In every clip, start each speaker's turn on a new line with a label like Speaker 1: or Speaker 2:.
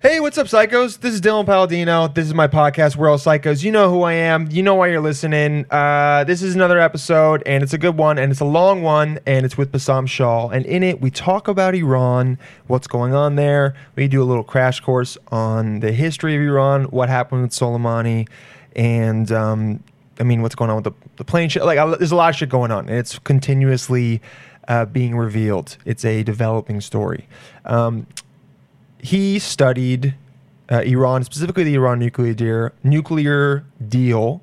Speaker 1: Hey, what's up, psychos? This is Dylan Palladino. This is my podcast, We're All Psychos. You know who I am. You know why you're listening. Uh, this is another episode, and it's a good one, and it's a long one, and it's with Basam Shaw. And in it, we talk about Iran, what's going on there. We do a little crash course on the history of Iran, what happened with Soleimani, and um, I mean, what's going on with the, the plane shit? Like, I, there's a lot of shit going on, and it's continuously uh, being revealed. It's a developing story. Um, he studied uh, Iran, specifically the Iran nuclear deal, nuclear deal.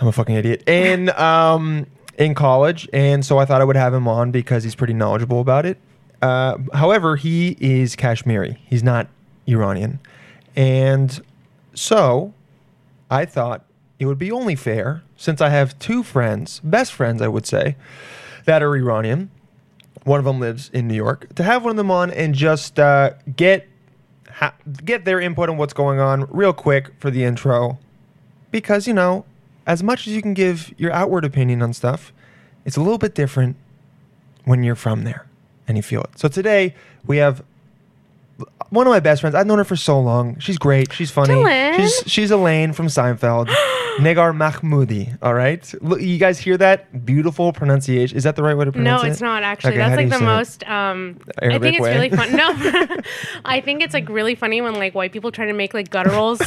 Speaker 1: I'm a fucking idiot. In um, in college, and so I thought I would have him on because he's pretty knowledgeable about it. Uh, however, he is Kashmiri. He's not Iranian, and so I thought it would be only fair since I have two friends, best friends, I would say, that are Iranian one of them lives in New York, to have one of them on and just uh, get ha- get their input on what's going on real quick for the intro, because you know, as much as you can give your outward opinion on stuff, it's a little bit different when you're from there and you feel it. So today we have one of my best friends. I've known her for so long. She's great. She's funny.
Speaker 2: Dylan.
Speaker 1: She's she's Elaine from Seinfeld. Negar Mahmoudi. All right, Look, you guys hear that beautiful pronunciation? Is that the right way to pronounce
Speaker 2: No,
Speaker 1: it?
Speaker 2: it's not actually.
Speaker 1: Okay, how
Speaker 2: That's
Speaker 1: do
Speaker 2: like
Speaker 1: you
Speaker 2: the
Speaker 1: say it?
Speaker 2: most. Um, I
Speaker 1: Arabic
Speaker 2: think it's
Speaker 1: way.
Speaker 2: really fun. No, I think it's like really funny when like white people try to make like gutturals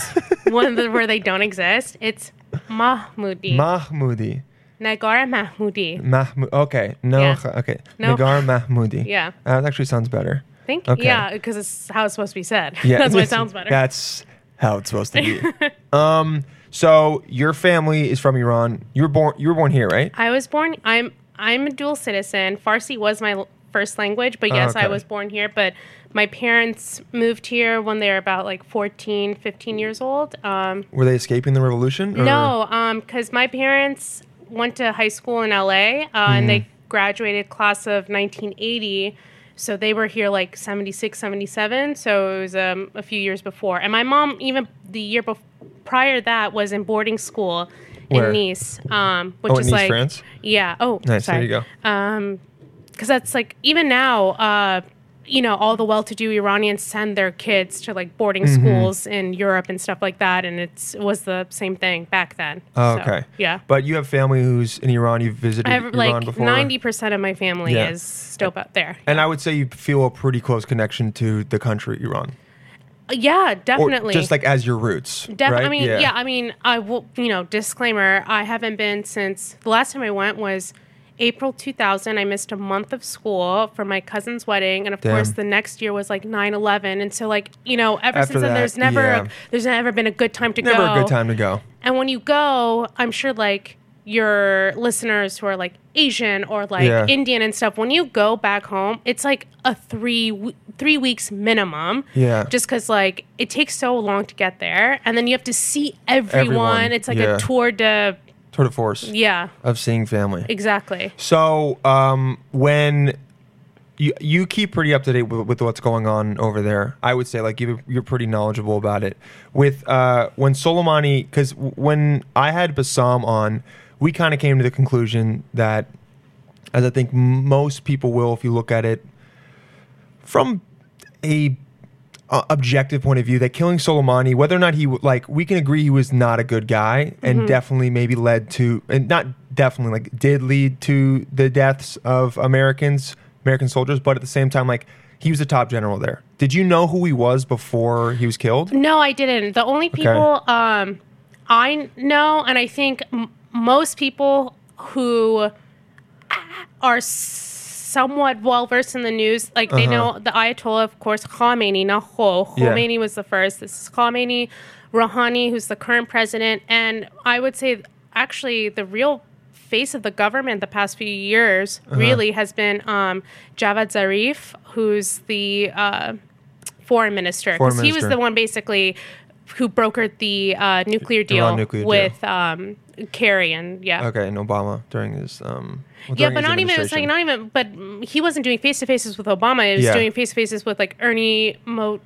Speaker 2: one the, where they don't exist. It's Mahmoudi,
Speaker 1: Mahmoudi.
Speaker 2: Nagara Mahmoudi.
Speaker 1: Mahmoud. Okay. No.
Speaker 2: Yeah.
Speaker 1: Okay.
Speaker 2: No.
Speaker 1: Nagar Mahmoudi.
Speaker 2: Yeah.
Speaker 1: Uh, that actually sounds better.
Speaker 2: Think
Speaker 1: Okay.
Speaker 2: yeah, because it's how it's supposed to be said.
Speaker 1: Yeah.
Speaker 2: that's why it
Speaker 1: listen,
Speaker 2: sounds better.
Speaker 1: That's how it's supposed to be. um. So your family is from Iran. You were born. You were born here, right?
Speaker 2: I was born. I'm I'm a dual citizen. Farsi was my l- first language, but yes, I
Speaker 1: okay.
Speaker 2: was born here. But my parents moved here when they were about like 14, 15 years old. Um,
Speaker 1: Were they escaping the revolution? or-
Speaker 2: No, um, because my parents went to high school in LA uh, and
Speaker 1: Mm-hmm.
Speaker 2: they graduated class of 1980. So they were here like 76, 77. So it was um, a few years before. And my mom, even the year bef- prior that, was in boarding school
Speaker 1: Where?
Speaker 2: in Nice, um, which
Speaker 1: Oh, in
Speaker 2: is
Speaker 1: Nice,
Speaker 2: like
Speaker 1: France?
Speaker 2: yeah. Oh,
Speaker 1: Nice.
Speaker 2: Sorry
Speaker 1: There you go.
Speaker 2: because that's like even now uh you know all the well-to-do iranians send their kids to like boarding
Speaker 1: Mm-hmm.
Speaker 2: schools in europe and stuff like that and it's it was the same thing back then
Speaker 1: Oh,
Speaker 2: So,
Speaker 1: okay.
Speaker 2: yeah
Speaker 1: But you have family who's in Iran. You've visited
Speaker 2: i have
Speaker 1: Iran
Speaker 2: like
Speaker 1: before.
Speaker 2: 90% of my family
Speaker 1: Yeah.
Speaker 2: is still out there
Speaker 1: And I would say you feel a pretty close connection to the country Iran,
Speaker 2: yeah
Speaker 1: or
Speaker 2: definitely
Speaker 1: just like as your roots.
Speaker 2: Def-
Speaker 1: right?
Speaker 2: I mean, yeah. I mean, I will, you know, disclaimer, I haven't been since the last time I went was April 2000. I missed a month of school for my cousin's wedding. And of course,
Speaker 1: Damn.
Speaker 2: the next year was like 9 11. And so, like, you know, ever
Speaker 1: After
Speaker 2: since then,
Speaker 1: that,
Speaker 2: there's never,
Speaker 1: yeah.
Speaker 2: there's never been a good time to
Speaker 1: Never
Speaker 2: go.
Speaker 1: a good time to go.
Speaker 2: And when you go, I'm sure like your listeners who are like Asian or like
Speaker 1: Yeah.
Speaker 2: Indian and stuff, when you go back home, it's like a three w- three weeks minimum.
Speaker 1: Yeah.
Speaker 2: Just because like it takes so long to get there, and then you have to see everyone.
Speaker 1: Everyone,
Speaker 2: It's like
Speaker 1: yeah.
Speaker 2: a tour de
Speaker 1: Tour de force
Speaker 2: yeah,
Speaker 1: of seeing family.
Speaker 2: exactly.
Speaker 1: So, um, when you you keep pretty up to date with, with what's going on over there, I would say like you you're pretty knowledgeable about it. With uh, when Soleimani, because when I had Bassam on, we kind of came to the conclusion that, as I think most people will, if you look at it from a uh, objective point of view that killing Soleimani, whether or not he w- like, we can agree he was not a good guy, and
Speaker 2: Mm-hmm.
Speaker 1: definitely maybe led to, and not definitely like did lead to the deaths of Americans, American soldiers. But at the same time, like he was a top general there. Did you know who he was before he was killed?
Speaker 2: No, I didn't. The only people um, I know, and I think m- most people who are somewhat well versed in the news, like they know the Ayatollah, of course, Khomeini, not Ho.
Speaker 1: Yeah.
Speaker 2: Khomeini was the first. This is Khomeini, Rouhani, who's the current president. And I would say, actually, the real face of the government the past few years really has been um, Javad Zarif, who's the. Uh, foreign minister because he was
Speaker 1: minister.
Speaker 2: the one basically who brokered the uh, nuclear deal
Speaker 1: Iran nuclear deal.
Speaker 2: with Um, Kerry and yeah.
Speaker 1: Okay, and Obama during his um. well,
Speaker 2: Yeah,
Speaker 1: during
Speaker 2: but
Speaker 1: his
Speaker 2: not even it was like
Speaker 1: administration.
Speaker 2: not even but mm, he wasn't doing face to faces with Obama. He was
Speaker 1: Yeah.
Speaker 2: doing face to faces with like Ernie Mo-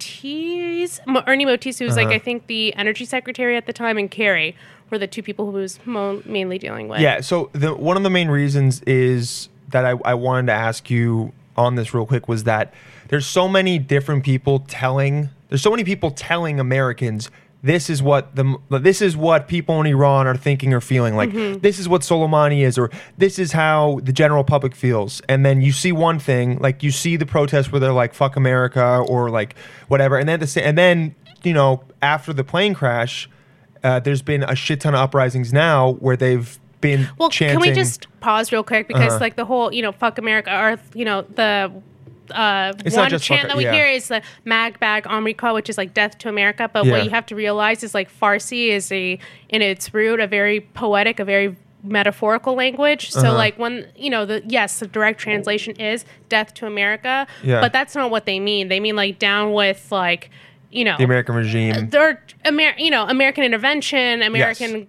Speaker 2: Motis, Mo- Ernie Motis, who was
Speaker 1: Uh-huh.
Speaker 2: like I think the energy secretary at the time, and Kerry were the two people who was mo- mainly dealing with.
Speaker 1: Yeah. So the one of the main reasons is that I, I wanted to ask you on this real quick was that there's so many different people telling there's so many people telling Americans this is what the this is what people in Iran are thinking or feeling like this is what Soleimani is or this is how the general public feels and then you see one thing like you see the protests where they're like fuck America or like whatever and then the sa- and then you know after the plane crash uh, there's been a shit ton of uprisings now where they've been
Speaker 2: Well,
Speaker 1: chanting Uh-huh.
Speaker 2: can we just pause real quick because like the whole you know fuck America or you know the uh,
Speaker 1: It's not
Speaker 2: one
Speaker 1: just
Speaker 2: chant
Speaker 1: fuck-
Speaker 2: that we
Speaker 1: yeah.
Speaker 2: hear is the mag bag Amrika, which is like death to America. But
Speaker 1: Yeah.
Speaker 2: what you have to realize is like Farsi is a in its root a very poetic, a very metaphorical language.
Speaker 1: Uh-huh.
Speaker 2: So like when you know the yes, the direct translation is death to America.
Speaker 1: Yeah.
Speaker 2: But that's not what they mean. They mean like down with like you know
Speaker 1: the American regime
Speaker 2: they're Amer- you know American intervention, American.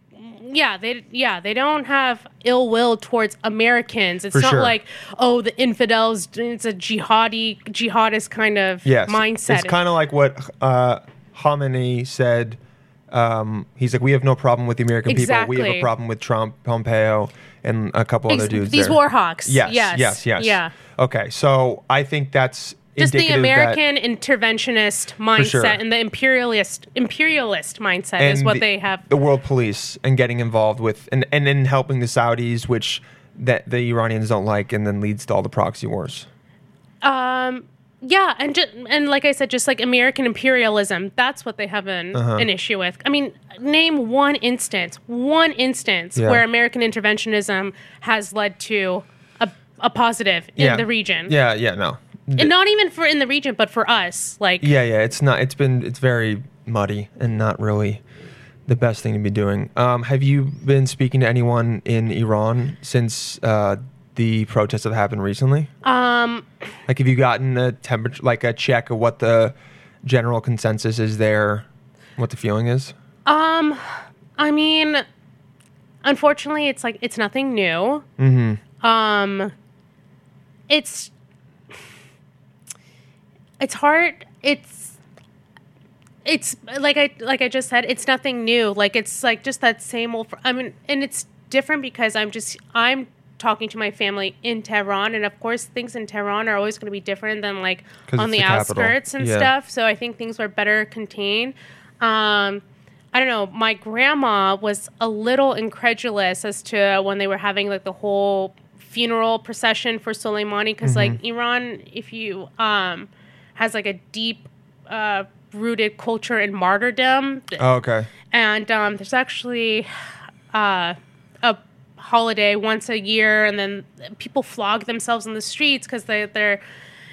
Speaker 2: Yeah, they yeah they don't have ill will towards Americans. It's
Speaker 1: For
Speaker 2: not
Speaker 1: sure.
Speaker 2: like oh the infidels. It's a jihadi jihadist kind of
Speaker 1: yes
Speaker 2: mindset.
Speaker 1: it's kind of like what uh, Khamenei said um, he's like we have no problem with the American people we have a
Speaker 2: Exactly.
Speaker 1: problem with Trump Pompeo and a couple
Speaker 2: Ex-
Speaker 1: other dudes
Speaker 2: these
Speaker 1: there.
Speaker 2: war hawks.
Speaker 1: yes,
Speaker 2: yes,
Speaker 1: yes yes
Speaker 2: yeah.
Speaker 1: okay so I think that's
Speaker 2: Just the
Speaker 1: indicative that-
Speaker 2: American interventionist mindset
Speaker 1: sure.
Speaker 2: and the imperialist imperialist mindset is
Speaker 1: and
Speaker 2: what
Speaker 1: the-
Speaker 2: they have.
Speaker 1: The world police and getting involved with and and then helping the Saudis, which that the Iranians don't like, and then leads to all the proxy wars.
Speaker 2: Yeah, and ju- and like I said, just like American imperialism, that's what they have an,
Speaker 1: Uh-huh.
Speaker 2: an issue with. I mean, name one instance, one instance
Speaker 1: Yeah.
Speaker 2: where American interventionism has led to a, a positive in
Speaker 1: yeah,
Speaker 2: the region.
Speaker 1: Yeah, yeah, no.
Speaker 2: And not even for in the region, but for us. Like,
Speaker 1: Yeah, yeah. It's not. It's been. It's very muddy and not really the best thing to be doing. Um, have you been speaking to anyone in Iran since uh, the protests have happened recently? Um, like, have you gotten a temperature, like a check of what the general consensus is there, what the feeling is?
Speaker 2: I mean, unfortunately, it's like it's nothing new. Mm-hmm. Um, it's it's hard. It's it's like I like I just said. It's nothing new. Like it's like just that same old. I mean, and it's different because I'm just I'm talking to my family in Tehran, and of course, things in Tehran are always going to be different than like
Speaker 1: 'Cause
Speaker 2: on
Speaker 1: it's
Speaker 2: the,
Speaker 1: the capital.
Speaker 2: outskirts and
Speaker 1: Yeah.
Speaker 2: stuff. So I think things were better contained. Um, I don't know. My grandma was a little incredulous as to when they were having like the whole funeral procession for Soleimani because
Speaker 1: Mm-hmm.
Speaker 2: like Iran, if you um, has like a deep uh, rooted culture in martyrdom,
Speaker 1: Oh, okay.
Speaker 2: and um, there's actually uh, a holiday once a year, and then people flog themselves in the streets because they, they're,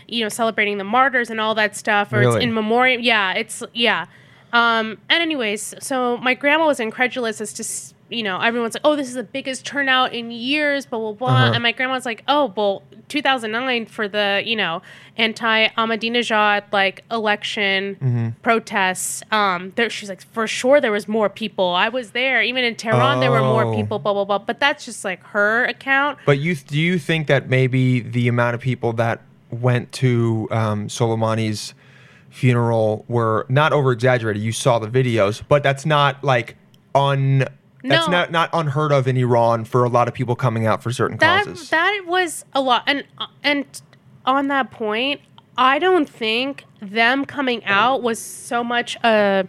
Speaker 2: you know, celebrating the martyrs and all that stuff, or
Speaker 1: Really?
Speaker 2: it's in memoriam. Yeah, it's yeah. Um, and anyways, so my grandma was incredulous as to s- you know everyone's like, oh, this is the biggest turnout in years, blah blah blah, and my grandma's like, oh, well, 2009 for the you know anti Ahmadinejad like election protests. Um, there she's like, for sure there was more people. I was there, even in Tehran, there were
Speaker 1: Oh.
Speaker 2: more people, blah blah blah. But that's just like her account.
Speaker 1: But you do you think that maybe the amount of people that went to um, Soleimani's funeral were not over exaggerated? You saw the videos, but that's not like un that's
Speaker 2: No.
Speaker 1: not not unheard of in Iran for a lot of people coming out for certain
Speaker 2: that
Speaker 1: causes.
Speaker 2: that was a lot and uh, and on that point i don't think them coming out was so much a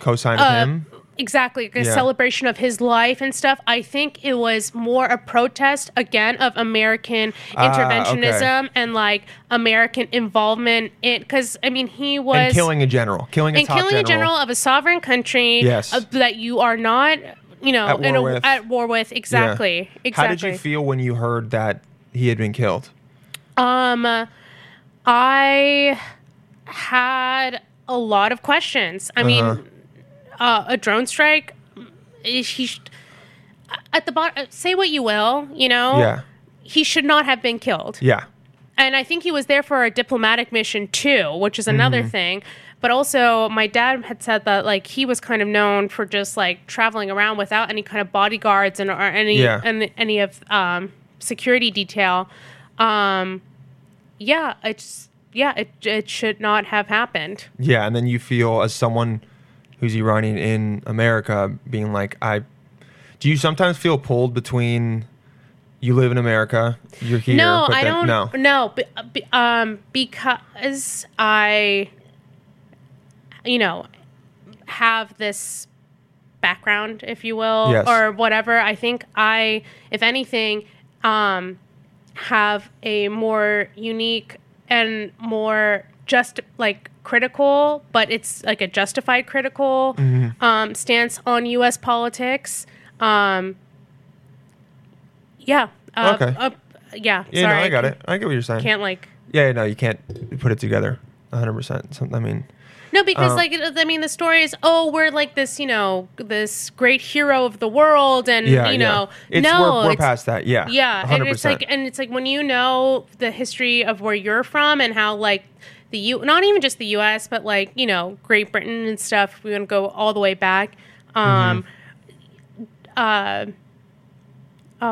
Speaker 1: Cosign
Speaker 2: uh,
Speaker 1: of him.
Speaker 2: exactly like a
Speaker 1: Yeah.
Speaker 2: celebration of his life and stuff i think it was more a protest again of american
Speaker 1: Ah,
Speaker 2: interventionism and like american involvement in because i mean he was
Speaker 1: and killing a general, killing a
Speaker 2: and
Speaker 1: top
Speaker 2: killing
Speaker 1: general.
Speaker 2: a general of a sovereign country
Speaker 1: Yes.
Speaker 2: uh, that you are not you know
Speaker 1: At
Speaker 2: in
Speaker 1: war
Speaker 2: a,
Speaker 1: with.
Speaker 2: at war with
Speaker 1: Yeah.
Speaker 2: exactly exactly
Speaker 1: How did you feel when you heard that he had been killed?
Speaker 2: Um, I had a lot of questions. I mean, uh, a drone strike. eh, He sh- at the bottom. Say what you will, you know.
Speaker 1: Yeah,
Speaker 2: He should not have been killed,
Speaker 1: yeah.
Speaker 2: and I think he was there for a diplomatic mission too, which is another thing. But also, my dad had said that like he was kind of known for just like traveling around without any kind of bodyguards and or any
Speaker 1: Yeah.
Speaker 2: and any of um, security detail. Um, yeah, it's yeah, it it should not have happened.
Speaker 1: Yeah, and then you feel as someone who's Iranian in America being like, I do you sometimes feel pulled between You live in America. You're here.
Speaker 2: No,
Speaker 1: but
Speaker 2: I
Speaker 1: then-
Speaker 2: don't.
Speaker 1: No.
Speaker 2: No, be- be- um, because I, you know, have this background, if you will,
Speaker 1: Yes.
Speaker 2: or whatever. I think I, if anything, um, have a more unique and more just like critical, but it's like a justified critical
Speaker 1: Mm-hmm.
Speaker 2: um, stance on U.S. politics. Um, yeah. Uh,
Speaker 1: Okay.
Speaker 2: uh, yeah.
Speaker 1: Yeah,
Speaker 2: sorry.
Speaker 1: no, I got
Speaker 2: can-
Speaker 1: it. I get what you're saying.
Speaker 2: Can't like.
Speaker 1: Yeah, no, you can't put it together 100%. Some- I mean,
Speaker 2: No, because
Speaker 1: Um,
Speaker 2: like it- I mean, the story is oh, we're like this, you know, this great hero of the world, and
Speaker 1: yeah,
Speaker 2: you
Speaker 1: yeah.
Speaker 2: know,
Speaker 1: It's,
Speaker 2: no,
Speaker 1: we're, we're
Speaker 2: it's-
Speaker 1: past that. Yeah.
Speaker 2: yeah,
Speaker 1: 100%.
Speaker 2: and it's like, and it's like when you know the history of where you're from and how like the U, not even just the U.S., but like you know, Great Britain and stuff. We want to go all the way back. Um,
Speaker 1: Mm-hmm.
Speaker 2: uh,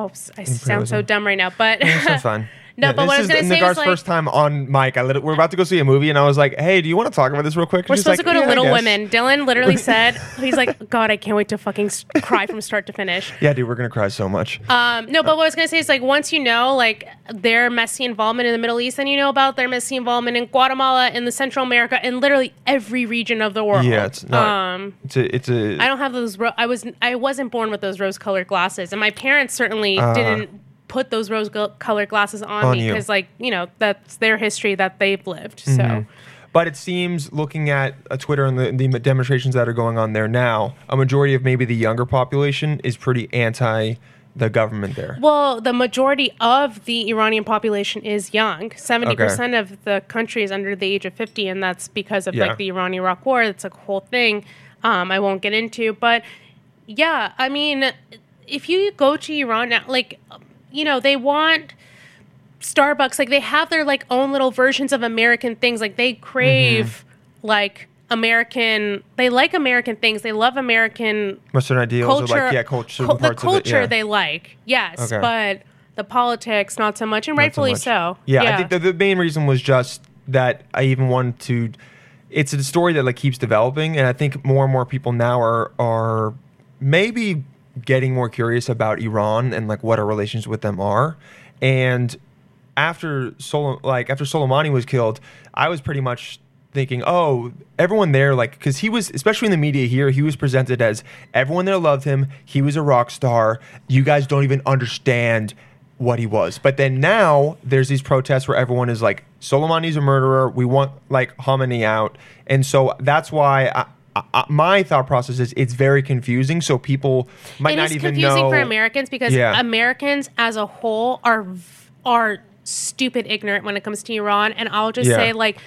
Speaker 2: oh, s- I sound so
Speaker 1: Imperialism.
Speaker 2: dumb right now, but
Speaker 1: That's fine.
Speaker 2: No,
Speaker 1: Yeah,
Speaker 2: but
Speaker 1: this
Speaker 2: what I was
Speaker 1: is
Speaker 2: gonna say was,
Speaker 1: Nagar's
Speaker 2: like-
Speaker 1: first time on mic. I lit- we're about to go see a movie, and I was like, "Hey, do you want to talk about this real quick?" And
Speaker 2: We're
Speaker 1: she's
Speaker 2: supposed to go
Speaker 1: like,
Speaker 2: to
Speaker 1: "Yeah, I
Speaker 2: Little
Speaker 1: guess."
Speaker 2: Women. Dylan literally said, he's like, God, I can't wait to fucking s- cry from start to finish.
Speaker 1: Yeah, dude, we're gonna cry so much.
Speaker 2: Um, no, but what I was gonna say is like once you know like their messy involvement in the Middle East, then you know about their messy involvement in Guatemala, in the Central America, and literally every region of the world.
Speaker 1: Yeah, it's not-
Speaker 2: Um,
Speaker 1: It's a, it's a.
Speaker 2: I don't have those. Ro- I was I wasn't born with those rose-colored glasses, and my parents certainly didn't put those rose-colored glasses on,
Speaker 1: Uh-huh. On
Speaker 2: me
Speaker 1: you.
Speaker 2: because like you know that's their history that they've lived.
Speaker 1: Mm-hmm.
Speaker 2: So.
Speaker 1: But it seems, looking at uh, Twitter and the, the demonstrations that are going on there now, a majority of maybe the younger population is pretty anti the government there.
Speaker 2: Well, the majority of the Iranian population is young. 70% of the country is under the age of 50, and that's because of
Speaker 1: Yeah.
Speaker 2: like the Iran Iraq war. It's a whole thing um, I won't get into. But yeah, I mean, if you go to Iran now, like, you know, they want. Starbucks, like they have their like own little versions of American things. Like they crave like American, they like American things. They love American
Speaker 1: Western ideals
Speaker 2: culture,
Speaker 1: are like yeah, culture.
Speaker 2: cul- the
Speaker 1: parts
Speaker 2: culture
Speaker 1: of it, yeah.
Speaker 2: they like, yes,
Speaker 1: Okay.
Speaker 2: but the politics not so much, and
Speaker 1: Not so
Speaker 2: rightfully
Speaker 1: much.
Speaker 2: so.
Speaker 1: Yeah, I think the, the main reason was just that I even wanted to. It's a story that like keeps developing, and I think more and more people now are are maybe getting more curious about Iran and like what our relations with them are, and after Sol- like after Soleimani was killed, I was pretty much thinking, oh, everyone there, like, because he was, especially in the media here, he was presented as everyone there loved him. He was a rock star. You guys don't even understand what he was. But then now there's these protests where everyone is like, Soleimani's a murderer. We want like Khamenei out, and so that's why. I, I, I- my thought process is it's very confusing, so people might
Speaker 2: it
Speaker 1: not
Speaker 2: is
Speaker 1: even
Speaker 2: confusing
Speaker 1: know.
Speaker 2: for Americans because
Speaker 1: Yeah.
Speaker 2: Americans as a whole are v- are stupid ignorant when it comes to Iran, and I'll just
Speaker 1: Yeah.
Speaker 2: say like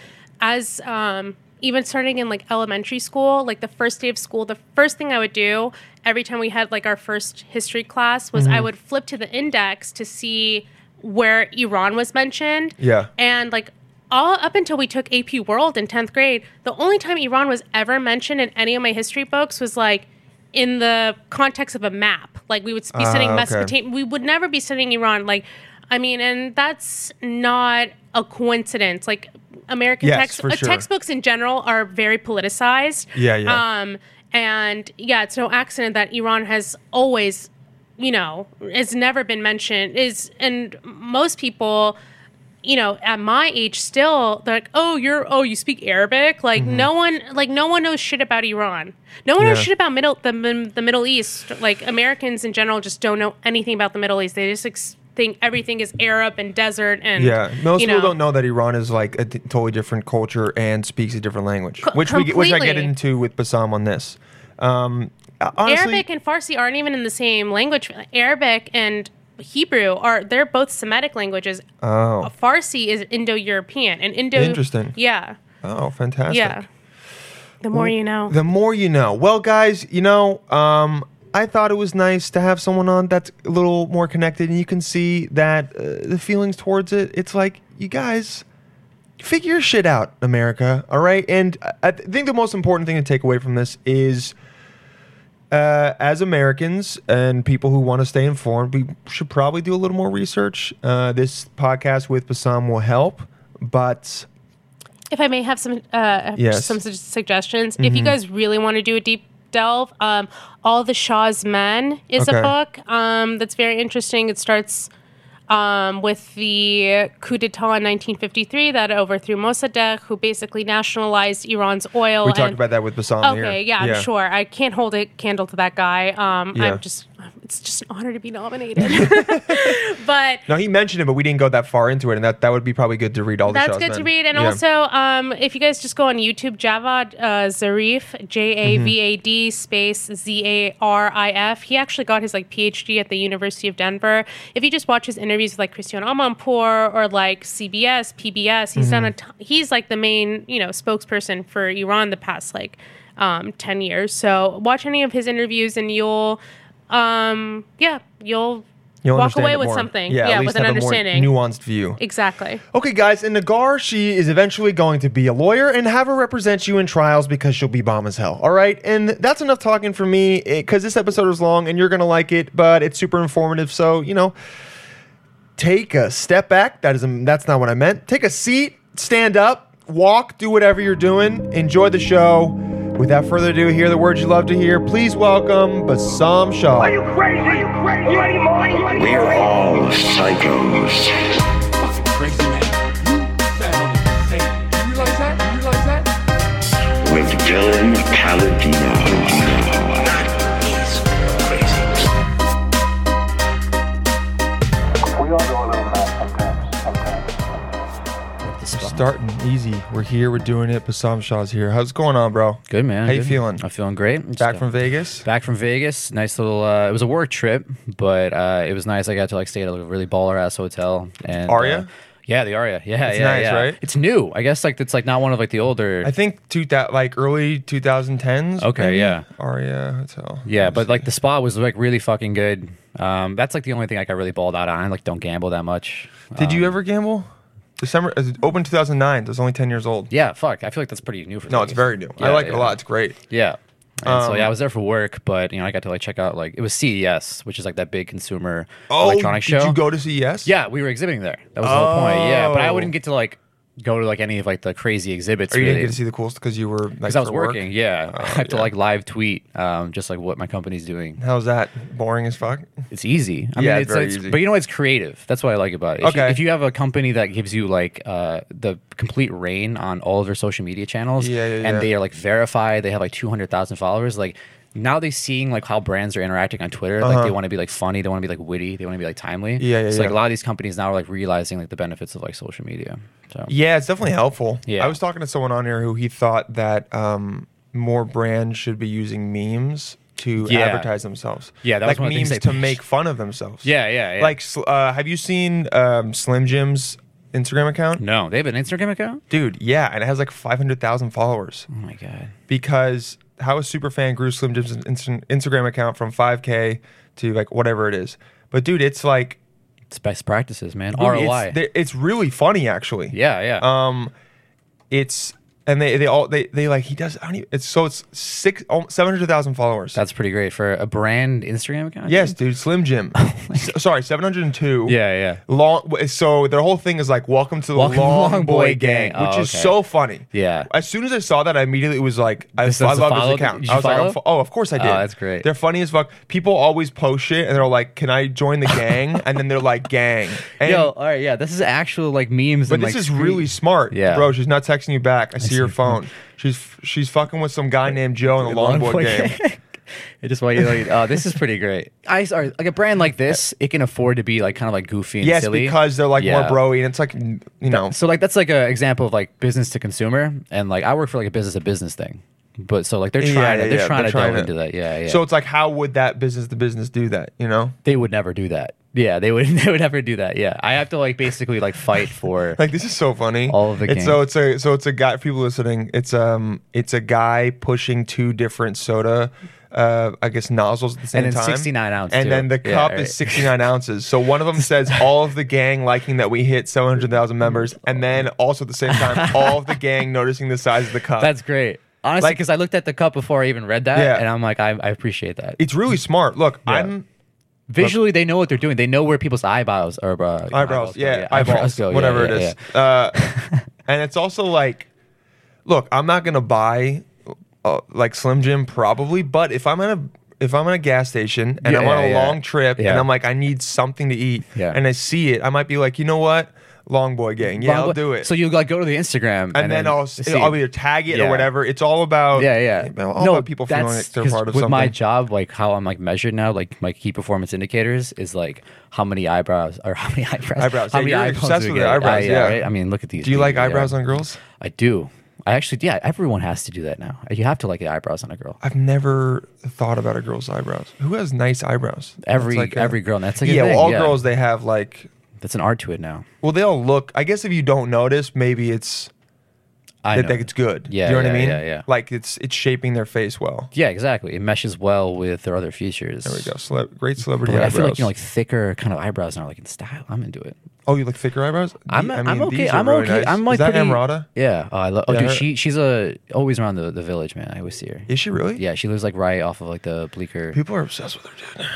Speaker 2: as um even starting in like elementary school, like the first day of school, the first thing I would do every time we had like our first history class was
Speaker 1: Mm-hmm.
Speaker 2: I would flip to the index to see where Iran was mentioned.
Speaker 1: Yeah.
Speaker 2: And like all up until we took AP World in 10th grade, the only time Iran was ever mentioned in any of my history books was like in the context of a map. Like we would be
Speaker 1: Ah,
Speaker 2: studying
Speaker 1: okay.
Speaker 2: Mesopotamia. We would never be studying Iran. Like, I mean, and that's not a coincidence. Like American
Speaker 1: Yes,
Speaker 2: text-
Speaker 1: for
Speaker 2: uh,
Speaker 1: sure.
Speaker 2: textbooks in general are very politicized.
Speaker 1: Yeah, yeah.
Speaker 2: Um, and yeah, it's no accident that Iran has always you know, has never been mentioned is, and most people, you know, at my age still, they're like, oh, you're, oh, you speak Arabic. Like no one, like no one knows shit about Iran. No one
Speaker 1: Mm-hmm. Yeah.
Speaker 2: knows shit about middle, the, Mid- the Middle East. Like Americans in general just don't know anything about the Middle East. They just ex- think everything is Arab and desert and,
Speaker 1: Yeah, most
Speaker 2: you
Speaker 1: people
Speaker 2: know,
Speaker 1: don't know that Iran is like a t- totally different culture and speaks a different language, which we get- which I get
Speaker 2: completely.
Speaker 1: into with Bassam on this. Um, uh, honestly,
Speaker 2: Arabic and Farsi aren't even in the same language. Arabic and Hebrew are they're both Semitic languages.
Speaker 1: Oh.
Speaker 2: Farsi is Indo-European and Indo.
Speaker 1: Interesting.
Speaker 2: Yeah,
Speaker 1: oh, fantastic!
Speaker 2: yeah. The more you know.
Speaker 1: The more you know. Well, guys, you know, um, I thought it was nice to have someone on that's a little more connected, and you can see that uh, the feelings towards it. It's like you guys figure your shit out, America. All right, and I- I think the most important thing to take away from this is. uh, as Americans and people who want to stay informed, we should probably do a little more research. Uh, this podcast with Bassam will help, but
Speaker 2: if I may have some uh,
Speaker 1: Yes. Mm-hmm.
Speaker 2: some su- suggestions, if you guys really want to do a deep delve, um, All the Shah's Men is
Speaker 1: Okay.
Speaker 2: a book um, that's very interesting. It starts um, with the coup d'etat in 1953 that overthrew Mossadegh, who basically nationalized Iran's oil.
Speaker 1: We talked
Speaker 2: and-
Speaker 1: about that with Bassam here.
Speaker 2: Okay, yeah, I'm sure. I can't hold a candle to that guy. Um,
Speaker 1: Yeah.
Speaker 2: I'm just, it's just an honor to be nominated. but
Speaker 1: No, he mentioned it, but we didn't go that far into it, and that, that would be probably good to read all the
Speaker 2: that's
Speaker 1: shows
Speaker 2: good to
Speaker 1: then.
Speaker 2: read. And
Speaker 1: Yeah.
Speaker 2: also, um, if you guys just go on YouTube, Javad uh, Zarif, J A V A D space Z A R I F. He actually got his like PhD at the University of Denver. If you just watch his interviews with like Christian Amanpour or like CBS, PBS, he's done a. T- he's like the main you know spokesperson for Iran the past like um, ten years. So watch any of his interviews, and you'll, um, yeah, you'll.
Speaker 1: You'll
Speaker 2: walk
Speaker 1: understand
Speaker 2: away
Speaker 1: it
Speaker 2: with
Speaker 1: more.
Speaker 2: something.
Speaker 1: Yeah,
Speaker 2: Yeah,
Speaker 1: at least
Speaker 2: with an
Speaker 1: have a more
Speaker 2: understanding.
Speaker 1: nuanced view.
Speaker 2: Exactly.
Speaker 1: Okay, guys, and Nagar, she is eventually going to be a lawyer and have her represent you in trials because she'll be bomb as hell. All right, and that's enough talking for me because this episode is long and you're gonna like it, but it's super informative. So you know, take a step back. That is um, that's not what I meant. Take a seat, stand up, walk, do whatever you're doing. Enjoy the show. Without further ado, hear the words you love to hear. Please welcome Bassam Shaw.
Speaker 3: Are you crazy? Are you crazy? Bloody mind?
Speaker 4: We're all psychos.
Speaker 5: fucking crazy man. You sound insane. Do you realize that? Do you realize that?
Speaker 4: with Dylan Paladino.
Speaker 6: We all go a little mad sometimes. Sometimes.
Speaker 1: Starting easy. We're here. We're doing it. Bassam Shaw's here. How's it going on, bro?
Speaker 7: Good man.
Speaker 1: How you
Speaker 7: good.
Speaker 1: feeling?
Speaker 7: I'm feeling great. I'm just,
Speaker 1: Back
Speaker 7: uh,
Speaker 1: from Vegas.
Speaker 7: back from Vegas. Nice little. Uh, it was a work trip, but uh, it was nice. I got to like stay at a really baller ass hotel. And
Speaker 1: Aria?
Speaker 7: uh, yeah, the Aria. Yeah,
Speaker 1: It's
Speaker 7: yeah,
Speaker 1: nice,
Speaker 7: yeah.
Speaker 1: right?
Speaker 7: It's new. I guess like it's like not one of like the older.
Speaker 1: I think two that like early 2010s.
Speaker 7: Okay,
Speaker 1: maybe?
Speaker 7: yeah.
Speaker 1: Aria Hotel.
Speaker 7: yeah, but like the spa was like really fucking good. Um, that's like the only thing I got really balled out on. I like don't gamble that much.
Speaker 1: did you ever gamble? December uh, open 2009. I was only 10 years old.
Speaker 7: Yeah, fuck. I feel like that's pretty new for.
Speaker 1: No, it's Um,
Speaker 7: Vegas.
Speaker 1: very new. I
Speaker 7: Yeah,
Speaker 1: like it
Speaker 7: yeah.
Speaker 1: a lot. It's great.
Speaker 7: Yeah. And so yeah, I was there for work, but you know I got to like check out like it was CES, which is like that big consumer electronic show.
Speaker 1: Oh, did you go to CES?
Speaker 7: Yeah, we were exhibiting there. That was the whole point. Yeah, but I
Speaker 1: Oh.
Speaker 7: wouldn't get to like go to like any of like the crazy exhibits.
Speaker 1: Or you
Speaker 7: really.
Speaker 1: didn't get to see the coolest because you were like
Speaker 7: because I was
Speaker 1: for work? Oh,
Speaker 7: working. Yeah, I have to
Speaker 1: yeah.
Speaker 7: like live tweet, um, just like what my company's doing.
Speaker 1: How's that? Boring as fuck.
Speaker 7: It's easy. I
Speaker 1: Yeah,
Speaker 7: mean, it's,
Speaker 1: very
Speaker 7: it's-
Speaker 1: easy.
Speaker 7: But you know, it's creative. That's what I like about it. If you,
Speaker 1: Okay.
Speaker 7: if you have a company that gives you like uh, the complete reign on all of their social media channels,
Speaker 1: Yeah, yeah,
Speaker 7: and
Speaker 1: yeah.
Speaker 7: they are like verified, they have like two hundred thousand followers, like. Now they're seeing like how brands are interacting on Twitter. Like they want to be like funny, they want to be like witty, they want to be like timely.
Speaker 1: Uh-huh. Yeah, yeah,
Speaker 7: So like
Speaker 1: yeah.
Speaker 7: a lot of these companies now are like realizing like the benefits of like social media. So
Speaker 1: Yeah, it's definitely helpful.
Speaker 7: Yeah.
Speaker 1: I was talking to someone on here who he thought that um, more brands should be using memes to
Speaker 7: Yeah.
Speaker 1: advertise themselves.
Speaker 7: Yeah, that
Speaker 1: like
Speaker 7: was one of the
Speaker 1: memes
Speaker 7: things
Speaker 1: to
Speaker 7: I-
Speaker 1: make fun of themselves.
Speaker 7: Yeah, yeah, yeah.
Speaker 1: Like, sl- uh, have you seen um, Slim Jim's Instagram account?
Speaker 7: no, they have an Instagram account.
Speaker 1: Dude, yeah, and it has like 500,000 followers
Speaker 7: Oh my god.
Speaker 1: because how a super fan grew Slim Jim's Inst- Instagram account from 5K to like whatever it is. But dude, it's like
Speaker 7: It's best practices, man.
Speaker 1: It's, they- it's really funny actually.
Speaker 7: yeah, yeah.
Speaker 1: Um, it's and they they all they they like he does. I don't even. It's so it's six oh, seven hundred thousand followers.
Speaker 7: That's pretty great for a brand Instagram account.
Speaker 1: yes, dude. Slim Jim. S- sorry, seven hundred and two.
Speaker 7: Yeah, yeah.
Speaker 1: Long. w- So their whole thing is like, "Welcome to the
Speaker 7: Welcome to
Speaker 1: Long, Boy Gang,"
Speaker 7: Oh,
Speaker 1: which is
Speaker 7: okay.
Speaker 1: so funny.
Speaker 7: Yeah.
Speaker 1: As soon as I saw that, I immediately was like, "I, I
Speaker 7: This is a
Speaker 1: love his
Speaker 7: follow?
Speaker 1: account."
Speaker 7: Did
Speaker 1: I
Speaker 7: you
Speaker 1: was like, I'm
Speaker 7: follow?
Speaker 1: fo- "Oh, of course I did."
Speaker 7: Oh, that's great.
Speaker 1: They're funny as fuck. People always post shit and they're like, "Can I join the gang?" and then they're like, "Gang." And
Speaker 7: Yo, all right, yeah. This is actual like memes.
Speaker 1: but
Speaker 7: and,
Speaker 1: this
Speaker 7: like,
Speaker 1: is
Speaker 7: screen-
Speaker 1: really smart,
Speaker 7: Yeah.
Speaker 1: bro. She's not texting you back. I, see your phone. She's she's fucking with some guy named Joe in the longboard game.
Speaker 7: I just want you to like, oh, this is pretty great. I sorry, like a brand like this, it can afford to be like kind of like goofy and
Speaker 1: Yes,
Speaker 7: silly.
Speaker 1: because they're like more
Speaker 7: Yeah.
Speaker 1: broy, and it's like you know.
Speaker 7: So like that's like an example of like business to consumer, and like I work for like a business to business thing, but so like they're
Speaker 1: Yeah,
Speaker 7: trying
Speaker 1: yeah,
Speaker 7: to they're
Speaker 1: yeah,
Speaker 7: trying
Speaker 1: they're
Speaker 7: to
Speaker 1: trying
Speaker 7: delve
Speaker 1: to-
Speaker 7: into that. Yeah, yeah.
Speaker 1: So it's like, how would that business to business do that? You know,
Speaker 7: they would never do that. Yeah, they would they would never do that. Yeah, I have to like basically like fight for.
Speaker 1: like this is so funny.
Speaker 7: All of the
Speaker 1: it's, so
Speaker 7: gang.
Speaker 1: it's a so it's a guy. People listening, it's um it's a guy pushing two different soda. Uh, I guess nozzles at the same
Speaker 7: And then
Speaker 1: time.
Speaker 7: 69 ounce,
Speaker 1: And
Speaker 7: too.
Speaker 1: then the
Speaker 7: Yeah,
Speaker 1: cup
Speaker 7: right.
Speaker 1: is 69 ounces. So one of them says, All of the gang liking that we hit 700,000 members. And then also at the same time, all of the gang noticing the size of the cup.
Speaker 7: That's great. Honestly,
Speaker 1: Like-
Speaker 7: because I looked at the cup before I even read that,
Speaker 1: Yeah.
Speaker 7: and I'm like, I, I appreciate that.
Speaker 1: It's really smart. Look, I'm
Speaker 7: Visually, they know what they're doing. They know where people's eyebrows are. Uh, eyebrows,
Speaker 1: eyebrows,
Speaker 7: go,
Speaker 1: yeah, eyeballs,
Speaker 7: go, yeah,
Speaker 1: whatever
Speaker 7: yeah,
Speaker 1: it is. Uh, and it's also like, look, I'm not gonna buy uh, like Slim Jim probably, but if I'm gonna
Speaker 8: if I'm in a gas station and I'm
Speaker 7: Yeah,
Speaker 8: on a
Speaker 7: yeah.
Speaker 8: long trip and
Speaker 7: Yeah.
Speaker 8: I'm like, I need something to eat,
Speaker 7: Yeah.
Speaker 8: and I see it, I might be like, you know what, Long Boy Gang, yeah,
Speaker 7: Long
Speaker 8: I'll
Speaker 7: boy-
Speaker 8: do it.
Speaker 7: So you like go to the Instagram, and,
Speaker 8: and, then, I'll s-
Speaker 7: see.
Speaker 8: I'll either tag it or
Speaker 7: Yeah.
Speaker 8: whatever. It's all about
Speaker 7: yeah, yeah.
Speaker 8: all about people feeling like
Speaker 7: that's-
Speaker 8: they're
Speaker 7: 'cause
Speaker 8: part of
Speaker 7: with
Speaker 8: something.
Speaker 7: my job, like how I'm like measured now, like my key performance indicators is like how many eyebrows or how many eyebrows,
Speaker 8: Eyebrows.
Speaker 7: how
Speaker 8: Yeah,
Speaker 7: many
Speaker 8: you're
Speaker 7: eyeballs
Speaker 8: obsessed
Speaker 7: we
Speaker 8: with
Speaker 7: get.
Speaker 8: the eyebrows, yeah.
Speaker 7: right? I mean, look at these.
Speaker 8: do you like
Speaker 7: people, yeah.
Speaker 8: eyebrows on girls?
Speaker 7: I do. I actually, yeah. Everyone has to do that now. You have to like the eyebrows on a girl.
Speaker 8: I've never thought about a girl's eyebrows. Who has nice eyebrows? That's
Speaker 7: Every-
Speaker 8: like
Speaker 7: every girl, and that's like a
Speaker 8: yeah. well,
Speaker 7: thing,
Speaker 8: all
Speaker 7: yeah.
Speaker 8: girls they have like
Speaker 7: That's an art to it now.
Speaker 8: well they all look. I guess if you don't notice, maybe it's
Speaker 7: I
Speaker 8: that
Speaker 7: know.
Speaker 8: like it's good.
Speaker 7: Yeah,
Speaker 8: do you know what
Speaker 7: yeah,
Speaker 8: I mean?
Speaker 7: yeah, yeah.
Speaker 8: Like it's it's shaping their face well.
Speaker 7: Yeah, exactly. It meshes well with their other features.
Speaker 8: There we go. Cele- great celebrity
Speaker 7: But, like, I
Speaker 8: eyebrows.
Speaker 7: feel like you know, like thicker kind of eyebrows now, like in style. I'm into it.
Speaker 8: oh, you like thicker eyebrows?
Speaker 7: I'm,
Speaker 8: The-
Speaker 7: I am
Speaker 8: mean,
Speaker 7: okay.
Speaker 8: these are
Speaker 7: I'm
Speaker 8: really
Speaker 7: okay.
Speaker 8: nice.
Speaker 7: I'm like
Speaker 8: is that
Speaker 7: pretty,
Speaker 8: Amrata?
Speaker 7: Yeah. Oh, I love. Oh,
Speaker 8: Yeah,
Speaker 7: dude,
Speaker 8: her-
Speaker 7: she she's a always around the, the village, man. I always see her.
Speaker 8: Is she really?
Speaker 7: Yeah, she lives like right off of like the bleaker.
Speaker 8: People are obsessed with her, dude.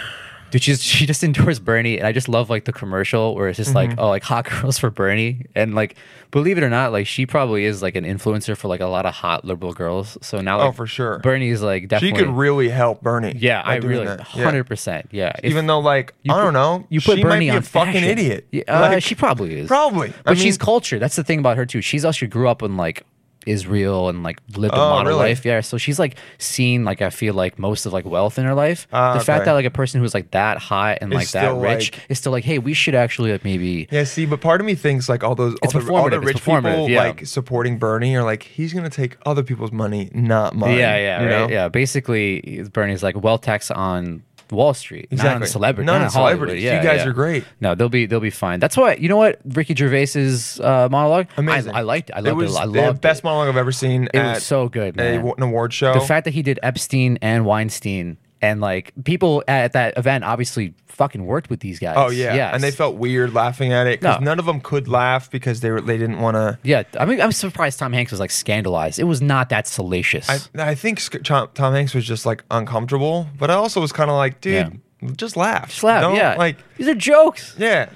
Speaker 7: Dude, she's she just endorsed Bernie, and I just love like the commercial where it's just
Speaker 8: Mm-hmm.
Speaker 7: like, oh, like hot girls for Bernie, and like, believe it or not, like she probably is like an influencer for like a lot of hot liberal girls. So now,
Speaker 8: Oh,
Speaker 7: like,
Speaker 8: for sure.
Speaker 7: Bernie is like
Speaker 8: She
Speaker 7: definitely.
Speaker 8: could really help Bernie.
Speaker 7: yeah,
Speaker 8: by
Speaker 7: I
Speaker 8: doing
Speaker 7: really
Speaker 8: that. Yeah.
Speaker 7: hundred percent. Yeah, If-
Speaker 8: Even though, like,
Speaker 7: you
Speaker 8: I
Speaker 7: put-
Speaker 8: don't know,
Speaker 7: you put
Speaker 8: she
Speaker 7: Bernie
Speaker 8: might be
Speaker 7: on
Speaker 8: a fucking
Speaker 7: fashion.
Speaker 8: idiot.
Speaker 7: Yeah, uh,
Speaker 8: Like,
Speaker 7: she probably is.
Speaker 8: Probably. I
Speaker 7: but she's
Speaker 8: mean-
Speaker 7: cultured. That's the thing about her too. She's also grew up in like Israel and like lived a
Speaker 8: Oh,
Speaker 7: model
Speaker 8: really?
Speaker 7: life. Yeah, so she's like seen like I feel like most of like wealth in her life.
Speaker 8: Ah,
Speaker 7: the fact
Speaker 8: okay.
Speaker 7: that like a person who's like that hot and
Speaker 8: Is
Speaker 7: like that
Speaker 8: still,
Speaker 7: rich
Speaker 8: like-
Speaker 7: is still like, hey, we should actually like maybe.
Speaker 8: Yeah, see, but part of me thinks like all those all,
Speaker 7: It's
Speaker 8: the, all the
Speaker 7: performative, it's
Speaker 8: rich
Speaker 7: performative,
Speaker 8: people
Speaker 7: yeah.
Speaker 8: like supporting Bernie are like he's gonna take other people's money, not mine.
Speaker 7: Yeah, yeah,
Speaker 8: you
Speaker 7: right.
Speaker 8: know?
Speaker 7: Yeah, basically, Bernie's like wealth tax on Wall Street, not on
Speaker 8: Exactly.
Speaker 7: celebrity,
Speaker 8: Not on
Speaker 7: on Hollywood.
Speaker 8: celebrities. You
Speaker 7: Yeah,
Speaker 8: guys
Speaker 7: yeah.
Speaker 8: are great.
Speaker 7: No, they'll be they'll be fine. That's why you know what Ricky Gervais's uh, monologue. I-
Speaker 8: Amazing.
Speaker 7: I, liked. It. I loved it.
Speaker 8: was
Speaker 7: I loved
Speaker 8: the
Speaker 7: it.
Speaker 8: best monologue I've ever seen.
Speaker 7: It
Speaker 8: at
Speaker 7: was so good,
Speaker 8: a-
Speaker 7: man.
Speaker 8: an award show.
Speaker 7: the fact that he did Epstein and Weinstein, and like people at that event obviously fucking worked with these guys.
Speaker 8: oh yeah,
Speaker 7: yes.
Speaker 8: and they felt weird laughing at it because
Speaker 7: No.
Speaker 8: none of them could laugh because they were they didn't want to.
Speaker 7: Yeah, I mean, I'm surprised Tom Hanks was like scandalized. It was not that salacious.
Speaker 8: I, I think Sc- Tom Tom Hanks was just like uncomfortable, but I also was kind of like, dude,
Speaker 7: Yeah.
Speaker 8: just laugh,
Speaker 7: Just laugh,
Speaker 8: Don't,
Speaker 7: yeah.
Speaker 8: like
Speaker 7: these are jokes.
Speaker 8: Yeah.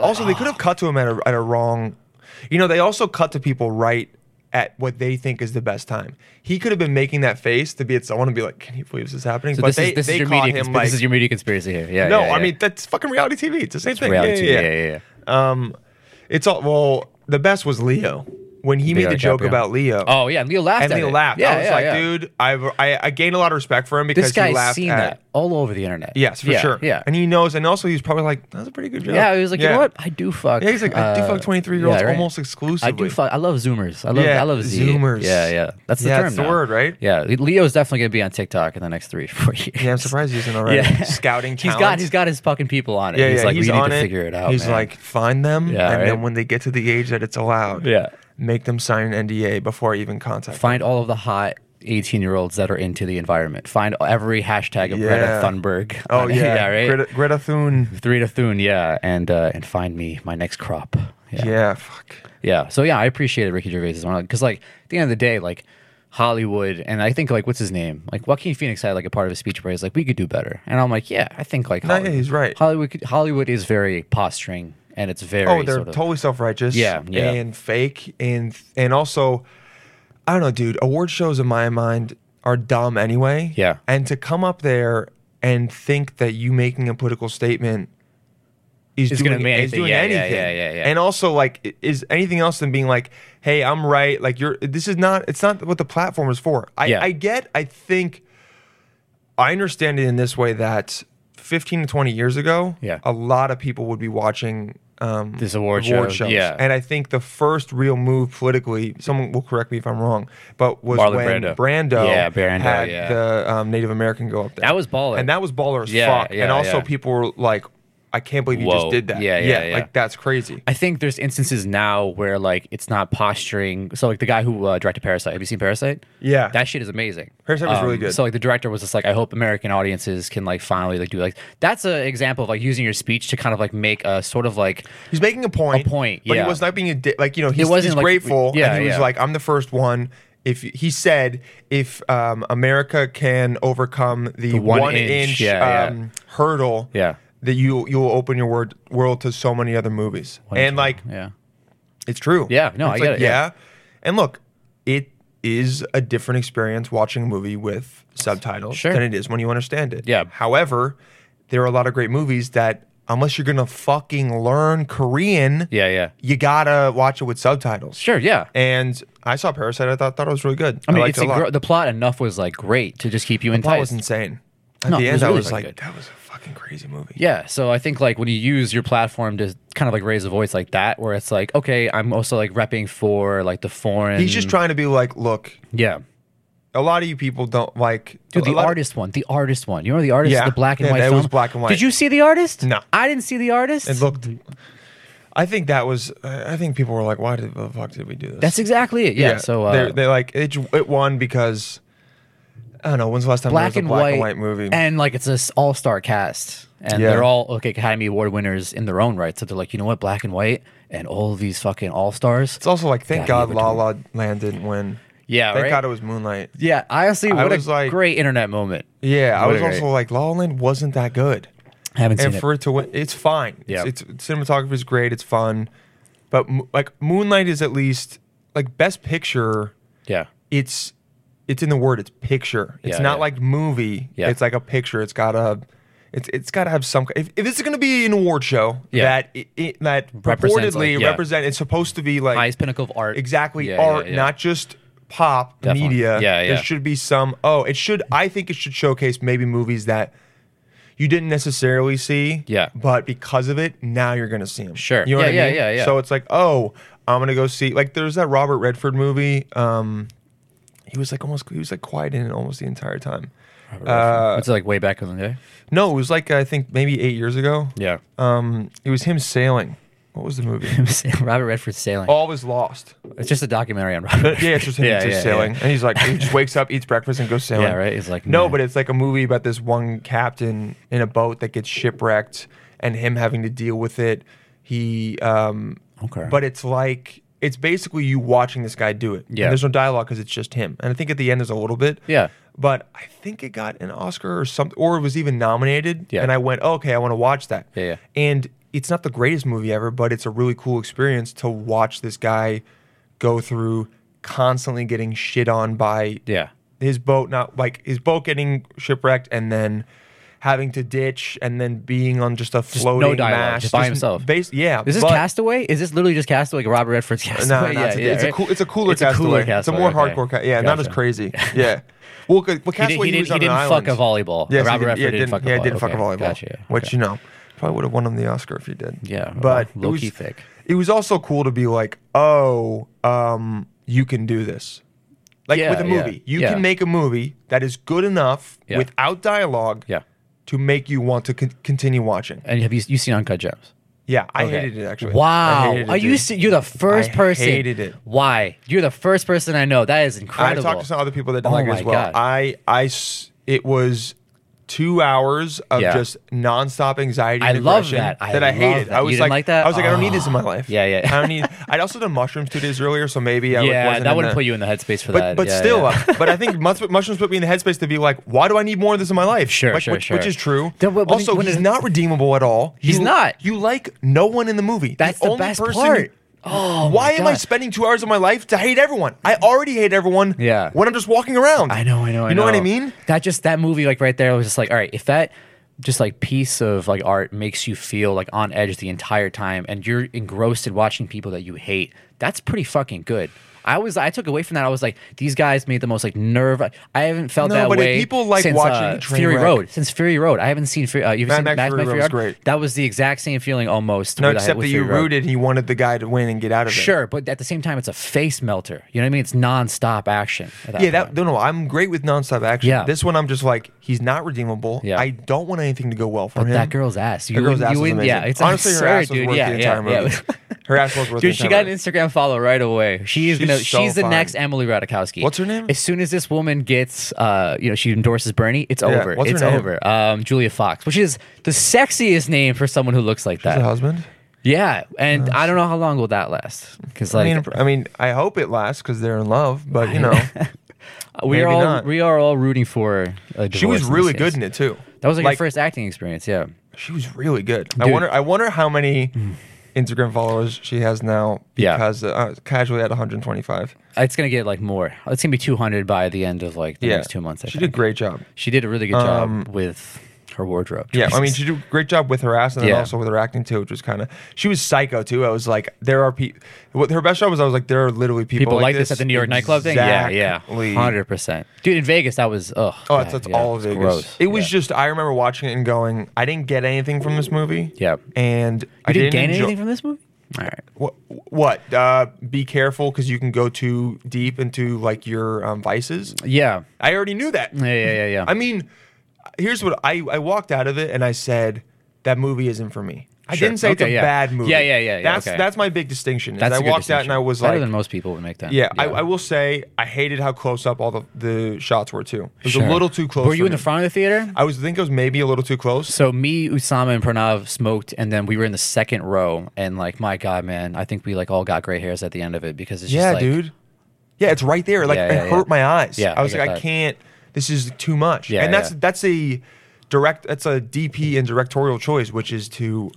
Speaker 7: But,
Speaker 8: also, they
Speaker 7: ah.
Speaker 8: could have cut to him at a, at a wrong. You know, they also cut to people right at what they think is the best time. He could have been making that face to be at someone and be like, "Can you believe this is happening?"
Speaker 7: So
Speaker 8: but
Speaker 7: this
Speaker 8: they
Speaker 7: is this
Speaker 8: they
Speaker 7: is your
Speaker 8: caught
Speaker 7: media.
Speaker 8: him
Speaker 7: consp-
Speaker 8: like,
Speaker 7: this is your media conspiracy here. Yeah.
Speaker 8: no,
Speaker 7: yeah,
Speaker 8: I
Speaker 7: yeah.
Speaker 8: mean that's fucking reality TV. It's the same thing.
Speaker 7: reality
Speaker 8: yeah,
Speaker 7: TV,
Speaker 8: yeah,
Speaker 7: yeah, yeah,
Speaker 8: Um, it's all well. The best was Leo when he made
Speaker 7: Leo
Speaker 8: the joke
Speaker 7: DiCaprio.
Speaker 8: about Leo.
Speaker 7: Oh yeah, and Leo laughed.
Speaker 8: And
Speaker 7: at
Speaker 8: Leo
Speaker 7: it.
Speaker 8: laughed.
Speaker 7: Yeah,
Speaker 8: I was
Speaker 7: yeah,
Speaker 8: like,
Speaker 7: yeah.
Speaker 8: dude, I've I, I gained a lot of respect for him because
Speaker 7: this
Speaker 8: he
Speaker 7: guy's
Speaker 8: laughed
Speaker 7: seen
Speaker 8: at
Speaker 7: that all over the internet.
Speaker 8: yes for
Speaker 7: Yeah,
Speaker 8: sure.
Speaker 7: Yeah,
Speaker 8: and he knows, and also he was probably like, that's a pretty good joke.
Speaker 7: Yeah, he was like, you
Speaker 8: Yeah.
Speaker 7: know what? I do fuck. Uh,
Speaker 8: Yeah, he's like, I do fuck 23-year-olds almost
Speaker 7: I
Speaker 8: exclusively.
Speaker 7: do fuck. I love Zoomers. I love.
Speaker 8: Yeah,
Speaker 7: I love Z.
Speaker 8: Zoomers.
Speaker 7: Yeah, yeah. That's the
Speaker 8: Yeah,
Speaker 7: term.
Speaker 8: that's the
Speaker 7: now.
Speaker 8: word, right?
Speaker 7: Yeah, Leo's definitely gonna be on TikTok in the next three to four years.
Speaker 8: Yeah, I'm surprised he isn't already.
Speaker 7: Yeah.
Speaker 8: Scouting
Speaker 7: He's
Speaker 8: talent.
Speaker 7: got. He's got his fucking people on it.
Speaker 8: Yeah,
Speaker 7: he's
Speaker 8: yeah,
Speaker 7: like,
Speaker 8: he's
Speaker 7: we
Speaker 8: on
Speaker 7: need
Speaker 8: it.
Speaker 7: to figure it out.
Speaker 8: He's
Speaker 7: man.
Speaker 8: like, find them,
Speaker 7: Yeah,
Speaker 8: and then
Speaker 7: right?
Speaker 8: when they get to the age that it's allowed,
Speaker 7: Yeah.
Speaker 8: make them sign an NDA before I even contact.
Speaker 7: find all of the hot. 18 year olds that are into the environment. Find every hashtag of
Speaker 8: Yeah.
Speaker 7: Greta Thunberg.
Speaker 8: them. Oh
Speaker 7: on-
Speaker 8: yeah,
Speaker 7: yeah, right?
Speaker 8: Greta, Greta Thun.
Speaker 7: Three to Thun, yeah. And uh, and find me my next crop.
Speaker 8: Yeah. fuck.
Speaker 7: Yeah. So yeah, I appreciated Ricky Gervais as one because like at the end of the day, like Hollywood and I think like what's his name? Like Joaquin Phoenix had like a part of his speech where he's like, "We could do better," and I'm like, "Yeah, I think like
Speaker 8: No, yeah, he's right.
Speaker 7: Hollywood could- Hollywood is very posturing and it's very
Speaker 8: Oh, they're
Speaker 7: sort of,
Speaker 8: totally self righteous.
Speaker 7: Yeah, yeah.
Speaker 8: and fake, and and also, I don't know, dude. Award shows in my mind are dumb anyway.
Speaker 7: Yeah.
Speaker 8: and to come up there and think that you making a political statement. Is
Speaker 7: Is
Speaker 8: doing,
Speaker 7: gonna mean
Speaker 8: is
Speaker 7: anything.
Speaker 8: doing
Speaker 7: Yeah, yeah,
Speaker 8: anything.
Speaker 7: yeah, yeah, yeah.
Speaker 8: And also, like, i- is anything else than being like, "Hey, I'm right." Like, you're. This is not. It's not what the platform is for. I,
Speaker 7: Yeah.
Speaker 8: I get. I think. I understand it in this way that 15 to 20 years ago,
Speaker 7: Yeah.
Speaker 8: a lot of people would be watching um,
Speaker 7: This award show,
Speaker 8: shows.
Speaker 7: yeah.
Speaker 8: And I think the first real move politically, someone will correct me if I'm wrong, but was
Speaker 7: Marlon
Speaker 8: when Brando,
Speaker 7: Brando. Yeah, Brando,
Speaker 8: had
Speaker 7: yeah.
Speaker 8: the um, Native American go up there.
Speaker 7: That was baller.
Speaker 8: And that was baller as
Speaker 7: Yeah,
Speaker 8: fuck. and
Speaker 7: yeah,
Speaker 8: also
Speaker 7: yeah.
Speaker 8: people were like, I can't believe you just
Speaker 7: Whoa.
Speaker 8: did that.
Speaker 7: Yeah, yeah, yeah.
Speaker 8: Like that's crazy.
Speaker 7: I think there's instances now where like it's not posturing. So like the guy who uh, directed Parasite, have you seen Parasite?
Speaker 8: Yeah.
Speaker 7: that shit is amazing. Um,
Speaker 8: Parasite was really good.
Speaker 7: So like the director was just like, I hope American audiences can like finally like do like that's an example of like using your speech to kind of like make a sort of like
Speaker 8: He's making a point.
Speaker 7: A point,
Speaker 8: But
Speaker 7: yeah.
Speaker 8: he was not being a dick. Like, you know, he's,
Speaker 7: wasn't
Speaker 8: he's
Speaker 7: like-
Speaker 8: grateful.
Speaker 7: yeah,
Speaker 8: and he was
Speaker 7: yeah.
Speaker 8: like, I'm the first one. If he said, if um, America can overcome the,
Speaker 7: one
Speaker 8: inch,
Speaker 7: inch, yeah,
Speaker 8: um,
Speaker 7: yeah.
Speaker 8: hurdle,
Speaker 7: Yeah.
Speaker 8: that you you will open your word, world to so many other movies. and like,
Speaker 7: yeah.
Speaker 8: it's true.
Speaker 7: Yeah, no,
Speaker 8: It's
Speaker 7: I get
Speaker 8: like,
Speaker 7: it, yeah.
Speaker 8: And look, it is a different experience watching a movie with subtitles
Speaker 7: Sure.
Speaker 8: than it is when you understand it.
Speaker 7: Yeah.
Speaker 8: However, there are a lot of great movies that unless you're gonna fucking learn Korean,
Speaker 7: Yeah, yeah.
Speaker 8: you gotta watch it with subtitles.
Speaker 7: Sure, yeah.
Speaker 8: And I saw Parasite. I thought thought it was really good.
Speaker 7: I mean, it's
Speaker 8: liked it a lot.
Speaker 7: a gr- the plot enough was like great to just keep you
Speaker 8: Plot
Speaker 7: enticed.
Speaker 8: was insane. At
Speaker 7: No,
Speaker 8: the
Speaker 7: it
Speaker 8: end,
Speaker 7: was
Speaker 8: I
Speaker 7: really
Speaker 8: was
Speaker 7: fucking
Speaker 8: like,
Speaker 7: good.
Speaker 8: that was a fucking crazy movie.
Speaker 7: Yeah, so I think like when you use your platform to kind of like raise a voice like that, where it's like, okay, I'm also like repping for like the foreign.
Speaker 8: He's just trying to be like, look,
Speaker 7: Yeah,
Speaker 8: a lot of you people don't like
Speaker 7: dude,
Speaker 8: a
Speaker 7: the
Speaker 8: lot of-
Speaker 7: artist one, the artist one. You remember the artist,
Speaker 8: Yeah,
Speaker 7: the black and
Speaker 8: yeah,
Speaker 7: white.
Speaker 8: that
Speaker 7: film?
Speaker 8: was black and white.
Speaker 7: Did you see the artist?
Speaker 8: No.
Speaker 7: I didn't see the artist.
Speaker 8: It looked. I think that was. I I think people were like, "Why did the fuck did we do this?"
Speaker 7: That's exactly it. Yeah. So
Speaker 8: they
Speaker 7: uh,
Speaker 8: they like it, j- it won because I don't know. When's the last time
Speaker 7: black
Speaker 8: there
Speaker 7: and
Speaker 8: was a black
Speaker 7: white
Speaker 8: and white movie?
Speaker 7: and like it's this all star cast, and
Speaker 8: Yeah.
Speaker 7: they're all like Academy Award winners in their own right. So they're like, you know what, black and white, and all of these fucking all stars.
Speaker 8: it's also like, thank
Speaker 7: God,
Speaker 8: God,
Speaker 7: you
Speaker 8: La
Speaker 7: were
Speaker 8: La Land didn't win.
Speaker 7: Yeah,
Speaker 8: thank
Speaker 7: right?
Speaker 8: God it was Moonlight.
Speaker 7: Yeah, honestly,
Speaker 8: I
Speaker 7: what a
Speaker 8: was like-
Speaker 7: great internet moment.
Speaker 8: Yeah, I
Speaker 7: What
Speaker 8: was
Speaker 7: a
Speaker 8: also
Speaker 7: great-
Speaker 8: like, La La Land wasn't that good,
Speaker 7: haven't seen
Speaker 8: and
Speaker 7: it.
Speaker 8: for it to win, it's fine.
Speaker 7: Yeah.
Speaker 8: it's, it's cinematography is great. It's fun, but mo- like Moonlight is at least like Best Picture.
Speaker 7: yeah.
Speaker 8: it's it's in the word it's picture it's
Speaker 7: Yeah,
Speaker 8: not
Speaker 7: yeah.
Speaker 8: like movie
Speaker 7: Yeah.
Speaker 8: it's like a picture it's gotta it's it's gotta have some if, if this is gonna be an award show
Speaker 7: Yeah.
Speaker 8: that it, it- that
Speaker 7: Represents,
Speaker 8: purportedly
Speaker 7: like, yeah.
Speaker 8: represent it's supposed to be like
Speaker 7: highest pinnacle of art.
Speaker 8: exactly
Speaker 7: Yeah,
Speaker 8: art
Speaker 7: yeah, yeah.
Speaker 8: not just pop
Speaker 7: Definitely.
Speaker 8: media
Speaker 7: Yeah, yeah.
Speaker 8: there should be some oh it should i think it should showcase maybe movies that you didn't necessarily see
Speaker 7: Yeah.
Speaker 8: but because of it now you're gonna see them
Speaker 7: Sure.
Speaker 8: you know
Speaker 7: Yeah,
Speaker 8: what i
Speaker 7: yeah,
Speaker 8: mean
Speaker 7: yeah, yeah.
Speaker 8: so it's like oh i'm gonna go see like there's that robert redford movie um he was like almost he was like quiet in it almost the entire time.
Speaker 7: it's like way back in the day.
Speaker 8: No, it was like I think maybe eight years ago.
Speaker 7: Yeah.
Speaker 8: Um, it was him sailing. What was the movie?
Speaker 7: Robert Redford sailing.
Speaker 8: All was lost.
Speaker 7: It's just a documentary on Robert.
Speaker 8: oh. Yeah, it's just him
Speaker 7: Yeah,
Speaker 8: just
Speaker 7: yeah,
Speaker 8: sailing,
Speaker 7: yeah.
Speaker 8: and he's like he just wakes up, eats breakfast, and goes sailing.
Speaker 7: Yeah, right? He's like,
Speaker 8: no,
Speaker 7: man.
Speaker 8: but it's like a movie about this one captain in a boat that gets shipwrecked and him having to deal with it. He um,
Speaker 7: Okay.
Speaker 8: but it's like it's basically you watching this guy do it. And
Speaker 7: Yeah.
Speaker 8: there's no dialogue because it's just him, and I think at the end there's a little bit.
Speaker 7: Yeah.
Speaker 8: but I think it got an Oscar or something, or it was even nominated.
Speaker 7: Yeah.
Speaker 8: and I went, "Oh, okay, I want to watch that.
Speaker 7: Yeah, yeah.
Speaker 8: and it's not the greatest movie ever, but it's a really cool experience to watch this guy go through constantly getting shit on by
Speaker 7: Yeah.
Speaker 8: his boat not like his boat getting shipwrecked and then having to ditch and then being on just a floating
Speaker 7: no dialogue,
Speaker 8: mast
Speaker 7: just by himself.
Speaker 8: Base, yeah,
Speaker 7: Is this
Speaker 8: but-
Speaker 7: Castaway? Is this literally just Castaway? like Robert Redford's Castaway?
Speaker 8: No, no, it's, a, it's a
Speaker 7: right?
Speaker 8: cool, it's a cooler
Speaker 7: It's a
Speaker 8: castaway.
Speaker 7: cooler
Speaker 8: It's a more
Speaker 7: Castaway, okay.
Speaker 8: hardcore, ca- yeah, not as
Speaker 7: Gotcha.
Speaker 8: crazy. Yeah, well, 'cause-
Speaker 7: He,
Speaker 8: well,
Speaker 7: did,
Speaker 8: Castaway
Speaker 7: he,
Speaker 8: he
Speaker 7: did,
Speaker 8: was on
Speaker 7: he didn't
Speaker 8: an island.
Speaker 7: fuck a volleyball.
Speaker 8: Yes, he
Speaker 7: Robert
Speaker 8: did-
Speaker 7: Redford
Speaker 8: yeah,
Speaker 7: didn't, fuck a volleyball.
Speaker 8: yeah, didn't fuck a
Speaker 7: Okay,
Speaker 8: volleyball.
Speaker 7: Gotcha. yeah,
Speaker 8: Which
Speaker 7: okay.
Speaker 8: you know probably would have won him the Oscar if he did.
Speaker 7: Yeah, well,
Speaker 8: but it
Speaker 7: low-key
Speaker 8: was-
Speaker 7: thick.
Speaker 8: It was also cool to be like, oh, um, you can do this. Like
Speaker 7: Yeah,
Speaker 8: with a
Speaker 7: yeah,
Speaker 8: movie, you
Speaker 7: yeah.
Speaker 8: can make a movie that is good enough
Speaker 7: Yeah.
Speaker 8: without dialogue
Speaker 7: Yeah.
Speaker 8: to make you want to con- continue watching.
Speaker 7: And have you you seen Uncut Gems?
Speaker 8: Yeah, I
Speaker 7: Okay.
Speaker 8: hated it actually. I
Speaker 7: Wow.
Speaker 8: hated it,
Speaker 7: Are you
Speaker 8: dude.
Speaker 7: se- you're the first
Speaker 8: I
Speaker 7: person?
Speaker 8: hated it.
Speaker 7: Why? You're the first person I know. That is
Speaker 8: I
Speaker 7: incredible.
Speaker 8: talked to some other people that didn't
Speaker 7: Oh
Speaker 8: like it as
Speaker 7: my
Speaker 8: well.
Speaker 7: God.
Speaker 8: I, I s- it was two hours of
Speaker 7: Yeah.
Speaker 8: just nonstop anxiety.
Speaker 7: I
Speaker 8: and
Speaker 7: love
Speaker 8: aggression
Speaker 7: that. I
Speaker 8: that I
Speaker 7: love
Speaker 8: hated.
Speaker 7: that.
Speaker 8: I
Speaker 7: You
Speaker 8: was
Speaker 7: didn't
Speaker 8: like,
Speaker 7: like that?
Speaker 8: I was like, I don't need
Speaker 7: Ah.
Speaker 8: this in my life.
Speaker 7: Yeah, yeah.
Speaker 8: I don't need. I'd also done mushrooms two days earlier, so maybe I like,
Speaker 7: yeah,
Speaker 8: wasn't
Speaker 7: that
Speaker 8: in
Speaker 7: wouldn't
Speaker 8: the-
Speaker 7: put you in the headspace for
Speaker 8: But
Speaker 7: that.
Speaker 8: but
Speaker 7: Yeah,
Speaker 8: still,
Speaker 7: yeah.
Speaker 8: uh, but I think mus- mushrooms put me in the headspace to be like, why do I need more of this in my life?
Speaker 7: Sure,
Speaker 8: Like,
Speaker 7: sure,
Speaker 8: which,
Speaker 7: sure.
Speaker 8: Which is true.
Speaker 7: Then what- when
Speaker 8: also,
Speaker 7: it- when
Speaker 8: he's
Speaker 7: it-
Speaker 8: not redeemable at all.
Speaker 7: He's
Speaker 8: You-
Speaker 7: not.
Speaker 8: You like no one in the movie.
Speaker 7: That's the
Speaker 8: only
Speaker 7: best
Speaker 8: person-
Speaker 7: part. Oh, my
Speaker 8: why am I
Speaker 7: God.
Speaker 8: spending two hours of my life to hate everyone? I already hate everyone.
Speaker 7: Yeah.
Speaker 8: When I'm just walking around.
Speaker 7: I know, I know, I know.
Speaker 8: You know, what I mean?
Speaker 7: That just that movie, like right there, was just like, all right, if that just like piece of like art makes you feel like on edge the entire time, and you're engrossed in watching people that you hate, that's pretty fucking good. I was, I took away from that. I was like, these guys made the most like nerve. I haven't felt
Speaker 8: No,
Speaker 7: that
Speaker 8: but if
Speaker 7: way.
Speaker 8: people like
Speaker 7: since,
Speaker 8: watching
Speaker 7: uh,
Speaker 8: a train
Speaker 7: Fury
Speaker 8: wreck-
Speaker 7: Road. Since Fury Road, I haven't seen. Fury, uh, you've
Speaker 8: Mad
Speaker 7: seen
Speaker 8: Max
Speaker 7: Max
Speaker 8: Fury
Speaker 7: Fury
Speaker 8: Road was
Speaker 7: Road.
Speaker 8: great.
Speaker 7: That was the exact same feeling almost.
Speaker 8: No,
Speaker 7: with- I had
Speaker 8: except
Speaker 7: with
Speaker 8: that you
Speaker 7: Fury Road.
Speaker 8: rooted and you wanted the guy to win and get out of it.
Speaker 7: Sure, but at the same time, it's a face melter. You know what I mean? It's nonstop action. at
Speaker 8: Yeah,
Speaker 7: point.
Speaker 8: that no, no. I'm great with nonstop action.
Speaker 7: Yeah.
Speaker 8: This one, I'm just like he's not redeemable.
Speaker 7: Yeah.
Speaker 8: I don't want anything to go well for
Speaker 7: But
Speaker 8: him.
Speaker 7: that girl's ass. You
Speaker 8: that girl's
Speaker 7: wouldn't-
Speaker 8: ass
Speaker 7: you
Speaker 8: was
Speaker 7: wouldn't-
Speaker 8: amazing.
Speaker 7: yeah, it's
Speaker 8: honestly, her ass
Speaker 7: absurd,
Speaker 8: was
Speaker 7: dude.
Speaker 8: worth
Speaker 7: Yeah,
Speaker 8: the
Speaker 7: yeah,
Speaker 8: entire
Speaker 7: yeah.
Speaker 8: movie. her ass was worth the
Speaker 7: Dude, she
Speaker 8: entire
Speaker 7: got
Speaker 8: movie.
Speaker 7: an Instagram follow right away. She's, gonna.
Speaker 8: She's so
Speaker 7: she's the
Speaker 8: fine.
Speaker 7: next Emily Ratajkowski.
Speaker 8: What's her name?
Speaker 7: As soon as this woman gets, uh, you know, she endorses Bernie. It's over.
Speaker 8: what's her
Speaker 7: it's
Speaker 8: name?
Speaker 7: over. Um, Julia Fox, which is the sexiest name for someone who looks like
Speaker 8: Is it
Speaker 7: that.
Speaker 8: her husband. Uh,
Speaker 7: Yeah, and I don't know how long will that last because like
Speaker 8: I mean, I mean, I hope it lasts because they're in love. But you know,
Speaker 7: we are
Speaker 8: maybe
Speaker 7: all
Speaker 8: not.
Speaker 7: we are all rooting for. A
Speaker 8: she
Speaker 7: divorce
Speaker 8: was
Speaker 7: in
Speaker 8: really
Speaker 7: this
Speaker 8: good
Speaker 7: case.
Speaker 8: in it too.
Speaker 7: That was like,
Speaker 8: Like-
Speaker 7: her first acting experience. Yeah,
Speaker 8: She was really good. I
Speaker 7: Dude. Mm.
Speaker 8: wonder. I wonder how many Instagram followers she has now
Speaker 7: Yeah.
Speaker 8: because uh, casually at 125.
Speaker 7: It's gonna get like more. It's gonna be 200 by the end of like the
Speaker 8: Yeah,
Speaker 7: next two months. I
Speaker 8: she
Speaker 7: think.
Speaker 8: did a great job.
Speaker 7: She did a really good job with her wardrobe.
Speaker 8: Yeah, I mean,
Speaker 7: choices.
Speaker 8: she did a great job with her ass and then
Speaker 7: Yeah.
Speaker 8: also with her acting too, which was kind of. She was psycho too. I was like, there are people. What her best job was, I was like, there are literally people,
Speaker 7: people like this at the New York nightclub thing. Yeah, yeah,
Speaker 8: Exactly.
Speaker 7: hundred percent, dude. In Vegas, that was ugh.
Speaker 8: Oh,
Speaker 7: God,
Speaker 8: that's, that's
Speaker 7: yeah,
Speaker 8: all of
Speaker 7: it's
Speaker 8: Vegas.
Speaker 7: Gross.
Speaker 8: It was
Speaker 7: Yeah.
Speaker 8: just I remember watching it and going, I didn't get anything from this movie.
Speaker 7: Yep.
Speaker 8: And I
Speaker 7: You didn't,
Speaker 8: didn't
Speaker 7: gain
Speaker 8: enjoy-
Speaker 7: anything from this movie. All right.
Speaker 8: What? what uh, be careful because you can go too deep into like your um, vices.
Speaker 7: Yeah.
Speaker 8: I already knew that.
Speaker 7: Yeah, yeah, yeah, yeah.
Speaker 8: I mean, here's what I I walked out of it and I said that movie isn't for me. I
Speaker 7: Sure.
Speaker 8: didn't say it's a
Speaker 7: Okay, yeah.
Speaker 8: bad movie.
Speaker 7: Yeah, yeah, yeah, yeah,
Speaker 8: That's
Speaker 7: okay.
Speaker 8: that's my big distinction. Is
Speaker 7: That's
Speaker 8: I
Speaker 7: a good
Speaker 8: walked out and
Speaker 7: distinction.
Speaker 8: I was
Speaker 7: better
Speaker 8: like,
Speaker 7: than most people would make that.
Speaker 8: yeah. I, I will say I hated how close up all the, the shots were too. It was a little too close.
Speaker 7: Were you
Speaker 8: for
Speaker 7: in the
Speaker 8: me.
Speaker 7: front of the theater?
Speaker 8: I was think it was maybe a little too close.
Speaker 7: So me, Usama, and Pranav smoked, and then we were in the second row. And like, my God, man, I think we like all got gray hairs at the end of it because it's
Speaker 8: Yeah,
Speaker 7: just like,
Speaker 8: dude. Yeah, it's right there. Like
Speaker 7: Yeah, yeah,
Speaker 8: it
Speaker 7: yeah.
Speaker 8: hurt my eyes.
Speaker 7: Yeah,
Speaker 8: I was
Speaker 7: I
Speaker 8: like,
Speaker 7: get
Speaker 8: I
Speaker 7: that.
Speaker 8: can't. This is too much.
Speaker 7: Yeah,
Speaker 8: and that's
Speaker 7: yeah.
Speaker 8: that's a direct. That's a DP and directorial choice, which is to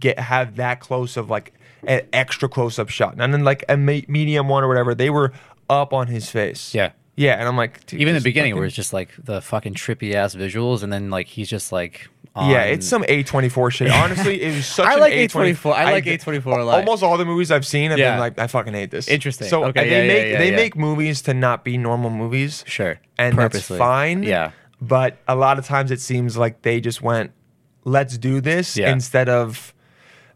Speaker 8: get have that close of like an extra close up shot, and then like a me- medium one or whatever. They were up on his face.
Speaker 7: Yeah.
Speaker 8: Yeah, and I'm like, dude,
Speaker 7: Even in
Speaker 8: this
Speaker 7: the beginning, where
Speaker 8: fucking-
Speaker 7: it's just like the fucking trippy ass visuals, and then like he's just like, on,
Speaker 8: Yeah, it's some A24 shit. Honestly, it was such
Speaker 7: I
Speaker 8: an
Speaker 7: like
Speaker 8: A24.
Speaker 7: A24. I like A24 a lot.
Speaker 8: Almost all the movies I've seen have
Speaker 7: Yeah.
Speaker 8: been like, I fucking hate this.
Speaker 7: Interesting.
Speaker 8: So
Speaker 7: Okay,
Speaker 8: they
Speaker 7: yeah,
Speaker 8: make
Speaker 7: yeah, yeah,
Speaker 8: they
Speaker 7: yeah.
Speaker 8: make movies to not be normal movies.
Speaker 7: Sure.
Speaker 8: And
Speaker 7: Purposely.
Speaker 8: that's fine.
Speaker 7: Yeah.
Speaker 8: But a lot of times it seems like they just went, let's do this
Speaker 7: Yeah.
Speaker 8: instead of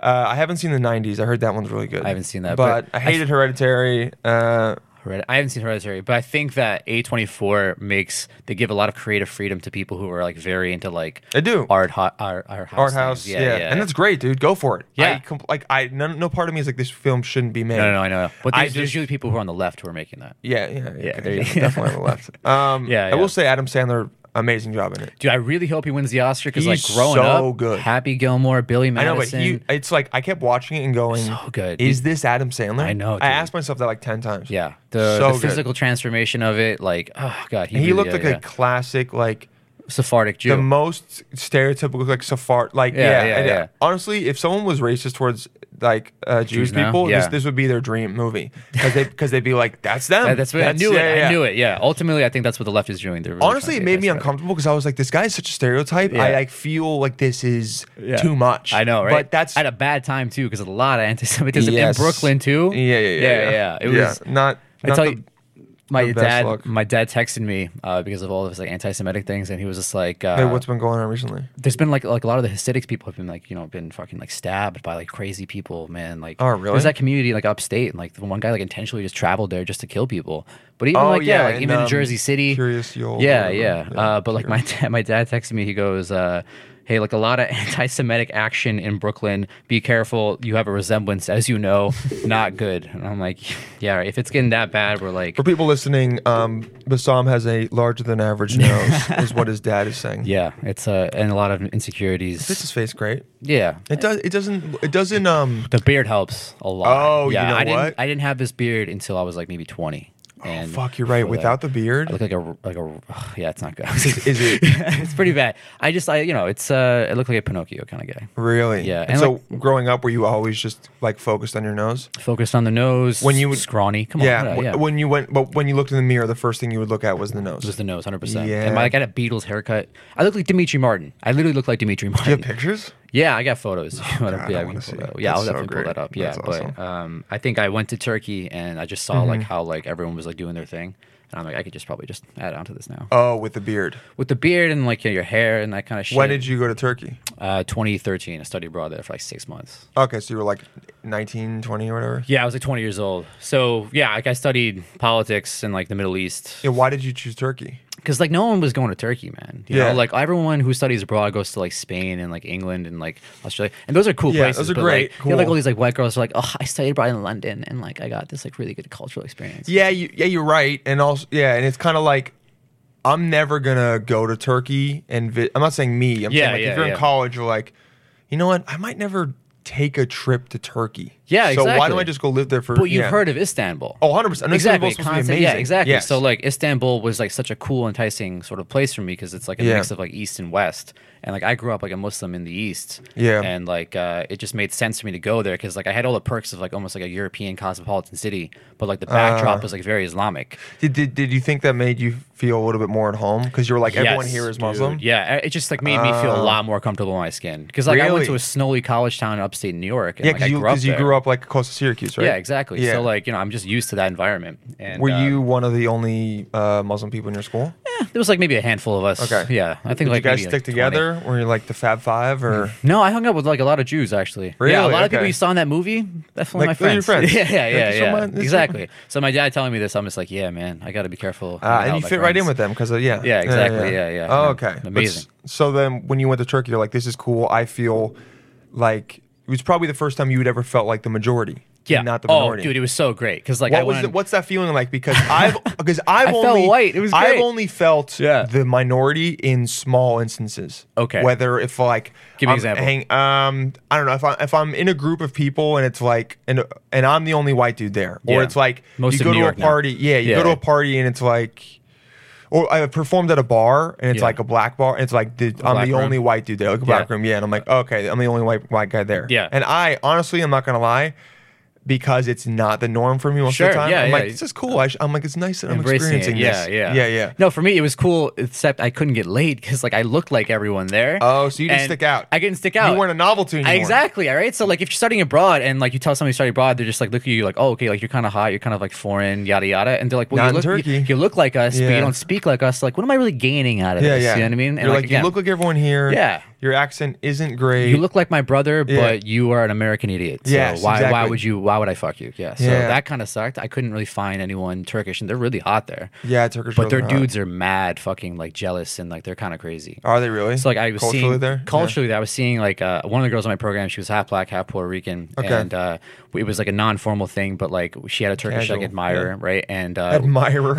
Speaker 8: uh, I haven't seen the '90s. I heard that one's really good.
Speaker 7: I haven't seen that,
Speaker 8: but,
Speaker 7: but
Speaker 8: I hated Hereditary. Uh,
Speaker 7: Hered- I haven't seen Hereditary, but I think that A24 makes they give a lot of creative freedom to people who are like very into like
Speaker 8: They do.
Speaker 7: art ho- art, art house
Speaker 8: Art
Speaker 7: things.
Speaker 8: House, yeah, and that's great, dude. Go for it.
Speaker 7: Yeah.
Speaker 8: I compl- like I, no, no part of me is like this film shouldn't be made.
Speaker 7: no, no, no, I know. But
Speaker 8: I
Speaker 7: there's, there's
Speaker 8: just-
Speaker 7: usually people who are on the left who are making that.
Speaker 8: Yeah, yeah, yeah. okay,
Speaker 7: there you
Speaker 8: yeah,
Speaker 7: go.
Speaker 8: definitely on the left. Um,
Speaker 7: Yeah,
Speaker 8: I
Speaker 7: yeah.
Speaker 8: will say Adam Sandler, amazing job in it.
Speaker 7: Dude, I really hope he wins the Oscar because like
Speaker 8: He's
Speaker 7: growing
Speaker 8: so
Speaker 7: up,
Speaker 8: good.
Speaker 7: Happy Gilmore, Billy
Speaker 8: I know, but
Speaker 7: Madison.
Speaker 8: he, it's like I kept watching it and going,
Speaker 7: So good.
Speaker 8: Is this Adam Sandler?
Speaker 7: I know,
Speaker 8: I
Speaker 7: dude.
Speaker 8: asked myself that like ten times.
Speaker 7: yeah, the,
Speaker 8: So
Speaker 7: the
Speaker 8: good.
Speaker 7: physical transformation of it, like oh god, he,
Speaker 8: And he
Speaker 7: really-
Speaker 8: looked
Speaker 7: yeah,
Speaker 8: like
Speaker 7: yeah.
Speaker 8: a classic, like
Speaker 7: Sephardic Jew.
Speaker 8: the most stereotypical, like Sephard, like yeah,
Speaker 7: Yeah, yeah,
Speaker 8: and, uh,
Speaker 7: yeah.
Speaker 8: Honestly, if someone was racist towards like uh, Jews,
Speaker 7: Jews now?
Speaker 8: people, this
Speaker 7: Yeah.
Speaker 8: this would be their dream movie because they because they'd be like, that's them.
Speaker 7: That- Uh, that's what I knew
Speaker 8: yeah,
Speaker 7: it.
Speaker 8: yeah.
Speaker 7: I knew it. Yeah. Ultimately, I think that's what the left is doing. They're really
Speaker 8: Honestly,
Speaker 7: trying
Speaker 8: it
Speaker 7: to
Speaker 8: made
Speaker 7: get
Speaker 8: me
Speaker 7: us better.
Speaker 8: uncomfortable because I was like, this guy is such a stereotype. I
Speaker 7: Yeah.
Speaker 8: like feel like this is
Speaker 7: Yeah.
Speaker 8: too much.
Speaker 7: I know, right?
Speaker 8: But that's
Speaker 7: at a bad time too, because a lot of anti-Semitism
Speaker 8: Yes.
Speaker 7: in Brooklyn too.
Speaker 8: Yeah, yeah, yeah.
Speaker 7: yeah. It was.
Speaker 8: not.
Speaker 7: I
Speaker 8: not
Speaker 7: tell
Speaker 8: the-
Speaker 7: you, my
Speaker 8: the best
Speaker 7: dad,
Speaker 8: look.
Speaker 7: my dad texted me uh, because of all of his like anti-Semitic things, and he was just like, uh,
Speaker 8: Hey, what's been going on recently?
Speaker 7: there's been like like a lot of the Hasidic people have been like you know been fucking like stabbed by like crazy people, man. Like
Speaker 8: Oh, really?
Speaker 7: There's that community like upstate, and like the one guy like intentionally just traveled there just to kill people. But even
Speaker 8: Oh,
Speaker 7: like
Speaker 8: yeah,
Speaker 7: yeah, like
Speaker 8: in,
Speaker 7: even
Speaker 8: um,
Speaker 7: in Jersey City,
Speaker 8: Curious Yule or
Speaker 7: Yeah,
Speaker 8: whatever.
Speaker 7: yeah.
Speaker 8: Yeah,
Speaker 7: Uh, but like my dad, my dad texted me. He goes, uh, "Hey, like a lot of anti-Semitic action in Brooklyn. Be careful. You have a resemblance, as you know, not good." And I'm like, "Yeah, if it's getting that bad, we're like."
Speaker 8: For people listening, um, Bassam has a larger than average nose, is what his dad is saying.
Speaker 7: Yeah, it's uh, and a lot of insecurities.
Speaker 8: Fits his face great.
Speaker 7: yeah,
Speaker 8: It does. It doesn't. It doesn't. Um.
Speaker 7: The beard helps a lot.
Speaker 8: Oh, you
Speaker 7: yeah.
Speaker 8: know
Speaker 7: I didn't.
Speaker 8: what? Oh,
Speaker 7: I didn't have this beard until I was like maybe twenty. And
Speaker 8: Fuck, you're right.
Speaker 7: before that,
Speaker 8: Without the
Speaker 7: I
Speaker 8: beard,
Speaker 7: look like a like a ugh, yeah. It's not good.
Speaker 8: is it
Speaker 7: it's pretty bad. I just I you know it's uh I look like a Pinocchio kind of guy.
Speaker 8: really?
Speaker 7: Yeah,
Speaker 8: And
Speaker 7: and
Speaker 8: so growing up, were you always just like focused on your nose?
Speaker 7: Focused on the nose.
Speaker 8: When you would-
Speaker 7: scrawny. Come
Speaker 8: yeah.
Speaker 7: on.
Speaker 8: wh-
Speaker 7: Oh, yeah.
Speaker 8: When you went, but when you looked in the mirror, the first thing you would look at was the nose.
Speaker 7: It was the nose, hundred percent.
Speaker 8: Yeah.
Speaker 7: And my, I got a Beatles haircut. I look like Dimitri Martin. I literally look like Dimitri
Speaker 8: Do you have
Speaker 7: Martin.
Speaker 8: photos?
Speaker 7: Yeah, I got photos. You wanna-
Speaker 8: Oh, God, I
Speaker 7: yeah, we
Speaker 8: wanna
Speaker 7: can
Speaker 8: see
Speaker 7: pull
Speaker 8: that.
Speaker 7: that up. yeah, I'll
Speaker 8: That's so
Speaker 7: definitely
Speaker 8: great.
Speaker 7: pull that up. Yeah,
Speaker 8: That's awesome. Mm-hmm.
Speaker 7: but um, I think I went to Turkey and I just saw like how like everyone was like doing their thing, and I'm like, I could just probably just add on to this now
Speaker 8: Oh, with the beard.
Speaker 7: with the beard and like your hair and that kind of shit.
Speaker 8: When did you go to Turkey?
Speaker 7: Uh, 2013, I studied abroad there for like six months.
Speaker 8: Okay, so you were like 19, 20 or whatever.
Speaker 7: Yeah, I was like 20 years old. So yeah, like I studied politics in like the Middle East.
Speaker 8: Yeah, why did you choose Turkey?
Speaker 7: because like no one was going to Turkey, man. You
Speaker 8: Yeah.
Speaker 7: know, like everyone who studies abroad goes to like Spain and like England and like Australia, and those are cool
Speaker 8: Yeah,
Speaker 7: places.
Speaker 8: those are
Speaker 7: but,
Speaker 8: great,
Speaker 7: Like, You have like
Speaker 8: cool.
Speaker 7: all these like white girls who are like, oh, I studied abroad in London, and like I got this like really good cultural experience.
Speaker 8: Yeah, you, yeah, you're right, and also yeah, and it's kind of like I'm never gonna go to Turkey and vi- I'm not saying me. I'm
Speaker 7: Yeah,
Speaker 8: saying like
Speaker 7: yeah,
Speaker 8: if you're in
Speaker 7: yeah.
Speaker 8: college, you're like, you know what? I might never take a trip to Turkey.
Speaker 7: Yeah,
Speaker 8: So why do
Speaker 7: exactly.
Speaker 8: I just go live there for?
Speaker 7: But you've
Speaker 8: yeah.
Speaker 7: heard of Istanbul.
Speaker 8: Oh, 100%. And
Speaker 7: exactly.
Speaker 8: Istanbul's supposed to be
Speaker 7: Constant- Yeah,
Speaker 8: amazing.
Speaker 7: exactly.
Speaker 8: Yes.
Speaker 7: So like Istanbul was like such a cool, enticing sort of place for me because it's like a
Speaker 8: Yeah.
Speaker 7: mix of like East and West, and like I grew up like a Muslim in the East.
Speaker 8: Yeah.
Speaker 7: And like uh, it just made sense for me to go there because like I had all the perks of like almost like a European cosmopolitan city, but like the
Speaker 8: Uh.
Speaker 7: backdrop was like very Islamic.
Speaker 8: Did, did, did you think that made you feel a little bit more at home? Because you were like, everyone
Speaker 7: Yes,
Speaker 8: here is Muslim?
Speaker 7: dude. Yeah, it just like made me feel a lot more comfortable in my skin because like I went
Speaker 8: Uh. Really?
Speaker 7: to a snowy college town in upstate New York. And,
Speaker 8: Yeah,
Speaker 7: like,
Speaker 8: because
Speaker 7: I
Speaker 8: you,
Speaker 7: grew up
Speaker 8: 'cause you
Speaker 7: there.
Speaker 8: grew up like close to Syracuse, right?
Speaker 7: Yeah, exactly.
Speaker 8: Yeah.
Speaker 7: So like you know, I'm just used to that environment. And
Speaker 8: Were
Speaker 7: um,
Speaker 8: you one of the only uh, Muslim people in your school?
Speaker 7: There was like maybe a handful of us.
Speaker 8: Okay.
Speaker 7: Yeah, I think
Speaker 8: Did
Speaker 7: like
Speaker 8: you guys
Speaker 7: maybe, like, Mm-hmm. 20.
Speaker 8: stick together? Were you like the Fab Five or?
Speaker 7: No, I hung out with like a lot of Jews actually. Yeah, a
Speaker 8: Really?
Speaker 7: lot of people
Speaker 8: Okay.
Speaker 7: you saw in that movie, definitely
Speaker 8: Like,
Speaker 7: my
Speaker 8: they're your
Speaker 7: friends.
Speaker 8: friends.
Speaker 7: Yeah, yeah,
Speaker 8: Like,
Speaker 7: yeah,
Speaker 8: so
Speaker 7: yeah.
Speaker 8: mine- this is
Speaker 7: exactly. So my dad telling me this, I'm just like, yeah, man, I got to be careful.
Speaker 8: Ah,
Speaker 7: hanging out
Speaker 8: and you
Speaker 7: my
Speaker 8: fit right in
Speaker 7: friends.
Speaker 8: with them because yeah,
Speaker 7: Yeah, exactly. Yeah, yeah.
Speaker 8: Oh,
Speaker 7: Yeah.
Speaker 8: okay, But
Speaker 7: Amazing.
Speaker 8: s- so then, when you went to Turkey, you're like, "This is cool." I feel like it was probably the first time you had ever felt like the majority,
Speaker 7: Yeah.
Speaker 8: and not the
Speaker 7: oh,
Speaker 8: minority.
Speaker 7: dude, it was so great because like I
Speaker 8: what was
Speaker 7: went.
Speaker 8: it- what's that feeling like? Because I've because I've
Speaker 7: I felt
Speaker 8: only
Speaker 7: white. It was
Speaker 8: I've
Speaker 7: great.
Speaker 8: only felt
Speaker 7: Yeah.
Speaker 8: the minority in small instances.
Speaker 7: Okay.
Speaker 8: whether if like
Speaker 7: Give me an
Speaker 8: I'm
Speaker 7: example.
Speaker 8: Hang, um, I don't know if I if I'm in a group of people and it's like and and I'm the only white dude there, or
Speaker 7: Yeah.
Speaker 8: it's like
Speaker 7: Most
Speaker 8: you
Speaker 7: of
Speaker 8: go
Speaker 7: New
Speaker 8: to
Speaker 7: York
Speaker 8: a
Speaker 7: now.
Speaker 8: party. Yeah, you
Speaker 7: Yeah.
Speaker 8: go to a party and it's like. Or I performed at a bar and it's
Speaker 7: Yeah.
Speaker 8: like a black bar and it's like the, I'm
Speaker 7: black
Speaker 8: the
Speaker 7: room.
Speaker 8: only white dude there, like a black room, yeah. And I'm like, okay, I'm the only white white guy there.
Speaker 7: Yeah.
Speaker 8: And I honestly, I'm not gonna lie, because it's not the norm for me most of
Speaker 7: Sure,
Speaker 8: the time.
Speaker 7: yeah,
Speaker 8: I'm
Speaker 7: yeah.
Speaker 8: like, this is cool. I sh- I'm like, it's nice that I'm
Speaker 7: embracing it.
Speaker 8: experiencing
Speaker 7: Yeah,
Speaker 8: this.
Speaker 7: yeah,
Speaker 8: yeah, yeah.
Speaker 7: No, for me it was cool, except I couldn't get laid because like I looked like everyone there.
Speaker 8: Oh, so you didn't
Speaker 7: And
Speaker 8: stick out.
Speaker 7: I didn't stick out.
Speaker 8: You weren't a novelty anymore.
Speaker 7: Exactly. All right. So like, if you're studying abroad and like you tell somebody you study abroad, they're just like look at you like, oh, okay, like you're kind of hot, you're kind of like foreign, yada yada, and they're like, well,
Speaker 8: Not
Speaker 7: you
Speaker 8: in
Speaker 7: look, You,
Speaker 8: Turkey.
Speaker 7: you look like us, but
Speaker 8: Yeah.
Speaker 7: you don't speak like us. Like, what am I really gaining out of
Speaker 8: Yeah,
Speaker 7: this?
Speaker 8: yeah.
Speaker 7: You know what I mean? And,
Speaker 8: You're like,
Speaker 7: again,
Speaker 8: you look like everyone here.
Speaker 7: Yeah.
Speaker 8: Your accent isn't great.
Speaker 7: you look like my brother,
Speaker 8: Yeah.
Speaker 7: but you are an American idiot. So
Speaker 8: Yes,
Speaker 7: why why
Speaker 8: exactly.
Speaker 7: would you why would I fuck you? Yeah. So
Speaker 8: Yeah.
Speaker 7: that kind of sucked. I couldn't really find anyone Turkish, and they're really hot there.
Speaker 8: Yeah, Turkish.
Speaker 7: But their
Speaker 8: really hot.
Speaker 7: dudes are mad, fucking like jealous, and like they're kind of crazy.
Speaker 8: Are they really?
Speaker 7: So like I was
Speaker 8: culturally
Speaker 7: seeing
Speaker 8: there.
Speaker 7: culturally, I was seeing like uh, one of the girls on my program. She was half black, half Puerto Rican,
Speaker 8: Okay.
Speaker 7: and uh, it was like a non-formal thing, but like she had a Turkish
Speaker 8: Casual,
Speaker 7: like admirer,
Speaker 8: yeah.
Speaker 7: right? And uh,
Speaker 8: Admirer.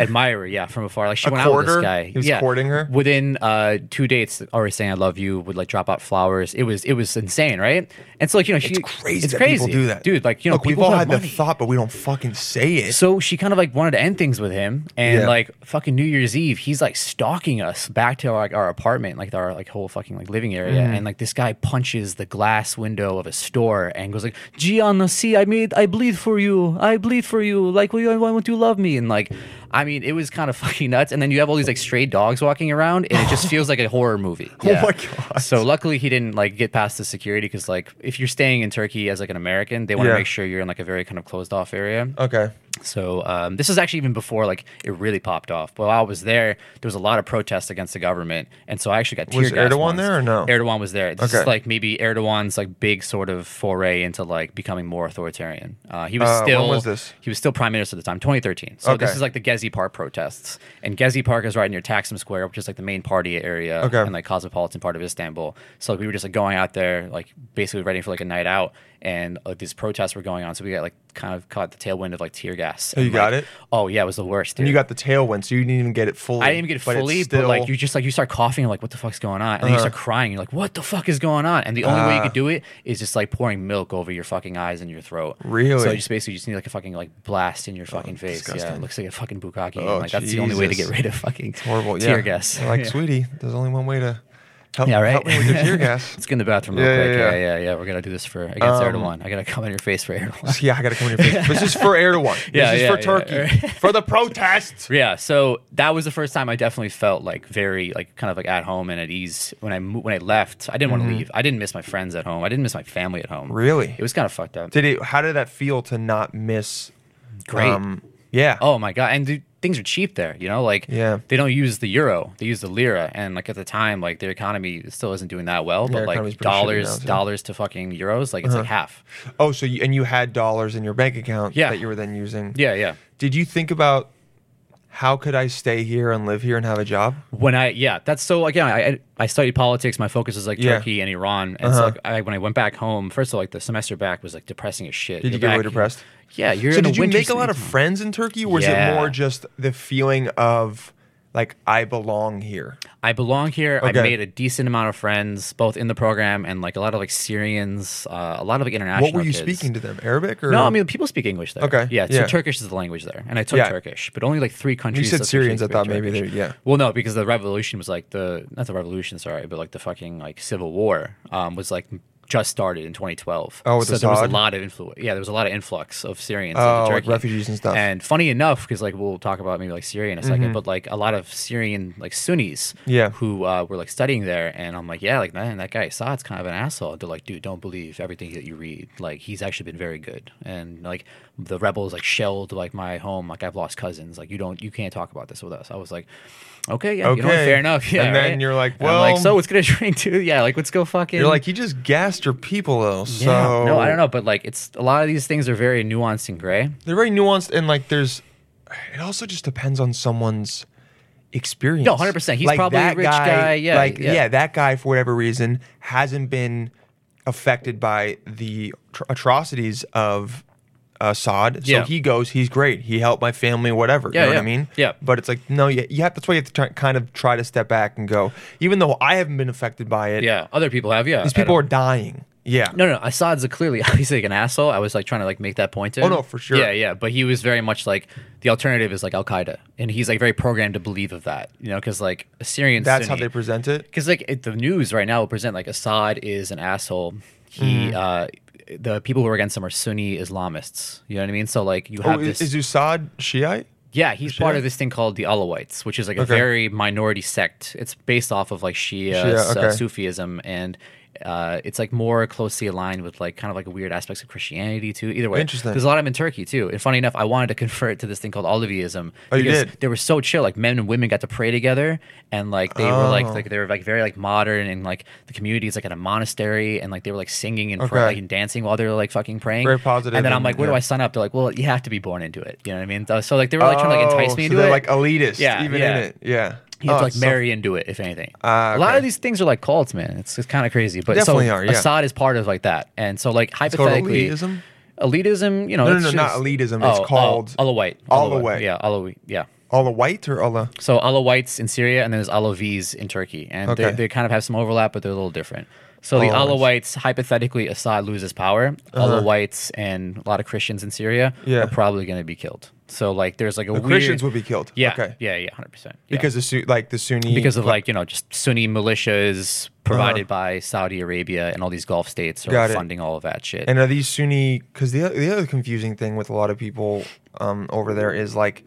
Speaker 7: admirer, yeah, from afar. Like she
Speaker 8: A
Speaker 7: went out with
Speaker 8: courter?
Speaker 7: this guy.
Speaker 8: He was
Speaker 7: yeah,
Speaker 8: courting her?
Speaker 7: within uh, two dates, already saying "I love you," would like drop out flowers. It was it was insane, right? And so like you know, she,
Speaker 8: Yeah. It's crazy.
Speaker 7: It's
Speaker 8: that
Speaker 7: crazy,
Speaker 8: people do that,
Speaker 7: dude. Like you know,
Speaker 8: look, we've
Speaker 7: people
Speaker 8: all
Speaker 7: have
Speaker 8: had
Speaker 7: money.
Speaker 8: the thought, but we don't fucking say it.
Speaker 7: So she kind of like wanted to end things with him, and
Speaker 8: Yeah.
Speaker 7: like fucking New Year's Eve, he's like stalking us back to like our apartment, like our like whole fucking like living area,
Speaker 8: Mm.
Speaker 7: and like this guy punches the glass window of a store and goes like, "Gian, see, I made, I bleed for you, I bleed for you, like, why, why won't you love me?" And like, I mean, it was kind of fucking nuts. And then you have all these like stray dogs walking around, and it just feels like a horror movie.
Speaker 8: Oh my God.
Speaker 7: So luckily, he didn't like get past the security because like if you're staying in Turkey as like an American, they want to
Speaker 8: Yeah.
Speaker 7: make sure you're in like a very kind of closed off area.
Speaker 8: okay.
Speaker 7: So um, this is actually even before like it really popped off. But while I was there, there was a lot of protests against the government, and so I actually got tear
Speaker 8: Was
Speaker 7: gas
Speaker 8: Erdogan
Speaker 7: once.
Speaker 8: there or no?
Speaker 7: Erdogan was there. This is
Speaker 8: Okay.
Speaker 7: like maybe Erdogan's like big sort of foray into like becoming more authoritarian. Uh, he was
Speaker 8: Uh, when
Speaker 7: still
Speaker 8: was this?
Speaker 7: he was still prime minister at the time, 2013. So this
Speaker 8: Okay.
Speaker 7: is like the Gezi Park protests, and Gezi Park is right near Taksim Square, which is like the main party area
Speaker 8: Okay.
Speaker 7: and like cosmopolitan part of Istanbul. So like, we were just like going out there, like basically ready for like a night out, and like these protests were going on. So we got like kind of caught the tailwind of like tear gas.
Speaker 8: Oh, you
Speaker 7: and,
Speaker 8: got
Speaker 7: like-
Speaker 8: it?
Speaker 7: Oh yeah, it was the worst.
Speaker 8: And
Speaker 7: dude.
Speaker 8: you got the tailwind, so you didn't even get it fully.
Speaker 7: I didn't even get it
Speaker 8: but it's
Speaker 7: fully,
Speaker 8: still- Uh-huh.
Speaker 7: but like you just like you start coughing, like what the fuck's going on, and then you start crying. You're like, what the fuck is going on? And the only
Speaker 8: Uh.
Speaker 7: way you could do it is just like pouring milk over your fucking eyes and your throat. So
Speaker 8: Really? Oh,
Speaker 7: you just basically just need like a fucking like blast in your fucking face. Yeah,
Speaker 8: disgusting.
Speaker 7: it looks like a fucking bukkake.
Speaker 8: Oh,
Speaker 7: and, like that's the only way to
Speaker 8: Jesus.
Speaker 7: get rid of fucking
Speaker 8: horrible. Yeah.
Speaker 7: tear gas.
Speaker 8: They're like,
Speaker 7: yeah.
Speaker 8: sweetie, there's only one way to help,
Speaker 7: Yeah, right.
Speaker 8: help me with your tear gas.
Speaker 7: Let's get in the bathroom real
Speaker 8: Yeah,
Speaker 7: quick.
Speaker 8: yeah,
Speaker 7: Yeah yeah.
Speaker 8: yeah.
Speaker 7: yeah, We're gonna do this for against
Speaker 8: Um,
Speaker 7: Erdogan. I gotta come in your face for Erdogan.
Speaker 8: Yeah, I gotta come in your face. This is for Erdogan.
Speaker 7: Yeah,
Speaker 8: this is
Speaker 7: yeah,
Speaker 8: for
Speaker 7: yeah,
Speaker 8: Turkey.
Speaker 7: right.
Speaker 8: For the protests.
Speaker 7: Yeah, so that was the first time I definitely felt like very like kind of like at home and at ease when I mo- when I left. I didn't want to leave. I didn't miss my friends at home. I didn't miss my family at home.
Speaker 8: Mm-hmm. Really?
Speaker 7: It was kind of fucked up.
Speaker 8: Did it how did that feel to not miss um,
Speaker 7: Great.
Speaker 8: yeah.
Speaker 7: oh my god! And dude, things are cheap there. You know, like
Speaker 8: Yeah.
Speaker 7: they don't use the euro. They use the lira. And like at the time, like their economy still isn't doing that well.
Speaker 8: Yeah,
Speaker 7: But
Speaker 8: economy's
Speaker 7: like
Speaker 8: pretty shitty
Speaker 7: dollars,
Speaker 8: now, too.
Speaker 7: dollars to fucking euros, like it's like half.
Speaker 8: Oh, so you and you had dollars in your bank account
Speaker 7: Yeah.
Speaker 8: that you were then using.
Speaker 7: Yeah, yeah.
Speaker 8: Did you think about how could I stay here and live here and have a job?
Speaker 7: when I yeah, that's so again. I I- I studied politics. My focus is like
Speaker 8: Yeah. Uh-huh.
Speaker 7: Turkey and Iran. And so like, I, when I went back home, first of all, like the semester back was like depressing as shit.
Speaker 8: Did you
Speaker 7: You're
Speaker 8: get really
Speaker 7: back-
Speaker 8: depressed?
Speaker 7: Yeah, you're.
Speaker 8: so
Speaker 7: in
Speaker 8: did you
Speaker 7: winter
Speaker 8: make a lot of
Speaker 7: season.
Speaker 8: friends in Turkey or was
Speaker 7: Yeah.
Speaker 8: it more just the feeling of like I belong here?
Speaker 7: Mm-hmm. I belong here.
Speaker 8: Okay.
Speaker 7: I made a decent amount of friends, both in the program and like a lot of like Syrians, uh, a lot of like international.
Speaker 8: What were you
Speaker 7: kids.
Speaker 8: speaking to them? Arabic or
Speaker 7: No, I mean people speak English there.
Speaker 8: Okay,
Speaker 7: Yeah, so
Speaker 8: yeah.
Speaker 7: Turkish is the language there, and I took
Speaker 8: Yeah.
Speaker 7: Turkish, but only like three countries.
Speaker 8: said
Speaker 7: officially
Speaker 8: Syrians, I
Speaker 7: speak
Speaker 8: thought maybe
Speaker 7: Turkish.
Speaker 8: they- yeah.
Speaker 7: Well, no, because the revolution was like the not the revolution, sorry, but like the fucking like civil war um, was like just started in 2012.
Speaker 8: Oh, with
Speaker 7: so there was a
Speaker 8: Assad?
Speaker 7: lot of influ- Yeah, there was a lot of influx of Syrians
Speaker 8: Oh,
Speaker 7: into
Speaker 8: like
Speaker 7: Turkey,
Speaker 8: refugees and stuff.
Speaker 7: And funny enough, because like we'll talk about maybe like Syria in a 2nd but like a lot of Syrian like Sunnis,
Speaker 8: Mm-hmm. Yeah.
Speaker 7: who uh, were like studying there, and I'm like, yeah, like man, that guy Assad's kind of an asshole. They're like, dude, don't believe everything that you read. Like he's actually been very good, and like the rebels like shelled like my home. Like I've lost cousins. Like you don't, you can't talk about this with us. I was like. Okay, yeah, you know, what,
Speaker 8: Okay.
Speaker 7: fair enough. Yeah,
Speaker 8: And then
Speaker 7: right?
Speaker 8: you're like,
Speaker 7: And I'm
Speaker 8: well-
Speaker 7: like, so what's gonna drink too? Yeah, like let's go fucking.
Speaker 8: You're like you just gassed your people though. So
Speaker 7: yeah. no, I don't know, but like it's a lot of these things are very nuanced and gray.
Speaker 8: They're very nuanced and like there's. It also just depends on someone's experience.
Speaker 7: No, 100%. He's probably a rich guy, yeah,
Speaker 8: like
Speaker 7: yeah.
Speaker 8: that guy for whatever reason hasn't been affected by the tr- atrocities of Assad. So
Speaker 7: Yeah.
Speaker 8: he goes, he's great. He helped my family, whatever.
Speaker 7: Yeah,
Speaker 8: you know what
Speaker 7: yeah,
Speaker 8: I mean?
Speaker 7: yeah.
Speaker 8: But it's like no, yeah, you have. That's why you have to try, kind of try to step back and go. Even though I haven't been affected by it,
Speaker 7: Yeah, other people have. Yeah,
Speaker 8: these
Speaker 7: I
Speaker 8: people
Speaker 7: don't-
Speaker 8: are dying. Yeah.
Speaker 7: No, no, Assad's a clearly obviously like an asshole. I was like trying to like make that point to.
Speaker 8: Oh,
Speaker 7: him.
Speaker 8: no, for sure.
Speaker 7: Yeah, yeah, but he was very much like the alternative is like Al Qaeda, and he's like very programmed to believe of that, you know, because like Syrian.
Speaker 8: That's how they present it.
Speaker 7: Because like it, the news right now will present like Assad is an asshole.
Speaker 8: Mm.
Speaker 7: He, uh, the people who are against him are Sunni Islamists. You know what I mean? So like you
Speaker 8: Oh,
Speaker 7: have
Speaker 8: is,
Speaker 7: this.
Speaker 8: is Assad Shiite?
Speaker 7: yeah, he's part
Speaker 8: Shia?
Speaker 7: of this thing called the Alawites, which is like a
Speaker 8: Okay.
Speaker 7: very minority sect. It's based off of like Shia,
Speaker 8: Shia,
Speaker 7: Su-
Speaker 8: okay.
Speaker 7: Sufism, and uh, it's like more closely aligned with like kind of like weird aspects of Christianity too. Either way,
Speaker 8: Interesting.
Speaker 7: There's a lot of them in Turkey too. And funny enough, I wanted to convert to this thing called Olivism.
Speaker 8: Oh, you
Speaker 7: because
Speaker 8: did?
Speaker 7: They were so chill. Like men and women got to pray together, and like they were like
Speaker 8: Oh.
Speaker 7: like they were like very like modern and like the community is like at a monastery, and like they were like singing and
Speaker 8: Okay.
Speaker 7: praying like, and dancing while they were like fucking praying.
Speaker 8: Very positive
Speaker 7: And then I'm
Speaker 8: and-
Speaker 7: like, where do
Speaker 8: yeah.
Speaker 7: I sign up? They're like, well, you have to be born into it. You know what I mean? So like they were like trying to like entice
Speaker 8: Oh,
Speaker 7: me
Speaker 8: so
Speaker 7: into
Speaker 8: they're
Speaker 7: it.
Speaker 8: like elitist,
Speaker 7: Yeah,
Speaker 8: even
Speaker 7: yeah.
Speaker 8: in it. Yeah.
Speaker 7: You have
Speaker 8: Oh,
Speaker 7: to like
Speaker 8: so-
Speaker 7: marry into it, if anything.
Speaker 8: Ah,
Speaker 7: A lot
Speaker 8: okay.
Speaker 7: of these things are like cults, man. It's, it's kind of crazy. But
Speaker 8: Definitely
Speaker 7: so
Speaker 8: are, yeah.
Speaker 7: Assad is part of like that, and so like
Speaker 8: called
Speaker 7: hypothetically,
Speaker 8: elitism?
Speaker 7: Elitism, you know,
Speaker 8: No, no,
Speaker 7: it's
Speaker 8: no, not
Speaker 7: just-
Speaker 8: elitism. It's
Speaker 7: oh,
Speaker 8: called-
Speaker 7: oh, Alawite.
Speaker 8: Alawite.
Speaker 7: Yeah, Alawi. Yeah.
Speaker 8: All a white or all a
Speaker 7: So Alawites in Syria, and then there's Alavis in Turkey, and
Speaker 8: Okay.
Speaker 7: they, they kind of have some overlap, but they're a little different. So the
Speaker 8: Oh,
Speaker 7: Alawites, hypothetically, Assad loses power. Alawites and a lot of Christians in Syria
Speaker 8: Uh-huh. Yeah.
Speaker 7: are probably going to be killed. So like, there's like a
Speaker 8: the
Speaker 7: weird.
Speaker 8: Christians would be killed.
Speaker 7: Yeah.
Speaker 8: Okay.
Speaker 7: Yeah. Yeah. Hundred percent.
Speaker 8: Because the Su- like the Sunni
Speaker 7: because of like you know just Sunni militias provided by Saudi Arabia and all these Gulf states
Speaker 8: Uh-huh. Got
Speaker 7: are
Speaker 8: it.
Speaker 7: funding all of that shit.
Speaker 8: and are these Sunni? Because the the other confusing thing with a lot of people um, over there is like.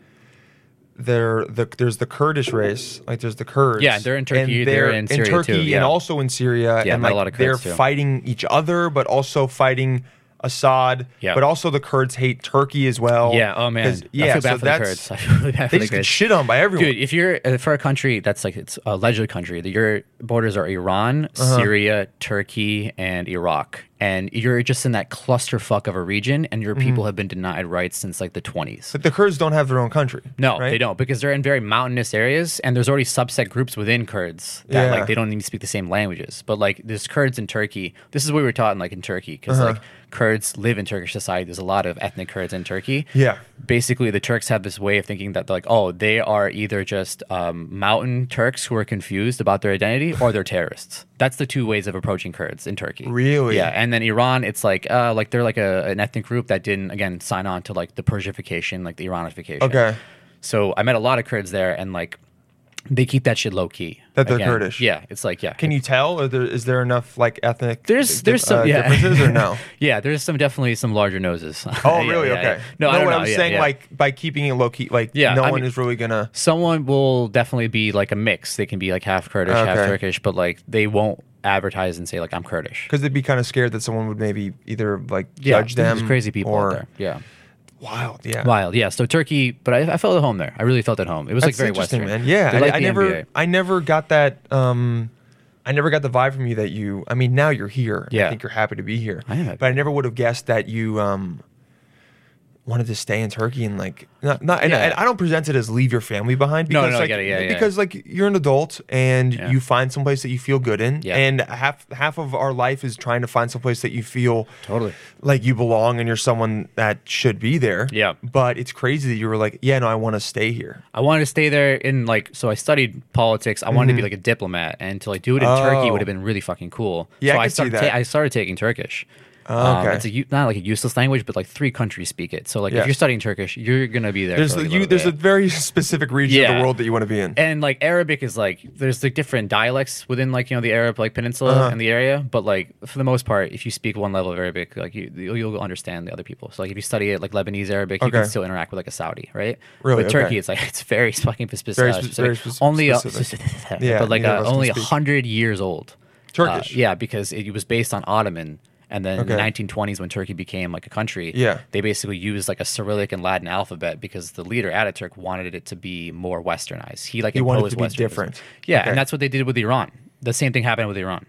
Speaker 8: There, the, there's the Kurdish race, like there's the Kurds.
Speaker 7: Yeah, they're in Turkey,
Speaker 8: and
Speaker 7: they're in Syria too,
Speaker 8: Turkey,
Speaker 7: yeah.
Speaker 8: and also in Syria.
Speaker 7: Yeah,
Speaker 8: and
Speaker 7: met a
Speaker 8: like
Speaker 7: lot of
Speaker 8: they're
Speaker 7: Kurds too.
Speaker 8: fighting each other, but also fighting Assad.
Speaker 7: Yeah.
Speaker 8: but also the Kurds hate Turkey as well.
Speaker 7: yeah, oh
Speaker 8: 'Cause-
Speaker 7: man,
Speaker 8: yeah.
Speaker 7: I feel bad
Speaker 8: so
Speaker 7: for the
Speaker 8: that's
Speaker 7: Kurds. I feel really bad for
Speaker 8: they
Speaker 7: the
Speaker 8: just get
Speaker 7: Kurds.
Speaker 8: shit on by everyone.
Speaker 7: Dude, if you're uh, for a country that's like it's a alleged country, that your borders are Iran,
Speaker 8: Uh-huh.
Speaker 7: Syria, Turkey, and Iraq, and you're just in that clusterfuck of a region, and
Speaker 8: Mm-hmm.
Speaker 7: your people have been denied rights since like the 20s.
Speaker 8: But the Kurds don't have their own country.
Speaker 7: No,
Speaker 8: right?
Speaker 7: they don't because they're in very mountainous areas, and there's already subset groups within Kurds that
Speaker 8: Yeah.
Speaker 7: like they don't even speak the same languages. But like there's Kurds in Turkey. This is what we were taught in like in Turkey because
Speaker 8: Uh-huh.
Speaker 7: like Kurds live in Turkish society. There's a lot of ethnic Kurds in Turkey.
Speaker 8: Yeah.
Speaker 7: Basically, the Turks have this way of thinking that like oh they are either just um, mountain Turks who are confused about their identity or they're terrorists. That's the two ways of approaching Kurds in Turkey.
Speaker 8: Really?
Speaker 7: Yeah. And then Iran, it's like uh, like they're like a, an ethnic group that didn't again sign on to like the Persification, like the Iranification.
Speaker 8: Okay.
Speaker 7: So I met a lot of Kurds there, and like they keep that shit low key.
Speaker 8: That they're Kurdish.
Speaker 7: Yeah, it's like yeah.
Speaker 8: Can you tell? Or there, is there enough like ethnic?
Speaker 7: There's
Speaker 8: di-
Speaker 7: there's some
Speaker 8: uh,
Speaker 7: yeah.
Speaker 8: differences or no?
Speaker 7: yeah, there's some definitely some larger noses.
Speaker 8: Oh,
Speaker 7: Yeah,
Speaker 8: really?
Speaker 7: yeah,
Speaker 8: okay.
Speaker 7: yeah. No, I don't
Speaker 8: what
Speaker 7: know.
Speaker 8: I'm
Speaker 7: Yeah,
Speaker 8: saying
Speaker 7: yeah.
Speaker 8: like by keeping it low key, like
Speaker 7: Yeah,
Speaker 8: no
Speaker 7: I
Speaker 8: one
Speaker 7: mean-
Speaker 8: is really gonna.
Speaker 7: someone will definitely be like a mix. They can be like half Kurdish, half
Speaker 8: Okay.
Speaker 7: Turkish, but like they won't advertise and say like I'm Kurdish.
Speaker 8: Because they'd be kind of scared that someone would maybe either like
Speaker 7: Yeah,
Speaker 8: judge
Speaker 7: there's
Speaker 8: them,
Speaker 7: crazy people
Speaker 8: or
Speaker 7: out there. Yeah.
Speaker 8: wild, yeah,
Speaker 7: Wild, yeah. So Turkey, but I, I felt at home there. I really felt at home. It was
Speaker 8: That's
Speaker 7: like very
Speaker 8: interesting,
Speaker 7: Western.
Speaker 8: man. Yeah,
Speaker 7: They
Speaker 8: I,
Speaker 7: like
Speaker 8: I
Speaker 7: the
Speaker 8: never,
Speaker 7: NBA.
Speaker 8: I never got that. um I never got the vibe from you that you. I mean, now you're here. and I
Speaker 7: Yeah.
Speaker 8: think you're happy to be here.
Speaker 7: I am happy.
Speaker 8: But I never would have guessed that you. um wanted to stay in Turkey and like not, not and, and I don't present it as leave your family behind
Speaker 7: No,
Speaker 8: because
Speaker 7: no, I
Speaker 8: like
Speaker 7: get it. Yeah, yeah.
Speaker 8: because like you're an adult and
Speaker 7: Yeah.
Speaker 8: you find someplace that you feel good in
Speaker 7: Yeah.
Speaker 8: and half half of our life is trying to find someplace that you feel
Speaker 7: Totally.
Speaker 8: like you belong and you're someone that should be there.
Speaker 7: Yeah.
Speaker 8: But it's crazy that you were like, yeah, no, I want to stay here.
Speaker 7: I wanted to stay there in like so I studied politics. I wanted to be like a diplomat, and to like do it in Turkey
Speaker 8: Mm-hmm. Oh.
Speaker 7: would have been really fucking cool.
Speaker 8: Yeah,
Speaker 7: so
Speaker 8: I could see
Speaker 7: started
Speaker 8: that. Oh,
Speaker 7: ta- I started taking Turkish. Um,
Speaker 8: okay.
Speaker 7: it's a, u- not like a useless language, but like three countries speak it. So like
Speaker 8: Yeah.
Speaker 7: if you're studying Turkish, you're gonna be there.
Speaker 8: There's
Speaker 7: for, like, a
Speaker 8: you
Speaker 7: little
Speaker 8: there's a
Speaker 7: bit.
Speaker 8: very specific region of
Speaker 7: Yeah.
Speaker 8: the world that you want to be in.
Speaker 7: and like Arabic is like there's like different dialects within like you know the Arab like peninsula
Speaker 8: Uh-huh.
Speaker 7: and the area, but like for the most part, if you speak one level of Arabic, like you you'll you'll understand the other people. So like if you study it like Lebanese Arabic, you can
Speaker 8: Okay.
Speaker 7: still interact with like a Saudi, right?
Speaker 8: Really?
Speaker 7: With Turkey,
Speaker 8: Okay.
Speaker 7: it's like it's very fucking spe- specific.
Speaker 8: Very
Speaker 7: uh,
Speaker 8: spe-
Speaker 7: specific.
Speaker 8: very spec-
Speaker 7: only uh,
Speaker 8: specific. Yeah,
Speaker 7: yeah, but like uh,
Speaker 8: neither of us can
Speaker 7: only
Speaker 8: speak.
Speaker 7: hundred years old. Uh,
Speaker 8: Turkish.
Speaker 7: yeah, because it, was based on Ottoman. And then
Speaker 8: Okay.
Speaker 7: in the 1920s, when Turkey became like a country,
Speaker 8: Yeah.
Speaker 7: they basically used like a Cyrillic and Latin alphabet because the leader Ataturk wanted it to be more Westernized. He like
Speaker 8: He wanted
Speaker 7: imposed
Speaker 8: it to be
Speaker 7: Westernism.
Speaker 8: different.
Speaker 7: Yeah,
Speaker 8: Okay.
Speaker 7: and that's what they did with Iran. The same thing happened with Iran.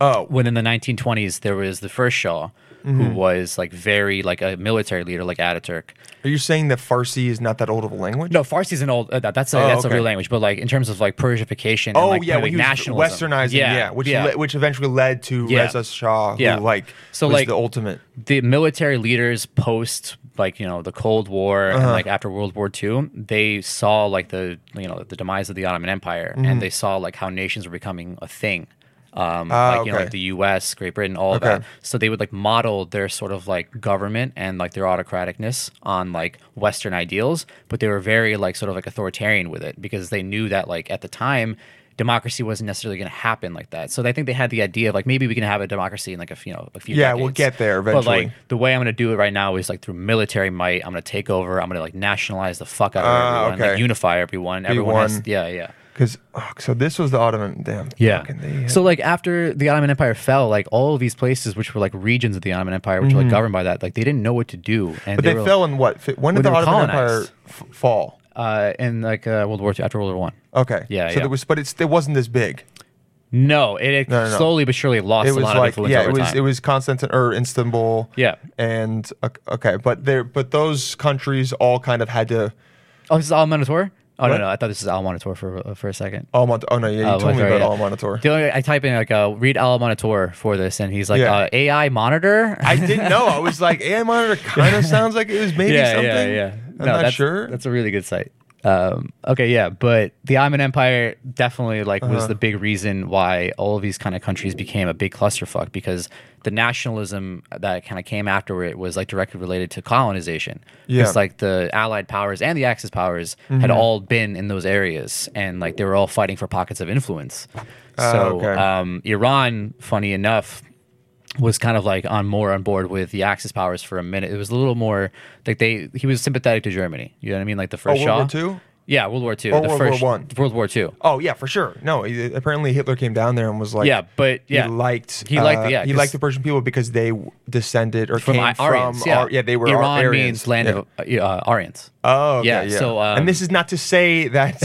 Speaker 8: oh,
Speaker 7: When in the 1920s, there was the first Shah, who was like very like a military leader, like Ataturk.
Speaker 8: are you saying that Farsi is not that old of a language?
Speaker 7: No, Farsi is an old. Uh, that, that's a,
Speaker 8: Oh,
Speaker 7: that's
Speaker 8: okay.
Speaker 7: a real language, but like in terms of like Persification. and,
Speaker 8: Oh
Speaker 7: like,
Speaker 8: yeah,
Speaker 7: kind of,
Speaker 8: when he
Speaker 7: like,
Speaker 8: was
Speaker 7: nationalism.
Speaker 8: westernizing, yeah, which le- which eventually led to
Speaker 7: Yeah.
Speaker 8: Reza Shah,
Speaker 7: Yeah.
Speaker 8: who like
Speaker 7: So,
Speaker 8: was
Speaker 7: like-
Speaker 8: the ultimate.
Speaker 7: the military leaders post like you know the cold war
Speaker 8: Uh-huh.
Speaker 7: and like after world war ii they saw like the you know the demise of the ottoman empire
Speaker 8: Mm-hmm.
Speaker 7: and they saw like how nations were becoming a thing um,
Speaker 8: Ah,
Speaker 7: like you know
Speaker 8: okay.
Speaker 7: like the us great britain all of
Speaker 8: Okay.
Speaker 7: that so they would like model their sort of like government and like their autocraticness on like western ideals but they were very like sort of like authoritarian with it because they knew that like at the time democracy wasn't necessarily going to happen like that so i think they had the idea of like maybe we can have a democracy in like a few- you know a few
Speaker 8: Yeah, we'll get there
Speaker 7: but like
Speaker 8: eventually.
Speaker 7: the way I'm gonna do it right now is like through military might. I'm gonna take over. I'm gonna like nationalize the fuck out of
Speaker 8: Ah,
Speaker 7: everyone. Like
Speaker 8: okay.
Speaker 7: unify everyone. everyone
Speaker 8: one.
Speaker 7: has yeah, yeah.
Speaker 8: Because oh, so this was the Ottoman. Damn.
Speaker 7: Yeah.
Speaker 8: fucking they-
Speaker 7: So like after the Ottoman Empire fell, like all of these places which were like regions of the Ottoman Empire, which were like governed by that, like they didn't know what to do. And
Speaker 8: Mm-hmm. but they,
Speaker 7: were,
Speaker 8: fell in what? Fi- When
Speaker 7: when
Speaker 8: did
Speaker 7: they
Speaker 8: the
Speaker 7: were
Speaker 8: Ottoman
Speaker 7: colonized.
Speaker 8: Empire f- fall?
Speaker 7: uh in like uh, World War II after World War One.
Speaker 8: Okay.
Speaker 7: Yeah,
Speaker 8: So
Speaker 7: yeah.
Speaker 8: there was, but it's it wasn't this big.
Speaker 7: No, it, it
Speaker 8: No, no, no.
Speaker 7: slowly but surely lost
Speaker 8: It
Speaker 7: a
Speaker 8: was
Speaker 7: lot of
Speaker 8: like
Speaker 7: influence
Speaker 8: yeah,
Speaker 7: over
Speaker 8: it was
Speaker 7: time.
Speaker 8: it was Constantin or Istanbul.
Speaker 7: Yeah.
Speaker 8: And uh, okay, but there but those countries all kind of had to.
Speaker 7: oh, this is Almanzor? Oh
Speaker 8: What?
Speaker 7: no, no, I thought this is Almanzor for for a second.
Speaker 8: Oh, Mont- oh no, yeah, you
Speaker 7: Uh,
Speaker 8: told me
Speaker 7: Monitor,
Speaker 8: about
Speaker 7: yeah.
Speaker 8: Al Monitor.
Speaker 7: The only- I type in like uh, read Al Monitor for this, and he's like
Speaker 8: Yeah.
Speaker 7: uh, AI monitor.
Speaker 8: I didn't know. I was like, AI monitor kind of sounds like it was maybe something. I'm not
Speaker 7: that's,
Speaker 8: sure.
Speaker 7: That's a really good site. Um, okay, yeah, but the Ottoman Empire definitely like
Speaker 8: Uh-huh.
Speaker 7: was the big reason why all of these kind of countries became a big clusterfuck because the nationalism that kind of came after it was like directly related to colonization.
Speaker 8: Yeah. Mm-hmm.
Speaker 7: It's like the Allied powers and the Axis powers had all been in those areas, and like they were all fighting for pockets of influence. So
Speaker 8: Ah, okay.
Speaker 7: um, Iran, funny enough, was kind of like on more on board with the Axis powers for a minute. It was a little more like they he was sympathetic to Germany. You know what I mean? Like the first
Speaker 8: Oh, World
Speaker 7: Shah.
Speaker 8: War II?
Speaker 7: Yeah, World War Two.
Speaker 8: Or
Speaker 7: the
Speaker 8: World War
Speaker 7: first,
Speaker 8: One?
Speaker 7: World War Two.
Speaker 8: Oh yeah, for sure. No, he- apparently Hitler came down there and was like,
Speaker 7: yeah, but yeah,
Speaker 8: he liked
Speaker 7: he liked the-
Speaker 8: uh,
Speaker 7: yeah
Speaker 8: he
Speaker 7: 'cause
Speaker 8: liked the Persian people because they w- descended or
Speaker 7: from
Speaker 8: came
Speaker 7: I- Aryans.
Speaker 8: from
Speaker 7: yeah.
Speaker 8: Ar- yeah they were Ar-
Speaker 7: Iran
Speaker 8: Aryans.
Speaker 7: means land of
Speaker 8: yeah.
Speaker 7: uh, uh, Aryans.
Speaker 8: oh okay,
Speaker 7: yeah,
Speaker 8: yeah,
Speaker 7: so, um,
Speaker 8: and this is not to say that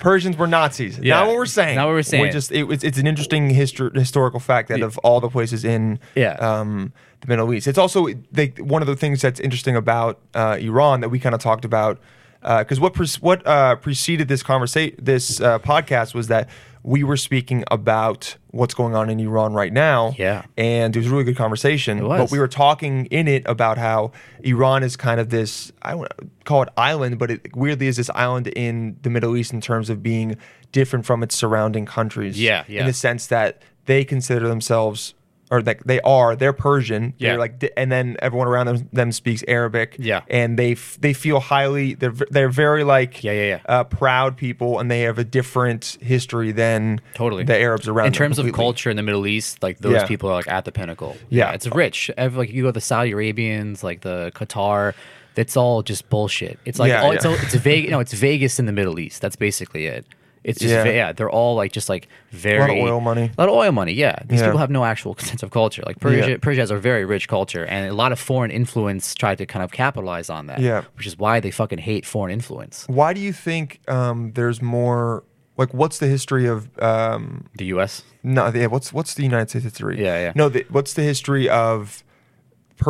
Speaker 8: Persians were Nazis.
Speaker 7: Yeah,
Speaker 8: not what we're saying.
Speaker 7: not what we're saying.
Speaker 8: just it, it's it's an interesting histor- historical fact that of all the places in
Speaker 7: Yeah.
Speaker 8: um, the Middle East, it's also they, one of the things that's interesting about uh, Iran that we kind of talked about because what pres what uh, preceded this conversation this uh, podcast was that. We were speaking about what's going on in Iran right now.
Speaker 7: Yeah.
Speaker 8: And it was a really good conversation. But
Speaker 7: was.
Speaker 8: we were talking in it about how Iran is kind of this I don't call it island, but it weirdly is this island in the Middle East in terms of being different from its surrounding countries.
Speaker 7: Yeah,
Speaker 8: In
Speaker 7: yeah.
Speaker 8: the sense that they consider themselves or like they are, they're Persian.
Speaker 7: Yeah.
Speaker 8: They're like, di- and then everyone around them, them speaks Arabic.
Speaker 7: Yeah.
Speaker 8: And they f- they feel highly. They're v- they're very like
Speaker 7: Yeah, yeah, yeah.
Speaker 8: Uh, proud people, and they have a different history than
Speaker 7: Totally.
Speaker 8: the Arabs around.
Speaker 7: in
Speaker 8: them
Speaker 7: terms of
Speaker 8: completely.
Speaker 7: culture in the Middle East, like those
Speaker 8: Yeah.
Speaker 7: people are like at the pinnacle.
Speaker 8: Yeah.
Speaker 7: it's rich. Ev- Like you go to the Saudi Arabians, like the Qatar. That's all just bullshit. It's like
Speaker 8: Yeah,
Speaker 7: all, it's
Speaker 8: yeah.
Speaker 7: all, it's Vegas. No, it's Vegas in the Middle East. That's basically it. It's just
Speaker 8: Yeah.
Speaker 7: yeah. yeah, they're all like just like very
Speaker 8: oil money.
Speaker 7: A lot of oil money. Yeah, these
Speaker 8: Yeah.
Speaker 7: people have no actual sense of culture. Like Persia,
Speaker 8: Yeah.
Speaker 7: Persia has a very rich culture, and a lot of foreign influence tried to kind of capitalize on that.
Speaker 8: Yeah.
Speaker 7: which is why they fucking hate foreign influence.
Speaker 8: why do you think um, there's more like what's the history of um,
Speaker 7: The U.S.
Speaker 8: no yeah, what's what's the United States history
Speaker 7: Yeah, yeah.
Speaker 8: no the, what's the history of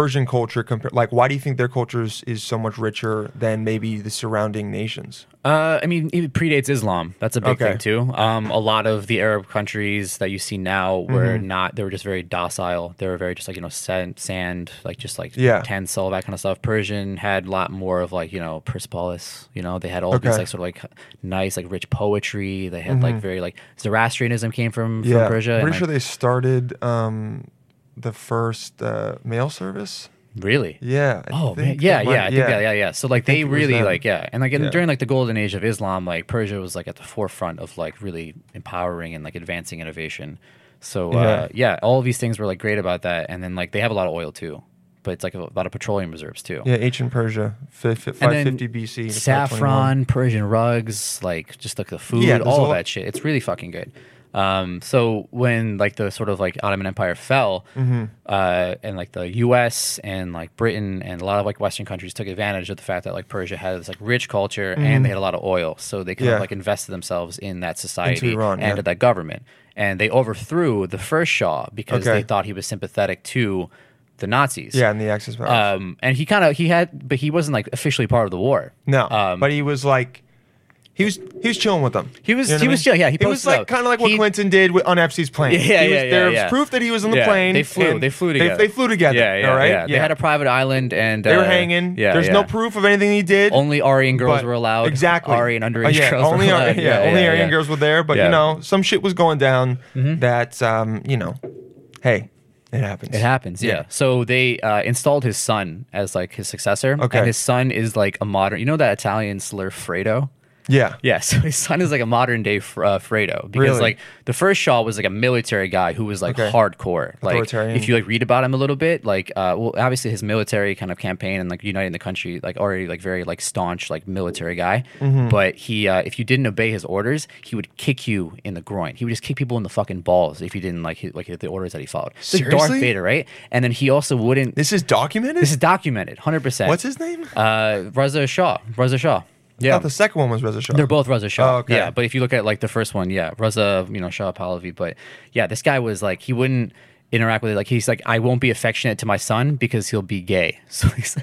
Speaker 8: Persian culture compared? Like, why do you think their culture is, is so much richer than maybe the surrounding nations?
Speaker 7: Uh, I mean, it predates Islam. That's a big
Speaker 8: Okay.
Speaker 7: thing too. Um, a lot of the Arab countries that you see now were
Speaker 8: Mm-hmm.
Speaker 7: not. They were just very docile. They were very just like you know sand, sand like just like
Speaker 8: Yeah.
Speaker 7: tents, all that kind of stuff. Persian had a lot more of like you know Persepolis. You know, they had all
Speaker 8: Okay. Mm-hmm.
Speaker 7: these like sort of like nice like rich poetry. They had like very like Zoroastrianism came from, from
Speaker 8: yeah,
Speaker 7: Persia. and,
Speaker 8: pretty sure
Speaker 7: like-
Speaker 8: they started um, the first uh, mail service.
Speaker 7: really.
Speaker 8: Yeah. I
Speaker 7: Oh man,
Speaker 8: think
Speaker 7: yeah,
Speaker 8: it might-
Speaker 7: yeah, I think that, yeah, yeah. So like they
Speaker 8: think it was
Speaker 7: really
Speaker 8: them.
Speaker 7: like yeah, and like in,
Speaker 8: Yeah.
Speaker 7: during like the golden age of Islam, like Persia was like at the forefront of like really empowering and like advancing innovation. So uh, yeah, all of these things were like great about that, and then like they have a lot of oil too, but it's like a lot of petroleum reserves too.
Speaker 8: Yeah, ancient Persia, fi- fi-
Speaker 7: And then
Speaker 8: 550 BC. to 521.
Speaker 7: saffron, Persian rugs, like just like the food,
Speaker 8: Yeah, there's a
Speaker 7: all of
Speaker 8: lot-
Speaker 7: that shit. It's really fucking good. Um, so when like the sort of like Ottoman Empire fell,
Speaker 8: Mm-hmm.
Speaker 7: uh, and like the U.S. and like Britain and a lot of like Western countries took advantage of the fact that like Persia had this like rich culture and they had a lot of oil, so they kind
Speaker 8: Mm-hmm. Yeah.
Speaker 7: of like invested themselves in that society
Speaker 8: Iran,
Speaker 7: and
Speaker 8: yeah.
Speaker 7: that government, and they overthrew the first Shah because
Speaker 8: Okay.
Speaker 7: they thought he was sympathetic to the Nazis.
Speaker 8: Yeah, and the Axis powers.
Speaker 7: Um, and he kind of he had, but he wasn't like officially part of the war.
Speaker 8: no,
Speaker 7: um,
Speaker 8: but he was like, he was he was chilling with them.
Speaker 7: He was-
Speaker 8: what
Speaker 7: he
Speaker 8: I
Speaker 7: was
Speaker 8: mean?
Speaker 7: chill, yeah, he
Speaker 8: It was
Speaker 7: posted
Speaker 8: like
Speaker 7: up.
Speaker 8: kind of like what
Speaker 7: He-
Speaker 8: Clinton did with, on Epstein's plane.
Speaker 7: Yeah, yeah,
Speaker 8: He was-
Speaker 7: yeah,
Speaker 8: There
Speaker 7: yeah.
Speaker 8: was proof that he was on the
Speaker 7: Yeah,
Speaker 8: plane.
Speaker 7: They flew.
Speaker 8: and
Speaker 7: They flew
Speaker 8: they-
Speaker 7: together.
Speaker 8: They, flew together.
Speaker 7: Yeah, yeah,
Speaker 8: all right?
Speaker 7: yeah. They had a private island, and
Speaker 8: They were
Speaker 7: uh,
Speaker 8: hanging.
Speaker 7: Yeah,
Speaker 8: There's
Speaker 7: yeah.
Speaker 8: no proof of anything he did.
Speaker 7: Only Ari and girls
Speaker 8: but-
Speaker 7: were allowed.
Speaker 8: Exactly.
Speaker 7: Ari and underage
Speaker 8: Uh, yeah,
Speaker 7: girls.
Speaker 8: Only
Speaker 7: were
Speaker 8: Ari-
Speaker 7: allowed.
Speaker 8: yeah, only Ari and girls were there. But
Speaker 7: Yeah. Mm-hmm.
Speaker 8: you know, some shit was going down that um, you know, hey, it happens.
Speaker 7: It happens, yeah.
Speaker 8: Yeah.
Speaker 7: So they uh, installed his son as like his successor,
Speaker 8: Okay.
Speaker 7: and his son is like a modern. You know that Italian slur Fredo.
Speaker 8: Yeah.
Speaker 7: Yeah, so his son is like a modern day Fr- uh, Fredo because
Speaker 8: Really?
Speaker 7: like the first Shaw was like a military guy who was like
Speaker 8: Okay.
Speaker 7: hardcore. Like
Speaker 8: Authoritarian.
Speaker 7: if you like read about him a little bit, like uh, well obviously his military kind of campaign and like uniting the country, like already like very like staunch like military guy.
Speaker 8: Mm-hmm.
Speaker 7: But he uh, if you didn't obey his orders, he would kick you in the groin. He would just kick people in the fucking balls if you didn't like his, like the orders that he followed. It's like Darth
Speaker 8: Seriously?
Speaker 7: Vader, right? And then he also wouldn't. This,
Speaker 8: This is documented.
Speaker 7: is documented, hundred percent.
Speaker 8: What's his name?
Speaker 7: Uh, Reza Shaw. Reza Shaw. Yeah.
Speaker 8: Not the second one was Reza Shah.
Speaker 7: They're both Reza Shah.
Speaker 8: Oh, okay.
Speaker 7: Yeah, but if you look at like the first one, yeah, Reza, you know, Shah Pahlavi. But yeah, this guy was like he wouldn't interact with it. Like he's like, I won't be affectionate to my son because he'll be gay. So he's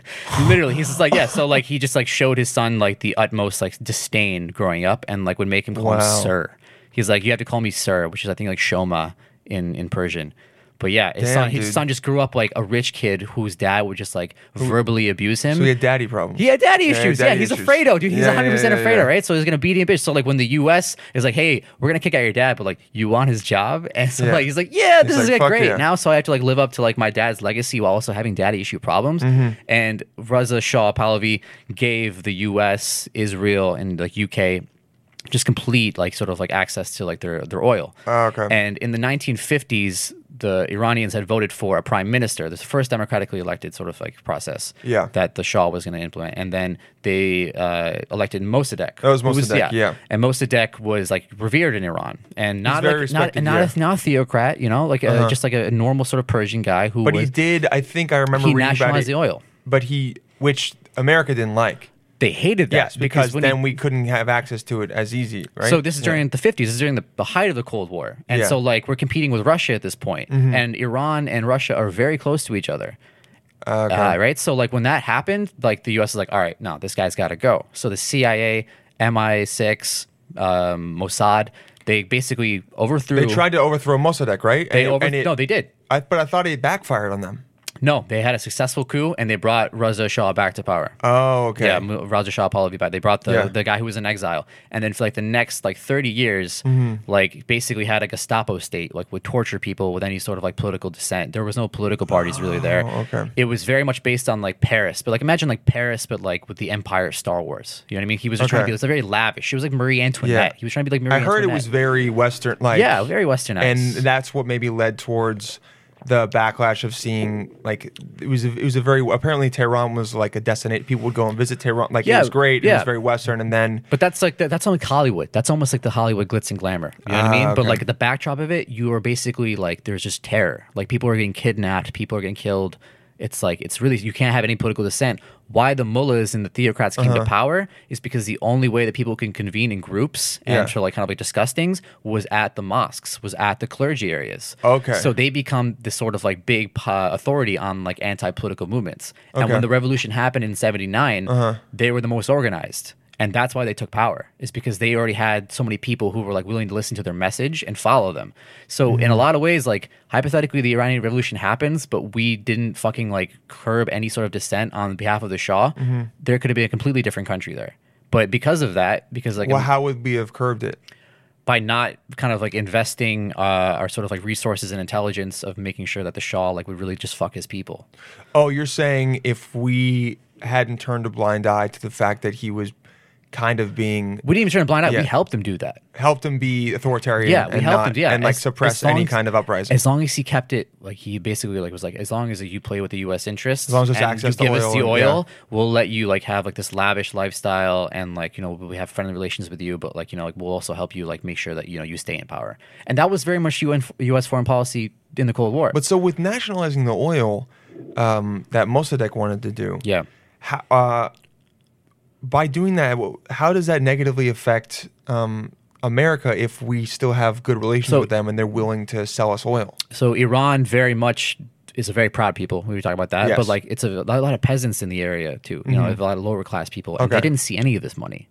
Speaker 7: literally he's just like yeah. So like he just like showed his son like the utmost like disdain growing up, and like would make him call
Speaker 8: Wow.
Speaker 7: him sir. He's like, you have to call me sir, which is I think like Shoma in in Persian. But yeah, his
Speaker 8: Damn,
Speaker 7: son his
Speaker 8: dude.
Speaker 7: son just grew up like a rich kid whose dad would just like verbally abuse him.
Speaker 8: So he had daddy problems.
Speaker 7: He had daddy
Speaker 8: Yeah,
Speaker 7: issues. Yeah,
Speaker 8: daddy
Speaker 7: he's
Speaker 8: issues.
Speaker 7: afraid. Fredo, dude. He's 100%
Speaker 8: Yeah, yeah, yeah,
Speaker 7: afraid,
Speaker 8: yeah.
Speaker 7: right? So he's gonna beat him, bitch. So like when the U.S. is like, hey, we're gonna kick out your dad, but like you want his job, and so
Speaker 8: Yeah.
Speaker 7: like he's like, yeah, this
Speaker 8: He's
Speaker 7: is
Speaker 8: like,
Speaker 7: like,
Speaker 8: "Fuck
Speaker 7: great.
Speaker 8: yeah."
Speaker 7: Now, so I have to like live up to like my dad's legacy while also having daddy issue problems.
Speaker 8: Mm-hmm.
Speaker 7: And Reza Shah Pahlavi gave the U.S., Israel, and like U.K. just complete like sort of like access to like their their oil.
Speaker 8: Oh, okay.
Speaker 7: And in the 1950s, the Iranians had voted for a prime minister, this first democratically elected sort of like process
Speaker 8: Yeah.
Speaker 7: that the Shah was going to implement. And then they uh, elected Mossadegh.
Speaker 8: That was
Speaker 7: who
Speaker 8: Mossadegh, yeah.
Speaker 7: And Mossadegh was like revered in Iran and not
Speaker 8: very
Speaker 7: like, not,
Speaker 8: respected,
Speaker 7: not,
Speaker 8: yeah. Uh-huh.
Speaker 7: a, not a theocrat, you know, like a, just like a normal sort of Persian guy who
Speaker 8: But
Speaker 7: was,
Speaker 8: he did. I think I remember
Speaker 7: he
Speaker 8: reading about it.
Speaker 7: nationalized the oil.
Speaker 8: But he, which America didn't like.
Speaker 7: They hated that.
Speaker 8: yes, because,
Speaker 7: when he-
Speaker 8: then we couldn't have access to it as easy, right?
Speaker 7: So this is
Speaker 8: Yeah.
Speaker 7: during the 50s. This is during the, the height of the Cold War. And
Speaker 8: Yeah. Mm-hmm.
Speaker 7: so like we're competing with Russia at this point. And Iran and Russia are very close to each other. Uh, right? So like when that happened, like the US is like, all right, no, this guy's got to go. So the CIA, MI6, um, Mossad, they basically overthrew
Speaker 8: They tried to overthrow Mossadegh, right?
Speaker 7: they
Speaker 8: And it-
Speaker 7: over,
Speaker 8: and it-
Speaker 7: No, they did.
Speaker 8: I, but I thought it backfired on them.
Speaker 7: No, they had a successful coup and they brought Reza Shah back to power.
Speaker 8: Oh, okay.
Speaker 7: Yeah, Mu- Raja Shah Pahlavi. They brought the,
Speaker 8: Yeah.
Speaker 7: the guy who was in exile, and then for like the next like thirty years,
Speaker 8: Mm-hmm.
Speaker 7: like basically had a Gestapo state, like would torture people with any sort of like political dissent. There was no political parties really there.
Speaker 8: Oh, okay.
Speaker 7: It was very much based on like Paris, but like imagine like Paris, but like with the Empire of Star Wars. You know what I mean? He was just trying
Speaker 8: Okay.
Speaker 7: to be it was very lavish. He was like Marie Antoinette.
Speaker 8: Yeah.
Speaker 7: He was trying to be like Marie.
Speaker 8: I heard it was
Speaker 7: Antoinette.
Speaker 8: very Western, like
Speaker 7: yeah, very westernized.
Speaker 8: and that's what maybe led towards the backlash of seeing like it was a, it was a very apparently Tehran was like a destination. People would go and visit Tehran. Like it
Speaker 7: Yeah,
Speaker 8: was great. It was
Speaker 7: yeah.
Speaker 8: very Western, and then
Speaker 7: But that's like that, that's almost like Hollywood. That's almost like the Hollywood glitz and glamour. You know what I mean?
Speaker 8: Ah,
Speaker 7: But
Speaker 8: okay.
Speaker 7: like the backdrop of it, you are basically like there's just terror. Like people are getting kidnapped, people are getting killed. It's like it's really you can't have any political dissent. Why the mullahs and the theocrats came
Speaker 8: Uh-huh.
Speaker 7: to power is because the only way that people can convene in groups and
Speaker 8: Yeah.
Speaker 7: to like kind of like discuss things was at the mosques, was at the clergy areas.
Speaker 8: Okay.
Speaker 7: So they become this sort of like big uh, authority on like anti-political movements. And
Speaker 8: Okay.
Speaker 7: when the revolution happened in 79, they were the most organized. And that's why they took power, is because they already had so many people who were like willing to listen to their message and follow them. So in a lot of ways, like hypothetically, the Iranian Revolution happens, but we didn't fucking like curb any sort of dissent on behalf of the Shah. There could have been a completely different country there. But because of that, because like
Speaker 8: Well, how would we have curbed it?
Speaker 7: by not kind of like investing uh, our sort of like resources and intelligence of making sure that the Shah like would really just fuck his people.
Speaker 8: Oh, you're saying if we hadn't turned a blind eye to the fact that he was kind of being
Speaker 7: We didn't even turn a blind eye.
Speaker 8: Yeah.
Speaker 7: We helped them do that.
Speaker 8: helped him be authoritarian
Speaker 7: Yeah, we
Speaker 8: and
Speaker 7: helped
Speaker 8: not-
Speaker 7: him. Yeah,
Speaker 8: and like
Speaker 7: as-
Speaker 8: suppress
Speaker 7: as long
Speaker 8: any
Speaker 7: as-
Speaker 8: kind of uprising.
Speaker 7: As long as he kept it, like he basically like was like, as long as you play with the U.S. interests,
Speaker 8: As long as there's
Speaker 7: and
Speaker 8: access
Speaker 7: you
Speaker 8: to
Speaker 7: give
Speaker 8: oil
Speaker 7: us the
Speaker 8: and-
Speaker 7: oil, we'll let you like have like this lavish lifestyle and like you know we have friendly relations with you, but like you know like we'll also help you like make sure that you know you stay in power. And that was very much UN f- U.S. foreign policy in the Cold War.
Speaker 8: But so with nationalizing the oil um, that Mossadegh wanted to do,
Speaker 7: yeah.
Speaker 8: ho- uh, by doing that, wh- how does that negatively affect um, America if we still have good relations
Speaker 7: So-
Speaker 8: with them and they're willing to sell us oil?
Speaker 7: So Iran very much is a very proud people. We were talking about that,
Speaker 8: Yes. Mm-hmm.
Speaker 7: but like it's a, a lot of peasants in the area too. You know, a lot of lower class people, and
Speaker 8: Okay.
Speaker 7: they didn't see any of this money.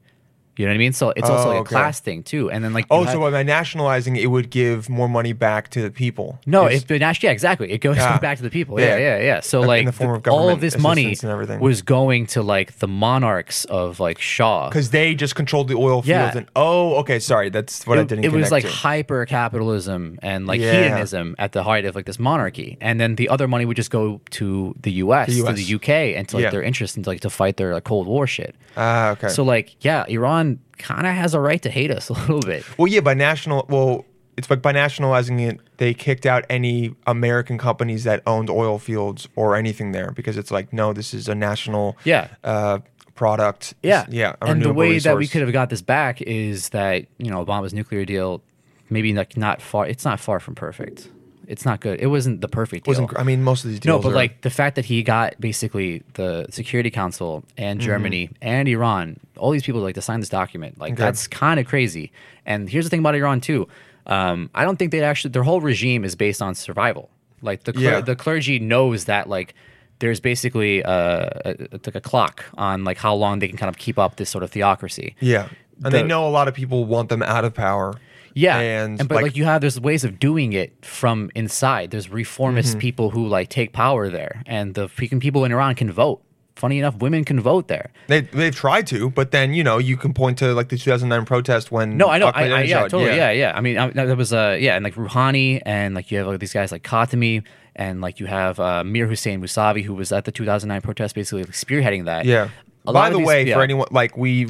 Speaker 7: You know what I mean? So it's also
Speaker 8: Oh,
Speaker 7: like a
Speaker 8: okay.
Speaker 7: class thing too. And then like you
Speaker 8: Oh,
Speaker 7: have-
Speaker 8: so by nationalizing, it would give more money back to the people.
Speaker 7: no,
Speaker 8: It's-
Speaker 7: if the national, yeah, exactly, it goes
Speaker 8: Yeah.
Speaker 7: back to the people.
Speaker 8: Yeah.
Speaker 7: Yeah, yeah, yeah. So
Speaker 8: In
Speaker 7: like
Speaker 8: the form of
Speaker 7: all
Speaker 8: government
Speaker 7: of this money
Speaker 8: assistance and everything.
Speaker 7: was going to like the monarchs of like Shah.
Speaker 8: because they just controlled the oil fields.
Speaker 7: Yeah.
Speaker 8: And oh, okay, sorry, that's what I didn't.
Speaker 7: it was
Speaker 8: connect
Speaker 7: like
Speaker 8: to.
Speaker 7: hyper capitalism and like
Speaker 8: Yeah.
Speaker 7: hedonism at the height of like this monarchy and then the other money would just go to the US,
Speaker 8: The
Speaker 7: to
Speaker 8: US.
Speaker 7: the UK and to like
Speaker 8: Yeah.
Speaker 7: their interest and to, like to fight their like, cold war shit
Speaker 8: Ah, okay.
Speaker 7: so like yeah iran kind of has a right to hate us a little bit
Speaker 8: Well, yeah, by national, well, it's like by nationalizing it, they kicked out any American companies that owned oil fields or anything there because it's like, no, this is a national,
Speaker 7: Yeah.
Speaker 8: uh, product.
Speaker 7: Yeah.
Speaker 8: yeah. a
Speaker 7: And the
Speaker 8: renewable
Speaker 7: way that we
Speaker 8: resource.
Speaker 7: could have got this back is that, you know, Obama's nuclear deal, maybe like not far, it's not far from perfect. It's not good. It wasn't the perfect deal.
Speaker 8: wasn't. gr- I mean, most of these
Speaker 7: no,
Speaker 8: deals.
Speaker 7: but
Speaker 8: are-
Speaker 7: like the fact that he got basically the Security Council and Germany and Iran, all these people like to sign this document. Like that's kind of crazy. And here's the thing about Iran too. Um, I don't think they actually their whole regime is based on survival. Like the cler-
Speaker 8: Yeah.
Speaker 7: the clergy knows that like there's basically a, a, it's like a clock on like how long they can kind of keep up this sort of theocracy.
Speaker 8: yeah, and they
Speaker 7: the-
Speaker 8: know a lot of people want them out of power.
Speaker 7: Yeah,
Speaker 8: and,
Speaker 7: but like, you have there's ways of doing it from inside. There's reformist
Speaker 8: Mm-hmm.
Speaker 7: people who like take power there, and the freaking people in Iran can vote. Funny enough, women can vote there.
Speaker 8: They, they've tried to, but then you know you can point to like the 2009 protest when
Speaker 7: No, I know. I, I, yeah,
Speaker 8: Ahmadinejad-
Speaker 7: totally. Yeah. yeah, I mean, I, that was uh, yeah, and like Rouhani, and like you have like, these guys like Khatami, and like you have uh, Mir Hussein Musavi, who was at the 2009 protest, basically like, spearheading that.
Speaker 8: Yeah.
Speaker 7: A lot
Speaker 8: By
Speaker 7: of
Speaker 8: the
Speaker 7: these-
Speaker 8: way,
Speaker 7: yeah.
Speaker 8: for anyone like we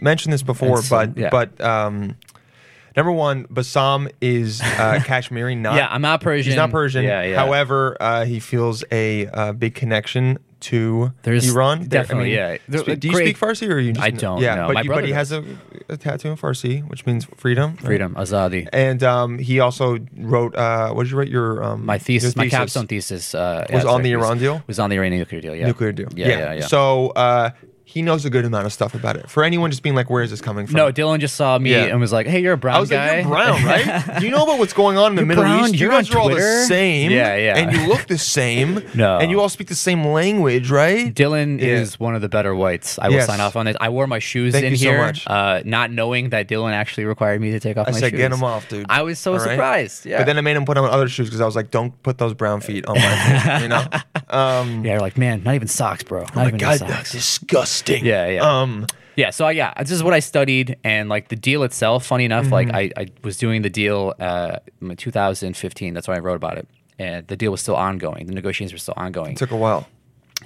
Speaker 8: mentioned this before,
Speaker 7: And so-
Speaker 8: but
Speaker 7: yeah.
Speaker 8: but um, number one, Bassam is uh, Kashmiri, not
Speaker 7: yeah, I'm not Persian.
Speaker 8: he's not Persian.
Speaker 7: Yeah, yeah.
Speaker 8: However, uh, he feels a uh, big connection to
Speaker 7: There's
Speaker 8: Iran. There-
Speaker 7: definitely, yeah. There-
Speaker 8: spe- do you
Speaker 7: great-
Speaker 8: speak Farsi or you? Just,
Speaker 7: I don't
Speaker 8: Yeah,
Speaker 7: know.
Speaker 8: but,
Speaker 7: My
Speaker 8: you- but
Speaker 7: brother
Speaker 8: he has a, a tattoo in Farsi, which means freedom. right?
Speaker 7: freedom, Azadi.
Speaker 8: And um, he also wrote. Uh, what did you write? Your um,
Speaker 7: my thesis,
Speaker 8: your
Speaker 7: my capstone thesis, uh,
Speaker 8: Was on the
Speaker 7: was-
Speaker 8: Iran deal?
Speaker 7: Was on the Iranian nuclear deal. Yeah.
Speaker 8: nuclear deal.
Speaker 7: Yeah, yeah, yeah.
Speaker 8: So uh, he knows a good amount of stuff about it. For anyone just being like, where is this coming from?
Speaker 7: no, Dylan just saw me
Speaker 8: Yeah.
Speaker 7: and was like, "Hey, you're a brown
Speaker 8: I was
Speaker 7: guy."
Speaker 8: like, you're brown, right? Do you know about what's going on in the
Speaker 7: You're
Speaker 8: Middle
Speaker 7: brown,
Speaker 8: East? You
Speaker 7: you're on
Speaker 8: guys are all the
Speaker 7: Twitter?
Speaker 8: same.
Speaker 7: Yeah, yeah.
Speaker 8: And you look the same.
Speaker 7: No.
Speaker 8: And you all speak the same language, right?
Speaker 7: Dylan
Speaker 8: Yeah.
Speaker 7: is one of the better whites. I will
Speaker 8: Yes.
Speaker 7: sign off on it. I wore my shoes
Speaker 8: Thank
Speaker 7: in
Speaker 8: you so
Speaker 7: here,
Speaker 8: much.
Speaker 7: Uh, not knowing that Dylan actually required me to take off
Speaker 8: I
Speaker 7: my
Speaker 8: said,
Speaker 7: shoes.
Speaker 8: get him off, dude.
Speaker 7: I was so
Speaker 8: All right?
Speaker 7: surprised. Yeah.
Speaker 8: But then I made him put on other shoes because I was like, don't put those brown feet on my feet, you know? Um,
Speaker 7: yeah, you're like, man, not even socks, bro. Not
Speaker 8: oh my
Speaker 7: even
Speaker 8: God, that's
Speaker 7: socks.
Speaker 8: disgusting.
Speaker 7: Yeah, yeah.
Speaker 8: Um,
Speaker 7: Yeah, so yeah, this is what I studied, and like the deal itself. Funny enough, like I,
Speaker 8: Mm-hmm.
Speaker 7: I was doing the deal uh, in 2015. That's when I wrote about it, and the deal was still ongoing. The negotiations were still ongoing.
Speaker 8: took a while.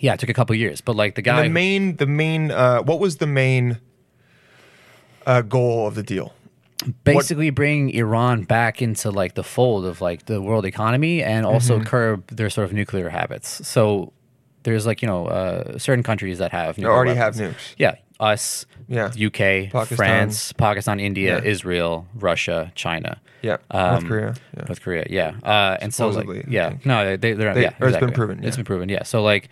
Speaker 7: yeah, it took a couple years, but like the guy,
Speaker 8: the
Speaker 7: who-
Speaker 8: main, the main, uh, what was the main uh, goal of the deal?
Speaker 7: basically bring Iran back into like the fold of like the world economy and also
Speaker 8: Mm-hmm.
Speaker 7: curb their sort of nuclear habits. So there's like you know uh, certain countries that have nuclear
Speaker 8: already have
Speaker 7: weapons.
Speaker 8: nukes.
Speaker 7: Yeah, us,
Speaker 8: Yeah.
Speaker 7: UK,
Speaker 8: Pakistan.
Speaker 7: France, Pakistan, India,
Speaker 8: Yeah.
Speaker 7: Israel, Russia, China.
Speaker 8: Yeah. North
Speaker 7: Um,
Speaker 8: Korea. Yeah.
Speaker 7: North Korea, yeah. Uh, and so, like,
Speaker 8: Supposedly, I
Speaker 7: yeah,
Speaker 8: think.
Speaker 7: no, they, they're
Speaker 8: They-
Speaker 7: yeah,
Speaker 8: or it's been
Speaker 7: exactly.
Speaker 8: proven,
Speaker 7: It's
Speaker 8: yeah.
Speaker 7: been proven, yeah. So, like,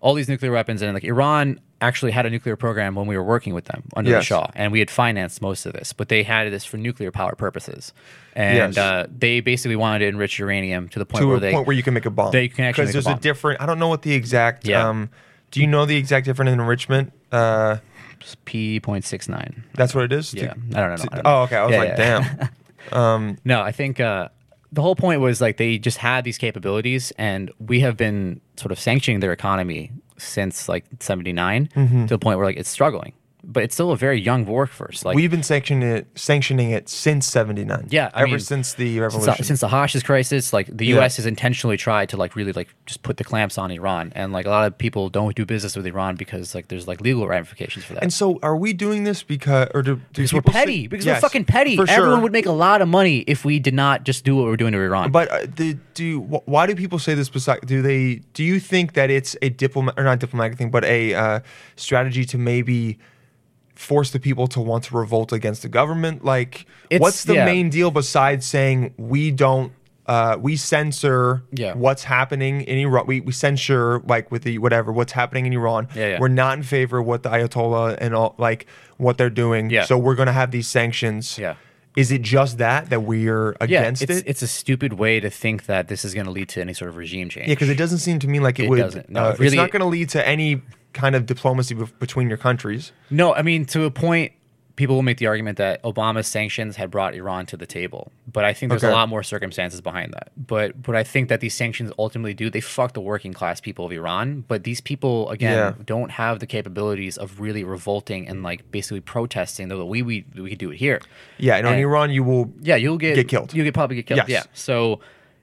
Speaker 7: all these nuclear weapons, and like Iran actually had a nuclear program when we were working with them under
Speaker 8: Yes.
Speaker 7: the Shah, and we had financed most of this, but they had this for nuclear power purposes, and
Speaker 8: Yes.
Speaker 7: uh, they basically wanted to enrich uranium to the point
Speaker 8: to
Speaker 7: where
Speaker 8: a
Speaker 7: they
Speaker 8: point where you can make a bomb.
Speaker 7: they can actually
Speaker 8: because
Speaker 7: make a
Speaker 8: there's
Speaker 7: bomb.
Speaker 8: different. I don't know what the exact.
Speaker 7: Yeah.
Speaker 8: Um, do you know the exact difference in enrichment? Uh,
Speaker 7: P.69.
Speaker 8: that's what it is.
Speaker 7: Yeah, I
Speaker 8: To-
Speaker 7: don't know.
Speaker 8: to-
Speaker 7: I don't know.
Speaker 8: oh, okay. I was
Speaker 7: Yeah,
Speaker 8: like,
Speaker 7: yeah.
Speaker 8: damn.
Speaker 7: No, I think uh, the whole point was like they just had these capabilities, and we have been sort of sanctioning their economy since like '79
Speaker 8: Mm-hmm.
Speaker 7: to the point where like it's struggling, but it's still a very young workforce. Like
Speaker 8: We've been sanctioning it, sanctioning it since '79.
Speaker 7: Yeah, I
Speaker 8: ever
Speaker 7: mean,
Speaker 8: since the
Speaker 7: since
Speaker 8: revolution.
Speaker 7: the, since the Hostage crisis, like the
Speaker 8: Yeah.
Speaker 7: U.S. has intentionally tried to like really like just put the clamps on Iran, and like a lot of people don't do business with Iran because like there's like legal ramifications for that.
Speaker 8: and so, are we doing this because, or do, do
Speaker 7: because we're
Speaker 8: people say-
Speaker 7: petty. Because we're
Speaker 8: Yes,
Speaker 7: fucking petty.
Speaker 8: For
Speaker 7: Everyone
Speaker 8: sure.
Speaker 7: would make a lot of money if we did not just do what we're doing to Iran.
Speaker 8: But uh, the, do wh- why do people say this? Besides, do they do you think that it's a diplomat or not diplomatic thing, but a uh, strategy to maybe force the people to want to revolt against the government? Like,
Speaker 7: It's-
Speaker 8: what's the
Speaker 7: yeah.
Speaker 8: main deal besides saying we don't? Uh, we censor
Speaker 7: Yeah.
Speaker 8: what's happening in Iran. We, we censure like with the whatever what's happening in Iran.
Speaker 7: Yeah, yeah.
Speaker 8: We're not in favor of what the Ayatollah and all like what they're doing.
Speaker 7: Yeah.
Speaker 8: So we're gonna have these sanctions.
Speaker 7: Yeah.
Speaker 8: Is it just that that we're against
Speaker 7: it's,
Speaker 8: it?
Speaker 7: It's a stupid way to think that this is going to lead to any sort of regime change.
Speaker 8: Yeah, because it doesn't seem to me like it,
Speaker 7: It
Speaker 8: would.
Speaker 7: doesn't. No,
Speaker 8: uh,
Speaker 7: it
Speaker 8: it's
Speaker 7: really-
Speaker 8: not going to lead to any kind of diplomacy bef- between your countries.
Speaker 7: No, I mean to a point. People will make the argument that Obama's sanctions had brought Iran to the table, but I think there's
Speaker 8: Okay.
Speaker 7: a lot more circumstances behind that. But but I think that these sanctions ultimately do they fuck the working class people of Iran. But these people again
Speaker 8: Yeah.
Speaker 7: don't have the capabilities of really revolting and like basically protesting the way we we, we could do it here.
Speaker 8: Yeah, and, on
Speaker 7: And-
Speaker 8: Iran, you will.
Speaker 7: Yeah, you'll get
Speaker 8: Get killed.
Speaker 7: You'll get probably get killed.
Speaker 8: Yes.
Speaker 7: Yeah. So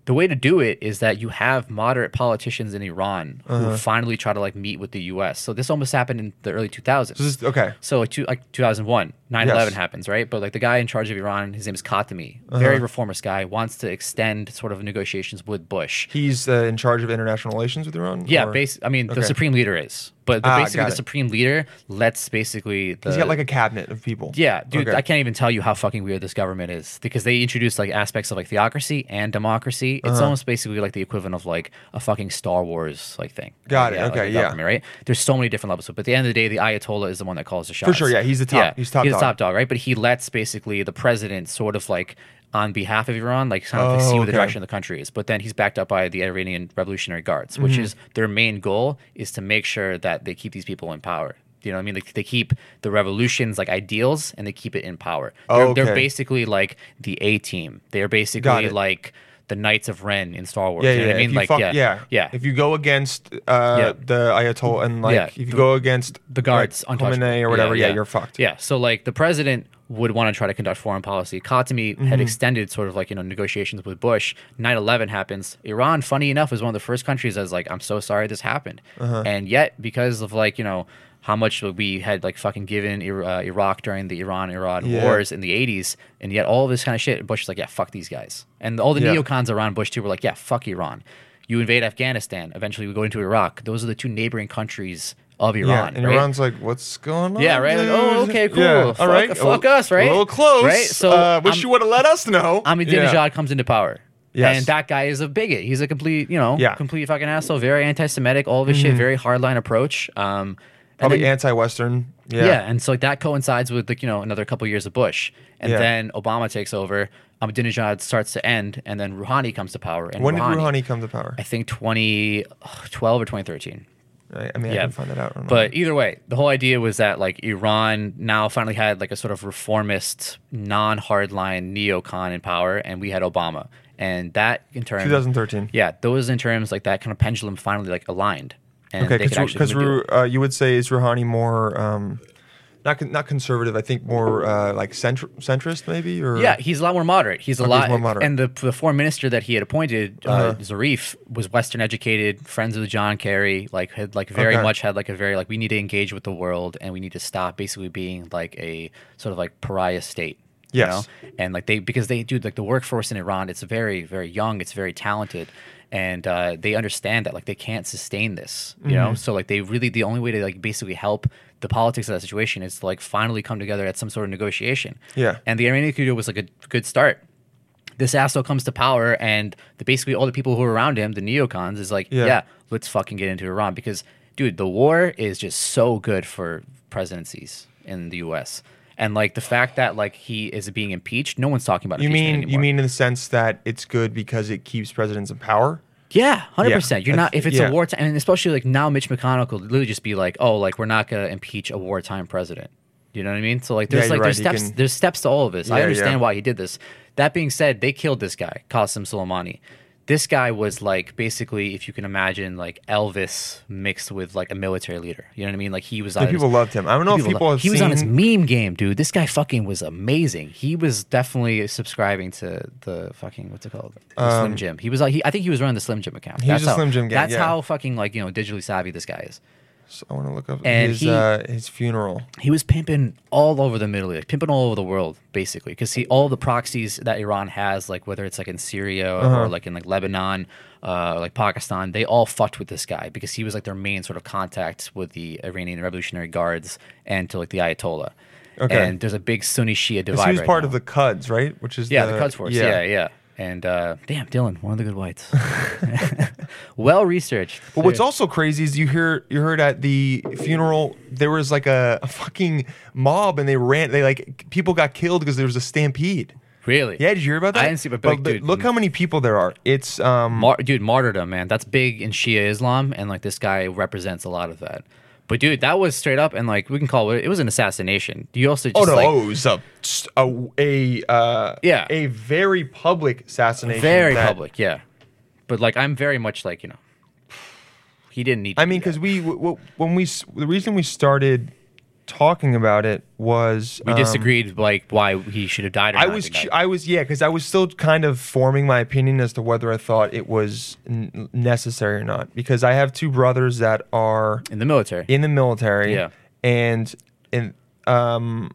Speaker 7: the way to do it is that you have moderate politicians in Iran
Speaker 8: Uh-huh.
Speaker 7: who finally try to like meet with the U.S. So this almost happened in the early 2000s.
Speaker 8: This is okay.
Speaker 7: So like, two, like 2001, 9/11
Speaker 8: Yes. Uh-huh.
Speaker 7: happens, right? But like the guy in charge of Iran, his name is Khatami, very reformist guy, wants to extend sort of negotiations with Bush.
Speaker 8: He's uh, in charge of international relations with Iran.
Speaker 7: yeah,
Speaker 8: or-
Speaker 7: basi- I mean
Speaker 8: Uh-huh. okay.
Speaker 7: the supreme leader is, but the,
Speaker 8: Ah,
Speaker 7: basically
Speaker 8: got
Speaker 7: the
Speaker 8: it.
Speaker 7: supreme leader lets basically the
Speaker 8: He's got like a cabinet of people.
Speaker 7: uh, yeah, dude,
Speaker 8: Okay.
Speaker 7: I can't even tell you how fucking weird this government is because they introduced like aspects of like theocracy and democracy. It's
Speaker 8: Uh-huh.
Speaker 7: almost basically like the equivalent of like a fucking Star Wars like thing.
Speaker 8: Got it.
Speaker 7: like,
Speaker 8: Okay,
Speaker 7: the
Speaker 8: yeah.
Speaker 7: government, Right. There's so many different levels, but at the end of the day, the Ayatollah is the one that calls the shots.
Speaker 8: sure, yeah, he's the top- he's top
Speaker 7: He's
Speaker 8: dog.
Speaker 7: the top dog, right? But he lets basically the president sort of like on behalf of Iran, like kind of like,
Speaker 8: Oh,
Speaker 7: see what
Speaker 8: okay.
Speaker 7: the direction of the country is. But then he's backed up by the Iranian Revolutionary Guards, which
Speaker 8: Mm-hmm.
Speaker 7: is their main goal is to make sure that they keep these people in power. You know what I mean? Like they keep the revolution's like ideals and they keep it in power. They're,
Speaker 8: Okay.
Speaker 7: they're basically like the A team. They are basically
Speaker 8: it.
Speaker 7: like the Knights of Ren in Star Wars.
Speaker 8: Yeah,
Speaker 7: you
Speaker 8: yeah,
Speaker 7: know
Speaker 8: yeah.
Speaker 7: what I mean?
Speaker 8: if you
Speaker 7: Like
Speaker 8: fuck-
Speaker 7: yeah,
Speaker 8: yeah,
Speaker 7: yeah.
Speaker 8: If you go against uh,
Speaker 7: Yeah.
Speaker 8: the Ayatollah and like,
Speaker 7: Yeah,
Speaker 8: if you
Speaker 7: the-
Speaker 8: go against
Speaker 7: the guards
Speaker 8: like,
Speaker 7: on
Speaker 8: Khamenei or whatever, yeah, you're fucked.
Speaker 7: Yeah, so like the president would want to try to conduct foreign policy. Khatami had
Speaker 8: Mm-hmm.
Speaker 7: extended sort of like you know negotiations with Bush. 9/11 happens. Iran, funny enough, was one of the first countries that's like, I'm so sorry this happened,
Speaker 8: Uh-huh.
Speaker 7: and yet because of like you know how much we had like fucking given Ir- uh, Iraq during the Iran-Iran
Speaker 8: Yeah.
Speaker 7: wars in the 80s, and yet all this kind of shit. Bush is like, yeah, fuck these guys, and all the
Speaker 8: Yeah.
Speaker 7: neocons around Bush too were like, yeah, fuck Iran. You invade Afghanistan. Eventually, we go into Iraq. Those are the two neighboring countries of Iran.
Speaker 8: Yeah, and
Speaker 7: right?
Speaker 8: Iran's like, what's going on?
Speaker 7: Yeah, right? Like, oh,
Speaker 8: dude?"
Speaker 7: okay, cool.
Speaker 8: Yeah, all
Speaker 7: Fuck-
Speaker 8: right,
Speaker 7: fuck
Speaker 8: a-
Speaker 7: us, right?
Speaker 8: A little close.
Speaker 7: Right?
Speaker 8: So,
Speaker 7: So,
Speaker 8: uh, wish
Speaker 7: I'm-
Speaker 8: you would have let us know.
Speaker 7: Ahmadinejad
Speaker 8: Yeah.
Speaker 7: comes into power.
Speaker 8: Yes.
Speaker 7: And that guy is a bigot. He's a complete, you know,
Speaker 8: Yeah. Mm-hmm.
Speaker 7: complete fucking asshole, very anti Semitic, all this shit, very hardline approach. Um, and
Speaker 8: Probably
Speaker 7: then-
Speaker 8: anti-Western.
Speaker 7: yeah. and so like that coincides with like you know another couple years of Bush, and
Speaker 8: Yeah.
Speaker 7: then Obama takes over. Ahmadinejad starts to end, and then Rouhani comes to power. And
Speaker 8: When did Rouhani come to power?
Speaker 7: I think 2012 or 2013.
Speaker 8: I, I mean, I
Speaker 7: Yeah.
Speaker 8: can find that out. on my
Speaker 7: But either way, the whole idea was that like Iran now finally had like a sort of reformist, non-hardline neocon in power, and we had Obama, and that in turn
Speaker 8: 2013.
Speaker 7: Yeah, those in terms like that kind of pendulum finally like aligned, and
Speaker 8: Okay,
Speaker 7: they could actually
Speaker 8: because
Speaker 7: really do it.
Speaker 8: uh, you would say is Rouhani more um, not con- not conservative? I think more uh, like centr- centrist, maybe. Or
Speaker 7: Yeah, he's a lot more moderate. He's a
Speaker 8: Okay, he's
Speaker 7: lot
Speaker 8: more moderate. Uh-huh.
Speaker 7: And the, the foreign minister that he had appointed, uh, Zarif, was Western educated, friends with John Kerry, like had like very
Speaker 8: Okay.
Speaker 7: much had like a very like we need to engage with the world and we need to stop basically being like a sort of like pariah state.
Speaker 8: Yes.
Speaker 7: You know? And like they because they do like the workforce in Iran, it's very very young, it's very talented, and uh, they understand that like they can't sustain this. You know, so like they really the only way to like basically help the politics of that situation is to like finally come together at some sort of negotiation.
Speaker 8: Yeah.
Speaker 7: And the Iranian coup was like a good start this asshole comes to power and the, basically all the people who are around him, the neocons, is like,
Speaker 8: Yeah.
Speaker 7: yeah. let's fucking get into Iran because, dude, the war is just so good for presidencies in the U.S. And like the fact that like he is being impeached, no one's talking about
Speaker 8: You
Speaker 7: impeachment
Speaker 8: mean you
Speaker 7: anymore.
Speaker 8: mean in the sense that it's good because it keeps presidents in power?
Speaker 7: Yeah, hundred percent. You're
Speaker 8: Yeah,
Speaker 7: not if it's
Speaker 8: yeah.
Speaker 7: a wartime, and especially like now, Mitch McConnell could literally just be like, "Oh, like we're not gonna impeach a wartime president." You know what I mean? So like,
Speaker 8: Yeah,
Speaker 7: there's
Speaker 8: you're
Speaker 7: like there's
Speaker 8: right, he
Speaker 7: steps
Speaker 8: can-
Speaker 7: there's steps to all of this.
Speaker 8: Yeah,
Speaker 7: I
Speaker 8: yeah.
Speaker 7: understand why he did this. That being said, they killed this guy, Qasem Soleimani. This guy was like basically, if you can imagine, like Elvis mixed with like a military leader. You know what I mean? Like he was. on his-
Speaker 8: people loved him. I don't know if people
Speaker 7: lo-
Speaker 8: have
Speaker 7: he was on his
Speaker 8: seen-
Speaker 7: meme game, dude. This guy fucking was amazing. He was definitely subscribing to the fucking what's it called, the Slim Jim. He was like, he, I think he was running the Slim Jim account.
Speaker 8: Um, He was
Speaker 7: that's
Speaker 8: a
Speaker 7: how,
Speaker 8: Slim Jim guy,
Speaker 7: That's
Speaker 8: yeah.
Speaker 7: how fucking like you know digitally savvy this guy is.
Speaker 8: So I want to look up
Speaker 7: And
Speaker 8: his
Speaker 7: he-
Speaker 8: uh, his funeral.
Speaker 7: He was pimping all over the Middle East, pimping all over the world, basically. Because see, all the proxies that Iran has, like whether it's like in Syria
Speaker 8: Uh-huh.
Speaker 7: or like in like Lebanon, uh, like Pakistan, they all fucked with this guy because he was like their main sort of contact with the Iranian Revolutionary Guards and to like the Ayatollah.
Speaker 8: Okay.
Speaker 7: And there's a big Sunni Shia
Speaker 8: 'Cause
Speaker 7: divide.
Speaker 8: He was
Speaker 7: right
Speaker 8: part
Speaker 7: now.
Speaker 8: of the Cuds, right? Which is
Speaker 7: Yeah, the, Cuds Force. Yeah, yeah. And uh, damn, Dylan, one of the good whites. well researched.
Speaker 8: But what's also crazy is you hear you heard at the funeral there was like a, a fucking mob and they ran they like people got killed because there was a stampede.
Speaker 7: really?
Speaker 8: Yeah, did you hear about that?
Speaker 7: I didn't see, but, like,
Speaker 8: the-
Speaker 7: dude,
Speaker 8: look how many people there are. It's um
Speaker 7: Mar- dude, martyrdom, man. That's big in Shia Islam, and like this guy represents a lot of that. But dude, that was straight up, and like we can call it. It was an assassination. You also just
Speaker 8: oh no,
Speaker 7: like,
Speaker 8: oh, it was a a, a uh,
Speaker 7: Yeah.
Speaker 8: a very public assassination.
Speaker 7: very
Speaker 8: that-
Speaker 7: public, yeah. But like, I'm very much like you know, he didn't need. To
Speaker 8: I
Speaker 7: do
Speaker 8: mean,
Speaker 7: that.
Speaker 8: because we w- w- when we s- the reason we started talking about it was
Speaker 7: we
Speaker 8: um,
Speaker 7: disagreed like why he should have died. Or
Speaker 8: I
Speaker 7: not
Speaker 8: was
Speaker 7: denied.
Speaker 8: cu- I was yeah because I was still kind of forming my opinion as to whether I thought it was n- necessary or not because I have two brothers that are
Speaker 7: in the military.
Speaker 8: in the military
Speaker 7: Yeah.
Speaker 8: and and um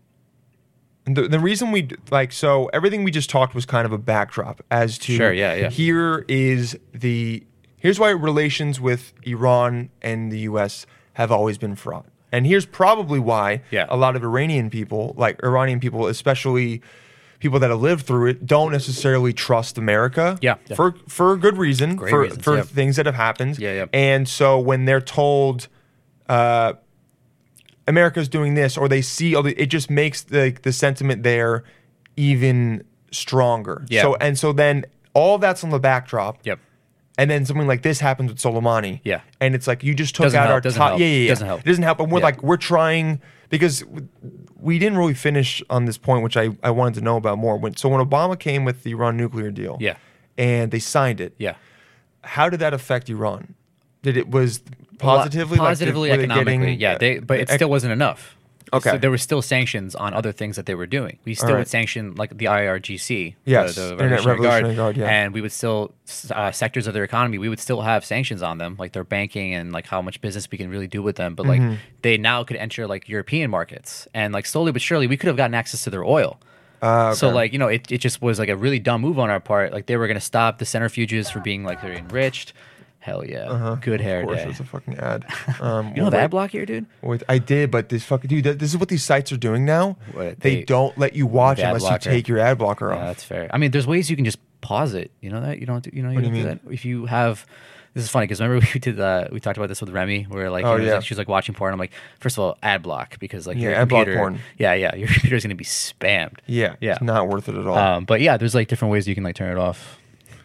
Speaker 8: the, the reason we d- like so everything we just talked was kind of a backdrop as to
Speaker 7: Sure, yeah, yeah.
Speaker 8: here is the here's why relations with Iran and the US have always been fraught. And here's probably why
Speaker 7: Yeah.
Speaker 8: a lot of Iranian people, like Iranian people, especially people that have lived through it, don't necessarily trust America.
Speaker 7: Yeah.
Speaker 8: For for good reason.
Speaker 7: Great
Speaker 8: for
Speaker 7: reasons,
Speaker 8: for
Speaker 7: yeah.
Speaker 8: things that have happened.
Speaker 7: Yeah, yeah.
Speaker 8: And so when they're told uh, America's doing this, or they see all the, it just makes the the sentiment there even stronger.
Speaker 7: Yeah.
Speaker 8: So and so then all that's on the backdrop.
Speaker 7: Yep.
Speaker 8: And then something like this happens with Soleimani.
Speaker 7: Yeah.
Speaker 8: And it's like you just took
Speaker 7: Doesn't
Speaker 8: out
Speaker 7: help,
Speaker 8: our
Speaker 7: doesn't
Speaker 8: top.
Speaker 7: help,
Speaker 8: Yeah, yeah, yeah.
Speaker 7: doesn't help.
Speaker 8: It doesn't help. And we're
Speaker 7: Yeah.
Speaker 8: like we're trying because w- we didn't really finish on this point, which I I wanted to know about more. When so when Obama came with the Iran nuclear deal.
Speaker 7: Yeah.
Speaker 8: And they signed it
Speaker 7: yeah.
Speaker 8: how did that affect Iran? Did it was positively, like, did-
Speaker 7: positively
Speaker 8: were they
Speaker 7: economically
Speaker 8: getting-
Speaker 7: yeah they but it
Speaker 8: ec-
Speaker 7: still wasn't enough
Speaker 8: Okay.
Speaker 7: So there were still sanctions on other things that they were doing we still
Speaker 8: Alright.
Speaker 7: would sanction like the irgc the-
Speaker 8: Yes,
Speaker 7: the,
Speaker 8: Internet
Speaker 7: revolutionary,
Speaker 8: Revolutionary
Speaker 7: guard,
Speaker 8: Guard, yeah.
Speaker 7: and we would still s- uh, sectors of their economy we would still have sanctions on them like their banking and like how much business we can really do with them but like
Speaker 8: Mm-hmm.
Speaker 7: they now could enter like european markets and like slowly but surely we could have gotten access to their oil
Speaker 8: Ah,
Speaker 7: so like you know, it, it just was like a really dumb move on our part. Like they were gonna stop the centrifuges from being like they're enriched. Hell yeah, good hair
Speaker 8: Uh-huh. Of course,
Speaker 7: day.
Speaker 8: it was a fucking ad. Um,
Speaker 7: You don't have
Speaker 8: wait-
Speaker 7: ad block here, dude.
Speaker 8: wait, I did, but this fucking dude. th- This is what these sites are doing now.
Speaker 7: What,
Speaker 8: they,
Speaker 7: they-
Speaker 8: don't let you watch
Speaker 7: the ad
Speaker 8: unless you
Speaker 7: blocker.
Speaker 8: take your ad blocker
Speaker 7: Yeah,
Speaker 8: off.
Speaker 7: that's fair. I mean, there's ways you can just pause it. You know that you don't. Do, you know you
Speaker 8: do
Speaker 7: don't
Speaker 8: you
Speaker 7: do
Speaker 8: mean?
Speaker 7: that if you have. This is funny because remember we did uh, we talked about this with Remy where like, you
Speaker 8: Oh,
Speaker 7: know, it was
Speaker 8: yeah.
Speaker 7: like- she was like watching porn. I'm like, first of all, ad block because like
Speaker 8: Yeah,
Speaker 7: your
Speaker 8: ad block
Speaker 7: computer,
Speaker 8: porn.
Speaker 7: Yeah, yeah, your computer's gonna be spammed.
Speaker 8: Yeah,
Speaker 7: yeah.
Speaker 8: It's not worth it at all.
Speaker 7: um, but yeah, there's like different ways you can like turn it off.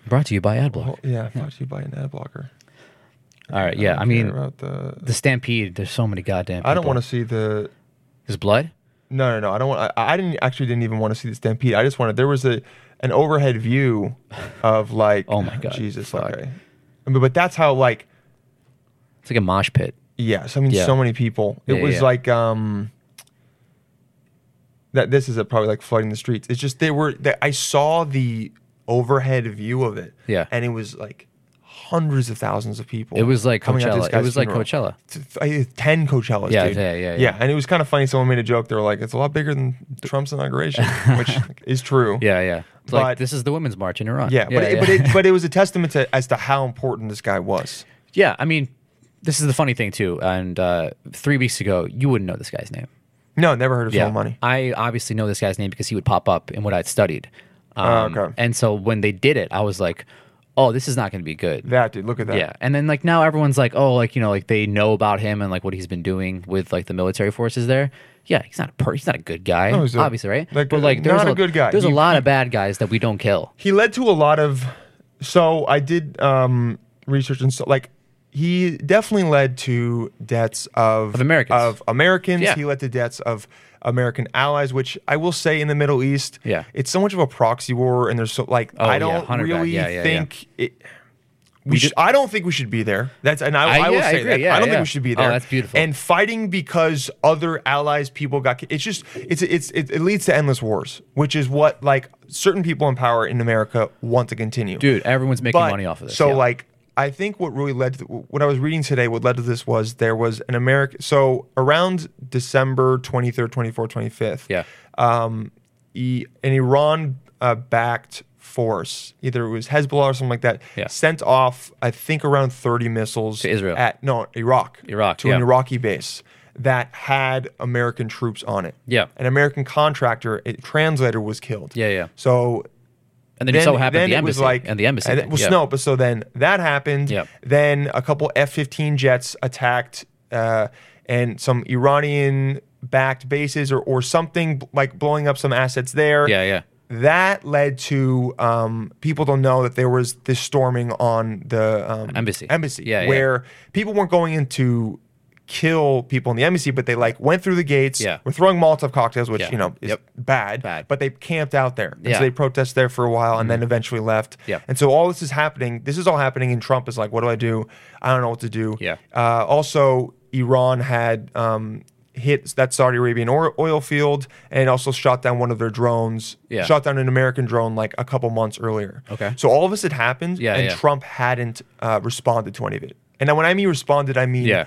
Speaker 7: Brought to you by ad block.
Speaker 8: Well, yeah, I thought you buy an ad blocker.
Speaker 7: all right, yeah. I mean,
Speaker 8: about the.
Speaker 7: the stampede. There's so many goddamn.
Speaker 8: I don't
Speaker 7: people.
Speaker 8: want to see the.
Speaker 7: There's blood.
Speaker 8: No, no, no. I don't want. I, I didn't actually didn't even want to see the stampede. I just wanted. There was a an overhead view of like.
Speaker 7: Oh my God,
Speaker 8: Jesus.
Speaker 7: fuck.
Speaker 8: Okay. I mean, but that's how like
Speaker 7: It's like a mosh pit.
Speaker 8: Yes, I mean
Speaker 7: Yeah.
Speaker 8: so many people. It
Speaker 7: Yeah,
Speaker 8: was
Speaker 7: yeah.
Speaker 8: like um that this is a, probably like flooding the streets. It's just they were that I saw the overhead view of it.
Speaker 7: Yeah.
Speaker 8: And it was like hundreds of thousands of people.
Speaker 7: It was like
Speaker 8: coming out to this
Speaker 7: Coachella. It
Speaker 8: guy's
Speaker 7: was like
Speaker 8: funeral.
Speaker 7: Coachella.
Speaker 8: T- th- I- Ten Coachellas.
Speaker 7: Yeah,
Speaker 8: dude.
Speaker 7: yeah, yeah, yeah.
Speaker 8: and it was kind of funny. Someone made a joke. They were like, "It's a lot bigger than Trump's inauguration," which is true.
Speaker 7: Yeah, yeah. It's
Speaker 8: But-
Speaker 7: like this is the women's march in Iran.
Speaker 8: Yeah, but it, but
Speaker 7: yeah.
Speaker 8: it but it was a testament to as to how important this guy was.
Speaker 7: Yeah, I mean, this is the funny thing too. And uh, three weeks ago, you wouldn't know this guy's name.
Speaker 8: No, never heard of Soul Money.
Speaker 7: I obviously know this guy's name because he would pop up in what I'd studied.
Speaker 8: Oh,
Speaker 7: Um,
Speaker 8: okay.
Speaker 7: And so when they did it, I was like, oh, this is not going to be good.
Speaker 8: That dude, look at that.
Speaker 7: yeah. And then like now everyone's like, oh, like you know, like they know about him and like what he's been doing with like the military forces there. Yeah, he's not a per- he's not a good guy.
Speaker 8: No, he's a-
Speaker 7: obviously, right?
Speaker 8: like,
Speaker 7: but like there's
Speaker 8: not a good guy.
Speaker 7: There's a
Speaker 8: He-
Speaker 7: lot of bad guys that we don't kill.
Speaker 8: he led to a lot of so i did um research and so like he definitely led to deaths of,
Speaker 7: Of Americans.
Speaker 8: of americans
Speaker 7: Yeah.
Speaker 8: he led to deaths of american allies which i will say in the middle east
Speaker 7: Yeah.
Speaker 8: it's so much of a proxy war and there's so like
Speaker 7: Oh,
Speaker 8: i
Speaker 7: yeah,
Speaker 8: don't
Speaker 7: 100 back.
Speaker 8: really
Speaker 7: Yeah, yeah, yeah.
Speaker 8: think it we should, I don't think we should be there. That's and I,
Speaker 7: I-
Speaker 8: I will
Speaker 7: yeah, I
Speaker 8: say
Speaker 7: agree.
Speaker 8: that
Speaker 7: Yeah,
Speaker 8: I don't
Speaker 7: yeah.
Speaker 8: think we should be
Speaker 7: Oh,
Speaker 8: there.
Speaker 7: that's beautiful.
Speaker 8: And fighting because other allies people got ki- it's just it's it's it, it leads to endless wars which is what like certain people in power in america want to continue
Speaker 7: Dude, everyone's making
Speaker 8: But-
Speaker 7: money off of this.
Speaker 8: so
Speaker 7: yeah.
Speaker 8: like i think what really led to what i was reading today what led to this was there was an american so around december 23rd 24th 25th
Speaker 7: Yeah.
Speaker 8: um, e- an Iran uh, backed force, either it was Hezbollah or something like that,
Speaker 7: Yeah.
Speaker 8: sent off, I think, around 30 missiles
Speaker 7: To Israel.
Speaker 8: At, no, Iraq.
Speaker 7: Iraq,
Speaker 8: To an
Speaker 7: yeah.
Speaker 8: Iraqi base that had American troops on it.
Speaker 7: Yeah.
Speaker 8: An American contractor, a translator, was killed.
Speaker 7: Yeah, yeah.
Speaker 8: So.
Speaker 7: And then, it so happened
Speaker 8: then
Speaker 7: the
Speaker 8: it was
Speaker 7: embassy
Speaker 8: like,
Speaker 7: and the embassy.
Speaker 8: and it
Speaker 7: thing,
Speaker 8: was
Speaker 7: yeah.
Speaker 8: no, but so then that happened.
Speaker 7: Yep.
Speaker 8: Then a couple F-15 jets attacked uh, and some Iranian-backed bases or or something b- like blowing up some assets there.
Speaker 7: Yeah, yeah.
Speaker 8: That led to um, people don't know that there was this storming on the um,
Speaker 7: Embassy.
Speaker 8: Embassy,
Speaker 7: Yeah, yeah.
Speaker 8: where people weren't going in to kill people in the embassy, but they like went through the gates.
Speaker 7: Yeah.
Speaker 8: were throwing Molotov cocktails, which
Speaker 7: Yeah.
Speaker 8: you know is
Speaker 7: Yep.
Speaker 8: bad,
Speaker 7: Bad.
Speaker 8: But they camped out there, and
Speaker 7: Yeah. Mm-hmm.
Speaker 8: so they protested there for a while, and then eventually left.
Speaker 7: Yeah.
Speaker 8: And so all this is happening. This is all happening, and Trump is like, "What do I do? I don't know what to do."
Speaker 7: Yeah.
Speaker 8: Uh, also, Iran had um, hit that Saudi Arabian or- oil field, and also shot down one of their drones.
Speaker 7: Yeah.
Speaker 8: Shot down an American drone like a couple months earlier.
Speaker 7: Okay.
Speaker 8: So all of this had happened,
Speaker 7: Yeah,
Speaker 8: and
Speaker 7: yeah.
Speaker 8: Trump hadn't uh, responded to any of it. And now when I mean responded, I mean
Speaker 7: Yeah.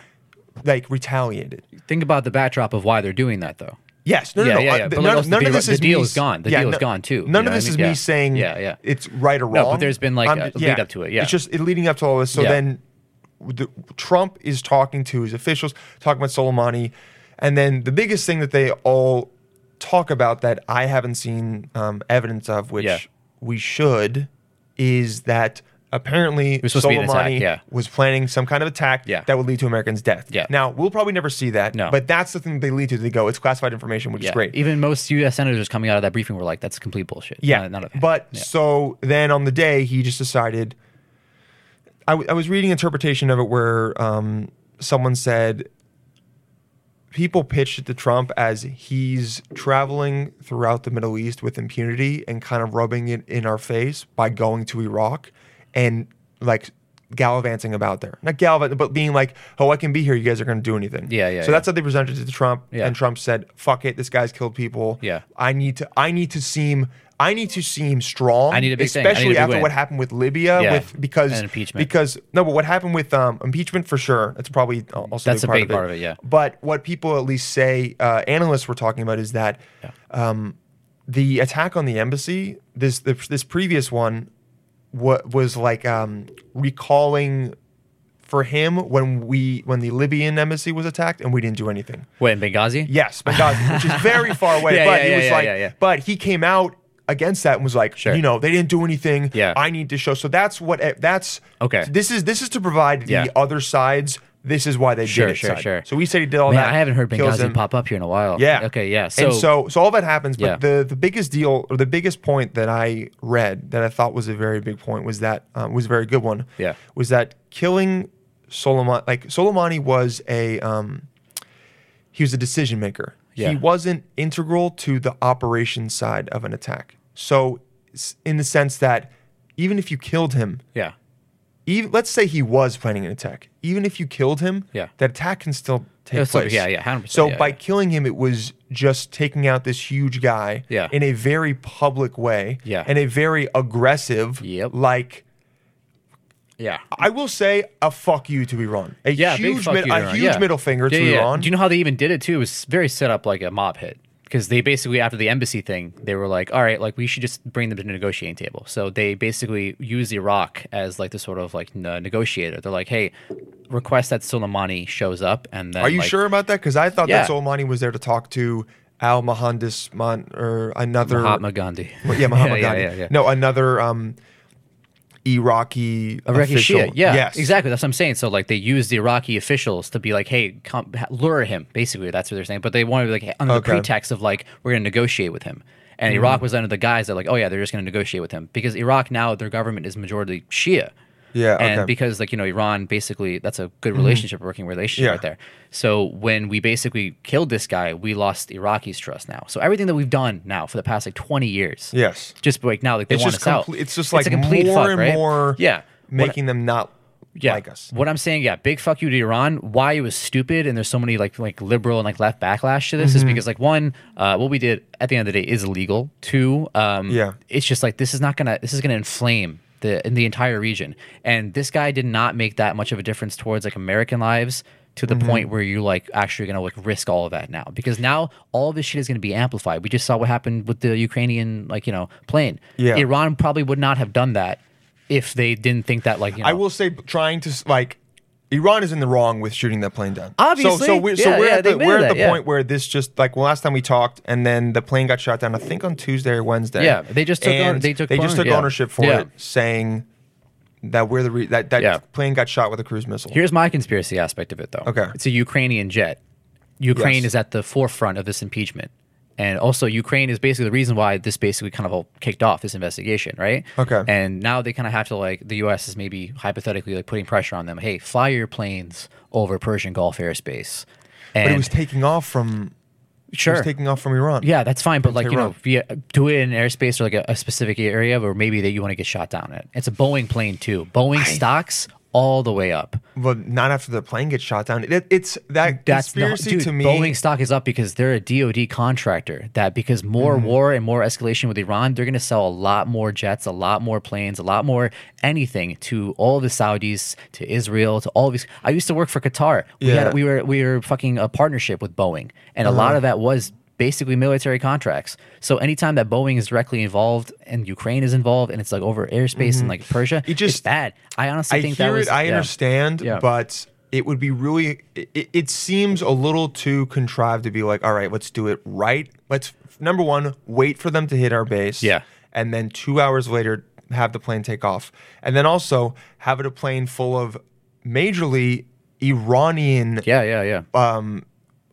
Speaker 8: like retaliated.
Speaker 7: Think about the backdrop of why they're doing that though.
Speaker 8: Yes, no, no,
Speaker 7: Yeah,
Speaker 8: no.
Speaker 7: yeah,
Speaker 8: I-
Speaker 7: yeah.
Speaker 8: th-
Speaker 7: But, like,
Speaker 8: none,
Speaker 7: also the
Speaker 8: none
Speaker 7: big-
Speaker 8: of this
Speaker 7: the
Speaker 8: is
Speaker 7: deal
Speaker 8: me
Speaker 7: is
Speaker 8: s-
Speaker 7: gone. The deal is gone, too. You
Speaker 8: None
Speaker 7: know
Speaker 8: of
Speaker 7: what I
Speaker 8: this is
Speaker 7: mean?
Speaker 8: me
Speaker 7: Yeah.
Speaker 8: saying
Speaker 7: Yeah, yeah.
Speaker 8: it's right or
Speaker 7: No,
Speaker 8: wrong.
Speaker 7: but there's been, like,
Speaker 8: I'm-
Speaker 7: a lead up to it, yeah.
Speaker 8: it's just it leading up to all this. So
Speaker 7: Yeah.
Speaker 8: then the, Trump is talking to his officials, talking about Soleimani, and then the biggest thing that they all talk about that I haven't seen um, evidence of, which
Speaker 7: Yeah.
Speaker 8: we should, is that. Apparently,
Speaker 7: was supposed to be an attack,
Speaker 8: Soleimani
Speaker 7: yeah.
Speaker 8: was planning some kind of attack
Speaker 7: Yeah.
Speaker 8: that would lead to Americans' death.
Speaker 7: Yeah.
Speaker 8: Now we'll probably never see that.
Speaker 7: No.
Speaker 8: But that's the thing they lead to. They go, it's classified information, which
Speaker 7: Yeah.
Speaker 8: is great.
Speaker 7: Even most U.S. senators coming out of that briefing were like, "That's complete bullshit."
Speaker 8: Yeah.
Speaker 7: None- none of it.
Speaker 8: But
Speaker 7: Yeah.
Speaker 8: so then on the day, he just decided. I, w- I was reading interpretation of it where um, someone said people pitched it to Trump as he's traveling throughout the Middle East with impunity and kind of rubbing it in our face by going to Iraq and like gallivanting about there. Not gallivanting, but being like, oh, I can be here. You guys are going to do anything.
Speaker 7: Yeah, yeah,
Speaker 8: So
Speaker 7: yeah.
Speaker 8: that's how they presented it to Trump.
Speaker 7: Yeah.
Speaker 8: And Trump said, fuck it. This guy's killed people.
Speaker 7: Yeah.
Speaker 8: I need to I need to seem I need to seem strong.
Speaker 7: I need a big thing. I need
Speaker 8: especially
Speaker 7: a big
Speaker 8: after
Speaker 7: win.
Speaker 8: what happened with Libya
Speaker 7: Yeah.
Speaker 8: with because
Speaker 7: And impeachment.
Speaker 8: because no, but what happened with um, impeachment for sure. That's probably al- also
Speaker 7: That's a big part of it, yeah.
Speaker 8: But what people at least say uh, analysts were talking about is that um, the attack on the embassy this the, this previous one what was like um, recalling for him when we when the Libyan embassy was attacked and we didn't do anything.
Speaker 7: Wait, in Benghazi?
Speaker 8: Yes, Benghazi, which is very far away.
Speaker 7: Yeah,
Speaker 8: but
Speaker 7: yeah,
Speaker 8: it
Speaker 7: yeah,
Speaker 8: was
Speaker 7: yeah,
Speaker 8: like,
Speaker 7: yeah, yeah.
Speaker 8: but he came out against that and was like,
Speaker 7: Sure.
Speaker 8: you know, they didn't do anything.
Speaker 7: Yeah.
Speaker 8: I need to show. So that's what. eh, That's
Speaker 7: Okay.
Speaker 8: This is this is to provide the
Speaker 7: Yeah.
Speaker 8: other sides. This is why they
Speaker 7: Sure,
Speaker 8: did it.
Speaker 7: sure,
Speaker 8: side.
Speaker 7: sure.
Speaker 8: So we said he did all
Speaker 7: Man,
Speaker 8: that.
Speaker 7: I haven't heard
Speaker 8: kills
Speaker 7: Benghazi
Speaker 8: him.
Speaker 7: pop up here in a while.
Speaker 8: Yeah.
Speaker 7: Okay. Yeah. So,
Speaker 8: and so so all that happens, but
Speaker 7: Yeah.
Speaker 8: the the biggest deal or the biggest point that I read that I thought was a very big point was that um, was a very good one.
Speaker 7: Yeah.
Speaker 8: was that killing Soleimani? Like Soleimani was a um, he was a decision maker.
Speaker 7: Yeah.
Speaker 8: He wasn't integral to the operation side of an attack. So s- in the sense that even if you killed him,
Speaker 7: yeah.
Speaker 8: even let's say he was planning an attack, even if you killed him,
Speaker 7: Yeah.
Speaker 8: that attack can still take
Speaker 7: It'll
Speaker 8: place.
Speaker 7: still be- yeah, yeah, 100%,
Speaker 8: So
Speaker 7: yeah,
Speaker 8: by
Speaker 7: yeah.
Speaker 8: killing him, it was just taking out this huge guy
Speaker 7: Yeah.
Speaker 8: in a very public way,
Speaker 7: Yeah.
Speaker 8: in a very aggressive,
Speaker 7: Yep.
Speaker 8: like
Speaker 7: Yeah.
Speaker 8: I will say a fuck you to Iran. A
Speaker 7: Yeah, big
Speaker 8: huge,
Speaker 7: fuck
Speaker 8: mid-
Speaker 7: you to
Speaker 8: a
Speaker 7: Iran.
Speaker 8: huge
Speaker 7: Yeah.
Speaker 8: middle finger to
Speaker 7: Yeah, yeah.
Speaker 8: Iran.
Speaker 7: Do you know how they even did it too? It was very set up like a mob hit because they basically after the embassy thing, they were like, "All right, like we should just bring them to the negotiating table." So they basically use Iraq as like the sort of like n- negotiator. They're like, "Hey, request that Soleimani shows up," and then
Speaker 8: Are you
Speaker 7: like-
Speaker 8: sure about that? Because I thought that
Speaker 7: Yeah.
Speaker 8: Soleimani was there to talk to Al Mohandas Mon- or another
Speaker 7: Mahatma Gandhi.
Speaker 8: Well, yeah, Muhammad
Speaker 7: yeah,
Speaker 8: Gandhi.
Speaker 7: yeah, yeah.
Speaker 8: No, another um, Iraqi
Speaker 7: Iraqi
Speaker 8: official.
Speaker 7: Shia, yeah,
Speaker 8: yes,
Speaker 7: exactly. That's what I'm saying. So like they use the Iraqi officials to be like, hey, come, ha- lure him. Basically, that's what they're saying. But they wanted like under
Speaker 8: Okay. Mm-hmm.
Speaker 7: the pretext of like we're going to negotiate with him. And Iraq was under the guise that like, oh yeah, they're just going to negotiate with him because Iraq now their government is majority Shia.
Speaker 8: Yeah,
Speaker 7: and
Speaker 8: okay. Mm-hmm.
Speaker 7: because like you know Iran basically that's a good relationship, working relationship
Speaker 8: Yeah.
Speaker 7: right there. So when we basically killed this guy, we lost Iraqi's trust now. So everything that we've done now for the past like 20 years,
Speaker 8: Yes.
Speaker 7: just like now like they
Speaker 8: It's
Speaker 7: want
Speaker 8: just
Speaker 7: us out.
Speaker 8: comple- it's just like
Speaker 7: a complete
Speaker 8: more
Speaker 7: fuck,
Speaker 8: and
Speaker 7: right?
Speaker 8: more
Speaker 7: yeah
Speaker 8: making them not like us.
Speaker 7: what I'm saying, yeah, big fuck you to Iran. Why it was stupid, and there's so many like like liberal and like left backlash to this
Speaker 8: Mm-hmm.
Speaker 7: is because like one, uh, what we did at the end of the day is illegal. Two, um,
Speaker 8: Yeah.
Speaker 7: it's just like this is not gonna this is gonna inflame the in the entire region. And this guy did not make that much of a difference towards like American lives to
Speaker 8: Mm-hmm.
Speaker 7: the point where you like actually gonna like risk all of that now because now all this shit is gonna be amplified. We just saw what happened with the Ukrainian like you know plane.
Speaker 8: Yeah.
Speaker 7: Iran probably would not have done that if they didn't think that like you know,
Speaker 8: I will say, trying to s- like, Iran is in the wrong with shooting that plane down. so,
Speaker 7: Obviously.
Speaker 8: so we're, so
Speaker 7: Yeah,
Speaker 8: we're
Speaker 7: yeah,
Speaker 8: at
Speaker 7: they
Speaker 8: the,
Speaker 7: admitted
Speaker 8: we're at
Speaker 7: that,
Speaker 8: the
Speaker 7: yeah.
Speaker 8: point where this just like well, last time we talked, and then the plane got shot down. I think on Tuesday or Wednesday.
Speaker 7: Yeah, they just took own-
Speaker 8: And
Speaker 7: they took
Speaker 8: they just
Speaker 7: owner-
Speaker 8: took
Speaker 7: yeah.
Speaker 8: ownership for
Speaker 7: Yeah.
Speaker 8: it, saying that we're the re- that that
Speaker 7: Yeah.
Speaker 8: plane got shot with a cruise missile.
Speaker 7: Here's my conspiracy aspect of it, though.
Speaker 8: Okay.
Speaker 7: It's a Ukrainian jet. Ukraine
Speaker 8: Yes.
Speaker 7: is at the forefront of this impeachment. And also, Ukraine is basically the reason why this basically kind of all kicked off this investigation, right?
Speaker 8: Okay.
Speaker 7: And now they kind of have to, like, the U.S. is maybe hypothetically like putting pressure on them. Hey, fly your planes over Persian Gulf airspace. And
Speaker 8: but it was taking off from it
Speaker 7: sure.
Speaker 8: was taking off from Iran.
Speaker 7: Yeah, that's fine, but like you
Speaker 8: Tehran.
Speaker 7: know, yeah, do it in airspace or like a, a specific area where maybe that you want to get shot down at. It's a Boeing plane too. Boeing stocks all the way up.
Speaker 8: but not after the plane gets shot down. It, it's that
Speaker 7: That's not,
Speaker 8: conspiracy
Speaker 7: dude,
Speaker 8: to me.
Speaker 7: Boeing stock is up because they're a DoD contractor. That because more
Speaker 8: Mm-hmm.
Speaker 7: war and more escalation with Iran, they're going to sell a lot more jets, a lot more planes, a lot more anything to all the Saudis, to Israel, to all these. I used to work for Qatar. We
Speaker 8: Yeah. Uh-huh.
Speaker 7: had we were we were fucking a partnership with Boeing, and a lot of that was basically military contracts. So anytime that Boeing is directly involved and Ukraine is involved, and it's like over airspace and like Persia,
Speaker 8: Mm-hmm.
Speaker 7: it's
Speaker 8: It just-
Speaker 7: bad. I honestly
Speaker 8: I
Speaker 7: think
Speaker 8: hear
Speaker 7: that was
Speaker 8: it. I
Speaker 7: yeah.
Speaker 8: understand,
Speaker 7: Yeah.
Speaker 8: but it would be really. It, it seems a little too contrived to be like, all right, let's do it right. Let's number one, wait for them to hit our base.
Speaker 7: Yeah.
Speaker 8: and then two hours later, have the plane take off, and then also have it a plane full of majorly Iranian
Speaker 7: Yeah, yeah, yeah.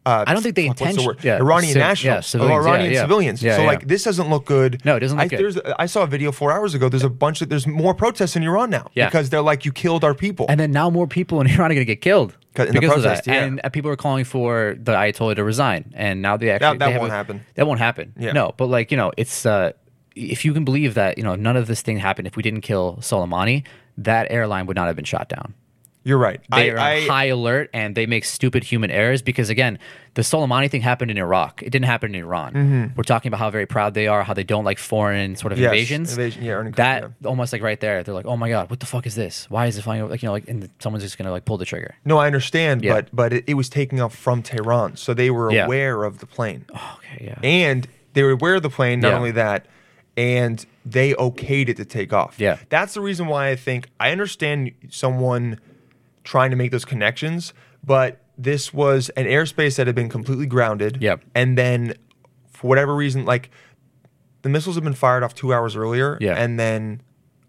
Speaker 7: I don't think they
Speaker 8: Um, uh, fuck, what's
Speaker 7: intention-
Speaker 8: the word?
Speaker 7: yeah,
Speaker 8: Iranian
Speaker 7: civ- yeah,
Speaker 8: nationals, or
Speaker 7: civilians, yeah,
Speaker 8: Iranian
Speaker 7: yeah.
Speaker 8: civilians.
Speaker 7: Yeah,
Speaker 8: so
Speaker 7: yeah.
Speaker 8: like this doesn't look good.
Speaker 7: No, it doesn't look
Speaker 8: I,
Speaker 7: good.
Speaker 8: There's, I saw a video four hours ago. There's a bunch of there's more protests in Iran now
Speaker 7: Yeah.
Speaker 8: because they're like you killed our people.
Speaker 7: and then now more people in Iran are going to get killed
Speaker 8: 'Cause- in the
Speaker 7: because of
Speaker 8: protest,
Speaker 7: that.
Speaker 8: yeah.
Speaker 7: And uh, people are calling for the Ayatollah to resign, and now they actually
Speaker 8: that
Speaker 7: they have
Speaker 8: won't
Speaker 7: a-
Speaker 8: happen.
Speaker 7: That won't happen.
Speaker 8: Yeah.
Speaker 7: No, but like you know, it's uh, if you can believe that you know none of this thing happened if we didn't kill Soleimani, that airline would not have been shot down.
Speaker 8: You're right.
Speaker 7: They
Speaker 8: I,
Speaker 7: are
Speaker 8: I,
Speaker 7: on high alert and they make stupid human errors because again, the Soleimani thing happened in Iraq. It didn't happen in Iran. We're talking about how very proud they are, how they don't like foreign sort of
Speaker 8: Mm-hmm. Yes,
Speaker 7: invasions.
Speaker 8: invasion- yeah, or incursion,
Speaker 7: that almost like right there, they're like, "Oh my god, what the fuck is this? Why is it flying over?" Like you know, like and someone's just gonna like pull the trigger.
Speaker 8: no, I understand,
Speaker 7: Yeah.
Speaker 8: but but it, it was taking off from Tehran, so they were
Speaker 7: Yeah.
Speaker 8: aware of the plane,
Speaker 7: Okay, yeah.
Speaker 8: and they were aware of the plane. Not
Speaker 7: Yeah.
Speaker 8: only that, and they okayed it to take off.
Speaker 7: Yeah.
Speaker 8: that's the reason why I think I understand someone trying to make those connections, but this was an airspace that had been completely grounded.
Speaker 7: Yep.
Speaker 8: and then for whatever reason, like the missiles have been fired off two hours earlier,
Speaker 7: Yeah.
Speaker 8: and then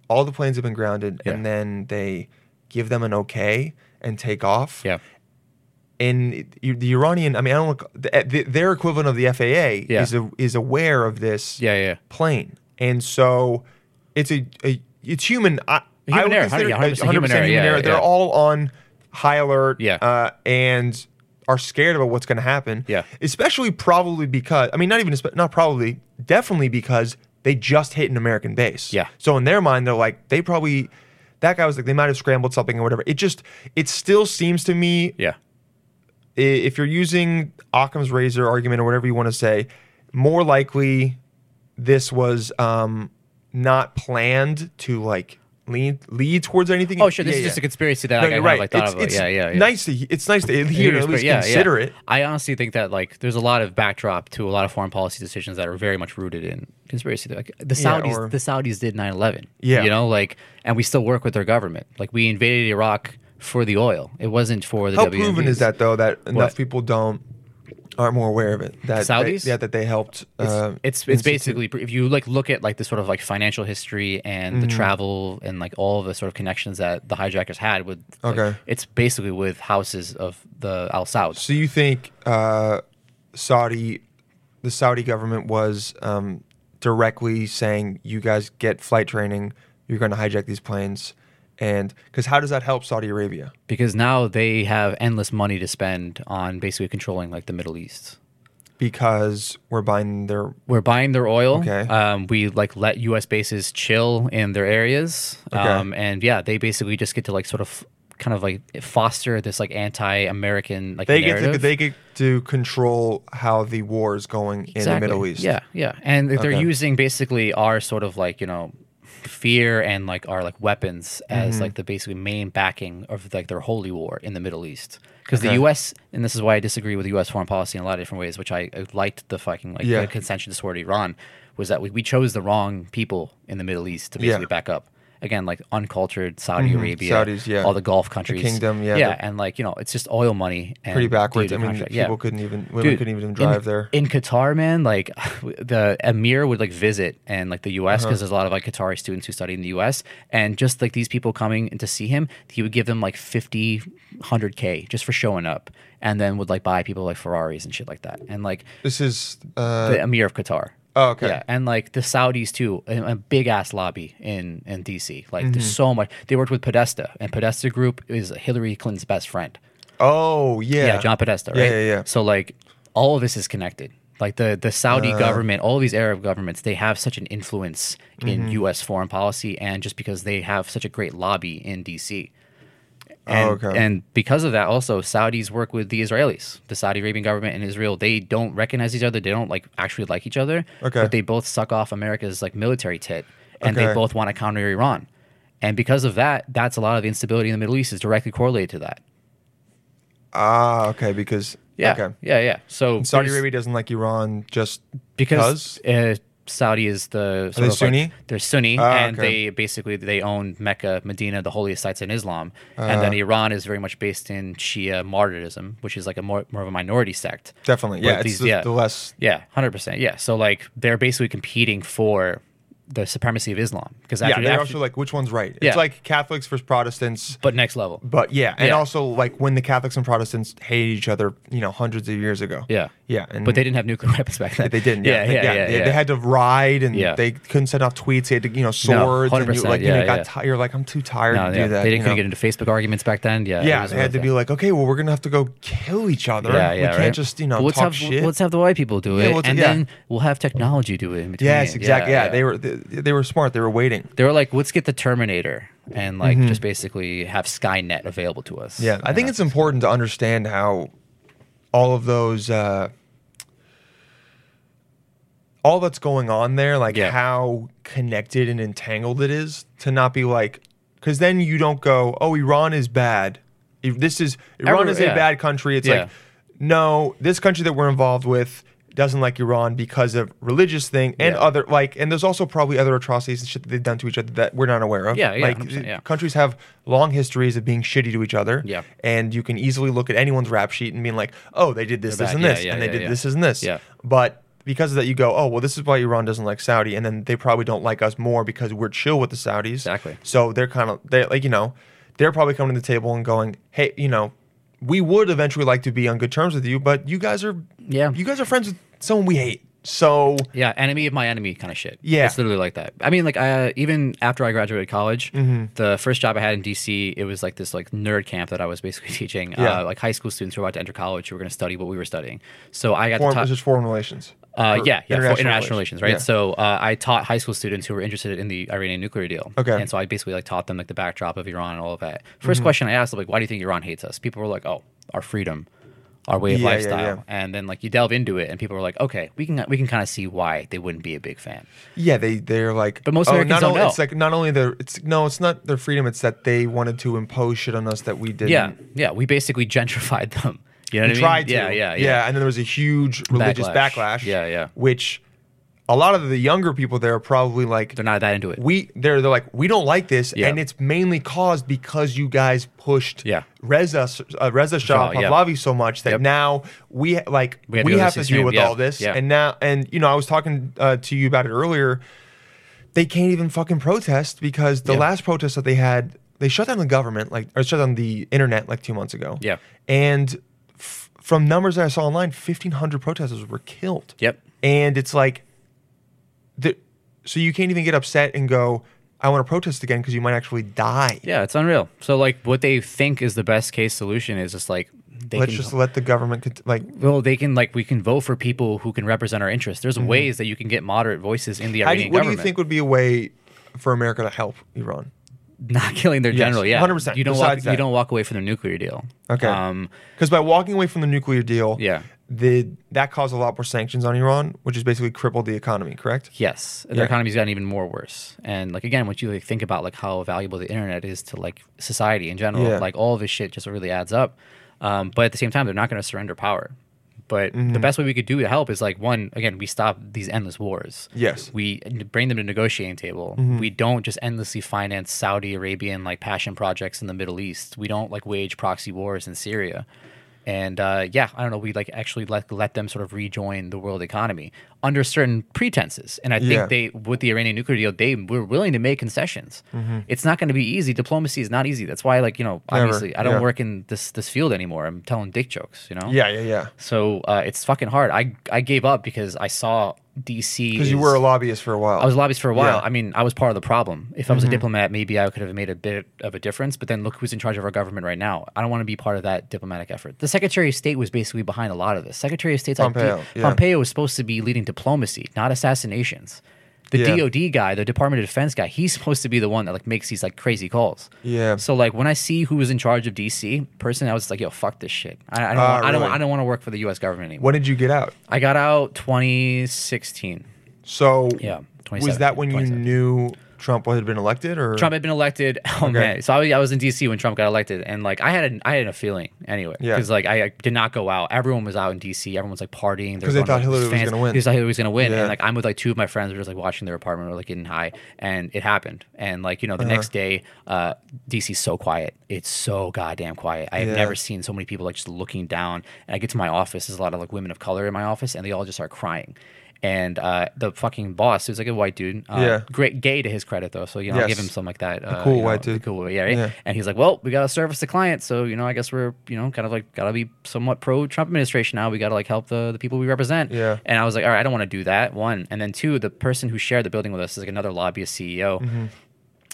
Speaker 8: all the planes have been grounded,
Speaker 7: Yeah.
Speaker 8: and then they give them an okay and take off.
Speaker 7: yeah.
Speaker 8: And it- you- the Iranian, I mean, I don't look, the, the, their equivalent of the FAA
Speaker 7: Yeah.
Speaker 8: is a, is aware of this
Speaker 7: Yeah, yeah.
Speaker 8: plane, and so it's a, a it's human. I, I
Speaker 7: Human
Speaker 8: would
Speaker 7: error,
Speaker 8: consider
Speaker 7: 100%
Speaker 8: it a 100% human error.
Speaker 7: yeah,
Speaker 8: They're
Speaker 7: yeah.
Speaker 8: all on high alert,
Speaker 7: Yeah.
Speaker 8: uh, and are scared about what's going to happen.
Speaker 7: Yeah.
Speaker 8: especially probably because I mean, not even espe- not probably, definitely because they just hit an American base.
Speaker 7: Yeah.
Speaker 8: So in their mind, they're like they probably that guy was like they might have scrambled something or whatever. It just it still seems to me
Speaker 7: Yeah.
Speaker 8: i- if you're using Occam's razor argument or whatever you want to say, more likely this was um, not planned to like lean lead towards anything.
Speaker 7: Oh, sure. This
Speaker 8: Yeah,
Speaker 7: is just
Speaker 8: yeah.
Speaker 7: a conspiracy that
Speaker 8: No,
Speaker 7: like, I
Speaker 8: you're
Speaker 7: never,
Speaker 8: right.
Speaker 7: like, thought
Speaker 8: it's,
Speaker 7: of.
Speaker 8: it's
Speaker 7: yeah, yeah, yeah.
Speaker 8: nice to he- it's nice to hear
Speaker 7: Here's
Speaker 8: at least
Speaker 7: where- yeah, yeah.
Speaker 8: consider it.
Speaker 7: I honestly think that like there's a lot of backdrop to a lot of foreign policy decisions that are very much rooted in conspiracy. Like the
Speaker 8: Yeah,
Speaker 7: Saudis,
Speaker 8: or-
Speaker 7: the Saudis did 9/11.
Speaker 8: Yeah.
Speaker 7: you know, like, and we still work with their government. Like we invaded Iraq for the oil. It wasn't for the.
Speaker 8: How
Speaker 7: WMDs.
Speaker 8: proven is that though that enough
Speaker 7: What?
Speaker 8: people don't aren't more aware of it? That
Speaker 7: Saudis?
Speaker 8: They, yeah, that they helped.
Speaker 7: It's
Speaker 8: uh,
Speaker 7: it's, it's
Speaker 8: institute-
Speaker 7: basically if you like look at like the sort of like financial history and
Speaker 8: Mm.
Speaker 7: the travel and like all the sort of connections that the hijackers had with. like,
Speaker 8: Okay.
Speaker 7: it's basically with houses of the Al Saud.
Speaker 8: So you think uh, Saudi, the Saudi government was um, directly saying, "You guys get flight training. You're going to hijack these planes," and because how does that help Saudi Arabia?
Speaker 7: because now they have endless money to spend on basically controlling like the Middle East.
Speaker 8: Because we're buying their
Speaker 7: We're buying their oil.
Speaker 8: Okay.
Speaker 7: Um, we like let U.S. bases chill in their areas.
Speaker 8: Okay.
Speaker 7: Um, and yeah, they basically just get to like sort of kind of like foster this like anti-American like
Speaker 8: they get to,
Speaker 7: narrative.
Speaker 8: they get to control how the war is going in the
Speaker 7: Exactly.
Speaker 8: Middle East.
Speaker 7: Yeah, yeah. And they're
Speaker 8: Okay.
Speaker 7: using basically our sort of like, you know, fear and like our like weapons as
Speaker 8: Mm-hmm.
Speaker 7: like the basically main backing of like their holy war in the Middle East. Because
Speaker 8: Okay.
Speaker 7: the US and this is why I disagree with US foreign policy in a lot of different ways, which I, I liked the fucking like
Speaker 8: Yeah.
Speaker 7: the consensus toward Iran was that we, we chose the wrong people in the Middle East to
Speaker 8: Yeah. Mm-hmm.
Speaker 7: basically back up. Again, like uncultured Saudi Arabia,
Speaker 8: Saudis, yeah.
Speaker 7: all the Gulf countries,
Speaker 8: kingdom, yeah,
Speaker 7: yeah,
Speaker 8: the-
Speaker 7: and like you know, it's just oil money, and
Speaker 8: Pretty backwards. I
Speaker 7: duty
Speaker 8: mean,
Speaker 7: contract, yeah.
Speaker 8: people couldn't even women
Speaker 7: Dude,
Speaker 8: couldn't even
Speaker 7: in-
Speaker 8: drive there.
Speaker 7: In Qatar, man, like the emir would like visit and like the
Speaker 8: Uh-huh.
Speaker 7: U.S. because there's a lot of like Qatari students who study in the U.S. and just like these people coming in to see him, he would give them like 50, 100 k just for showing up, and then would like buy people like Ferraris and shit like that, and like
Speaker 8: This is uh,
Speaker 7: the emir of Qatar.
Speaker 8: Oh, okay.
Speaker 7: Yeah, and like the Saudis too, a, a big ass lobby in in D.C. Like there's
Speaker 8: Mm-hmm.
Speaker 7: so much. They worked with Podesta, and Podesta Group is Hillary Clinton's best friend.
Speaker 8: oh yeah,
Speaker 7: Yeah, John Podesta,
Speaker 8: Yeah,
Speaker 7: right?
Speaker 8: yeah, yeah.
Speaker 7: So like all of this is connected. Like the the Saudi
Speaker 8: Uh-huh.
Speaker 7: government, all these Arab governments, they have such an influence
Speaker 8: Mm-hmm.
Speaker 7: in U.S. foreign policy, and just because they have such a great lobby in D.C. And,
Speaker 8: Oh, okay.
Speaker 7: and because of that, also Saudis work with the Israelis, the Saudi Arabian government and Israel. They don't recognize each other. They don't like actually like each other.
Speaker 8: Okay.
Speaker 7: But they both suck off America's like military tit, and
Speaker 8: Okay.
Speaker 7: they both want to counter Iran. And because of that, that's a lot of the instability in the Middle East is directly correlated to that.
Speaker 8: Ah, okay, because
Speaker 7: Yeah.
Speaker 8: okay.
Speaker 7: Yeah, yeah. So
Speaker 8: Saudi
Speaker 7: there's-
Speaker 8: Arabia doesn't like Iran just
Speaker 7: because uh, Saudi is the sort
Speaker 8: they
Speaker 7: of like-
Speaker 8: Sunni?
Speaker 7: they're Sunni,
Speaker 8: Ah,
Speaker 7: and
Speaker 8: okay.
Speaker 7: they basically they own Mecca, Medina, the holiest sites in Islam, and then
Speaker 8: Ah.
Speaker 7: Iran is very much based in Shia martyrdom, which is like a more, more of a minority sect.
Speaker 8: Definitely,
Speaker 7: But
Speaker 8: yeah. It's
Speaker 7: these-
Speaker 8: the, the less
Speaker 7: yeah, hundred percent, yeah. So like they're basically competing for the supremacy of Islam because
Speaker 8: yeah.
Speaker 7: after,
Speaker 8: They're
Speaker 7: after-
Speaker 8: also like which one's right.
Speaker 7: Yeah.
Speaker 8: It's like Catholics versus Protestants,
Speaker 7: but next level.
Speaker 8: but yeah, and
Speaker 7: Yeah.
Speaker 8: also like when the Catholics and Protestants hated each other, you know, hundreds of years ago.
Speaker 7: Yeah.
Speaker 8: yeah. And
Speaker 7: but they didn't have nuclear weapons back then.
Speaker 8: They didn't. Yeah,
Speaker 7: yeah, yeah. yeah,
Speaker 8: they,
Speaker 7: yeah.
Speaker 8: they had to ride, and
Speaker 7: Yeah.
Speaker 8: they couldn't send off tweets. They had to, you know, swords, and you
Speaker 7: 100%,
Speaker 8: like, you know,
Speaker 7: yeah,
Speaker 8: you got
Speaker 7: yeah.
Speaker 8: tired. You're like, I'm too tired
Speaker 7: No,
Speaker 8: to
Speaker 7: yeah,
Speaker 8: do that.
Speaker 7: They
Speaker 8: you
Speaker 7: didn't couldn't get
Speaker 8: know?
Speaker 7: into Facebook arguments back then. Yeah, it
Speaker 8: Yeah,
Speaker 7: was
Speaker 8: they
Speaker 7: another
Speaker 8: had to
Speaker 7: thing.
Speaker 8: be like, okay, well, we're gonna have to go kill each other.
Speaker 7: Yeah, yeah,
Speaker 8: we can't
Speaker 7: right?
Speaker 8: just, you know,
Speaker 7: Well, let's
Speaker 8: talk
Speaker 7: have,
Speaker 8: shit.
Speaker 7: Let's have the white people do it,
Speaker 8: let's-
Speaker 7: and
Speaker 8: yeah.
Speaker 7: then we'll have technology do it in between.
Speaker 8: yes, exactly. Yeah, they were they, they were smart. They were waiting.
Speaker 7: They were like, let's get the Terminator and like just basically have Skynet available to us.
Speaker 8: Mm-hmm. Yeah, I think it's important to understand how all of those, uh, all that's going on there, like
Speaker 7: Yeah.
Speaker 8: how connected and entangled it is, to not be like, because then you don't go, oh, Iran is bad. If This is Iran
Speaker 7: Every-
Speaker 8: is a
Speaker 7: yeah.
Speaker 8: bad country. It's
Speaker 7: Yeah.
Speaker 8: like, no, this country that we're involved with doesn't like Iran because of religious thing and
Speaker 7: Yeah.
Speaker 8: other like, and there's also probably other atrocities and shit that they've done to each other that we're not aware of.
Speaker 7: Yeah, yeah,
Speaker 8: like
Speaker 7: 100%, yeah.
Speaker 8: countries have long histories of being shitty to each other.
Speaker 7: Yeah.
Speaker 8: And you can easily look at anyone's rap sheet and being like, oh, they did this,
Speaker 7: They're bad.
Speaker 8: this, and
Speaker 7: Yeah,
Speaker 8: this,
Speaker 7: yeah,
Speaker 8: and they
Speaker 7: yeah,
Speaker 8: did
Speaker 7: yeah.
Speaker 8: this, and this.
Speaker 7: Yeah.
Speaker 8: But because of that, you go, oh, well, this is why Iran doesn't like Saudi, and then they probably don't like us more because we're chill with the Saudis.
Speaker 7: Exactly.
Speaker 8: So they're kind of they like you know, they're probably coming to the table and going, hey, you know, we would eventually like to be on good terms with you, but you guys are
Speaker 7: Yeah.
Speaker 8: you guys are friends with someone we hate. So
Speaker 7: Yeah, enemy of my enemy kind of shit.
Speaker 8: Yeah.
Speaker 7: it's literally like that. I mean, like I, uh, even after I graduated college,
Speaker 8: Mm-hmm.
Speaker 7: the first job I had in DC, it was like this like nerd camp that I was basically teaching,
Speaker 8: Yeah.
Speaker 7: uh, like high school students who were about to enter college who were going to study what we were studying. So I got
Speaker 8: foreign,
Speaker 7: to talk.
Speaker 8: this is foreign relations.
Speaker 7: Uh,
Speaker 8: Or
Speaker 7: yeah, yeah, for international, relations, right?
Speaker 8: Yeah.
Speaker 7: So uh, I taught high school students who were interested in the Iranian nuclear deal.
Speaker 8: Okay. Mm-hmm.
Speaker 7: And so I basically like taught them like the backdrop of Iran and all of that. 1st question I asked, like, why do you think Iran hates us? People were like, oh, our freedom, our way of
Speaker 8: Yeah, yeah,
Speaker 7: lifestyle.
Speaker 8: yeah.
Speaker 7: And then like you delve into it, and people are like, okay, we can we can kind of see why they wouldn't be a big fan.
Speaker 8: Yeah, they they're like. oh,
Speaker 7: But most Americans
Speaker 8: not
Speaker 7: don't
Speaker 8: only,
Speaker 7: know.
Speaker 8: It's like not only their it's no, it's not their freedom. It's that they wanted to impose shit on us that we didn't.
Speaker 7: Yeah, yeah, we basically gentrified them. You know what I
Speaker 8: we
Speaker 7: mean?
Speaker 8: tried to.
Speaker 7: Yeah, yeah, yeah.
Speaker 8: And then there was a huge religious
Speaker 7: Backlash.
Speaker 8: backlash.
Speaker 7: Yeah, yeah.
Speaker 8: Which a lot of the younger people there are probably like
Speaker 7: They're not that into it.
Speaker 8: we they're they're like we don't like this,
Speaker 7: Yeah.
Speaker 8: and it's mainly caused because you guys pushed
Speaker 7: Yeah.
Speaker 8: Reza uh, Reza Shah
Speaker 7: Shah, yeah.
Speaker 8: Pahlavi so much that
Speaker 7: Yep.
Speaker 8: now we ha- like
Speaker 7: We
Speaker 8: we,
Speaker 7: had to go
Speaker 8: have
Speaker 7: against
Speaker 8: to
Speaker 7: his
Speaker 8: deal
Speaker 7: name,
Speaker 8: with
Speaker 7: yeah,
Speaker 8: all this,
Speaker 7: yeah.
Speaker 8: and now and you know I was talking uh, to you about it earlier. They can't even fucking protest because the
Speaker 7: Yeah.
Speaker 8: last protest that they had, they shut down the government like or shut down the internet like two months ago.
Speaker 7: Yeah.
Speaker 8: and f- from numbers that I saw online, fifteen hundred protesters were killed.
Speaker 7: Yep.
Speaker 8: and it's like the so you can't even get upset and go i want to protest again because you might actually die
Speaker 7: Yeah, it's unreal. So like, what they think is the best case solution is just like they
Speaker 8: let's
Speaker 7: can
Speaker 8: just let the government cont- like
Speaker 7: well, they can like we can vote for people who can represent our interests. There's ways that you can get moderate voices in the
Speaker 8: Mm-hmm. how do
Speaker 7: Iranian
Speaker 8: you, what do you
Speaker 7: government.
Speaker 8: think would be a way for america to help iran
Speaker 7: Not killing their
Speaker 8: Yes,
Speaker 7: general, yeah,
Speaker 8: 100%,
Speaker 7: You don't
Speaker 8: besides
Speaker 7: walk,
Speaker 8: that.
Speaker 7: you don't walk away from the nuclear deal.
Speaker 8: okay
Speaker 7: Um,
Speaker 8: because by walking away from the nuclear deal
Speaker 7: Yeah.
Speaker 8: the that caused a lot more sanctions on iran which has basically crippled the economy correct
Speaker 7: yes, their
Speaker 8: Yeah.
Speaker 7: economy's gotten even more worse. And like again, once you like think about like how valuable the internet is to like society in general,
Speaker 8: Yeah.
Speaker 7: like all this shit just really adds up. Um, but at the same time, they're not going to surrender power. But
Speaker 8: Mm-hmm.
Speaker 7: the best way we could do to help is like one again, we stop these endless wars.
Speaker 8: Yes.
Speaker 7: we n- bring them to negotiating table.
Speaker 8: Mm-hmm.
Speaker 7: We don't just endlessly finance Saudi Arabian like passion projects in the Middle East. We don't like wage proxy wars in Syria. And uh, yeah, I don't know. We like actually let let them sort of rejoin the world economy under certain pretenses. And I think
Speaker 8: Yeah.
Speaker 7: they with the Iranian nuclear deal, they were willing to make concessions. It's not going to be easy. Diplomacy is not easy. That's why, like you know,
Speaker 8: Mm-hmm. Never.
Speaker 7: obviously, I don't
Speaker 8: Yeah.
Speaker 7: work in this this field anymore. I'm telling dick jokes. You know.
Speaker 8: yeah yeah yeah
Speaker 7: So uh, it's fucking hard. I I gave up because I saw DC
Speaker 8: because you
Speaker 7: is-
Speaker 8: were a lobbyist for a while
Speaker 7: I was a lobbyist for a while.
Speaker 8: Yeah. Mm-hmm.
Speaker 7: I mean, I was part of the problem. If I was a diplomat, maybe I could have made a bit of a difference. But then look who's in charge of our government right now. I don't want to be part of that diplomatic effort. The Secretary of State was basically behind a lot of this. Secretary of State's
Speaker 8: Pompeo,
Speaker 7: idea,
Speaker 8: yeah.
Speaker 7: Pompeo was supposed to be leading diplomacy, not assassinations. The
Speaker 8: Yeah.
Speaker 7: DOD guy, the Department of Defense guy, he's supposed to be the one that like makes these like crazy calls.
Speaker 8: Yeah.
Speaker 7: So like when I see who was in charge of DC, person, I was like, yo, fuck this shit. I, I don't, want,
Speaker 8: Ah,
Speaker 7: I don't,
Speaker 8: really?
Speaker 7: I don't want to work for the U.S. government anymore.
Speaker 8: when did you get out
Speaker 7: I got out 2016.
Speaker 8: so
Speaker 7: Yeah,
Speaker 8: was that
Speaker 7: 27,
Speaker 8: when you
Speaker 7: 27.
Speaker 8: knew trump had been elected or
Speaker 7: Trump had been elected. Oh man! So I was, I was in D.C. when Trump got elected, and like I had a, I had a feeling anyway
Speaker 8: Yeah.
Speaker 7: because like I, I did not go out. Everyone was out in D.C. Everyone's like partying. They were
Speaker 8: 'Cause they
Speaker 7: going
Speaker 8: thought
Speaker 7: out with
Speaker 8: Hillary was
Speaker 7: fans.
Speaker 8: gonna win.
Speaker 7: They thought Hillary was gonna win,
Speaker 8: Yeah.
Speaker 7: and like I'm with like two of my friends. We're just like watching their apartment, we're like getting high, and it happened. And like you know, the
Speaker 8: Uh-huh.
Speaker 7: next day, uh, D.C.'s so quiet. It's so goddamn quiet. I have
Speaker 8: Yeah.
Speaker 7: never seen so many people like just looking down. And I get to my office. There's a lot of like women of color in my office, and they all just start crying. And uh, the fucking boss, who's like a white dude, uh,
Speaker 8: Yeah.
Speaker 7: great gay to his credit though. So you know, I'll give
Speaker 8: Yes.
Speaker 7: him something like that. uh,
Speaker 8: cool
Speaker 7: you know,
Speaker 8: white
Speaker 7: the
Speaker 8: dude.
Speaker 7: Cool, yeah, right?
Speaker 8: Yeah.
Speaker 7: And he's like, well, we got to service the client, so you know, I guess we're you know kind of like got to be somewhat pro Trump administration now. We got to like help the the people we represent.
Speaker 8: Yeah.
Speaker 7: And I was like, all right, I don't want to do that. One, and then two, the person who shared the building with us is like another lobbyist E CEO.
Speaker 8: Mm-hmm.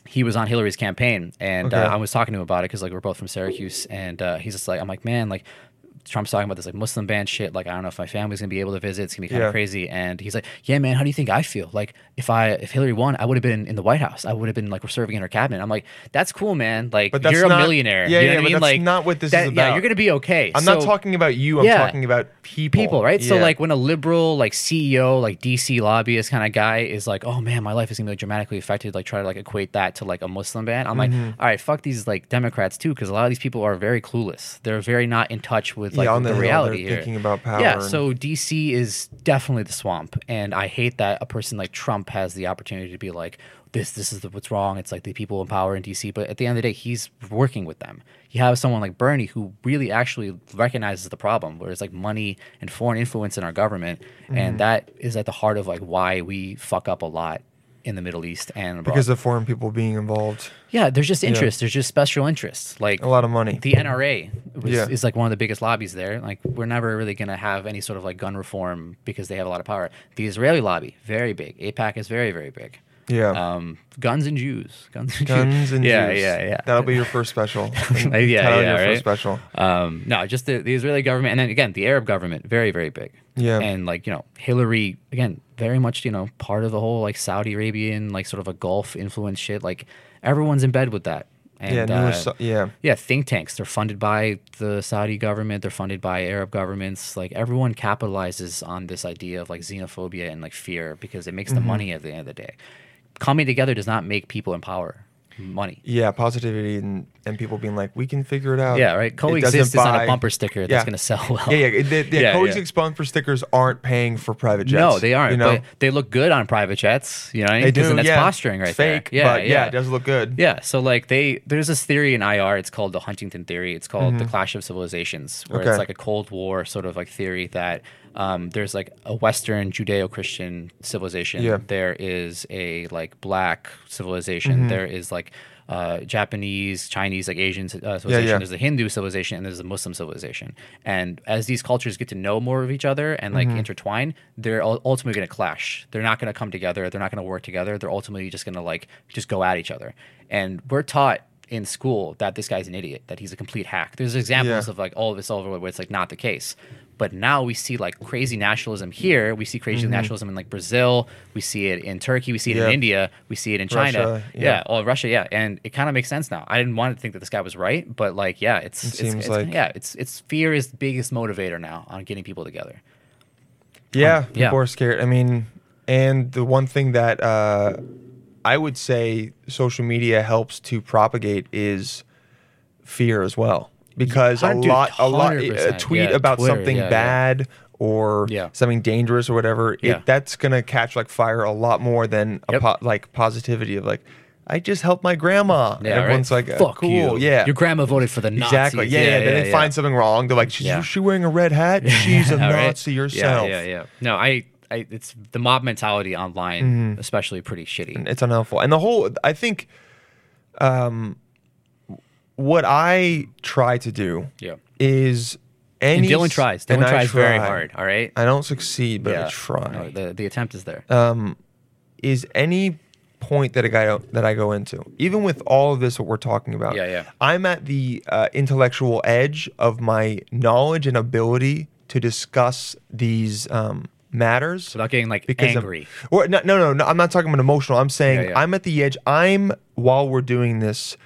Speaker 7: He was on Hillary's campaign, and
Speaker 8: Okay.
Speaker 7: uh, I was talking to him about it because like we're both from Syracuse, and uh, he's just like, I'm like, man, like. Trump's talking about this like Muslim ban shit. Like, I don't know if my family's gonna be able to visit. It's gonna be kind
Speaker 8: Yeah.
Speaker 7: of crazy. And he's like, "Yeah, man, how do you think I feel? Like, if I if Hillary won, I would have been in the White House. I would have been like serving in her cabinet." I'm like, "That's cool, man. Like,
Speaker 8: But that's
Speaker 7: you're
Speaker 8: not-
Speaker 7: a millionaire.
Speaker 8: yeah,
Speaker 7: you know what
Speaker 8: yeah,
Speaker 7: I mean?
Speaker 8: but that's
Speaker 7: like,
Speaker 8: not what this is
Speaker 7: that, Yeah,
Speaker 8: about.
Speaker 7: you're gonna be okay.
Speaker 8: i'm not
Speaker 7: So-
Speaker 8: talking about you i'm
Speaker 7: Yeah.
Speaker 8: talking about people
Speaker 7: people, right? So
Speaker 8: Yeah.
Speaker 7: like when a liberal, like CEO, like DC lobbyist kind of guy is like, "Oh man, my life is gonna be dramatically affected." Like try to like equate that to like a Muslim ban. I'm
Speaker 8: Mm-hmm.
Speaker 7: like, all right, fuck these like Democrats too, because a lot of these people are very clueless. They're very not in touch with like
Speaker 8: Yeah, on
Speaker 7: the,
Speaker 8: the Hill,
Speaker 7: reality
Speaker 8: they're
Speaker 7: here.
Speaker 8: thinking about power
Speaker 7: Yeah,
Speaker 8: and-
Speaker 7: so DC is definitely the swamp, and I hate that a person like Trump has the opportunity to be like. This, this is the, what's wrong. It's like the people in power in DC, but at the end of the day, he's working with them. You have someone like Bernie who really actually recognizes the problem, where it's like money and foreign influence in our government,
Speaker 8: Mm-hmm.
Speaker 7: and that is at the heart of like why we fuck up a lot in the Middle East and abroad.
Speaker 8: because of foreign people being involved
Speaker 7: Yeah, there's just interest. There's just special interests. Like
Speaker 8: A lot of money.
Speaker 7: The NRA was,
Speaker 8: Yeah.
Speaker 7: is like one of the biggest lobbies there. Like we're never really gonna have any sort of like gun reform because they have a lot of power. The Israeli lobby, very big. APAC is very very big.
Speaker 8: Yeah.
Speaker 7: Um, guns and Jews. Guns and
Speaker 8: Guns and
Speaker 7: yeah,
Speaker 8: Jews.
Speaker 7: Yeah, yeah,
Speaker 8: That'll be your first special.
Speaker 7: yeah, yeah,
Speaker 8: your first
Speaker 7: right?
Speaker 8: special.
Speaker 7: Um, no, just the, the Israeli government, and then again the Arab government, very very big.
Speaker 8: Yeah.
Speaker 7: and like you know Hillary again, very much you know part of the whole like Saudi Arabian like sort of a Gulf influence shit. Like everyone's in bed with that.
Speaker 8: Yeah,
Speaker 7: And,
Speaker 8: newer
Speaker 7: uh,
Speaker 8: so- yeah.
Speaker 7: yeah, think tanks. They're funded by the Saudi government. They're funded by Arab governments. Like everyone capitalizes on this idea of like xenophobia and like fear because it makes the
Speaker 8: Mm-hmm.
Speaker 7: money at the end of the day. Coming together does not make people in power money.
Speaker 8: Yeah, positivity and, and people being like, we can figure it out.
Speaker 7: Yeah, right.
Speaker 8: It
Speaker 7: Coexist
Speaker 8: doesn't
Speaker 7: is not
Speaker 8: buy-
Speaker 7: a bumper sticker that's
Speaker 8: Yeah.
Speaker 7: going to sell well.
Speaker 8: Yeah, yeah. it- the- the
Speaker 7: Yeah, yeah.
Speaker 8: coexist bumper stickers aren't paying for private jets.
Speaker 7: no, they aren't.
Speaker 8: You know?
Speaker 7: But they look good on private jets. You know, what I mean?
Speaker 8: they
Speaker 7: 'Cause
Speaker 8: do.
Speaker 7: then that's
Speaker 8: yeah.
Speaker 7: posturing right
Speaker 8: it's fake,
Speaker 7: there.
Speaker 8: but yeah, it does look good.
Speaker 7: Yeah, so like they there's this theory in IR. It's called the Huntington theory. It's called the clash of civilizations, where
Speaker 8: Mm-hmm. Okay.
Speaker 7: it's like a Cold War sort of like theory that um, there's like a Western Judeo-Christian civilization.
Speaker 8: Yeah.
Speaker 7: There is a like black civilization.
Speaker 8: Mm-hmm.
Speaker 7: There is like uh, Japanese, Chinese, like Asian ci- uh, civilization.
Speaker 8: yeah.
Speaker 7: There's a Hindu civilization and there's a Muslim civilization. And as these cultures get to know more of each other and like
Speaker 8: Mm-hmm.
Speaker 7: intertwine, they're ul- ultimately going to clash. They're not going to come together. They're not going to work together. They're ultimately just going to like just go at each other. And we're taught in school that this guy's an idiot, that he's a complete hack. There's examples
Speaker 8: Yeah.
Speaker 7: of like all of this all over where it's like not the case. But now we see like crazy nationalism here. We see crazy
Speaker 8: Mm-hmm.
Speaker 7: nationalism in like Brazil. We see it in Turkey. We see it
Speaker 8: Yeah.
Speaker 7: in India. We see it in China.
Speaker 8: Russia, yeah.
Speaker 7: yeah. Oh, Russia. Yeah. And it kind of makes sense now. I didn't want to think that this guy was right, but like, yeah, it's
Speaker 8: It
Speaker 7: it's-
Speaker 8: seems
Speaker 7: it's-
Speaker 8: like-
Speaker 7: yeah, it's it's fear is the biggest motivator now on getting people together.
Speaker 8: Yeah, people
Speaker 7: Um, yeah.
Speaker 8: are scared. I mean, and the one thing that uh, I would say social media helps to propagate is fear as well, because a
Speaker 7: hundred-
Speaker 8: lot, a lot, a
Speaker 7: 100%,
Speaker 8: tweet
Speaker 7: yeah,
Speaker 8: about
Speaker 7: Twitter,
Speaker 8: something
Speaker 7: yeah, yeah.
Speaker 8: bad or
Speaker 7: Yeah.
Speaker 8: something dangerous or whatever,
Speaker 7: Yeah.
Speaker 8: it, that's gonna catch like fire a lot more than a
Speaker 7: Yep.
Speaker 8: po- like positivity of like. I just helped my grandma. And
Speaker 7: Yeah, right?
Speaker 8: Everyone's like, uh,
Speaker 7: fuck
Speaker 8: cool.
Speaker 7: you.
Speaker 8: Yeah.
Speaker 7: Your grandma voted for the Nazis.
Speaker 8: Exactly. Yeah, yeah. Then they
Speaker 7: yeah.
Speaker 8: find something wrong. They're like, she's,
Speaker 7: Yeah.
Speaker 8: she wearing a red hat. She's a
Speaker 7: Yeah, right?
Speaker 8: Nazi herself.
Speaker 7: Yeah, yeah, yeah. No, I, I, it's the mob mentality online,
Speaker 8: Mm-hmm.
Speaker 7: especially, pretty shitty.
Speaker 8: it's unhelpful. And the whole, I think, um, what I try to do
Speaker 7: Yeah.
Speaker 8: is
Speaker 7: And
Speaker 8: any.
Speaker 7: Dylan tries. Dylan
Speaker 8: and I
Speaker 7: tries very
Speaker 8: try.
Speaker 7: hard. All right.
Speaker 8: I don't succeed, but I
Speaker 7: No,
Speaker 8: try. Uh,
Speaker 7: the the attempt is there.
Speaker 8: is any point that a guy that I go into, even with all of this what we're talking about.
Speaker 7: Yeah, yeah.
Speaker 8: I'm at the uh, intellectual edge of my knowledge and ability to discuss these um, matters
Speaker 7: Without getting like
Speaker 8: because I'm-
Speaker 7: angry.
Speaker 8: or no, no, no, no, I'm not talking about emotional. I'm saying
Speaker 7: Yeah, yeah.
Speaker 8: I'm at the edge. I'm while we're doing this,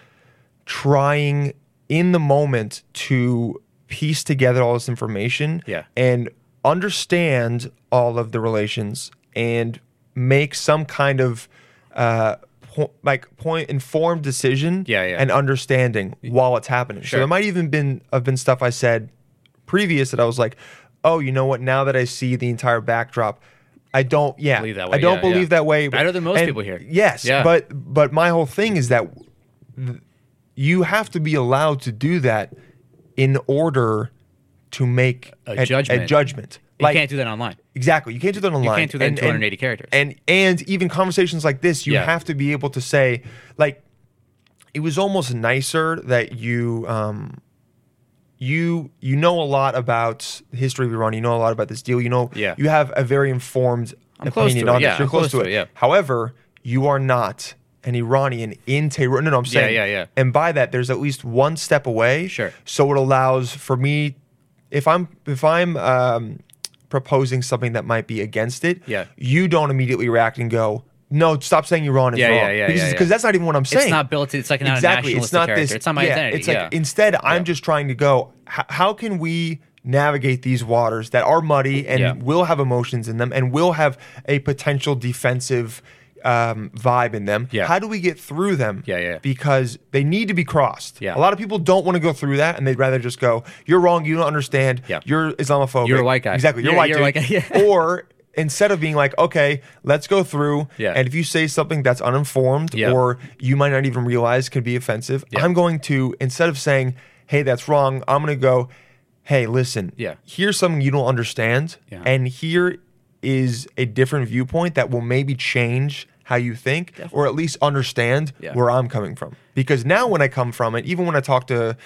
Speaker 8: trying in the moment to piece together all this information.
Speaker 7: Yeah.
Speaker 8: and understand all of the relations and make some kind of uh, po- like point informed decision.
Speaker 7: Yeah, yeah.
Speaker 8: and understanding while it's happening. So
Speaker 7: Sure.
Speaker 8: there might even been have been stuff I said previous that I was like, oh, you know what? Now that I see the entire backdrop, I don't. Yeah,
Speaker 7: Believe that
Speaker 8: I
Speaker 7: way,
Speaker 8: don't
Speaker 7: yeah,
Speaker 8: believe
Speaker 7: yeah.
Speaker 8: that way.
Speaker 7: Better than most
Speaker 8: And
Speaker 7: people here.
Speaker 8: Yes,
Speaker 7: Yeah.
Speaker 8: but but my whole thing is that th- you have to be allowed to do that in order to make
Speaker 7: A judgment.
Speaker 8: A judgment.
Speaker 7: you can't do that online.
Speaker 8: Exactly. You can't do that online.
Speaker 7: can't do that in 280 characters.
Speaker 8: And and even conversations like this, you
Speaker 7: Yeah.
Speaker 8: have to be able to say, like, it was almost nicer that you um you you know a lot about the history of Iran, you know a lot about this deal, you know
Speaker 7: Yeah.
Speaker 8: you have a very informed
Speaker 7: I'm close
Speaker 8: opinion
Speaker 7: to it,
Speaker 8: on
Speaker 7: yeah,
Speaker 8: this. You're
Speaker 7: I'm
Speaker 8: close, to it.
Speaker 7: yeah.
Speaker 8: However, you are not an Iranian in Tehran. No, no, I'm saying
Speaker 7: yeah, yeah.
Speaker 8: And by that there's at least one step away.
Speaker 7: Sure.
Speaker 8: So it allows for me if I'm if I'm um, proposing something that might be against it,
Speaker 7: Yeah.
Speaker 8: you don't immediately react and go, no, stop saying Iran is
Speaker 7: Yeah,
Speaker 8: wrong.
Speaker 7: yeah, yeah,
Speaker 8: because
Speaker 7: yeah,
Speaker 8: it's-
Speaker 7: yeah.
Speaker 8: 'cause that's not even what I'm saying.
Speaker 7: It's not built. It's like not
Speaker 8: exactly.
Speaker 7: a nationalist
Speaker 8: It's not
Speaker 7: character.
Speaker 8: this.
Speaker 7: It's not my
Speaker 8: yeah,
Speaker 7: identity.
Speaker 8: It's like
Speaker 7: yeah.
Speaker 8: instead, I'm just trying to go. H- how can we navigate these waters that are muddy and
Speaker 7: Yeah.
Speaker 8: will have emotions in them and will have a potential defensive um, vibe in them?
Speaker 7: Yeah.
Speaker 8: How do we get through them?
Speaker 7: Yeah, yeah.
Speaker 8: Because they need to be crossed.
Speaker 7: Yeah.
Speaker 8: A lot of people don't want to go through that, and they'd rather just go. You're wrong. You don't understand.
Speaker 7: Yeah.
Speaker 8: You're Islamophobic.
Speaker 7: You're a white guy.
Speaker 8: Exactly. You're,
Speaker 7: You're-
Speaker 8: white,
Speaker 7: you're a
Speaker 8: dude.
Speaker 7: white guy, yeah.
Speaker 8: Or instead of being like, okay, let's go through,
Speaker 7: Yeah.
Speaker 8: and if you say something that's uninformed
Speaker 7: Yeah.
Speaker 8: or you might not even realize can be offensive.
Speaker 7: Yeah.
Speaker 8: I'm going to instead of saying, "Hey, that's wrong," I'm going to go, "Hey, listen.
Speaker 7: Yeah.
Speaker 8: Here's something you don't understand,
Speaker 7: Yeah.
Speaker 8: and here is a different viewpoint that will maybe change how you think or at least understand
Speaker 7: Yeah.
Speaker 8: where I'm coming from." Because now when I come from it, even when I talk to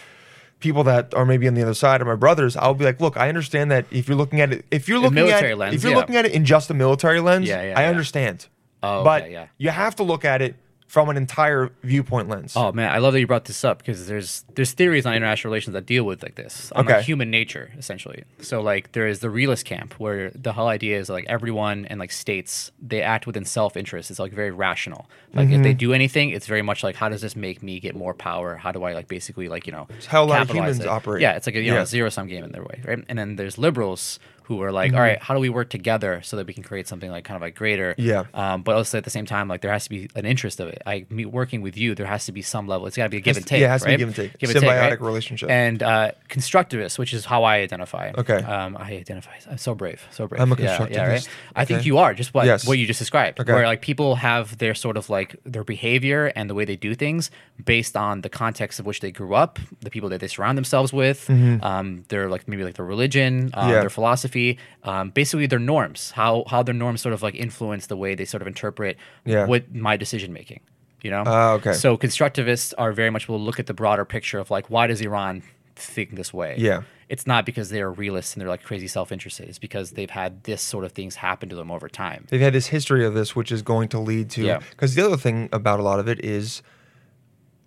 Speaker 8: people that are maybe on the other side or my brothers, I'll be like, "Look, I understand that if you're looking at it if you're looking
Speaker 7: military
Speaker 8: at
Speaker 7: lens,
Speaker 8: if you're
Speaker 7: yeah.
Speaker 8: looking at it in just a military lens,
Speaker 7: Yeah, yeah,
Speaker 8: I
Speaker 7: yeah.
Speaker 8: understand."
Speaker 7: Oh,
Speaker 8: but
Speaker 7: okay, yeah.
Speaker 8: you have to look at it from an entire viewpoint lens.
Speaker 7: Oh man, I love that you brought this up because there's there's theories on international relations that deal with like this on like,
Speaker 8: Okay.
Speaker 7: human nature essentially. So like there is the realist camp where the whole idea is like everyone and like states they act within self interest. It's like very rational. Like if they
Speaker 8: Mm-hmm.
Speaker 7: do anything, it's very much like how does this make me get more power? How do I like basically like you know
Speaker 8: how a lot of
Speaker 7: capitalize
Speaker 8: humans
Speaker 7: it?
Speaker 8: operate.
Speaker 7: Yeah, it's like a you know
Speaker 8: Yeah.
Speaker 7: zero sum game in their way, right? And then there's liberals who are
Speaker 8: Mm-hmm.
Speaker 7: like, "All right, how do we work together so that we can create something like kind of like greater?
Speaker 8: Yeah.
Speaker 7: Um, but also at the same time, like there has to be an interest of it. I me working with you, there has to be some level. It's got to be a give
Speaker 8: Has
Speaker 7: and
Speaker 8: to-
Speaker 7: take.
Speaker 8: yeah, it has to be
Speaker 7: right?
Speaker 8: give and take. Symbiotic relationship.
Speaker 7: And uh, constructivist, which is how I identify.
Speaker 8: Okay.
Speaker 7: Um, I identify. I'm so brave. So brave.
Speaker 8: I'm a
Speaker 7: Yeah, Yeah, right?
Speaker 8: constructivist.
Speaker 7: I think
Speaker 8: Okay.
Speaker 7: you are just what
Speaker 8: Yes.
Speaker 7: what you just described.
Speaker 8: Okay.
Speaker 7: Where like people have their sort of like their behavior and the way they do things based on the context of which they grew up, the people that they surround themselves with, um, their like maybe like their religion, um,
Speaker 8: Mm-hmm. Yeah.
Speaker 7: their philosophy, um, basically their norms, how how their norms sort of like influence the way they sort of interpret
Speaker 8: Yeah.
Speaker 7: what my decision making. You know.
Speaker 8: Ah, okay.
Speaker 7: So constructivists are very much will look at the broader picture of like why does Iran think this way?
Speaker 8: Yeah.
Speaker 7: It's not because they're realists and they're like crazy self interested. It's because they've had this sort of things happen to them over time.
Speaker 8: They've had this history of this, which is going to lead to.
Speaker 7: Yeah.
Speaker 8: Because the other thing about a lot of it is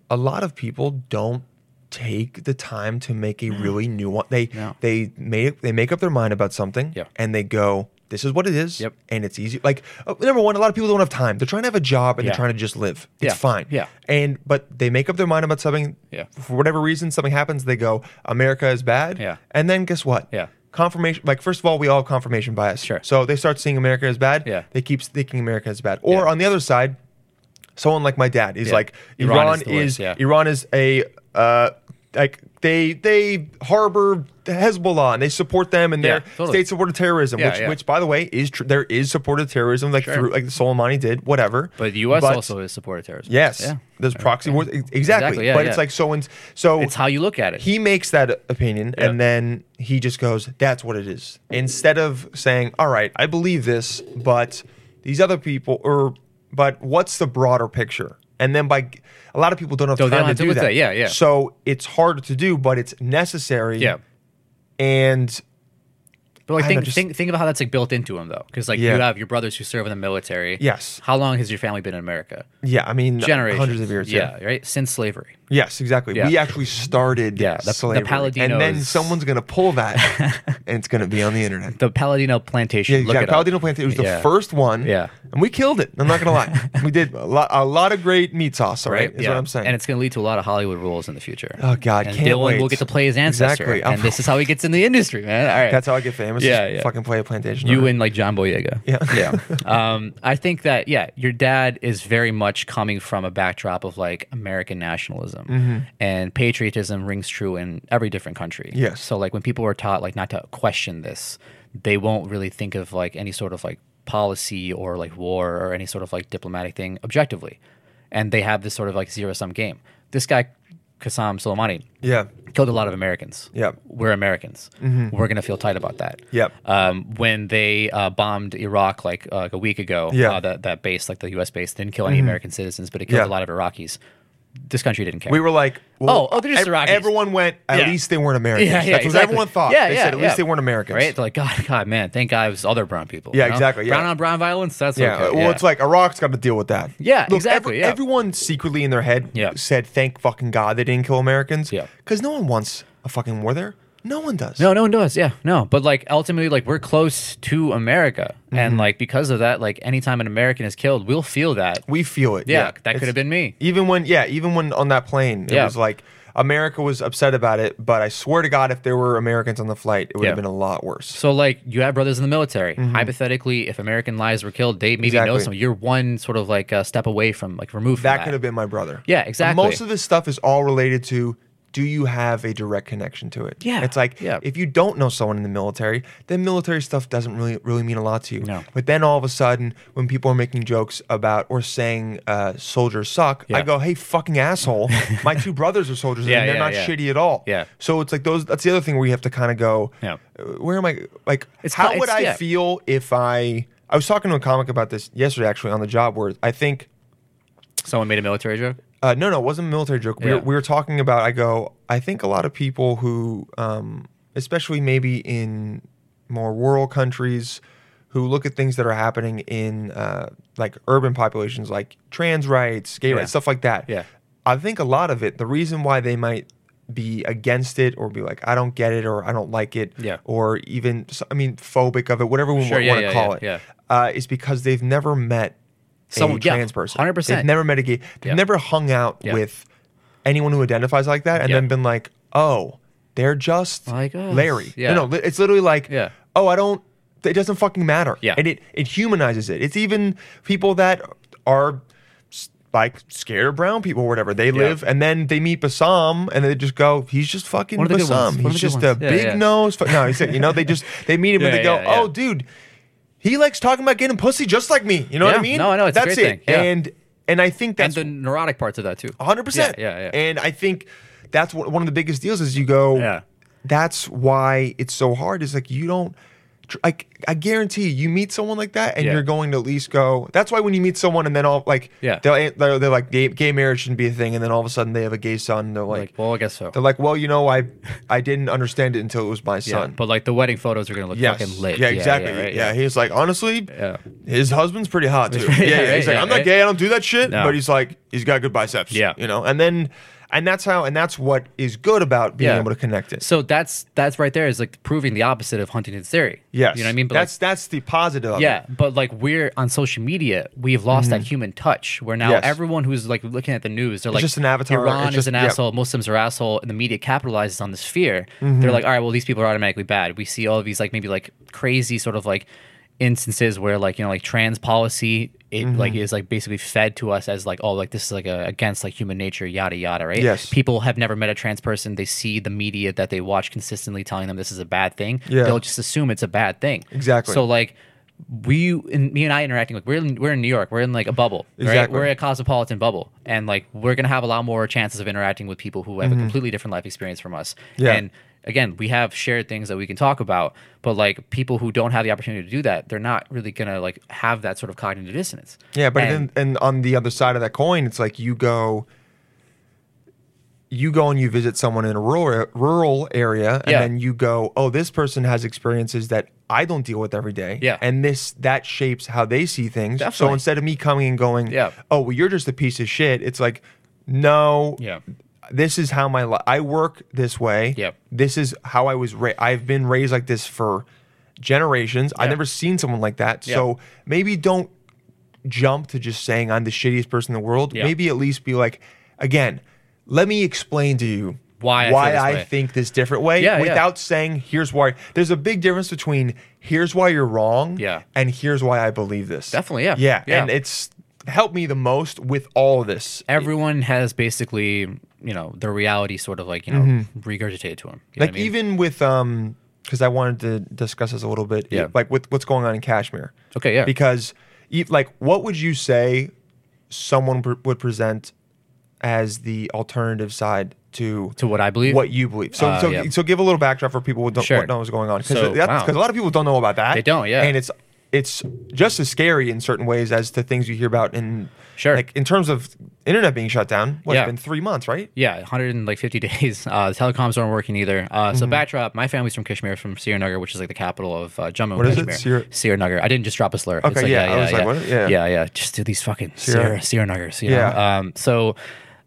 Speaker 8: a lot of people don't take the time to make a really nuance. They
Speaker 7: Mm-hmm. No.
Speaker 8: they make they make up their mind about something
Speaker 7: Yeah.
Speaker 8: and they go, "This is what it is,"
Speaker 7: Yep.
Speaker 8: and it's easy. Like uh, number one, a lot of people don't have time. They're trying to have a job and
Speaker 7: Yeah.
Speaker 8: they're trying to just live. It's
Speaker 7: Yeah.
Speaker 8: fine.
Speaker 7: Yeah.
Speaker 8: And but they make up their mind about something.
Speaker 7: Yeah.
Speaker 8: For whatever reason, something happens. They go, "America is bad."
Speaker 7: Yeah.
Speaker 8: And then guess what?
Speaker 7: Yeah.
Speaker 8: Confirmation. Like first of all, we all have confirmation bias.
Speaker 7: Sure.
Speaker 8: So they start seeing America as bad.
Speaker 7: Yeah.
Speaker 8: They keep thinking America is bad. Or
Speaker 7: Yeah.
Speaker 8: on the other side, someone like my dad is
Speaker 7: Yeah.
Speaker 8: like Iran,
Speaker 7: Iran
Speaker 8: is,
Speaker 7: is the worst, yeah.
Speaker 8: Iran is a uh, like they they harbor Hezbollah and they support them and
Speaker 7: Yeah,
Speaker 8: their
Speaker 7: totally.
Speaker 8: state supported terrorism,
Speaker 7: Yeah,
Speaker 8: which
Speaker 7: yeah.
Speaker 8: which by the way is tr- there is supported terrorism like through like the Soleimani did whatever.
Speaker 7: But the U.S. also is supportive terrorism.
Speaker 8: yes,
Speaker 7: Yeah.
Speaker 8: there's proxy
Speaker 1: e,
Speaker 8: wars ex- exactly.
Speaker 7: yeah,
Speaker 8: but
Speaker 7: yeah.
Speaker 8: it's like so and so.
Speaker 7: It's how you look at it.
Speaker 8: He makes that opinion
Speaker 7: Yeah.
Speaker 8: and then he just goes, that's what it is. Instead of saying, all right, I believe this, but these other people, or, but what's the broader picture? And then by, a lot of people don't have
Speaker 7: Don't- they
Speaker 8: time
Speaker 7: don't have
Speaker 8: to
Speaker 7: to
Speaker 8: do
Speaker 7: look
Speaker 8: that.
Speaker 7: at that, yeah, yeah.
Speaker 8: So it's hard to do, but it's necessary.
Speaker 7: yeah.
Speaker 8: And
Speaker 7: But like
Speaker 8: I don't know,
Speaker 7: think,
Speaker 8: just-
Speaker 7: think think about how that's like built into him though, because like
Speaker 8: Yeah.
Speaker 7: you have your brothers who serve in the military.
Speaker 8: Yes.
Speaker 7: How long has your family been in America?
Speaker 8: yeah, I mean,
Speaker 7: Generations.
Speaker 8: hundreds of years.
Speaker 7: Yeah. Right. Since slavery.
Speaker 8: Yes, exactly.
Speaker 7: Yeah.
Speaker 8: We actually started
Speaker 7: Yeah, the- the
Speaker 8: slavery. and then
Speaker 7: Paladinos-
Speaker 8: someone's going to pull that and it's going to be on the internet.
Speaker 7: The Palladino plantation.
Speaker 8: Yeah,
Speaker 7: look
Speaker 8: exactly.
Speaker 7: it up.
Speaker 8: Paladino Plantain. It was the
Speaker 7: Yeah.
Speaker 8: first one.
Speaker 7: Yeah.
Speaker 8: And we killed it. I'm not gonna lie. we did a lot, a lot of great meat sauce. All right,
Speaker 7: Right?
Speaker 8: is
Speaker 7: Yeah.
Speaker 8: what I'm saying.
Speaker 7: And it's going to lead to a lot of Hollywood roles in the future.
Speaker 8: Oh, God,
Speaker 7: And
Speaker 8: can't
Speaker 7: Dylan
Speaker 8: wait.
Speaker 7: will get to play his ancestor.
Speaker 8: Exactly. I'm-
Speaker 7: And this is how he gets in the industry, man. All right.
Speaker 8: that's how I get famous. Yeah,
Speaker 7: Yeah, yeah.
Speaker 8: Fucking play a plantation.
Speaker 7: You
Speaker 8: owner.
Speaker 7: and like John Boyega.
Speaker 8: Yeah.
Speaker 7: Yeah. um, I think that, yeah, your dad is very much coming from a backdrop of like American nationalism
Speaker 8: Mm-hmm.
Speaker 7: and patriotism rings true in every different country.
Speaker 8: Yes.
Speaker 7: So, like, when people are taught like not to question this, they won't really think of like any sort of like policy or like war or any sort of like diplomatic thing objectively. And they have this sort of like zero sum game. This guy, Qassam Soleimani,
Speaker 8: yeah,
Speaker 7: killed a lot of Americans.
Speaker 8: Yep. Mm-hmm.
Speaker 7: We're Americans. We're going to feel tight about that.
Speaker 8: Yep.
Speaker 7: Um, when they uh, bombed Iraq like, uh, like a week ago,
Speaker 8: Yeah. Mm-hmm.
Speaker 7: uh, that, that base, like the U.S. base, didn't kill any American citizens, but it killed
Speaker 8: Yeah.
Speaker 7: a lot of Iraqis. This country didn't care.
Speaker 8: we were like,
Speaker 7: Oh,
Speaker 8: well,
Speaker 7: oh, they're just Iraqis.
Speaker 8: Everyone went. At
Speaker 7: Yeah.
Speaker 8: least they weren't Americans.
Speaker 7: Yeah, yeah,
Speaker 8: That's what
Speaker 7: exactly.
Speaker 8: everyone thought.
Speaker 7: Yeah,
Speaker 8: they
Speaker 7: yeah,
Speaker 8: said at least
Speaker 7: yeah.
Speaker 8: they weren't Americans.
Speaker 7: Right? They're like, God, God, man, thank God it was other brown people.
Speaker 8: Yeah,
Speaker 7: you know?
Speaker 8: exactly, yeah.
Speaker 7: Brown on brown violence, that's
Speaker 8: Yeah.
Speaker 7: okay.
Speaker 8: Well, it's like Iraq's got to deal with that.
Speaker 7: Yeah, exactly, yeah.
Speaker 8: Everyone secretly in their head
Speaker 7: Yeah.
Speaker 8: said, "Thank fucking God they didn't kill Americans."
Speaker 7: Yeah.
Speaker 8: Because no one wants a fucking war there. No one does.
Speaker 7: No, no one does. Yeah, no. But like ultimately, like we're close to America,
Speaker 8: Mm-hmm.
Speaker 7: and like because of that, like anytime an American is killed, we'll feel that.
Speaker 8: We feel it.
Speaker 7: Yeah, that
Speaker 8: It's-
Speaker 7: could have been me.
Speaker 8: Even when, yeah, even when on that plane, it
Speaker 7: Yeah.
Speaker 8: was like America was upset about it, but I swear to God, if there were Americans on the flight, it would
Speaker 7: Yeah.
Speaker 8: have been a lot worse.
Speaker 7: So like you have brothers in the military. Hypothetically, if American lives were killed, they maybe know
Speaker 8: Mm-hmm. Exactly.
Speaker 7: some. You're one sort of like uh, step away from like removed.
Speaker 8: That
Speaker 7: from
Speaker 8: could have been my brother.
Speaker 7: Yeah,
Speaker 8: And
Speaker 7: exactly.
Speaker 8: most of this stuff is all related to do you have a direct connection to it?
Speaker 7: Yeah,
Speaker 8: It's like
Speaker 7: yeah.
Speaker 8: if you don't know someone in the military, then military stuff doesn't really really mean a lot to you.
Speaker 7: No.
Speaker 8: But then all of a sudden, when people are making jokes about or saying uh, soldiers suck, I
Speaker 7: Yeah.
Speaker 8: go, hey, fucking asshole, my two brothers are soldiers
Speaker 7: Yeah,
Speaker 8: and they're
Speaker 7: yeah,
Speaker 8: not
Speaker 7: yeah.
Speaker 8: shitty at all.
Speaker 7: Yeah.
Speaker 8: So it's like those. That's the other thing where you have to kind of go,
Speaker 7: Yeah.
Speaker 8: "Uh, where am I? Like,
Speaker 7: It's
Speaker 8: how
Speaker 7: co-
Speaker 8: would
Speaker 7: it's-
Speaker 8: I
Speaker 7: yeah.
Speaker 8: feel if I? I was talking to a comic about this yesterday, actually, on the job. Where I think
Speaker 7: someone made a military joke.
Speaker 8: uh, no, no, it wasn't a military joke. We, were,
Speaker 7: Yeah.
Speaker 8: we were talking about. I go. I think a lot of people who, um, especially maybe in more rural countries, who look at things that are happening in uh, like urban populations, like trans rights, gay rights, stuff like that.
Speaker 7: Yeah.
Speaker 8: I think a lot of it, the reason why they might be against it or be like, I don't get it or I don't like it,
Speaker 7: Yeah.
Speaker 8: or even, s- I mean, phobic of it, whatever we
Speaker 7: Sure, yeah,
Speaker 8: want to
Speaker 7: yeah,
Speaker 8: call
Speaker 7: yeah,
Speaker 8: it,
Speaker 7: yeah.
Speaker 8: Uh, is because they've never met a
Speaker 7: Someone- yeah,
Speaker 8: trans person.
Speaker 7: 100%.
Speaker 8: They've never met a gay, they've
Speaker 7: Yeah.
Speaker 8: never hung out
Speaker 7: Yeah.
Speaker 8: with anyone who identifies like that and
Speaker 7: Yeah.
Speaker 8: then been like, oh, they're just
Speaker 7: Like us.
Speaker 8: Larry.
Speaker 7: Yeah.
Speaker 8: No, no, li- it's literally like,
Speaker 7: Yeah.
Speaker 8: oh, I don't. It doesn't fucking matter.
Speaker 7: Yeah.
Speaker 8: And it it humanizes it. It's even people that are s- like scared of brown people or whatever. They live and then they meet Bassam and they just go, he's just fucking
Speaker 7: One of the good ones.
Speaker 8: Bassam.
Speaker 7: One of
Speaker 8: He's
Speaker 7: the good
Speaker 8: just a
Speaker 7: ones." Yeah,
Speaker 8: big
Speaker 7: yeah.
Speaker 8: nose. fu- No, he's you know they just they meet him and
Speaker 7: Yeah,
Speaker 8: they go,
Speaker 7: yeah, yeah.
Speaker 8: oh, dude, he likes talking about getting pussy just like me. You know what I
Speaker 7: Yeah.
Speaker 8: mean?
Speaker 7: No, I know. It's a
Speaker 8: that's
Speaker 7: great
Speaker 8: it.
Speaker 7: thing. Yeah.
Speaker 8: And and I think
Speaker 7: and
Speaker 8: that's Oh.
Speaker 7: the neurotic parts of that too.
Speaker 8: hundred percent.
Speaker 7: Yeah, yeah, yeah.
Speaker 8: And I think that's what, one of the biggest deals is you go.
Speaker 7: Yeah.
Speaker 8: That's why it's so hard. Is like you don't. tr- Like I guarantee you, you meet someone like that, and
Speaker 7: Yeah.
Speaker 8: you're going to at least go. That's why when you meet someone, and then all like,
Speaker 7: Yeah.
Speaker 8: they'll, they're, they're like, gay, gay marriage shouldn't be a thing, and then all of a sudden they have a gay son, and they're
Speaker 7: like,
Speaker 8: like,
Speaker 7: well, I guess so.
Speaker 8: they're like, well, you know, I, I didn't understand it until it was my
Speaker 7: Yeah,
Speaker 8: son.
Speaker 7: but like the wedding photos are gonna look
Speaker 8: Yes.
Speaker 7: fucking lit.
Speaker 8: Yeah, exactly.
Speaker 7: right,
Speaker 8: yeah, he's like, honestly,
Speaker 7: Yeah.
Speaker 8: his husband's pretty hot too. yeah,
Speaker 7: right,
Speaker 8: yeah. He's like,
Speaker 7: yeah,
Speaker 8: I'm not
Speaker 7: right.
Speaker 8: gay. I don't do that shit.
Speaker 7: No.
Speaker 8: But he's like, he's got good biceps.
Speaker 7: Yeah.
Speaker 8: you know. And then, and that's how, and that's what is good about being
Speaker 7: Yeah.
Speaker 8: able to connect it.
Speaker 7: So that's that's right there is like proving the opposite of Huntington's theory.
Speaker 8: Yes,
Speaker 7: you know what I mean. But like,
Speaker 8: that's that's the positive. Of Mm-hmm.
Speaker 7: Yeah, but like we're on social media, we've lost that human touch where now
Speaker 8: Yes.
Speaker 7: everyone who's like looking at the news, they're like,
Speaker 8: just an avatar,
Speaker 7: Iran
Speaker 8: it's
Speaker 7: is
Speaker 8: just-
Speaker 7: an
Speaker 8: yeah.
Speaker 7: asshole, Muslims are asshole, and the media capitalizes on this fear.
Speaker 8: Mm-hmm.
Speaker 7: They're like, all right, well, these people are automatically bad. We see all of these like maybe like crazy sort of like instances where like you know like trans policy it
Speaker 8: Mm-hmm.
Speaker 7: like is like basically fed to us as like oh like this is like a, against like human nature yada yada right
Speaker 8: Yes.
Speaker 7: people have never met a trans person they see the media that they watch consistently telling them this is a bad thing
Speaker 8: Yeah.
Speaker 7: they'll just assume it's a bad thing
Speaker 8: Exactly.
Speaker 7: so like we and me and I interacting like we're in, we're in New York, we're in like a bubble, right?
Speaker 8: Exactly.
Speaker 7: We're in a cosmopolitan bubble, and like we're gonna have a lot more chances of interacting with people who have a completely different life experience from us.
Speaker 8: Mm-hmm. Yeah.
Speaker 7: And again, we have shared things that we can talk about, but like people who don't have the opportunity to do that, they're not really gonna like have that sort of cognitive dissonance.
Speaker 8: Yeah, but
Speaker 7: And-
Speaker 8: then and on the other side of that coin, it's like you go you go and you visit someone in a rural rural area and
Speaker 7: Yeah.
Speaker 8: then you go, "Oh, this person has experiences that I don't deal with every day."
Speaker 7: Yeah.
Speaker 8: And this that shapes how they see things. So
Speaker 7: Definitely.
Speaker 8: instead of me coming and going,
Speaker 7: Yeah.
Speaker 8: "Oh, well you're just a piece of shit." It's like, "No."
Speaker 7: Yeah.
Speaker 8: This is how my life. I work this way.
Speaker 7: Yep.
Speaker 8: This is how I was. Ra- I've been raised like this for generations. I've
Speaker 7: Yeah.
Speaker 8: never seen someone like that.
Speaker 7: Yeah.
Speaker 8: So maybe don't jump to just saying I'm the shittiest person in the world,
Speaker 7: Yeah.
Speaker 8: maybe at least be like, again, let me explain to you
Speaker 7: Why I feel
Speaker 8: why
Speaker 7: this
Speaker 8: I
Speaker 7: way.
Speaker 8: think this different way
Speaker 7: Yeah, yeah.
Speaker 8: without saying here's why. There's a big difference between here's why you're wrong
Speaker 7: Yeah.
Speaker 8: and here's why I believe this.
Speaker 7: Definitely, yeah.
Speaker 8: Yeah.
Speaker 7: Yeah.
Speaker 8: And it's helped me the most with all of this.
Speaker 7: everyone has basically you know their reality sort of like you know regurgitated to them.
Speaker 8: Mm-hmm. like even with um because I wanted to discuss this a little bit.
Speaker 7: Yeah.
Speaker 8: Like with what's going on in Kashmir.
Speaker 7: Okay, yeah.
Speaker 8: Because e- like what would you say someone pr- would present as the alternative side to
Speaker 7: to what I believe,
Speaker 8: what you believe? So
Speaker 7: Uh,
Speaker 8: so,
Speaker 7: yeah.
Speaker 8: so give a little backdrop for people who don't
Speaker 7: Sure.
Speaker 8: what knows going on because
Speaker 7: So, wow.
Speaker 8: a lot of people don't know about that.
Speaker 7: They don't, yeah.
Speaker 8: And it's it's just as scary in certain ways as the things you hear about in
Speaker 7: Sure.
Speaker 8: like in terms of internet being shut down. What
Speaker 7: Yeah.
Speaker 8: it's been three months, right?
Speaker 7: Yeah, 150 days. Uh, the telecoms aren't working either. Uh,
Speaker 8: Mm-hmm.
Speaker 7: So backdrop, my family's from Kashmir, from Srinagar, which is like the capital of uh, Jammu.
Speaker 8: What
Speaker 7: and
Speaker 8: is it?
Speaker 7: Kashmir.
Speaker 8: Sri-
Speaker 7: Srinagar. I didn't just drop a slur.
Speaker 8: Okay,
Speaker 7: like,
Speaker 8: yeah, I was like,
Speaker 7: yeah,
Speaker 8: what? Yeah.
Speaker 7: yeah, yeah. Just do these fucking
Speaker 8: Sierra-
Speaker 7: Sierra Srienagars. You
Speaker 8: Yeah.
Speaker 7: Know? Um, so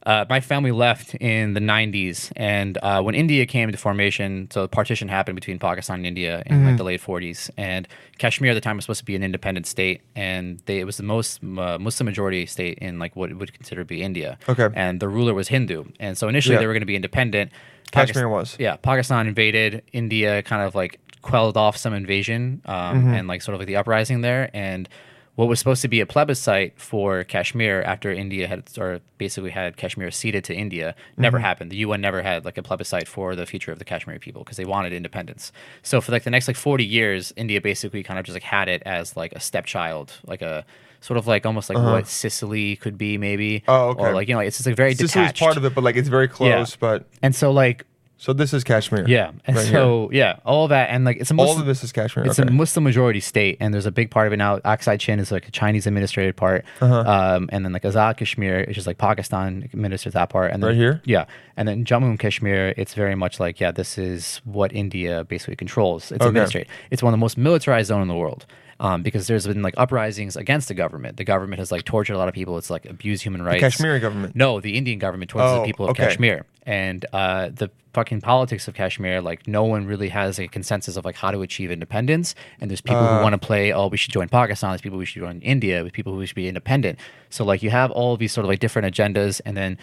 Speaker 7: uh, my family left in the 90s, and uh, when India came into formation, so the partition happened between Pakistan and India in like
Speaker 8: Mm-hmm.
Speaker 7: the late 40s, and Kashmir at the time was supposed to be an independent state, and they, it was the most uh, Muslim majority state in like what would consider to be India.
Speaker 8: Okay.
Speaker 7: and the ruler was Hindu, and so initially
Speaker 8: Yeah.
Speaker 7: they were going to be independent.
Speaker 8: Kashmir
Speaker 7: Pakis-
Speaker 8: was.
Speaker 7: yeah, Pakistan invaded India, kind of like quelled off some invasion um,
Speaker 8: Mm-hmm.
Speaker 7: and like sort of like the uprising there. And what was supposed to be a plebiscite for Kashmir after India had or basically had Kashmir ceded to India never
Speaker 8: Mm-hmm.
Speaker 7: happened. The UN never had like a plebiscite for the future of the Kashmiri people because they wanted independence. So for like the next like 40 years, India basically kind of just like had it as like a stepchild, like a sort of like almost like what Sicily could be maybe.
Speaker 8: Uh-huh. Oh, okay.
Speaker 7: Or like, you know, it's just like very
Speaker 8: Sicily's
Speaker 7: detached.
Speaker 8: part of it, but like it's very close. But
Speaker 7: And so like
Speaker 8: so this is Kashmir.
Speaker 7: yeah, and
Speaker 8: right here.
Speaker 7: so yeah, all that and like it's a
Speaker 8: all
Speaker 7: Muslim,
Speaker 8: of this is Kashmir.
Speaker 7: it's
Speaker 8: okay.
Speaker 7: a Muslim majority state, and there's a big part of it now. Aksai Chin is like a Chinese administrated part,
Speaker 8: Uh-huh.
Speaker 7: um, and then like Azad Kashmir, it's just like Pakistan administers that part, and then,
Speaker 8: Right here?
Speaker 7: yeah, and then Jammu and Kashmir, it's very much like yeah, this is what India basically controls. It's administrated. It's one of the most militarized zone in the world, um, because there's been like uprisings against the government. The government has like tortured a lot of people. It's like abused human rights.
Speaker 8: Kashmiri government?
Speaker 7: No, the Indian government towards
Speaker 8: Oh,
Speaker 7: the people of
Speaker 8: okay.
Speaker 7: Kashmir and uh, the fucking politics of Kashmir. Like no one really has a consensus of like how to achieve independence. And there's people
Speaker 8: Uh.
Speaker 7: who want to play. Oh, we should join Pakistan. There's people we should join India. There's people who should be independent. So like you have all of these sort of like different agendas, and then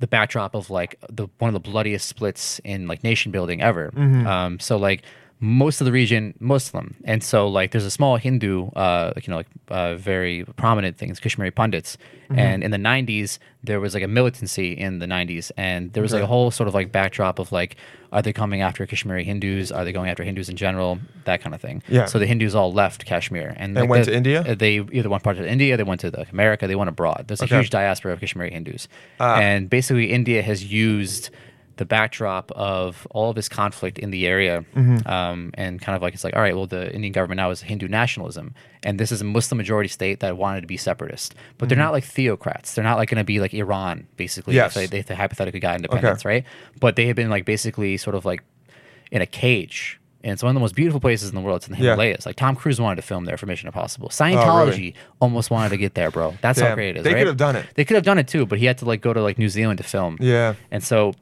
Speaker 7: the backdrop of like the one of the bloodiest splits in like nation building ever.
Speaker 8: Mm-hmm.
Speaker 7: Um, so like most of the region Muslim, and so like there's a small Hindu, uh, like, you know, like uh, very prominent things, Kashmiri pundits,
Speaker 8: Mm-hmm.
Speaker 7: and in the '90s there was like a militancy in the '90s, and there was like a whole sort of like backdrop of like, are they coming after Kashmiri Hindus? Are they going after Hindus in general? That kind of thing.
Speaker 8: Yeah.
Speaker 7: So the Hindus all left Kashmir and
Speaker 8: And
Speaker 7: like,
Speaker 8: went
Speaker 7: the-
Speaker 8: to India?
Speaker 7: uh, They either went part to India, they went to like, America, they went abroad. There's a
Speaker 8: Okay. Ah.
Speaker 7: huge diaspora of Kashmiri Hindus, and basically India has used the backdrop of all of this conflict in the area,
Speaker 8: Mm-hmm.
Speaker 7: um, and kind of like it's like, all right, well, the Indian government now is Hindu nationalism, and this is a Muslim majority state that wanted to be separatist, but they're not like theocrats. They're not like going to be like Iran, basically.
Speaker 8: Mm-hmm. Yes.
Speaker 7: If they, if they hypothetically got independence, right? But they have been like basically sort of like in a cage. And it's one of the most beautiful places in the world. It's in the
Speaker 8: Yeah.
Speaker 7: Himalayas. Like Tom Cruise wanted to film there for Mission Impossible.
Speaker 8: Oh,
Speaker 7: Scientology
Speaker 8: really?
Speaker 7: almost wanted to get there, bro. That's how
Speaker 8: Damn.
Speaker 7: great it is.
Speaker 8: They could
Speaker 7: right?
Speaker 8: have done it.
Speaker 7: They could have done it too, but he had to like go to like New Zealand to film.
Speaker 8: Yeah.
Speaker 7: And so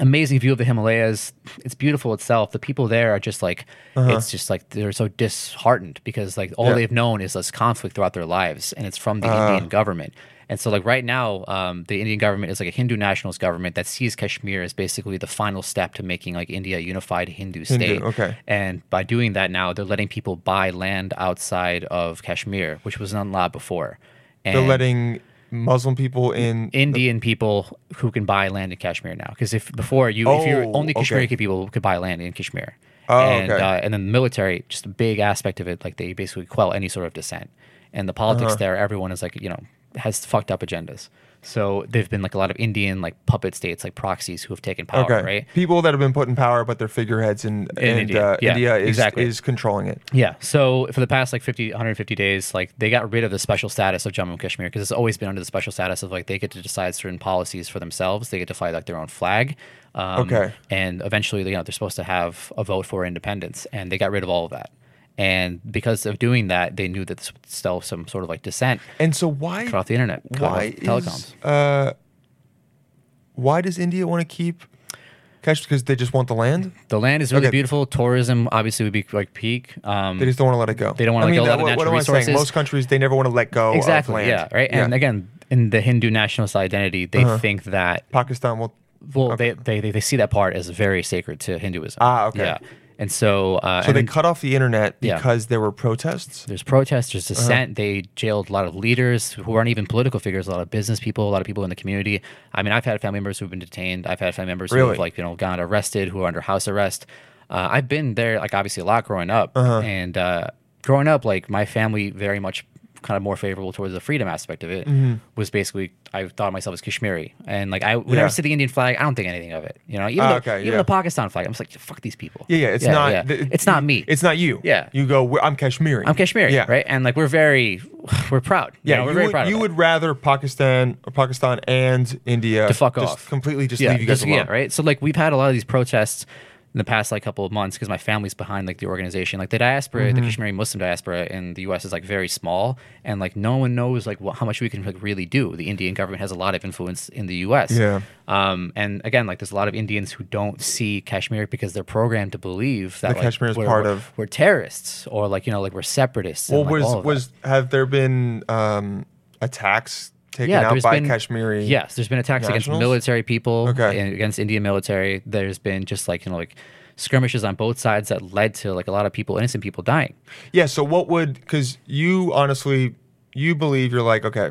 Speaker 7: amazing view of the Himalayas. It's beautiful itself. The people there are just like it's just like they're so disheartened because like all
Speaker 8: Uh-huh. Yeah. Uh-huh.
Speaker 7: they've known is this conflict throughout their lives and it's from the Indian government. And so like right now, um, the Indian government is like a Hindu nationalist government that sees Kashmir as basically the final step to making like India a unified Hindu state.
Speaker 8: okay.
Speaker 7: And by doing that now, they're letting people buy land outside of Kashmir, which was not allowed before. And
Speaker 8: They're letting Muslim people in.
Speaker 7: Indian people who can buy land in Kashmir now. Because if before you, if you're
Speaker 8: Oh,
Speaker 7: only Kashmiri
Speaker 8: okay.
Speaker 7: people could buy land in Kashmir.
Speaker 8: Oh,
Speaker 7: and,
Speaker 8: okay.
Speaker 7: uh, and then the military, just a big aspect of it, like they basically quell any sort of dissent. And the politics
Speaker 8: Uh-huh.
Speaker 7: there, everyone is like, you know, has fucked up agendas. So they've been like a lot of Indian like puppet states, like proxies who have taken power,
Speaker 8: okay.
Speaker 7: right?
Speaker 8: People that have been put in power, but their figureheads in, and
Speaker 7: India.
Speaker 8: Uh,
Speaker 7: Yeah,
Speaker 8: India is,
Speaker 7: exactly.
Speaker 8: is controlling it.
Speaker 7: Yeah. So for the past like 50, 150 days, like they got rid of the special status of Jammu and Kashmir because it's always been under the special status of like they get to decide certain policies for themselves. They get to fly like their own flag. Um,
Speaker 8: Okay.
Speaker 7: And eventually, you know, they're supposed to have a vote for independence, and they got rid of all of that. And because of doing that, they knew that this would still some sort of like dissent.
Speaker 8: And so why?
Speaker 7: Cut off the internet. Cut off
Speaker 8: Why
Speaker 7: telecoms.
Speaker 8: Is, uh, why does India want to keep Kashmir? Because they just want the land.
Speaker 7: The land is really
Speaker 8: Okay.
Speaker 7: beautiful. Tourism obviously would be like peak. Um,
Speaker 8: They just don't want to let it go. They
Speaker 7: don't wanna
Speaker 8: I
Speaker 7: let
Speaker 8: mean,
Speaker 7: go of
Speaker 8: that-
Speaker 7: all the
Speaker 8: what,
Speaker 7: natural
Speaker 8: what am I saying?
Speaker 7: resources.
Speaker 8: Most countries they never want to let go.
Speaker 7: exactly.
Speaker 8: Of land.
Speaker 7: Yeah. Right. And again, in the Hindu nationalist identity, they
Speaker 8: Uh-huh.
Speaker 7: think that
Speaker 8: Pakistan will.
Speaker 7: well, they, they, they they see that part as very sacred to Hinduism.
Speaker 8: Ah, okay.
Speaker 7: Yeah, and so uh,
Speaker 8: So
Speaker 7: and
Speaker 8: they
Speaker 7: then
Speaker 8: cut off the internet
Speaker 7: Yeah.
Speaker 8: because there were protests.
Speaker 7: there's protests, there's
Speaker 8: Uh-huh.
Speaker 7: dissent. They jailed a lot of leaders who aren't even political figures, a lot of business people, a lot of people in the community. I mean, I've had family members who've been detained. I've had family members who
Speaker 8: Really?
Speaker 7: have like you know gone arrested, who are under house arrest. Uh, I've been there like obviously a lot growing up,
Speaker 8: Uh-huh.
Speaker 7: and uh, growing up like my family very much kind of more favorable towards the freedom aspect of it
Speaker 8: Mm-hmm.
Speaker 7: was basically I thought of myself as Kashmiri and like I whenever
Speaker 8: Yeah.
Speaker 7: I see the Indian flag I don't think anything of it you know even
Speaker 8: Ah,
Speaker 7: though,
Speaker 8: okay,
Speaker 7: even
Speaker 8: yeah.
Speaker 7: the Pakistan flag I'm just like fuck these people
Speaker 8: Yeah, yeah. It's not. th-
Speaker 7: it's not me
Speaker 8: It's not you.
Speaker 7: Yeah.
Speaker 8: You go. "We're- I'm Kashmiri.
Speaker 7: I'm Kashmiri,
Speaker 8: Yeah.
Speaker 7: right? And like we're very, we're proud. You
Speaker 8: Yeah,
Speaker 7: know, we're
Speaker 8: you
Speaker 7: very
Speaker 8: would,
Speaker 7: proud. of
Speaker 8: you
Speaker 7: that.
Speaker 8: would rather Pakistan or Pakistan and India
Speaker 7: to fuck
Speaker 8: just
Speaker 7: off
Speaker 8: completely, just
Speaker 7: Yeah,
Speaker 8: leave you guys
Speaker 7: just-
Speaker 8: alone.
Speaker 7: Yeah, right. So like we've had a lot of these protests in the past like couple of months because my family's behind like the organization. Like the diaspora, the
Speaker 8: Mm-hmm.
Speaker 7: Kashmiri Muslim diaspora in the U.S. is like very small, and like no one knows like what, how much we can like really do. The Indian government has a lot of influence in the U.S.
Speaker 8: Yeah.
Speaker 7: Um, and again, like there's a lot of Indians who don't see Kashmir because they're programmed to believe that
Speaker 8: That
Speaker 7: like,
Speaker 8: Kashmir is
Speaker 7: we're,
Speaker 8: part
Speaker 7: we're,
Speaker 8: of-
Speaker 7: we're terrorists or like you know like we're separatists. and,
Speaker 8: Well,
Speaker 7: like, all
Speaker 8: was
Speaker 7: of that.
Speaker 8: was have there been um, attacks taken out
Speaker 7: there's
Speaker 8: by Kashmiri?
Speaker 7: Yes, there's been attacks
Speaker 8: nationals?
Speaker 7: against military people,
Speaker 8: Okay.
Speaker 7: and against Indian military. There's been just like you know like skirmishes on both sides that led to like a lot of people, innocent people dying.
Speaker 8: Yeah. So what would because you honestly you believe you're like okay,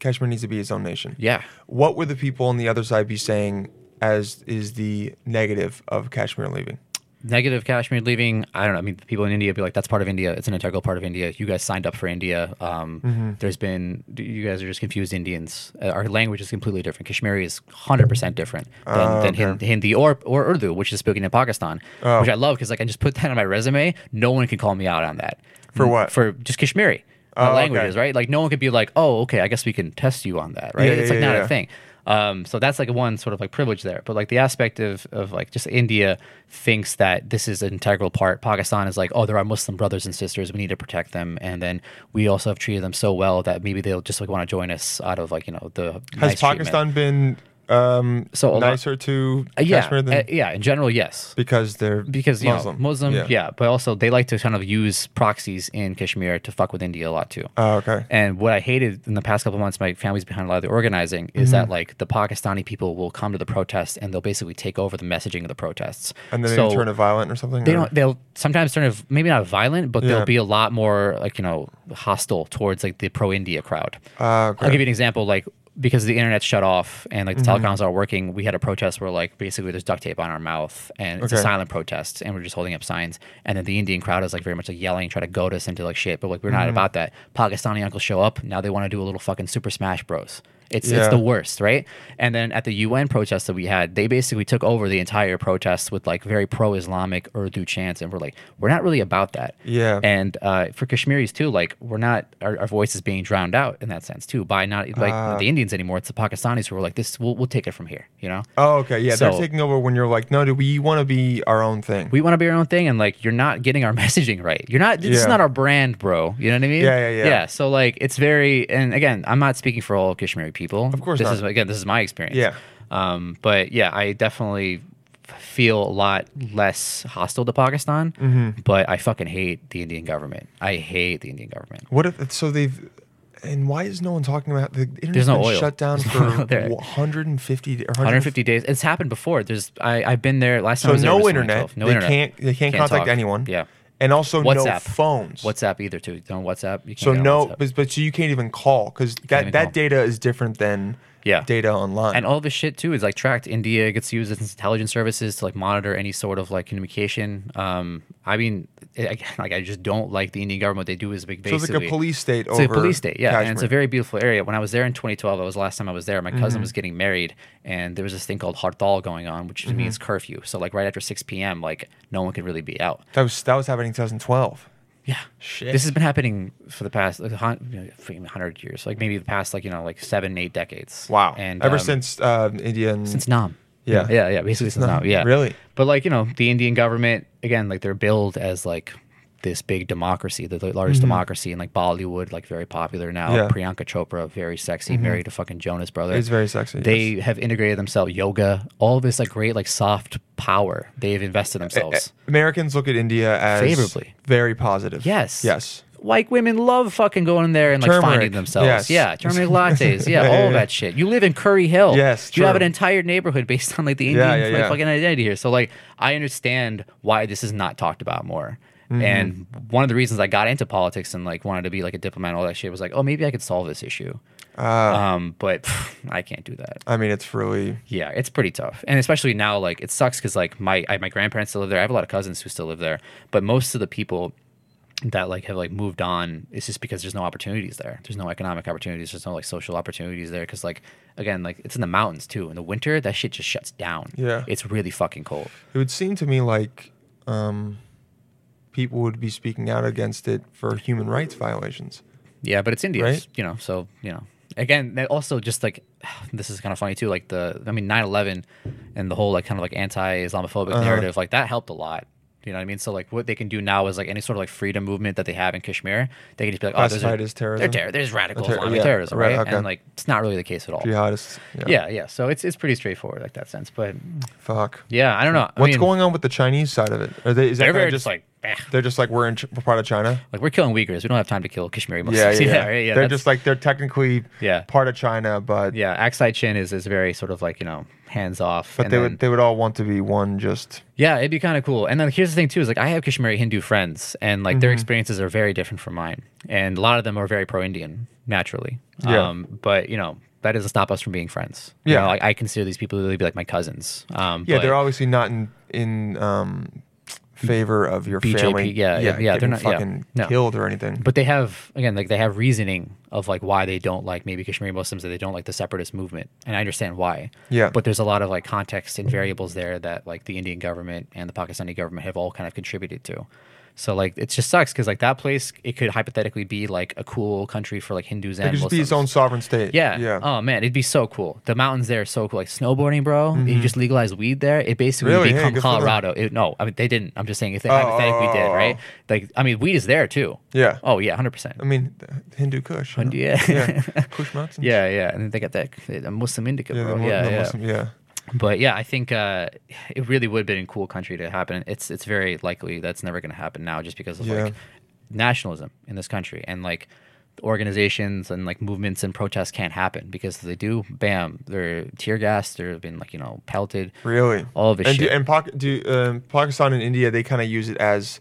Speaker 8: Kashmir needs to be its own nation.
Speaker 7: Yeah.
Speaker 8: What would the people on the other side be saying as is the negative of Kashmir leaving?
Speaker 7: Negative Kashmir leaving. I don't know. I mean, people in India be like, "That's part of India. It's an integral part of India. You guys signed up for India." Um,
Speaker 8: Mm-hmm.
Speaker 7: There's been you guys are just confused Indians. Uh, our language is completely different. Kashmiri is 100 percent different than,
Speaker 8: Oh,
Speaker 7: than Hin- Hindi or or Urdu, which is spoken in Pakistan, which I love because like I just put that on my resume. No one can call me out on that. Mm,
Speaker 8: For what?
Speaker 7: For just Kashmiri.
Speaker 8: Oh,
Speaker 7: languages,
Speaker 8: okay.
Speaker 7: right? Like no one could be like, "Oh, okay, I guess we can test you on that," right?
Speaker 8: Yeah,
Speaker 7: it's
Speaker 8: yeah,
Speaker 7: like not
Speaker 8: yeah.
Speaker 7: a thing. Um, so that's like one sort of like privilege there. But like the aspect of, of like just India thinks that this is an integral part. Pakistan is like, oh, there are Muslim brothers and sisters. We need to protect them. And then we also have treated them so well that maybe they'll just like want to join us out of like, you know, the.
Speaker 8: Has
Speaker 7: nice treatment.
Speaker 8: Pakistan been um,
Speaker 7: So a lot-
Speaker 8: nicer to
Speaker 7: Uh, yeah,
Speaker 8: Kashmir than
Speaker 7: uh, yeah, in general, yes.
Speaker 8: because they're
Speaker 7: because you
Speaker 8: Muslim?
Speaker 7: know Muslim, yeah. but also they like to kind of use proxies in Kashmir to fuck with India a lot too.
Speaker 8: Oh, okay.
Speaker 7: And what I hated in the past couple of months, my family's behind a lot of the organizing, is
Speaker 8: Mm-hmm.
Speaker 7: that like the Pakistani people will come to the protests and they'll basically take over the messaging of the protests.
Speaker 8: And then
Speaker 7: So
Speaker 8: they turn it violent or something.
Speaker 7: They
Speaker 8: or-
Speaker 7: don't. They'll sometimes turn of maybe not violent, but
Speaker 8: Yeah.
Speaker 7: they'll be a lot more like you know hostile towards like the pro India crowd.
Speaker 8: Ah, okay.
Speaker 7: I'll give you an example, like because the internet's shut off and like the
Speaker 8: Mm-hmm.
Speaker 7: telecoms aren't working, we had a protest where like basically there's duct tape on our mouth and it's a
Speaker 8: Okay.
Speaker 7: silent protest and we're just holding up signs. And then the Indian crowd is like very much like yelling, trying to goad us into like shit, but like we're
Speaker 8: Mm-hmm.
Speaker 7: not about that. Pakistani uncles show up, now they want to do a little fucking Super Smash Bros. It's it's
Speaker 8: Yeah.
Speaker 7: the worst, right? And then at the UN protest that we had, they basically took over the entire protest with like very pro-Islamic Urdu chants, and we're like, we're not really about that.
Speaker 8: Yeah.
Speaker 7: And uh, for Kashmiris too, like we're not our, our voice is being drowned out in that sense too by not like
Speaker 8: Ah.
Speaker 7: the Indians anymore. It's the Pakistanis who are like this. We'll, we'll take it from here. You know.
Speaker 8: Oh, okay. Yeah,
Speaker 7: So-
Speaker 8: they're taking over when you're like, no, do we want to be our own thing?
Speaker 7: we want to be our own thing and like you're not getting our messaging right you're not this is
Speaker 8: Yeah.
Speaker 7: not our brand bro you know what i mean
Speaker 8: Yeah, yeah, yeah.
Speaker 7: yeah so like it's very and again i'm not speaking for all kashmiri people of
Speaker 8: course
Speaker 7: this
Speaker 8: not.
Speaker 7: is again this is my experience
Speaker 8: Yeah.
Speaker 7: um but yeah i definitely feel a lot less hostile to pakistan
Speaker 8: Mm-hmm.
Speaker 7: but i fucking hate the indian government i hate the indian government
Speaker 8: what if so they've? And why is no one talking about the internet?
Speaker 7: There's no
Speaker 8: been
Speaker 7: oil.
Speaker 8: shut down
Speaker 7: There's
Speaker 8: for
Speaker 7: no oil there.
Speaker 8: 150 or
Speaker 7: 150 days. It's happened before. There's I I've been there last time. I
Speaker 8: So
Speaker 7: was there was
Speaker 8: no internet.
Speaker 7: 2012. No
Speaker 8: they
Speaker 7: internet.
Speaker 8: can't. They can't, contact
Speaker 7: talk.
Speaker 8: anyone.
Speaker 7: Yeah.
Speaker 8: And also no
Speaker 7: WhatsApp.
Speaker 8: phones.
Speaker 7: WhatsApp either too. No WhatsApp. You can't
Speaker 8: So
Speaker 7: get on
Speaker 8: no,
Speaker 7: WhatsApp.
Speaker 8: but, but so you can't even call because
Speaker 7: even
Speaker 8: that, that
Speaker 7: call.
Speaker 8: data is different than
Speaker 7: Yeah.
Speaker 8: data online.
Speaker 7: And all this shit too is like tracked. India gets used as intelligence services to like monitor any sort of like communication. Um, I mean, it, again, like I just don't like the Indian government. What they do is like
Speaker 8: so it's
Speaker 7: basically
Speaker 8: like a police state
Speaker 7: It's
Speaker 8: over
Speaker 7: a police state, yeah, and it's a
Speaker 8: Kashmir. Mm-hmm.
Speaker 7: very beautiful area. When I was there in 2012, that was the last time I was there. My cousin was getting married, and there was this thing called hartal going on, which
Speaker 8: Mm-hmm.
Speaker 7: means curfew. So like right after 6 p.m., like no one could really be out.
Speaker 8: that was that was happening in 2012.
Speaker 7: Yeah.
Speaker 8: Shit.
Speaker 7: This has been happening for the past like, hun- you know, fucking 100 years, like maybe the past like you know like seven, eight decades.
Speaker 8: Wow.
Speaker 7: And
Speaker 8: ever
Speaker 7: um,
Speaker 8: since uh, India and
Speaker 7: since Nam.
Speaker 8: Yeah.
Speaker 7: yeah, yeah. Basically, since Nam.
Speaker 8: Nam,
Speaker 7: Yeah,
Speaker 8: really?
Speaker 7: But like you know, the Indian government again, like they're billed as like this big democracy, the the largest democracy in like Bollywood, like very popular now.
Speaker 8: Mm-hmm. Yeah. Mm-hmm.
Speaker 7: Priyanka Chopra, very sexy, married to fucking Jonas brother.
Speaker 8: It's very sexy,
Speaker 7: They
Speaker 8: yes.
Speaker 7: have integrated themselves, yoga, all this like great like soft power. They've invested themselves.
Speaker 8: Americans look at India as
Speaker 7: Favorably.
Speaker 8: very positive.
Speaker 7: Yes.
Speaker 8: Yes.
Speaker 7: White women love fucking going in there and like finding
Speaker 8: Turmeric,
Speaker 7: themselves.
Speaker 8: yes.
Speaker 7: Yeah, turmeric lattes. Yeah, all
Speaker 8: yeah, yeah.
Speaker 7: that shit. You live in Curry Hill.
Speaker 8: Yes,
Speaker 7: you have an
Speaker 8: true.
Speaker 7: entire neighborhood based on like the Indian
Speaker 8: Yeah, yeah,
Speaker 7: like,
Speaker 8: yeah.
Speaker 7: fucking identity here. So like, I understand why this is not talked about more.
Speaker 8: Mm-hmm.
Speaker 7: And one of the reasons I got into politics and like wanted to be like a diplomat and all that shit was like, oh, maybe I could solve this issue.
Speaker 8: Ah.
Speaker 7: um, but pff, I can't do that.
Speaker 8: I mean, it's really
Speaker 7: Yeah, it's pretty tough, and especially now, like it sucks because like my I, my grandparents still live there. I have a lot of cousins who still live there, but most of the people that like have like moved on it's just because there's no opportunities there. There's no economic opportunities. There's no like social opportunities there because like again, like it's in the mountains too. In the winter, that shit just shuts down.
Speaker 8: Yeah.
Speaker 7: it's really fucking cold.
Speaker 8: It would seem to me like um, people would be speaking out against it for human rights violations.
Speaker 7: Yeah, but it's India,
Speaker 8: Right?
Speaker 7: you know. So you know, again, that also just like this is kind of funny too. Like the, I mean, 9-11 and the whole like kind of like anti-Islamophobic
Speaker 8: Uh-huh.
Speaker 7: narrative, like that helped a lot. You know what I mean? So like, what they can do now is like any sort of like freedom movement that they have in Kashmir, they can just be like, oh, those are,
Speaker 8: Classified as terrorism?
Speaker 7: They're terror. There's radical
Speaker 8: Terror-
Speaker 7: Islamic
Speaker 8: yeah,
Speaker 7: terrorism, right?
Speaker 8: right, okay.
Speaker 7: And like, it's not really the case at all. Yeah.
Speaker 8: Jihadists.
Speaker 7: yeah, So it's it's pretty straightforward like that sense. But
Speaker 8: Fuck.
Speaker 7: yeah, I don't know. I
Speaker 8: What's
Speaker 7: mean,
Speaker 8: going on with the Chinese side of it? Are they? Is that
Speaker 7: They're
Speaker 8: kinda
Speaker 7: very
Speaker 8: just
Speaker 7: just like. eh.
Speaker 8: they're just like we're in Ch- we're part of China?
Speaker 7: Like we're killing Uyghurs. We don't have time to kill Kashmiri
Speaker 8: Yeah,
Speaker 7: Muslims.
Speaker 8: yeah. yeah.
Speaker 7: right? yeah
Speaker 8: they're
Speaker 7: that's-
Speaker 8: just like they're technically
Speaker 7: Yeah.
Speaker 8: part of China, but
Speaker 7: yeah, Aksai Chin is, is very sort of like, you know, hands off.
Speaker 8: but
Speaker 7: and
Speaker 8: they
Speaker 7: then-
Speaker 8: would they would all want to be one. Just
Speaker 7: Yeah, it'd be kind of cool. And then here's the thing too: is like I have Kashmiri Hindu friends, and like
Speaker 8: Mm-hmm.
Speaker 7: their experiences are very different from mine, and a lot of them are very pro-Indian naturally.
Speaker 8: Yeah.
Speaker 7: Um, but you know that doesn't stop us from being friends. You
Speaker 8: Yeah.
Speaker 7: know, like I consider these people to be like my cousins. Um,
Speaker 8: yeah,
Speaker 7: but
Speaker 8: they're obviously not in in um, favor of your
Speaker 7: BJP,
Speaker 8: family.
Speaker 7: yeah, yeah, yeah, they're
Speaker 8: getting
Speaker 7: not- yeah,
Speaker 8: fucking
Speaker 7: no.
Speaker 8: killed or anything.
Speaker 7: but they have again like they have reasoning of like why they don't like maybe Kashmiri Muslims that they don't like the separatist movement, and I understand why.
Speaker 8: Yeah.
Speaker 7: But there's a lot of like context and variables there that like the Indian government and the Pakistani government have all kind of contributed to. So like it just sucks because like that place it could hypothetically be like a cool country for like Hindus and
Speaker 8: It could just be its
Speaker 7: Muslims.
Speaker 8: own sovereign state.
Speaker 7: Yeah.
Speaker 8: Yeah.
Speaker 7: Oh man, it'd be so cool. The mountains there are so cool. Like snowboarding, bro. You just legalize weed there. It basically would
Speaker 8: Mm-hmm. Really?
Speaker 7: become
Speaker 8: Hey, good for them.
Speaker 7: Colorado. It, no, I mean they didn't. I'm just saying if they
Speaker 8: oh,
Speaker 7: hypothetically did,
Speaker 8: oh,
Speaker 7: right?
Speaker 8: oh.
Speaker 7: Like I mean, weed is there too.
Speaker 8: Yeah.
Speaker 7: Oh yeah, hundred percent.
Speaker 8: I mean, the Hindu Kush. you know?
Speaker 7: Yeah.
Speaker 8: yeah. Kush Mountains.
Speaker 7: Yeah, yeah. And then they got that uh, Muslim indica,
Speaker 8: Yeah.
Speaker 7: bro.
Speaker 8: The, Mu-
Speaker 7: yeah,
Speaker 8: the
Speaker 7: yeah.
Speaker 8: Muslim, yeah.
Speaker 7: But yeah, I think uh, it really would have been a cool country to happen. It's it's very likely that's never going to happen now, just because of
Speaker 8: Yeah.
Speaker 7: like nationalism in this country and like organizations and like movements and protests can't happen because if they do, bam, they're tear gassed, they're been like you know pelted.
Speaker 8: Really?
Speaker 7: All this
Speaker 8: and
Speaker 7: shit.
Speaker 8: Do, and Pak- do, um, Pakistan and India, they kind of use it as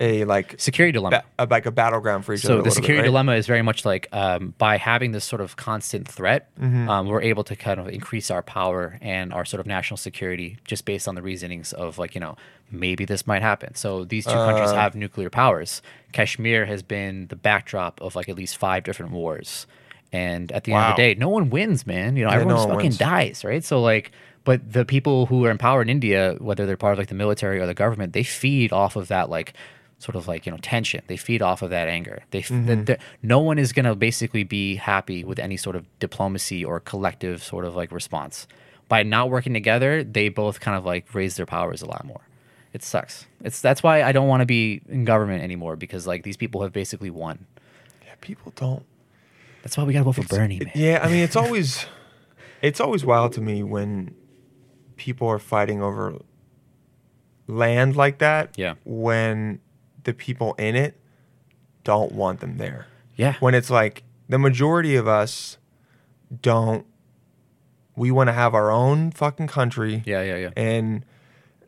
Speaker 8: a like
Speaker 7: Security dilemma.
Speaker 8: ba- a, like a battleground for each
Speaker 7: So
Speaker 8: other. a
Speaker 7: the
Speaker 8: little bit,
Speaker 7: security
Speaker 8: right?
Speaker 7: dilemma is very much like um, by having this sort of constant threat,
Speaker 8: Mm-hmm.
Speaker 7: um, we're able to kind of increase our power and our sort of national security just based on the reasonings of like you know maybe this might happen. So these two countries
Speaker 8: Uh,
Speaker 7: have nuclear powers. Kashmir has been the backdrop of like at least five different wars, and at the end of
Speaker 8: Wow.
Speaker 7: the day, no one wins, man. You know
Speaker 8: Yeah, no
Speaker 7: everyone just
Speaker 8: one
Speaker 7: fucking
Speaker 8: wins.
Speaker 7: dies, right? So like. But the people who are in power in India, whether they're part of like the military or the government, they feed off of that like sort of like you know tension they feed off of that anger they f- that that- no one is going to basically be happy with any sort of diplomacy or collective sort of like response by not working together they both kind of like raise their powers a lot more it sucks it's that's why i don't want to be in government anymore because like these people have basically won
Speaker 8: Yeah, people don't.
Speaker 7: that's why we gotta vote for bernie man
Speaker 8: Yeah, I mean, it's always it's always wild to me when people are fighting over land like that.
Speaker 7: Yeah.
Speaker 8: When the people in it don't want them there.
Speaker 7: yeah
Speaker 8: When it's like the majority of us don't we want to have our own fucking country.
Speaker 7: yeah yeah yeah
Speaker 8: And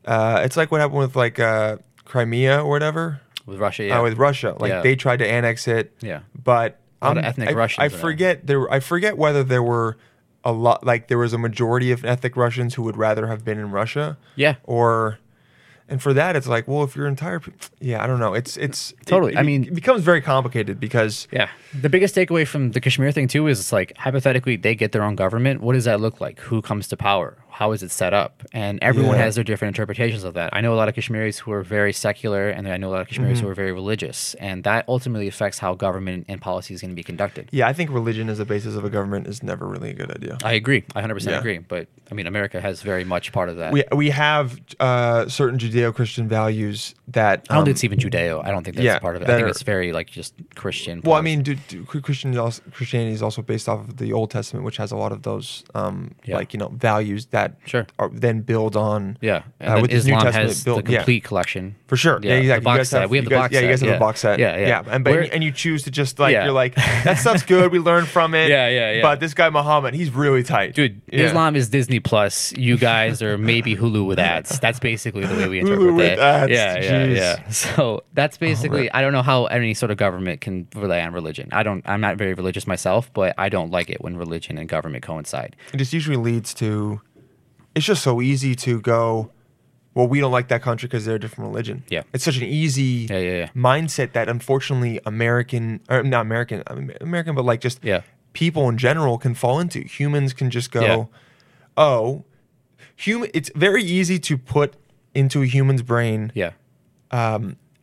Speaker 8: uh, it's like what happened with like uh, Crimea or whatever
Speaker 7: with russia yeah
Speaker 8: uh, with Russia. Like
Speaker 7: Yeah.
Speaker 8: they tried to annex it.
Speaker 7: Yeah.
Speaker 8: But
Speaker 7: A lot
Speaker 8: I'm,
Speaker 7: of ethnic
Speaker 8: I,
Speaker 7: Russians
Speaker 8: I
Speaker 7: in there.
Speaker 8: forget there. I forget whether there were a lot. Like there was a majority of ethnic Russians who would rather have been in Russia.
Speaker 7: Yeah.
Speaker 8: Or. And for that, it's like, well, if your entire, pe- yeah, I don't know, it's it's it-
Speaker 7: Totally.
Speaker 8: It,
Speaker 7: I mean-
Speaker 8: it becomes very complicated because
Speaker 7: Yeah. The biggest takeaway from the Kashmir thing too is it's like hypothetically they get their own government. What does that look like? Who comes to power? How is it set up? And everyone
Speaker 8: Yeah.
Speaker 7: has their different interpretations of that. I know a lot of Kashmiris who are very secular and I know a lot of Kashmiris
Speaker 8: Mm-hmm.
Speaker 7: who are very religious. And that ultimately affects how government and policy is going to be conducted.
Speaker 8: yeah, I think religion as the basis of a government is never really a good idea.
Speaker 7: I agree. I 100%
Speaker 8: Yeah.
Speaker 7: agree. But I mean, America has very much part of that.
Speaker 8: We we have uh, certain Judeo-Christian values that
Speaker 7: I don't
Speaker 8: um,
Speaker 7: think it's even Judeo. I don't think that's
Speaker 8: yeah,
Speaker 7: part of it.
Speaker 8: that
Speaker 7: I think
Speaker 8: are-
Speaker 7: it's very like just Christian.
Speaker 8: Well, I
Speaker 7: policy.
Speaker 8: mean, do, do, Christian also, Christianity is also based off of the Old Testament, which has a lot of those, um,
Speaker 7: Yeah.
Speaker 8: like you know, values that
Speaker 7: Sure.
Speaker 8: are, then build on.
Speaker 7: yeah. And
Speaker 8: uh,
Speaker 7: then
Speaker 8: with this New
Speaker 7: Islam
Speaker 8: Testament
Speaker 7: has
Speaker 8: built,
Speaker 7: the
Speaker 8: yeah.
Speaker 7: complete collection.
Speaker 8: For sure, yeah, exactly.
Speaker 7: The box
Speaker 8: you guys
Speaker 7: set.
Speaker 8: Have,
Speaker 7: we have
Speaker 8: you
Speaker 7: the
Speaker 8: guys,
Speaker 7: box
Speaker 8: yeah,
Speaker 7: set.
Speaker 8: you guys have the box set.
Speaker 7: Yeah, yeah.
Speaker 8: and but
Speaker 7: We're-
Speaker 8: and you choose to just like
Speaker 7: Yeah.
Speaker 8: you're like that stuff's good. We learn from it.
Speaker 7: Yeah, yeah, yeah.
Speaker 8: But this guy Muhammad, he's really tight,
Speaker 7: Dude,
Speaker 8: Yeah.
Speaker 7: Islam is Disney Plus. You guys are maybe Hulu with ads. That's basically the way we interpret
Speaker 8: Hulu with
Speaker 7: that.
Speaker 8: ads,
Speaker 7: Yeah, yeah,
Speaker 8: jeez.
Speaker 7: yeah. So that's basically. I don't know how any sort of government can rely on religion. I don't. I'm not very religious myself, but I don't like it when religion and government coincide.
Speaker 8: It just usually leads to. It's just so easy to go. Well, we don't like that country because they're a different religion.
Speaker 7: Yeah.
Speaker 8: it's such an easy
Speaker 7: Yeah, yeah, yeah.
Speaker 8: mindset that unfortunately American or not American, I mean, American, but like just
Speaker 7: Yeah.
Speaker 8: people in general can fall into. Humans can just go,
Speaker 7: Yeah.
Speaker 8: oh, human. It's very easy to put into a human's brain
Speaker 7: Yeah.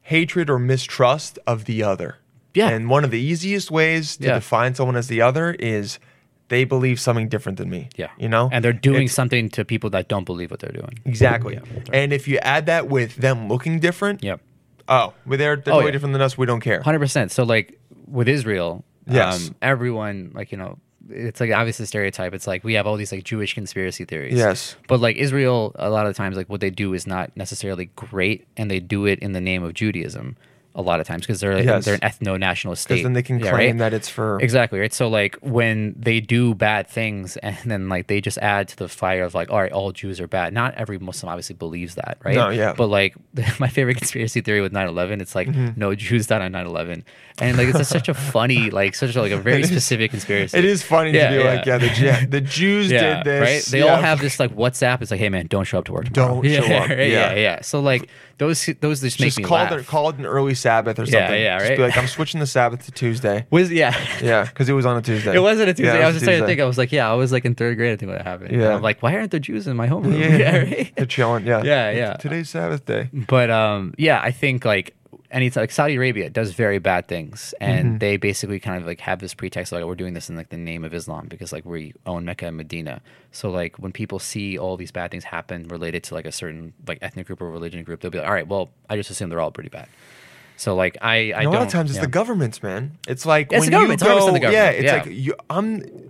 Speaker 8: hatred or mistrust of the other.
Speaker 7: Yeah.
Speaker 8: and one of the easiest ways to
Speaker 7: Yeah.
Speaker 8: define someone as the other is they believe something different than me.
Speaker 7: Yeah.
Speaker 8: you know,
Speaker 7: and they're doing
Speaker 8: It's-
Speaker 7: something to people that don't believe what they're doing.
Speaker 8: Exactly.
Speaker 7: Yeah.
Speaker 8: And if you add that with them looking different,
Speaker 7: Yep.
Speaker 8: oh, well, they're, they're
Speaker 7: Oh,
Speaker 8: totally
Speaker 7: yeah.
Speaker 8: different than us. We don't care.
Speaker 7: Hundred percent. So like with Israel,
Speaker 8: Yes.
Speaker 7: um, everyone like you know, it's like obviously a stereotype. It's like we have all these like Jewish conspiracy theories.
Speaker 8: Yes.
Speaker 7: But like Israel, a lot of times like what they do is not necessarily great, and they do it in the name of Judaism. A lot of times because they're
Speaker 8: Yes.
Speaker 7: they're an ethno nationalist state.
Speaker 8: Because then they can
Speaker 7: Yeah,
Speaker 8: claim
Speaker 7: right?
Speaker 8: that it's for.
Speaker 7: Exactly right. So like when they do bad things, and then like they just add to the fire of like, all right, all Jews are bad. Not every Muslim obviously believes that, right?
Speaker 8: No, yeah.
Speaker 7: But like my favorite conspiracy theory with 9/11, it's like
Speaker 8: Mm-hmm.
Speaker 7: no Jews died on 9/11, and like it's just such a funny, like such a, like a very specific conspiracy.
Speaker 8: It is funny
Speaker 7: Yeah,
Speaker 8: to be like, yeah, the, Ju- the Jews
Speaker 7: Yeah,
Speaker 8: did this.
Speaker 7: right. They
Speaker 8: yeah.
Speaker 7: all have this like WhatsApp. It's like, hey man, don't show up to work. Tomorrow.
Speaker 8: Don't show up.
Speaker 7: right? yeah,
Speaker 8: Yeah.
Speaker 7: yeah. So like those those just make
Speaker 8: Just
Speaker 7: me
Speaker 8: call,
Speaker 7: laugh.
Speaker 8: their, call it an early Sabbath or something.
Speaker 7: Yeah, yeah,
Speaker 8: Just
Speaker 7: right?
Speaker 8: be like, I'm switching the Sabbath to Tuesday.
Speaker 7: Was yeah.
Speaker 8: Yeah, because it was on a Tuesday.
Speaker 7: It wasn't a Tuesday.
Speaker 8: Yeah, it
Speaker 7: I was just trying to
Speaker 8: Tuesday.
Speaker 7: think. I was like, yeah, I was like in third grade. I think when that happened. And
Speaker 8: Yeah.
Speaker 7: I'm like, why aren't there Jews in my homeroom?
Speaker 8: Yeah, yeah.
Speaker 7: right?
Speaker 8: They're chilling. Yeah.
Speaker 7: Yeah, yeah.
Speaker 8: Today's Sabbath day.
Speaker 7: But um, yeah, I think like any like Saudi Arabia does very bad things, and
Speaker 8: Mm-hmm.
Speaker 7: they basically kind of like have this pretext like we're doing this in like the name of Islam because like we own Mecca and Medina. So like when people see all these bad things happen related to like a certain like ethnic group or religion group, they'll be like, all right, well, I just assume they're all pretty bad. So like I, I
Speaker 8: And a lot
Speaker 7: don't-
Speaker 8: of times it's
Speaker 7: yeah.
Speaker 8: the governments, man. It's like
Speaker 7: It's
Speaker 8: when
Speaker 7: the government.
Speaker 8: you
Speaker 7: It's
Speaker 8: go,
Speaker 7: 100% the
Speaker 8: yeah,
Speaker 7: government.
Speaker 8: it's
Speaker 7: Yeah.
Speaker 8: like you, I'm.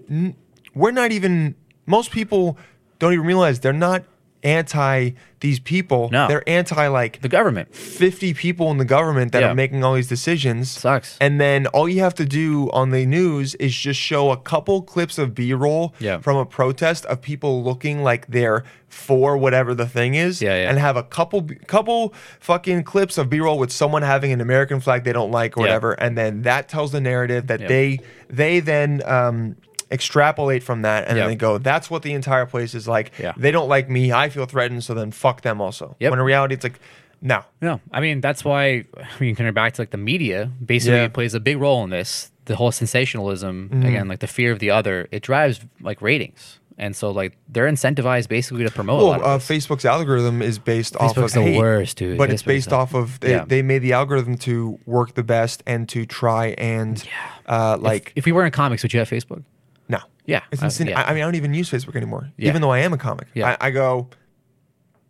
Speaker 8: N- we're not even. Most people don't even realize they're not anti these people.
Speaker 7: No.
Speaker 8: they're anti like
Speaker 7: the government.
Speaker 8: 50 people in the government that
Speaker 7: Yeah.
Speaker 8: are making all these decisions.
Speaker 7: Sucks.
Speaker 8: And then all you have to do on the news is just show a couple clips of B roll
Speaker 7: Yeah.
Speaker 8: from a protest of people looking like they're for whatever the thing is.
Speaker 7: Yeah, yeah.
Speaker 8: And have a couple couple fucking clips of B roll with someone having an American flag they don't like or
Speaker 7: Yeah.
Speaker 8: whatever. And then that tells the narrative that
Speaker 7: Yeah.
Speaker 8: they they then um extrapolate from that and
Speaker 7: Yeah.
Speaker 8: then they go that's what the entire place is like
Speaker 7: Yeah.
Speaker 8: they don't like me i feel threatened so then fuck them also
Speaker 7: Yep.
Speaker 8: when in reality it's like no
Speaker 7: No, I mean that's why I mean coming back to like the media basically
Speaker 8: Yeah. Mm-hmm.
Speaker 7: plays a big role in this. The whole sensationalism again, like the fear of the other, it drives like ratings, and so like they're incentivized basically to promote a lot
Speaker 8: Well,
Speaker 7: of
Speaker 8: uh,
Speaker 7: this.
Speaker 8: Facebook's algorithm is based off of
Speaker 7: Facebook's the
Speaker 8: hate,
Speaker 7: worst, dude.
Speaker 8: But it's
Speaker 7: Facebook's
Speaker 8: based
Speaker 7: the-
Speaker 8: off of they,
Speaker 7: Yeah.
Speaker 8: they made the algorithm to work the best and to try and uh, like
Speaker 7: if we were in comics, would you have Facebook?
Speaker 8: no,
Speaker 7: Yeah,
Speaker 8: it's
Speaker 7: uh,
Speaker 8: insane.
Speaker 7: yeah.
Speaker 8: I, I mean, I don't even use Facebook anymore,
Speaker 7: Yeah.
Speaker 8: even though I am a comic.
Speaker 7: Yeah.
Speaker 8: I, I go.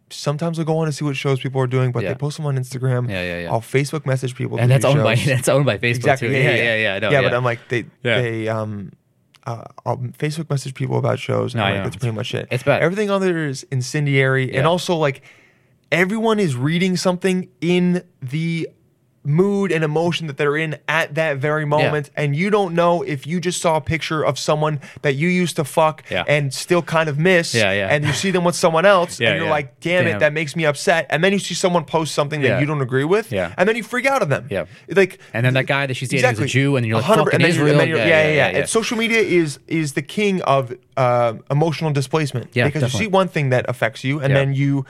Speaker 8: Sometimes I'll go on to see what shows people are doing, but
Speaker 7: Yeah.
Speaker 8: they post them on Instagram.
Speaker 7: Yeah, yeah, yeah.
Speaker 8: I'll Facebook message people,
Speaker 7: And
Speaker 8: to
Speaker 7: that's
Speaker 8: do
Speaker 7: owned by
Speaker 8: shows.
Speaker 7: that's owned by Facebook
Speaker 8: exactly.
Speaker 7: too.
Speaker 8: Yeah, yeah, yeah.
Speaker 7: yeah. no,
Speaker 8: but I'm like they
Speaker 7: Yeah.
Speaker 8: they um. Uh, I'll Facebook message people about shows. And
Speaker 7: No,
Speaker 8: I'm
Speaker 7: I
Speaker 8: like,
Speaker 7: know.
Speaker 8: that's pretty much it.
Speaker 7: It's bad.
Speaker 8: Everything on there is incendiary, and
Speaker 7: Yeah.
Speaker 8: also like everyone is reading something in the mood and emotion that they're in at that very moment, and you don't know if you just saw a picture of someone that you used to fuck
Speaker 7: Yeah.
Speaker 8: and still kind of miss,
Speaker 7: Yeah, yeah.
Speaker 8: and you see them with someone else,
Speaker 7: Yeah,
Speaker 8: and you're
Speaker 7: yeah.
Speaker 8: like, damn, it,
Speaker 7: Damn.
Speaker 8: that makes me upset, and then you see someone post something that
Speaker 7: Yeah.
Speaker 8: you don't agree with,
Speaker 7: Yeah.
Speaker 8: and then you freak out on them,
Speaker 7: Yeah.
Speaker 8: like
Speaker 7: And then that guy that she's dating is a Jew, and you're like,
Speaker 8: 100
Speaker 7: "Fucking
Speaker 8: and then you're-
Speaker 7: Israel."
Speaker 8: and then you're-
Speaker 7: Yeah,
Speaker 8: yeah, yeah,
Speaker 7: yeah,
Speaker 8: yeah.
Speaker 7: yeah,
Speaker 8: And
Speaker 7: yeah.
Speaker 8: social media is is the king of uh, emotional displacement.
Speaker 7: Yeah,
Speaker 8: because you
Speaker 7: definitely.
Speaker 8: see one thing that affects you, and
Speaker 7: Yeah.
Speaker 8: then you,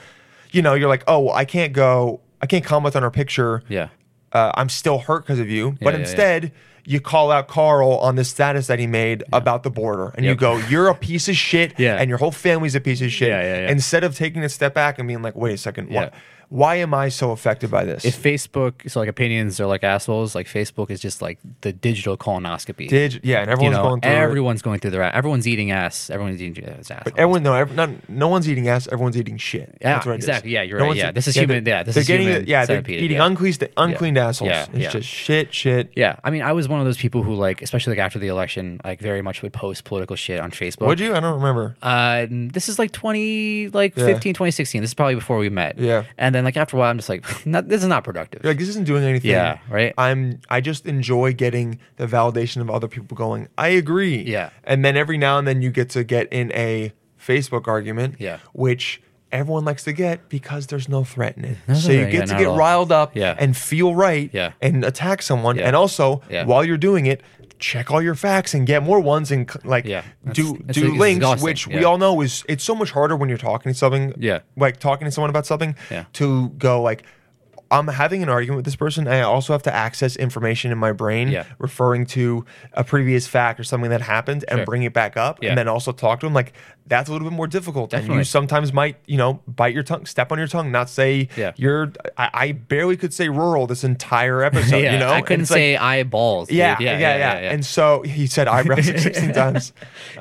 Speaker 8: you know, you're like, oh, well, I can't go, I can't comment on her picture.
Speaker 7: Yeah.
Speaker 8: uh, I'm still hurt because of you. But
Speaker 7: Yeah, yeah, yeah.
Speaker 8: instead, you call out Carl on the status that he made about the border, and you
Speaker 7: Yep.
Speaker 8: go, you're a piece of shit,
Speaker 7: Yeah.
Speaker 8: and your whole family's a piece of shit.
Speaker 7: Yeah, yeah, yeah.
Speaker 8: Instead of taking a step back and being like, wait a second,
Speaker 7: Yeah.
Speaker 8: why, why am I so affected by this?
Speaker 7: If Facebook, so like opinions are like assholes, like Facebook is just like the digital colonoscopy.
Speaker 8: Did yeah, and
Speaker 7: you
Speaker 8: everyone's
Speaker 7: know,
Speaker 8: going through it.
Speaker 7: everyone's going through their everyone's eating ass. Everyone's eating ass.
Speaker 8: But everyone, no, every, not, no one's eating ass. Everyone's eating shit.
Speaker 7: Yeah,
Speaker 8: That's what it is.
Speaker 7: exactly. Yeah, you're
Speaker 8: No
Speaker 7: right.
Speaker 8: one's-
Speaker 7: Yeah, this is human-
Speaker 8: they're-
Speaker 7: yeah, this
Speaker 8: they're
Speaker 7: is
Speaker 8: getting
Speaker 7: human
Speaker 8: yeah, they're
Speaker 7: centipede,
Speaker 8: eating
Speaker 7: yeah.
Speaker 8: unclean, unclean assholes.
Speaker 7: Yeah,
Speaker 8: It's
Speaker 7: yeah.
Speaker 8: just shit, shit.
Speaker 7: Yeah, I mean, I was one of those people who like, especially like after the election, like very much would post political shit on Facebook.
Speaker 8: Would you? I don't remember.
Speaker 7: Uh, and this is like 20, like
Speaker 8: Yeah.
Speaker 7: 15, 2016. This is probably before we met.
Speaker 8: Yeah.
Speaker 7: And then like after a while, I'm just like, not, this is not productive.
Speaker 8: You're like this isn't doing anything.
Speaker 7: Yeah, right.
Speaker 8: I'm. I just enjoy getting the validation of other people going. I agree.
Speaker 7: Yeah.
Speaker 8: And then every now and then you get to get in a Facebook argument.
Speaker 7: Yeah.
Speaker 8: Which. Everyone likes to get because there's no threat in it.
Speaker 7: No
Speaker 8: so you
Speaker 7: threat, yeah,
Speaker 8: get to
Speaker 7: not at
Speaker 8: get
Speaker 7: all.
Speaker 8: riled up
Speaker 7: Yeah.
Speaker 8: and feel right
Speaker 7: Yeah.
Speaker 8: and attack someone.
Speaker 7: Yeah.
Speaker 8: And also,
Speaker 7: Yeah.
Speaker 8: while you're doing it, check all your facts and get more ones and c- like
Speaker 7: Yeah.
Speaker 8: do
Speaker 7: It's- it's-
Speaker 8: do
Speaker 7: it's
Speaker 8: links,
Speaker 7: exhausting.
Speaker 8: which we
Speaker 7: Yeah.
Speaker 8: all know is it's so much harder when you're talking to something.
Speaker 7: Yeah.
Speaker 8: Like talking to someone about something
Speaker 7: Yeah.
Speaker 8: to go like I'm having an argument with this person, and I also have to access information in my brain
Speaker 7: Yeah.
Speaker 8: referring to a previous fact or something that happened and
Speaker 7: Sure.
Speaker 8: bring it back up,
Speaker 7: Yeah.
Speaker 8: and then also talk to them. Like that's a little bit more difficult, and you
Speaker 7: Definitely.
Speaker 8: sometimes might you know bite your tongue, step on your tongue, not say
Speaker 7: Yeah.
Speaker 8: you're. I, I barely could say rural this entire episode.
Speaker 7: yeah,
Speaker 8: you know,
Speaker 7: I
Speaker 8: And
Speaker 7: couldn't
Speaker 8: it's like-
Speaker 7: say eyeballs. dude.
Speaker 8: yeah, yeah, yeah, And so he said I wrestled 16 times,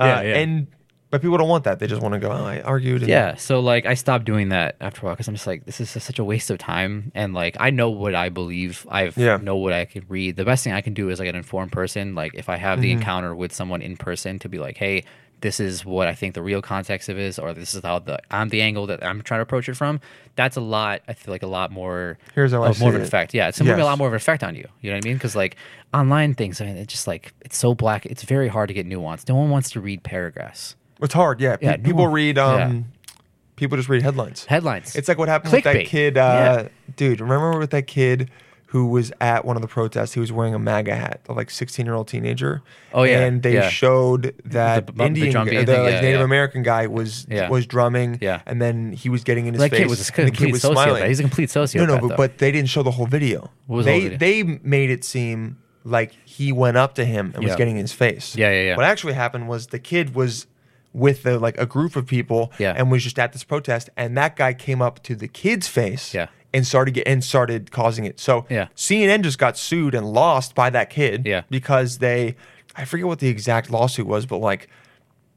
Speaker 8: uh,
Speaker 7: Yeah, yeah.
Speaker 8: and but people don't want that. They just want to go. Oh, I argued. and-
Speaker 7: Yeah, so like I stopped doing that after a while because I'm just like, this is just such a waste of time. And like I know what I believe, I
Speaker 8: Yeah.
Speaker 7: know what I can read. The best thing I can do is like an informed person. Like if I have the
Speaker 8: Mm-hmm.
Speaker 7: encounter with someone in person, to be like, hey, this is what I think the real context of is, or this is how the I'm the angle that I'm trying to approach it from. That's a lot. I feel like a lot more.
Speaker 8: Here's how I
Speaker 7: of more of
Speaker 8: see
Speaker 7: an
Speaker 8: it.
Speaker 7: effect. Yeah, it's gonna be a
Speaker 8: Yes.
Speaker 7: lot more of an effect on you. You know what I mean? Because like online things, I mean, it's just like it's so black. It's very hard to get nuance. No one wants to read paragraphs.
Speaker 8: It's hard. Yeah. Pe-
Speaker 7: Yeah, no
Speaker 8: people
Speaker 7: one-
Speaker 8: read.
Speaker 7: yeah.
Speaker 8: Um, People just read headlines.
Speaker 7: Headlines.
Speaker 8: It's like what happened with that
Speaker 7: Clickbait.
Speaker 8: kid, uh, dude. Remember with that kid who was at one of the protests? He was wearing a MAGA hat, a, like sixteen-year-old teenager.
Speaker 7: Oh, yeah,
Speaker 8: And they
Speaker 7: yeah.
Speaker 8: showed that
Speaker 7: The bu- the
Speaker 8: Indian,
Speaker 7: drum
Speaker 8: guy-
Speaker 7: beat
Speaker 8: the
Speaker 7: thing,
Speaker 8: like,
Speaker 7: yeah,
Speaker 8: Native
Speaker 7: yeah.
Speaker 8: American guy was
Speaker 7: Yeah.
Speaker 8: was drumming.
Speaker 7: Yeah.
Speaker 8: And then he was getting in his
Speaker 7: That
Speaker 8: face.
Speaker 7: kid was a
Speaker 8: and the
Speaker 7: complete sociopath. He's a complete
Speaker 8: No, no,
Speaker 7: sociopath,
Speaker 8: but,
Speaker 7: though.
Speaker 8: but they didn't show the whole video.
Speaker 7: What was the
Speaker 8: they
Speaker 7: whole
Speaker 8: they made it seem like he went up to him and was
Speaker 7: Yeah.
Speaker 8: getting in his face.
Speaker 7: Yeah, yeah, yeah.
Speaker 8: What actually happened was the kid was with the, like a group of people
Speaker 7: Yeah.
Speaker 8: and was just at this protest and that guy came up to the kid's face
Speaker 7: Yeah.
Speaker 8: and started get, and started causing it. So
Speaker 7: Yeah.
Speaker 8: CNN just got sued and lost by that kid
Speaker 7: Yeah.
Speaker 8: because they I forget what the exact lawsuit was, but like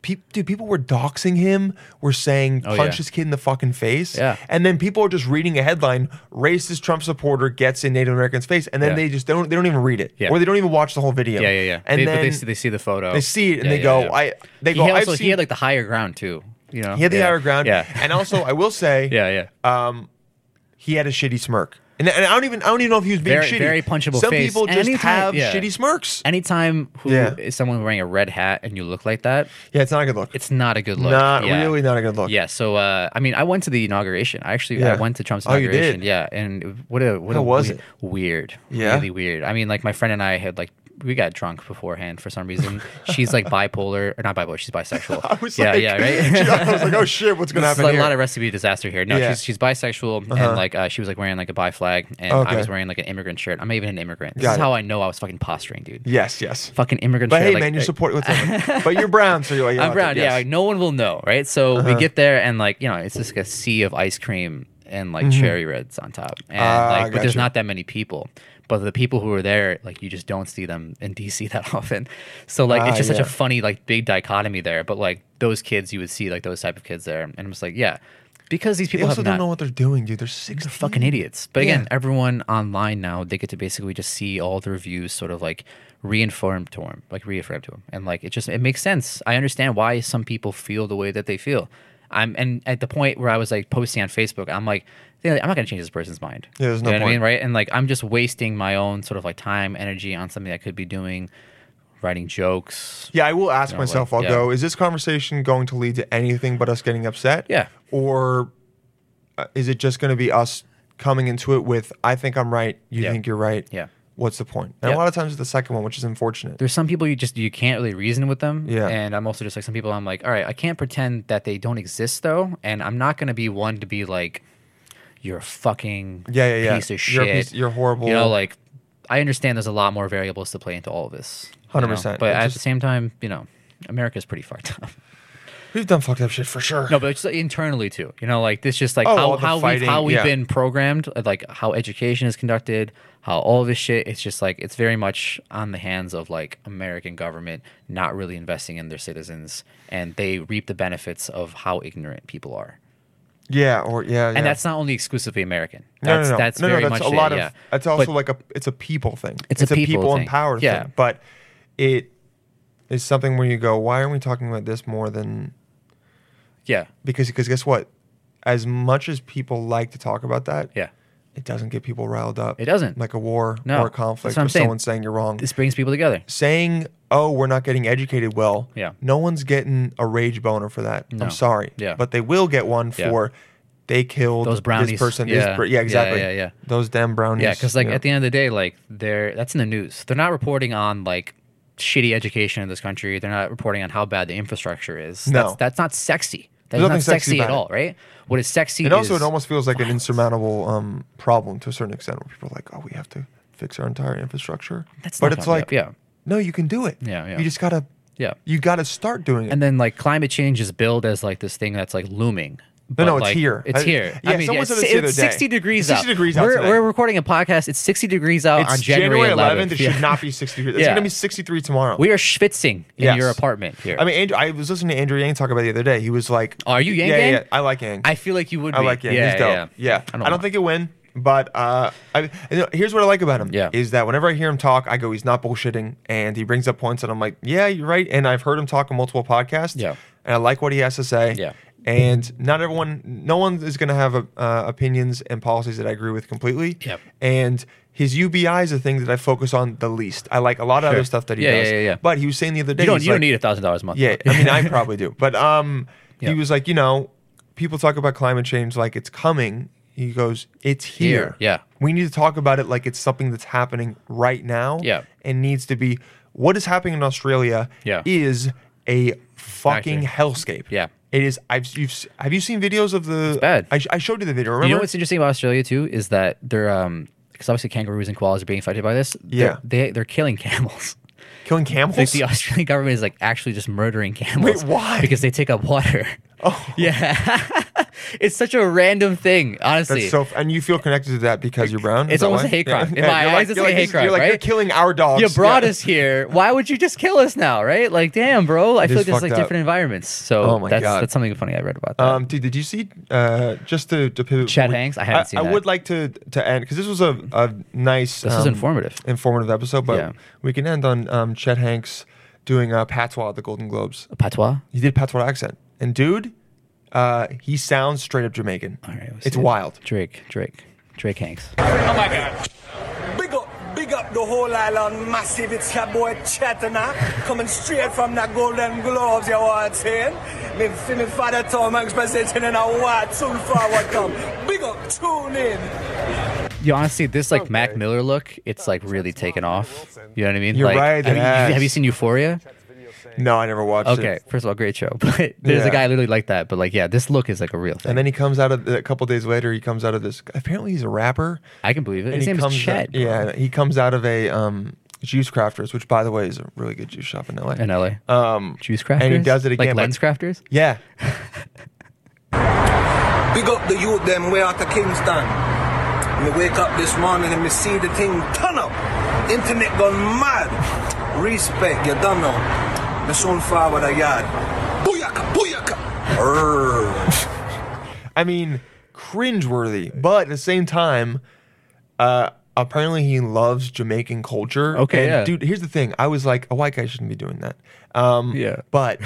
Speaker 8: peop dude, people were doxing him, were saying
Speaker 7: Oh,
Speaker 8: punch
Speaker 7: yeah.
Speaker 8: this kid in the fucking face.
Speaker 7: Yeah.
Speaker 8: And then people are just reading a headline, racist Trump supporter gets in Native American's face, and then
Speaker 7: Yeah.
Speaker 8: they just they don't they don't even read it.
Speaker 7: Yeah.
Speaker 8: Or they don't even watch the whole video.
Speaker 7: Yeah, yeah, yeah.
Speaker 8: And
Speaker 7: they, but
Speaker 8: then
Speaker 7: they, see, they see the photo.
Speaker 8: they see it and
Speaker 7: Yeah,
Speaker 8: they
Speaker 7: yeah,
Speaker 8: go,
Speaker 7: yeah.
Speaker 8: I they
Speaker 7: He
Speaker 8: go, I've
Speaker 7: also
Speaker 8: seen
Speaker 7: he had like the higher ground too. You know,
Speaker 8: he had the
Speaker 7: Yeah.
Speaker 8: higher ground.
Speaker 7: Yeah,
Speaker 8: And also, I will say,
Speaker 7: yeah, yeah.
Speaker 8: he had a shitty smirk. And, and I don't even I don't even know if he was being
Speaker 7: Very-
Speaker 8: shitty.
Speaker 7: very punchable
Speaker 8: Some
Speaker 7: face.
Speaker 8: people just
Speaker 7: Anytime-
Speaker 8: have
Speaker 7: yeah.
Speaker 8: shitty smirks.
Speaker 7: Anytime who is
Speaker 8: Yeah.
Speaker 7: someone wearing a red hat and you look like that,
Speaker 8: yeah, it's not a good look.
Speaker 7: it's not a good look.
Speaker 8: not
Speaker 7: Yeah.
Speaker 8: really not a good look.
Speaker 7: Yeah, so uh, I mean, I went to the inauguration. I actually I
Speaker 8: Yeah.
Speaker 7: went to Trump's
Speaker 8: Oh, you did?
Speaker 7: inauguration. Yeah, and what a what
Speaker 8: How
Speaker 7: a
Speaker 8: was
Speaker 7: we-
Speaker 8: it?
Speaker 7: weird,
Speaker 8: Yeah?
Speaker 7: really weird. I mean, like my friend and I had like we got drunk beforehand for some reason. she's like bipolar or not bipolar, she's bisexual.
Speaker 8: I was
Speaker 7: yeah,
Speaker 8: like,
Speaker 7: yeah, right.
Speaker 8: I was like, oh shit, what's gonna
Speaker 7: This is
Speaker 8: happen?
Speaker 7: like
Speaker 8: here?
Speaker 7: a lot of recipe disaster here. No,
Speaker 8: Yeah. Uh-huh.
Speaker 7: she's she's bisexual and like uh, she was like wearing like a bi flag and I
Speaker 8: Okay.
Speaker 7: was wearing like an immigrant shirt. I'm not even an immigrant. This
Speaker 8: Got
Speaker 7: is
Speaker 8: it.
Speaker 7: how I know I was fucking posturing, dude.
Speaker 8: yes, yes.
Speaker 7: Fucking immigrant
Speaker 8: But
Speaker 7: shirt.
Speaker 8: hey,
Speaker 7: like,
Speaker 8: man, you're
Speaker 7: uh,
Speaker 8: supporting with him. But you're brown, so you're like,
Speaker 7: I'm brown.
Speaker 8: yes.
Speaker 7: Yeah, like no one will know, right? So
Speaker 8: Uh-huh.
Speaker 7: we get there and like you know, it's just like a sea of ice cream and like cherry reds on top, and
Speaker 8: Mm-hmm. Ah,
Speaker 7: like but there's
Speaker 8: gotcha.
Speaker 7: not that many people. But the people who are there, like you just don't see them in DC that often. So like
Speaker 8: Ah,
Speaker 7: it's just such
Speaker 8: yeah.
Speaker 7: a funny like big dichotomy there. But like those kids, you would see like those type of kids there, and I'm just like, yeah, because these
Speaker 8: they
Speaker 7: people have
Speaker 8: also
Speaker 7: not,
Speaker 8: don't know what they're doing, dude. They're six.
Speaker 7: fucking idiots. But again,
Speaker 8: Yeah.
Speaker 7: everyone online now they get to basically just see all the reviews sort of like reinformed to them, like reaffirmed to them, and like it just it makes sense. I understand why some people feel the way that they feel. I'm and at the point where I was like posting on Facebook, I'm like, "Yeah, I'm not gonna change this person's mind.
Speaker 8: Yeah, there's no
Speaker 7: you know what I mean,
Speaker 8: point.
Speaker 7: right? And like I'm just wasting my own sort of like time, energy on something I could be doing, writing jokes.
Speaker 8: Yeah, I will ask
Speaker 7: know,
Speaker 8: myself.
Speaker 7: like,
Speaker 8: I'll
Speaker 7: yeah.
Speaker 8: go. Is this conversation going to lead to anything but us getting upset?
Speaker 7: Yeah.
Speaker 8: Or uh, is it just going to be us coming into it with "I think I'm right, you
Speaker 7: Yeah.
Speaker 8: think you're right"?
Speaker 7: Yeah.
Speaker 8: What's the point? And
Speaker 7: Yeah.
Speaker 8: a lot of times it's the second one, which is unfortunate.
Speaker 7: there's some people you just you can't really reason with them.
Speaker 8: Yeah.
Speaker 7: And I'm also just like some people I'm like, all right, I can't pretend that they don't exist though, and I'm not gonna be one to be like, you're a fucking
Speaker 8: Yeah, yeah, yeah.
Speaker 7: piece of
Speaker 8: You're
Speaker 7: shit.
Speaker 8: a piece- you're horrible.
Speaker 7: You know, like I understand there's a lot more variables to play into all of this. you know?
Speaker 8: 100%.
Speaker 7: But
Speaker 8: It
Speaker 7: at
Speaker 8: just-
Speaker 7: the same time, you know, America's pretty fucked up.
Speaker 8: We've done fucked up shit for sure.
Speaker 7: No, but it's like internally too. You know, like this, just like
Speaker 8: Oh,
Speaker 7: how
Speaker 8: all the
Speaker 7: how
Speaker 8: fighting,
Speaker 7: we've, how we've
Speaker 8: yeah.
Speaker 7: been programmed, uh, like how education is conducted, how all this shit. It's just like it's very much on the hands of like American government not really investing in their citizens, and they reap the benefits of how ignorant people are.
Speaker 8: Yeah, or yeah, yeah.
Speaker 7: And that's not only exclusively American.
Speaker 8: no,
Speaker 7: That's,
Speaker 8: no, no.
Speaker 7: that's
Speaker 8: no, no,
Speaker 7: very
Speaker 8: that's
Speaker 7: much
Speaker 8: a lot
Speaker 7: it,
Speaker 8: of.
Speaker 7: yeah.
Speaker 8: It's also
Speaker 7: But-
Speaker 8: like a it's a people thing.
Speaker 7: It's a people
Speaker 8: and
Speaker 7: thing.
Speaker 8: power
Speaker 7: Yeah.
Speaker 8: thing. But it is something where you go, why aren't we talking about this more than
Speaker 7: yeah,
Speaker 8: because because guess what? As much as people like to talk about that,
Speaker 7: yeah.
Speaker 8: it doesn't get people riled up.
Speaker 7: It doesn't.
Speaker 8: like a war
Speaker 7: No,
Speaker 8: or a
Speaker 7: that's
Speaker 8: conflict
Speaker 7: what
Speaker 8: or
Speaker 7: I'm saying.
Speaker 8: someone saying you're wrong.
Speaker 7: This brings people together.
Speaker 8: saying, "Oh, we're not getting educated well."
Speaker 7: Yeah.
Speaker 8: No one's getting a rage boner for that.
Speaker 7: No.
Speaker 8: I'm sorry.
Speaker 7: Yeah.
Speaker 8: But they will get one
Speaker 7: Yeah.
Speaker 8: for they killed
Speaker 7: Those brownies.
Speaker 8: This person. this
Speaker 7: Yeah.
Speaker 8: per- yeah.
Speaker 7: Yeah,
Speaker 8: Exactly.
Speaker 7: yeah, yeah.
Speaker 8: Those damn brownies.
Speaker 7: Yeah, because like at the end of the day, like they're that's in the news. They're not reporting on like shitty education in this country. They're not reporting on how bad the infrastructure is.
Speaker 8: No.
Speaker 7: that's, that's not sexy. That's
Speaker 8: nothing
Speaker 7: not
Speaker 8: sexy
Speaker 7: sexy at
Speaker 8: about it.
Speaker 7: all, right? What is sexy?
Speaker 8: And also,
Speaker 7: is-
Speaker 8: it almost feels like an insurmountable um, problem to a certain extent, where people are like, "Oh, we have to fix our entire infrastructure."
Speaker 7: That's
Speaker 8: but
Speaker 7: not
Speaker 8: it's
Speaker 7: fucked
Speaker 8: like,
Speaker 7: up, yeah.
Speaker 8: no, you can do it.
Speaker 7: Yeah, yeah.
Speaker 8: You just gotta,
Speaker 7: yeah.
Speaker 8: you gotta start doing it.
Speaker 7: And then like climate change is billed as like this thing that's like looming. But,
Speaker 8: no, it's
Speaker 7: like,
Speaker 8: here.
Speaker 7: It's
Speaker 8: I-
Speaker 7: here.
Speaker 8: yeah,
Speaker 7: I mean,
Speaker 8: someone
Speaker 7: it's,
Speaker 8: said this
Speaker 7: it's
Speaker 8: the other day.
Speaker 7: 60 degrees
Speaker 8: 60
Speaker 7: out.
Speaker 8: degrees out
Speaker 7: We're,
Speaker 8: today.
Speaker 7: we're recording a podcast. It's 60 degrees out on
Speaker 8: it's
Speaker 7: January 11th.
Speaker 8: It
Speaker 7: Yeah.
Speaker 8: should not be 63. It's
Speaker 7: Yeah.
Speaker 8: gonna be 63 tomorrow.
Speaker 7: We are schwitzing in
Speaker 8: Yes.
Speaker 7: your apartment here.
Speaker 8: I mean, Andrew, I was listening to Andrew Yang talk about it the other day. He was like,
Speaker 7: Are you Yang
Speaker 8: Yeah, yeah,
Speaker 7: gang?
Speaker 8: yeah, I like Yang.
Speaker 7: I feel like you would.
Speaker 8: I
Speaker 7: be.
Speaker 8: like Yang.
Speaker 7: Yeah,
Speaker 8: He's dope.
Speaker 7: yeah,
Speaker 8: Yeah, I don't,
Speaker 7: want-
Speaker 8: think he'll win, but uh, I, and, you know, here's what I like about him.
Speaker 7: Yeah.
Speaker 8: is that whenever I hear him talk, I go, he's not bullshitting, and he brings up points, and I'm like, yeah, you're right. And I've heard him talk on multiple podcasts.
Speaker 7: Yeah.
Speaker 8: and I like what he has to say.
Speaker 7: Yeah.
Speaker 8: And not everyone, no one is going to have uh, opinions and policies that I agree with completely.
Speaker 7: Yep.
Speaker 8: And his UBI is the thing that I focus on the least. I like a lot of
Speaker 7: Sure.
Speaker 8: other stuff that he
Speaker 7: Yeah, yeah,
Speaker 8: does.
Speaker 7: yeah, yeah.
Speaker 8: But he was saying the other day,
Speaker 7: You don't.
Speaker 8: he's
Speaker 7: You
Speaker 8: like-
Speaker 7: don't need a thousand dollars a month.
Speaker 8: yeah, I mean, I probably do. But um,
Speaker 7: Yeah.
Speaker 8: he was like, you know, people talk about climate change like it's coming. He goes, it's here.
Speaker 7: Here, yeah.
Speaker 8: We need to talk about it like it's something that's happening right now.
Speaker 7: Yeah.
Speaker 8: And needs to be what is happening in Australia
Speaker 7: Yeah.
Speaker 8: is a fucking hellscape.
Speaker 7: Yeah.
Speaker 8: It is. I've you've s- have you seen videos of the?
Speaker 7: bad.
Speaker 8: I, sh- I showed you the video. Remember?
Speaker 7: You know what's interesting about Australia too is that they're um because obviously kangaroos and koalas are being affected by this. They're-
Speaker 8: Yeah.
Speaker 7: they they're killing camels.
Speaker 8: Killing camels.
Speaker 7: Like the Australian government is like actually just murdering camels.
Speaker 8: why?
Speaker 7: Because they take up water.
Speaker 8: Oh.
Speaker 7: yeah. it's such a random thing, honestly.
Speaker 1: That's so, f- and you feel connected to that because you're brown. Is
Speaker 7: It's
Speaker 1: that
Speaker 7: almost
Speaker 1: why?
Speaker 7: a hate crime. In
Speaker 1: Yeah.
Speaker 7: my
Speaker 1: You're
Speaker 7: eyes, it's
Speaker 1: you're
Speaker 7: like a hate
Speaker 1: You're
Speaker 7: crime,
Speaker 1: like you're
Speaker 7: right?
Speaker 1: killing our dogs.
Speaker 7: you brought
Speaker 1: Yeah.
Speaker 7: us here. Why would you just kill us now, right? Like, damn, bro. I
Speaker 1: It
Speaker 7: feel
Speaker 1: is
Speaker 7: like there's like
Speaker 1: fucked up.
Speaker 7: different environments. So
Speaker 1: Oh my
Speaker 7: that's
Speaker 1: God.
Speaker 7: that's something funny I read about that.
Speaker 1: Um, dude, did you see uh, just to, to pivot?
Speaker 7: Chet
Speaker 1: we-
Speaker 7: Hanks? I haven't seen
Speaker 1: I
Speaker 7: that.
Speaker 1: would like to to end because this was a, a nice. um,
Speaker 7: This was informative.
Speaker 1: Informative episode, but
Speaker 7: Yeah.
Speaker 1: we can end on um, Chet Hanks doing a patois at the Golden Globes.
Speaker 7: Patois.
Speaker 1: He did patois accent, and dude, uh, he sounds straight up Jamaican.
Speaker 7: All right, let's
Speaker 1: it's
Speaker 7: see it.
Speaker 1: wild.
Speaker 7: Drake, Drake, Drake Hanks.
Speaker 9: Oh my god. Big up, big up the whole island massive. It's your boy Chetana coming straight from the Golden Gloves, you know what I'm saying? Me, fi- me father Tom Hanks presenting in a white soon forward come. Big up, tune in.
Speaker 7: You honestly, this like Mac Miller look, it's like really taken off. You know what I mean?
Speaker 1: You're
Speaker 7: like,
Speaker 1: right,
Speaker 7: Have
Speaker 1: it
Speaker 7: you, have you
Speaker 1: has.
Speaker 7: seen Euphoria?
Speaker 1: No, I never watched it.
Speaker 7: Okay, first of all, great show. But there's
Speaker 1: Yeah.
Speaker 7: a guy literally like that. But like, yeah, this look is like a real thing.
Speaker 1: And then he comes out of a couple days later. He comes out of this. Apparently, he's a rapper.
Speaker 7: I can believe it.
Speaker 1: And
Speaker 7: His
Speaker 1: he
Speaker 7: name is
Speaker 1: comes
Speaker 7: Chet.
Speaker 1: Out, yeah, he comes out of a um, Juice Crafters, which, by the way, is a really good juice shop in LA.
Speaker 7: in LA.
Speaker 1: Um,
Speaker 7: Juice crafters.
Speaker 1: And he does it again.
Speaker 7: Like
Speaker 1: but-
Speaker 7: lens crafters.
Speaker 1: Yeah,
Speaker 9: Big up the youth them way out of Kingston. Me wake up this morning and me see the thing turn up. Internet gone mad. Respect, you don't know. Me soon forward a yard. Booyaka, booyaka. Err.
Speaker 1: I mean, cringeworthy, but at the same time, uh, apparently he loves Jamaican culture.
Speaker 7: Okay,
Speaker 1: And,
Speaker 7: yeah.
Speaker 1: dude. Here's the thing: I was like, a white guy shouldn't be doing that. Um,
Speaker 7: Yeah.
Speaker 1: but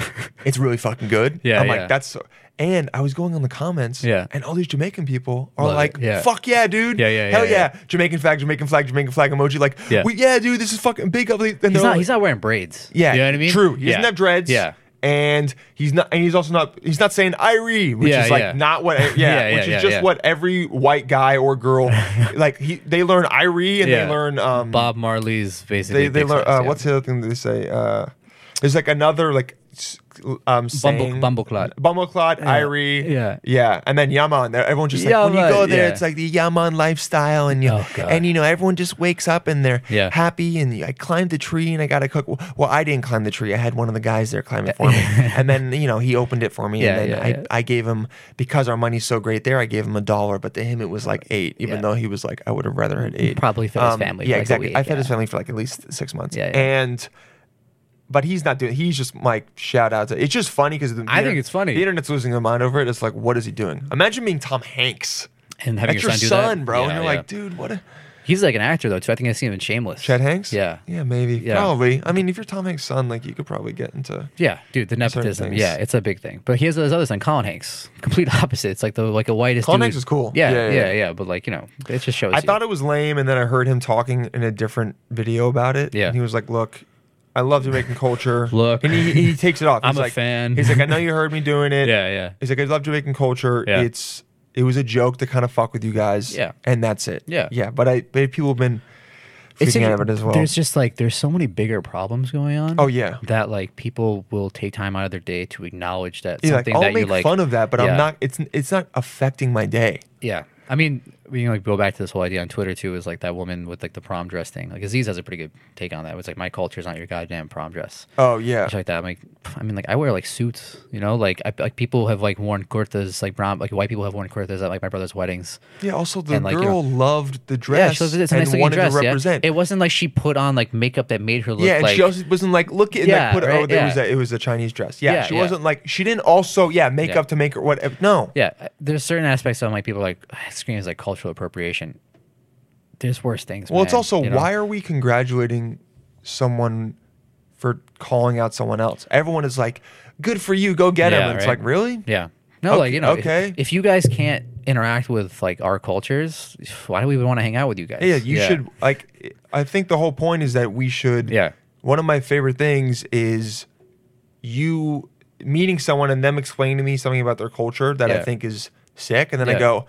Speaker 1: it's really fucking good.
Speaker 7: Yeah,
Speaker 1: I'm
Speaker 7: yeah.
Speaker 1: like, that's. So, and I was going on the comments,
Speaker 7: Yeah.
Speaker 1: and all these Jamaican people are
Speaker 7: Love it,
Speaker 1: like,
Speaker 7: yeah.
Speaker 1: "Fuck yeah, dude!
Speaker 7: Yeah, yeah,
Speaker 1: hell
Speaker 7: yeah, yeah.
Speaker 1: Jamaican flag, Jamaican flag, Jamaican flag emoji. Like,
Speaker 7: Yeah.
Speaker 1: yeah, yeah dude, this is fucking big up." And
Speaker 7: He's not. He's not wearing braids.
Speaker 1: yeah,
Speaker 7: you know what I mean.
Speaker 1: True. He
Speaker 7: yeah.
Speaker 1: doesn't have dreads. Mm-hmm.
Speaker 7: Yeah.
Speaker 1: And he's not, and he's also not, he's not saying Irie, which
Speaker 7: Yeah,
Speaker 1: is like
Speaker 7: yeah.
Speaker 1: not what, yeah,
Speaker 7: Yeah,
Speaker 1: which
Speaker 7: yeah,
Speaker 1: is
Speaker 7: yeah,
Speaker 1: just
Speaker 7: yeah.
Speaker 1: what every white guy or girl, like he, they learn Irie and
Speaker 7: Yeah.
Speaker 1: they learn, um,
Speaker 7: Bob Marley's
Speaker 1: they,
Speaker 7: basically.
Speaker 1: they
Speaker 7: big
Speaker 1: learn,
Speaker 7: size,
Speaker 1: uh,
Speaker 7: yeah.
Speaker 1: what's the other thing that they say? Uh, there's like another, like, s- um, saying,
Speaker 7: bumbleclot.
Speaker 1: Bumbleclot, Irie.
Speaker 7: yeah.
Speaker 1: Yeah. And then Yaman. Everyone just like, when you
Speaker 7: Yaman,
Speaker 1: go there,
Speaker 7: yeah.
Speaker 1: it's like the Yaman lifestyle. And you,
Speaker 7: Oh, God.
Speaker 1: and you know, everyone just wakes up and they're
Speaker 7: Yeah.
Speaker 1: happy. And I climbed the tree and I got to cook. Well, I didn't climb the tree. I had one of the guys there climb it for me. and then, you know, he opened it for me.
Speaker 7: Yeah,
Speaker 1: and then
Speaker 7: yeah,
Speaker 1: I,
Speaker 7: yeah.
Speaker 1: I gave him, because our money's so great there, I gave him a dollar. But to him, it was like eight, even
Speaker 7: Yeah.
Speaker 1: though he was like, I would have rather had eight. Um,
Speaker 7: Probably fed his family for
Speaker 1: Yeah,
Speaker 7: like a
Speaker 1: exactly.
Speaker 7: week,
Speaker 1: I fed
Speaker 7: yeah.
Speaker 1: his family for like at least six months.
Speaker 7: Yeah, yeah.
Speaker 1: And but he's not doing. He's just like shout out to. It's just funny because
Speaker 7: I think it's funny.
Speaker 1: The internet's losing their mind over it. It's like, what is he doing? Imagine being Tom Hanks.
Speaker 7: And having
Speaker 1: That's
Speaker 7: your
Speaker 1: your
Speaker 7: son do that?
Speaker 1: son, bro.
Speaker 7: Yeah,
Speaker 1: and you're
Speaker 7: yeah.
Speaker 1: like, dude, what? A-
Speaker 7: He's like an actor though too. I think I see him in Shameless.
Speaker 1: Chad Hanks?
Speaker 7: Yeah.
Speaker 1: Yeah, maybe.
Speaker 7: Yeah.
Speaker 1: Probably. I mean, if you're Tom Hanks' son, like you could probably get into.
Speaker 7: Yeah, dude, the
Speaker 1: Certain
Speaker 7: nepotism.
Speaker 1: things.
Speaker 7: Yeah, it's a big thing. But he has his other son, Colin Hanks. Complete opposite. It's like the like a whitest.
Speaker 1: Colin
Speaker 7: dude.
Speaker 1: Hanks is cool.
Speaker 7: Yeah
Speaker 1: Yeah,
Speaker 7: yeah,
Speaker 1: yeah,
Speaker 7: yeah, But like you know, it just shows.
Speaker 1: I thought it was lame, and then I heard him talking in a different video about it.
Speaker 7: Yeah.
Speaker 1: And he was like, look. I love Jamaican culture.
Speaker 7: Look.
Speaker 1: and he, he takes it off.
Speaker 7: I'm
Speaker 1: He's
Speaker 7: a
Speaker 1: like-
Speaker 7: fan.
Speaker 1: He's like, I know you heard me doing it.
Speaker 7: Yeah, yeah.
Speaker 1: He's like, I love Jamaican culture.
Speaker 7: Yeah.
Speaker 1: It's it was a joke to kind of fuck with you guys.
Speaker 7: Yeah.
Speaker 1: and that's it.
Speaker 7: Yeah.
Speaker 1: yeah. But I but people have been freaking out
Speaker 7: inter-
Speaker 1: of it as well.
Speaker 7: There's just like there's so many bigger problems going on.
Speaker 1: Oh, yeah.
Speaker 7: That like people will take time out of their day to acknowledge that
Speaker 1: You're like,
Speaker 7: something
Speaker 1: I'll
Speaker 7: that
Speaker 1: make
Speaker 7: you like
Speaker 1: fun of that, but
Speaker 7: Yeah.
Speaker 1: I'm not. It's it's not affecting my day.
Speaker 7: Yeah. I mean, we can like go back to this whole idea on Twitter too. Is like that woman with like the prom dress thing. Like Aziz has a pretty good take on that. It's like my culture is not your goddamn prom dress.
Speaker 1: Oh yeah,
Speaker 7: Shit like that. I'm like, pff, I mean, like I wear like suits, you know, like I, like people have like worn kurtas, like brown, like white people have worn kurtas at like my brother's weddings.
Speaker 1: yeah. Also, the
Speaker 7: And, like, you
Speaker 1: girl loved the dress
Speaker 7: yeah, she was, it's a
Speaker 1: and
Speaker 7: nice looking
Speaker 1: wanted
Speaker 7: dress.
Speaker 1: to
Speaker 7: yeah?
Speaker 1: represent.
Speaker 7: It wasn't like she put on like makeup that made her look
Speaker 1: yeah, and
Speaker 7: like
Speaker 1: she also wasn't like look at
Speaker 7: Yeah,
Speaker 1: like, put oh
Speaker 7: right,
Speaker 1: there
Speaker 7: yeah.
Speaker 1: was a, it was a Chinese dress. Yeah,
Speaker 7: Yeah,
Speaker 1: she
Speaker 7: yeah.
Speaker 1: wasn't like she didn't also yeah make
Speaker 7: Yeah.
Speaker 1: up to make her what no
Speaker 7: yeah. uh, There's certain aspects of like people are like "Ah, screams like cultural appropriation. There's worse things.
Speaker 1: Well, it's
Speaker 7: man,"
Speaker 1: also
Speaker 7: you know?
Speaker 1: why are we congratulating someone for calling out someone else? Everyone is like, "Good for you, go get him."
Speaker 7: Yeah,
Speaker 1: And it's
Speaker 7: right.
Speaker 1: like, really?
Speaker 7: Yeah. No,
Speaker 1: Okay-
Speaker 7: like you know, if-
Speaker 1: okay.
Speaker 7: If, you guys can't interact with like our cultures, why do we even want to hang out with you guys?
Speaker 1: Yeah, you should like. I think the whole point is that we should.
Speaker 7: Yeah.
Speaker 1: One of my favorite things is you meeting someone and them explaining to me something about their culture that I
Speaker 7: Yeah.
Speaker 1: think is sick, and then I
Speaker 7: Yeah.
Speaker 1: go,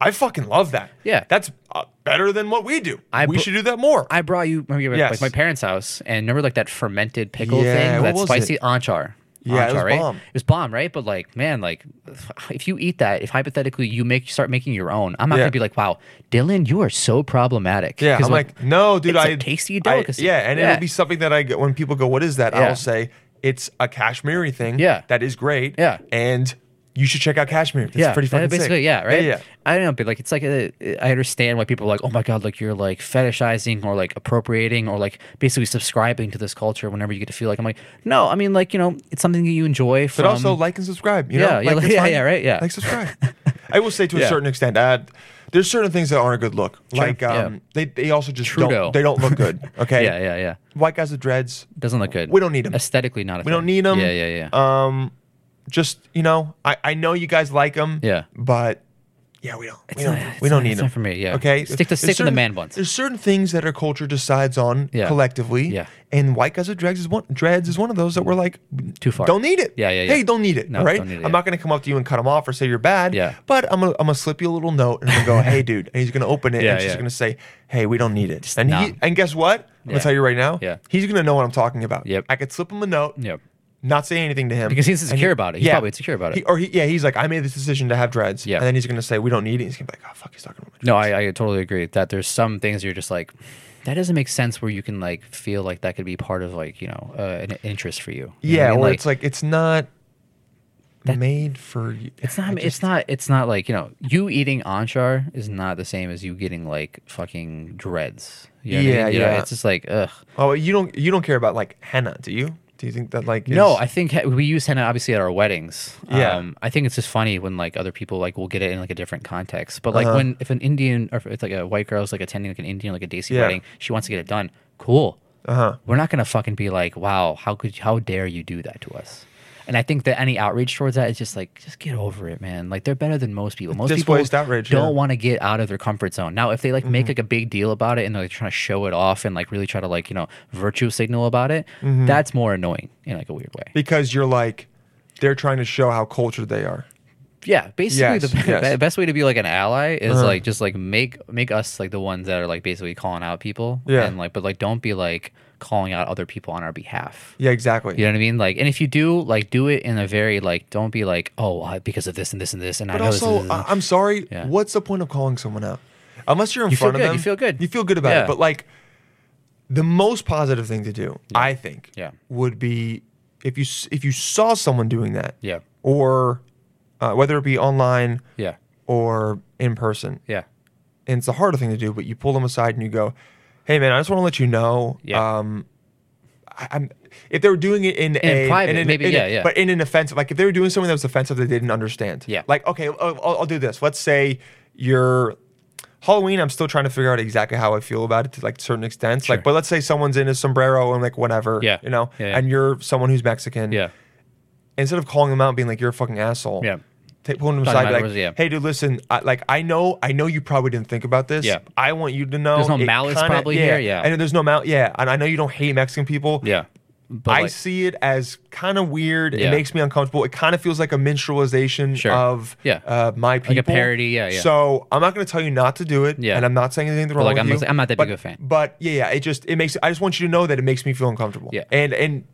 Speaker 1: "I fucking love that.
Speaker 7: Yeah.
Speaker 1: that's uh, better than what we do.
Speaker 7: I
Speaker 1: we
Speaker 7: bel-
Speaker 1: should do that more."
Speaker 7: I brought you remember,
Speaker 1: Yes.
Speaker 7: like my parents' house, and remember like that fermented pickle
Speaker 1: Yeah,
Speaker 7: thing,
Speaker 1: what
Speaker 7: that
Speaker 1: was
Speaker 7: spicy
Speaker 1: it?
Speaker 7: anchar.
Speaker 1: Yeah, it
Speaker 7: Anchar,
Speaker 1: was
Speaker 7: right?
Speaker 1: bomb.
Speaker 7: It was bomb, right? But like, man, like, if you eat that, if hypothetically you make start making your own, I'm not
Speaker 1: Yeah.
Speaker 7: gonna be like, wow, Dylan, you are so problematic.
Speaker 1: Yeah,
Speaker 7: 'Cause,
Speaker 1: I'm like, no, dude,
Speaker 7: it's
Speaker 1: I
Speaker 7: a tasty
Speaker 1: I-
Speaker 7: delicacy.
Speaker 1: yeah, and
Speaker 7: Yeah.
Speaker 1: it'll be something that I get when people go, "What is that?"
Speaker 7: Yeah.
Speaker 1: I'll say it's a Kashmiri thing.
Speaker 7: Yeah.
Speaker 1: that is great.
Speaker 7: Yeah.
Speaker 1: and you should check out Kashmir. It's
Speaker 7: yeah,
Speaker 1: pretty
Speaker 7: that-
Speaker 1: fucking sick.
Speaker 7: basically, yeah, right.
Speaker 1: Yeah,
Speaker 7: I don't know, but like, it's like a, I understand why people are like, oh my god, like you're like fetishizing or like appropriating or like basically subscribing to this culture whenever you get to feel like I'm like, no, I mean like you know, it's something that you enjoy. From,
Speaker 1: But also like and subscribe. You
Speaker 7: Um, Yeah,
Speaker 1: know?
Speaker 7: yeah,
Speaker 1: Like,
Speaker 7: like-
Speaker 1: it's
Speaker 7: yeah,
Speaker 1: fine.
Speaker 7: yeah, right, yeah.
Speaker 1: Like subscribe. I will say to a
Speaker 7: Yeah.
Speaker 1: certain extent, uh, there's certain things that aren't a good look. Like
Speaker 7: yeah.
Speaker 1: um, they, they also just
Speaker 7: Trudeau.
Speaker 1: don't they don't look good. Okay.
Speaker 7: yeah, yeah, yeah.
Speaker 1: White guys with dreads.
Speaker 7: Doesn't look good.
Speaker 1: We don't need 'em.
Speaker 7: Aesthetically, not. A
Speaker 1: We don't
Speaker 7: thing.
Speaker 1: need them.
Speaker 7: Yeah, yeah, yeah.
Speaker 1: Um, just you know, I, I know you guys like them.
Speaker 7: Yeah.
Speaker 1: But yeah, we don't. We don't,
Speaker 7: not- it's
Speaker 1: we don't
Speaker 7: not-
Speaker 1: need
Speaker 7: it's
Speaker 1: them.
Speaker 7: not for me, yeah.
Speaker 1: Okay.
Speaker 7: Stick to-
Speaker 1: There's
Speaker 7: stick to the
Speaker 1: certain-
Speaker 7: man ones.
Speaker 1: There's certain things that our culture decides on
Speaker 7: Yeah.
Speaker 1: collectively.
Speaker 7: Yeah.
Speaker 1: And white guys with dreads is one. Dreads is one of those that we're like,
Speaker 7: Too far.
Speaker 1: Don't need it.
Speaker 7: Yeah, yeah, yeah.
Speaker 1: Hey, don't need it.
Speaker 7: No,
Speaker 1: all right.
Speaker 7: don't need it,
Speaker 1: I'm
Speaker 7: yeah.
Speaker 1: not gonna come up to you and cut them off or say you're bad.
Speaker 7: Yeah.
Speaker 1: But I'm gonna I'm gonna slip you a little note and I'm gonna go, hey, dude, and he's gonna open it
Speaker 7: Yeah,
Speaker 1: and she's
Speaker 7: yeah.
Speaker 1: gonna say, hey, we don't need it. and
Speaker 7: nah.
Speaker 1: he and guess what? I'm gonna
Speaker 7: Yeah.
Speaker 1: tell you right now.
Speaker 7: Yeah.
Speaker 1: He's gonna know what I'm talking about.
Speaker 7: Yep.
Speaker 1: I could slip him a note
Speaker 7: Yep.
Speaker 1: not say anything to him
Speaker 7: Because he's
Speaker 1: And
Speaker 7: insecure about it. He's probably insecure about it.
Speaker 1: He- or he, yeah, he's like, I made this decision to have dreads.
Speaker 7: Yeah.
Speaker 1: and then he's gonna say we don't need it. He's gonna be like, oh fuck, he's talking about my dreads.
Speaker 7: No, I, I totally agree that there's some things you're just like, that doesn't make sense where you can like feel like that could be part of like you know uh, an interest for you. You
Speaker 1: yeah,
Speaker 7: know what I mean?
Speaker 1: or it's like it's not made for you.
Speaker 7: It's not. it's not. It's not like you know. You eating anchar is not the same as you getting like fucking dreads. You know what I
Speaker 1: Yeah,
Speaker 7: mean? You know,
Speaker 1: yeah.
Speaker 7: it's just like ugh.
Speaker 1: Oh, you don't you don't care about like henna, do you? Do you think that like
Speaker 7: No,
Speaker 1: is-
Speaker 7: I think he- we use henna obviously at our weddings. Um,
Speaker 1: Yeah.
Speaker 7: I think it's just funny when like other people like will get it in like a different context. But
Speaker 1: Uh-huh.
Speaker 7: like when if an Indian or if it's like a white girl's like attending like an Indian like a Desi
Speaker 1: Yeah.
Speaker 7: wedding, she wants to get it done. Cool. Uh-huh. We're not gonna fucking be like, wow, how could how dare you do that to us? And I think that any outreach towards that is just like, just get over it, man. Like they're better than most people. Most people
Speaker 1: Displaced outrage,
Speaker 7: don't
Speaker 1: yeah. Mm-hmm.
Speaker 7: want to get out of their comfort zone. Now, if they like make like a big deal about it and they're like, trying to show it off and like really try to like you know virtue signal about it,
Speaker 1: Mm-hmm.
Speaker 7: that's more annoying in like a weird way.
Speaker 1: because you're like they're trying to show how cultured they are.
Speaker 7: Yeah, basically the
Speaker 1: Yes, yes. Uh-huh.
Speaker 7: be- best way to be like an ally is like just like make make us like the ones that are like basically calling out people.
Speaker 1: Yeah.
Speaker 7: and like but like don't be like calling out other people on our behalf.
Speaker 1: Yeah, exactly.
Speaker 7: You know what I mean? Like, and if you do, like, do it in a very like, don't be like, oh, I, because of this and this and this, and I
Speaker 1: But
Speaker 7: know this. And this
Speaker 1: also,
Speaker 7: and
Speaker 1: I-
Speaker 7: this.
Speaker 1: I'm sorry.
Speaker 7: Yeah.
Speaker 1: What's the point of calling someone out? Unless you're in
Speaker 7: You feel
Speaker 1: front of
Speaker 7: good,
Speaker 1: them,
Speaker 7: you feel good.
Speaker 1: You feel good about it.
Speaker 7: Yeah.
Speaker 1: But like, the most positive thing to do, I think,
Speaker 7: Yeah.
Speaker 1: would be if you s- if you saw someone doing that,
Speaker 7: Yeah.
Speaker 1: or uh, whether it be online,
Speaker 7: yeah,
Speaker 1: or in person,
Speaker 7: yeah,
Speaker 1: and it's the harder thing to do, but you pull them aside and you go, "Hey, man, I just want to let you know,
Speaker 7: Yeah.
Speaker 1: um, I, I'm." If they were doing it in, a
Speaker 7: private,
Speaker 1: in an-
Speaker 7: maybe,
Speaker 1: in a-
Speaker 7: yeah, yeah.
Speaker 1: but in an offensive, like if they were doing something that was offensive, they didn't understand.
Speaker 7: Yeah.
Speaker 1: like okay, I'll, I'll- I'll do this. Let's say you're Halloween. I'm still trying to figure out exactly how I feel about it to like certain extents. Like,
Speaker 7: Sure.
Speaker 1: but let's say someone's in a sombrero and like whatever,
Speaker 7: Yeah.
Speaker 1: you know,
Speaker 7: Yeah, yeah.
Speaker 1: and you're someone who's Mexican,
Speaker 7: yeah,
Speaker 1: Instead of calling them out and being like you're a fucking asshole,
Speaker 7: Yeah.
Speaker 1: Take, pulling them
Speaker 7: Talking
Speaker 1: aside, be
Speaker 7: about it
Speaker 1: like,
Speaker 7: was- yeah.
Speaker 1: "Hey, dude, listen. I, like, I know, I know you probably didn't think about this.
Speaker 7: Yeah.
Speaker 1: I want you to know.
Speaker 7: There's no
Speaker 1: it
Speaker 7: malice probably here, yeah.
Speaker 1: and there's no malice. Yeah, and I know you don't hate Mexican people.
Speaker 7: yeah. But
Speaker 1: I
Speaker 7: like,
Speaker 1: see it as kind of weird. It
Speaker 7: Yeah.
Speaker 1: makes me uncomfortable. It kind of feels like a minstrelization
Speaker 7: Sure.
Speaker 1: of
Speaker 7: Yeah.
Speaker 1: uh, my people.
Speaker 7: a parody, yeah, yeah.
Speaker 1: So I'm not going to tell you not to do it.
Speaker 7: Yeah.
Speaker 1: And I'm not saying anything wrong
Speaker 7: like,
Speaker 1: with
Speaker 7: I'm
Speaker 1: you.
Speaker 7: not- I'm not that
Speaker 1: but,
Speaker 7: big of a fan.
Speaker 1: But yeah, yeah. It just it makes. I just want you to know that it makes me feel uncomfortable.
Speaker 7: Yeah.
Speaker 1: And and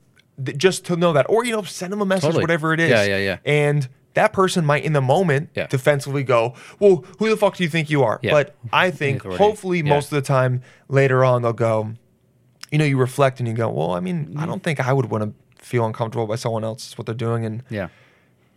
Speaker 1: th- just to know that, or you know, send them a message,
Speaker 7: Totally.
Speaker 1: whatever it is.
Speaker 7: Yeah, yeah, yeah.
Speaker 1: And. That person might, in the moment,
Speaker 7: Yeah.
Speaker 1: defensively go, "Well, who the fuck do you think you are?"
Speaker 7: Yeah.
Speaker 1: But I think,
Speaker 7: Authority.
Speaker 1: hopefully,
Speaker 7: Yeah.
Speaker 1: most of the time, later on, they'll go, you know, you reflect and you go, well, I mean,
Speaker 7: Mm.
Speaker 1: I don't think I would want to feel uncomfortable by someone else what they're doing, and
Speaker 7: yeah,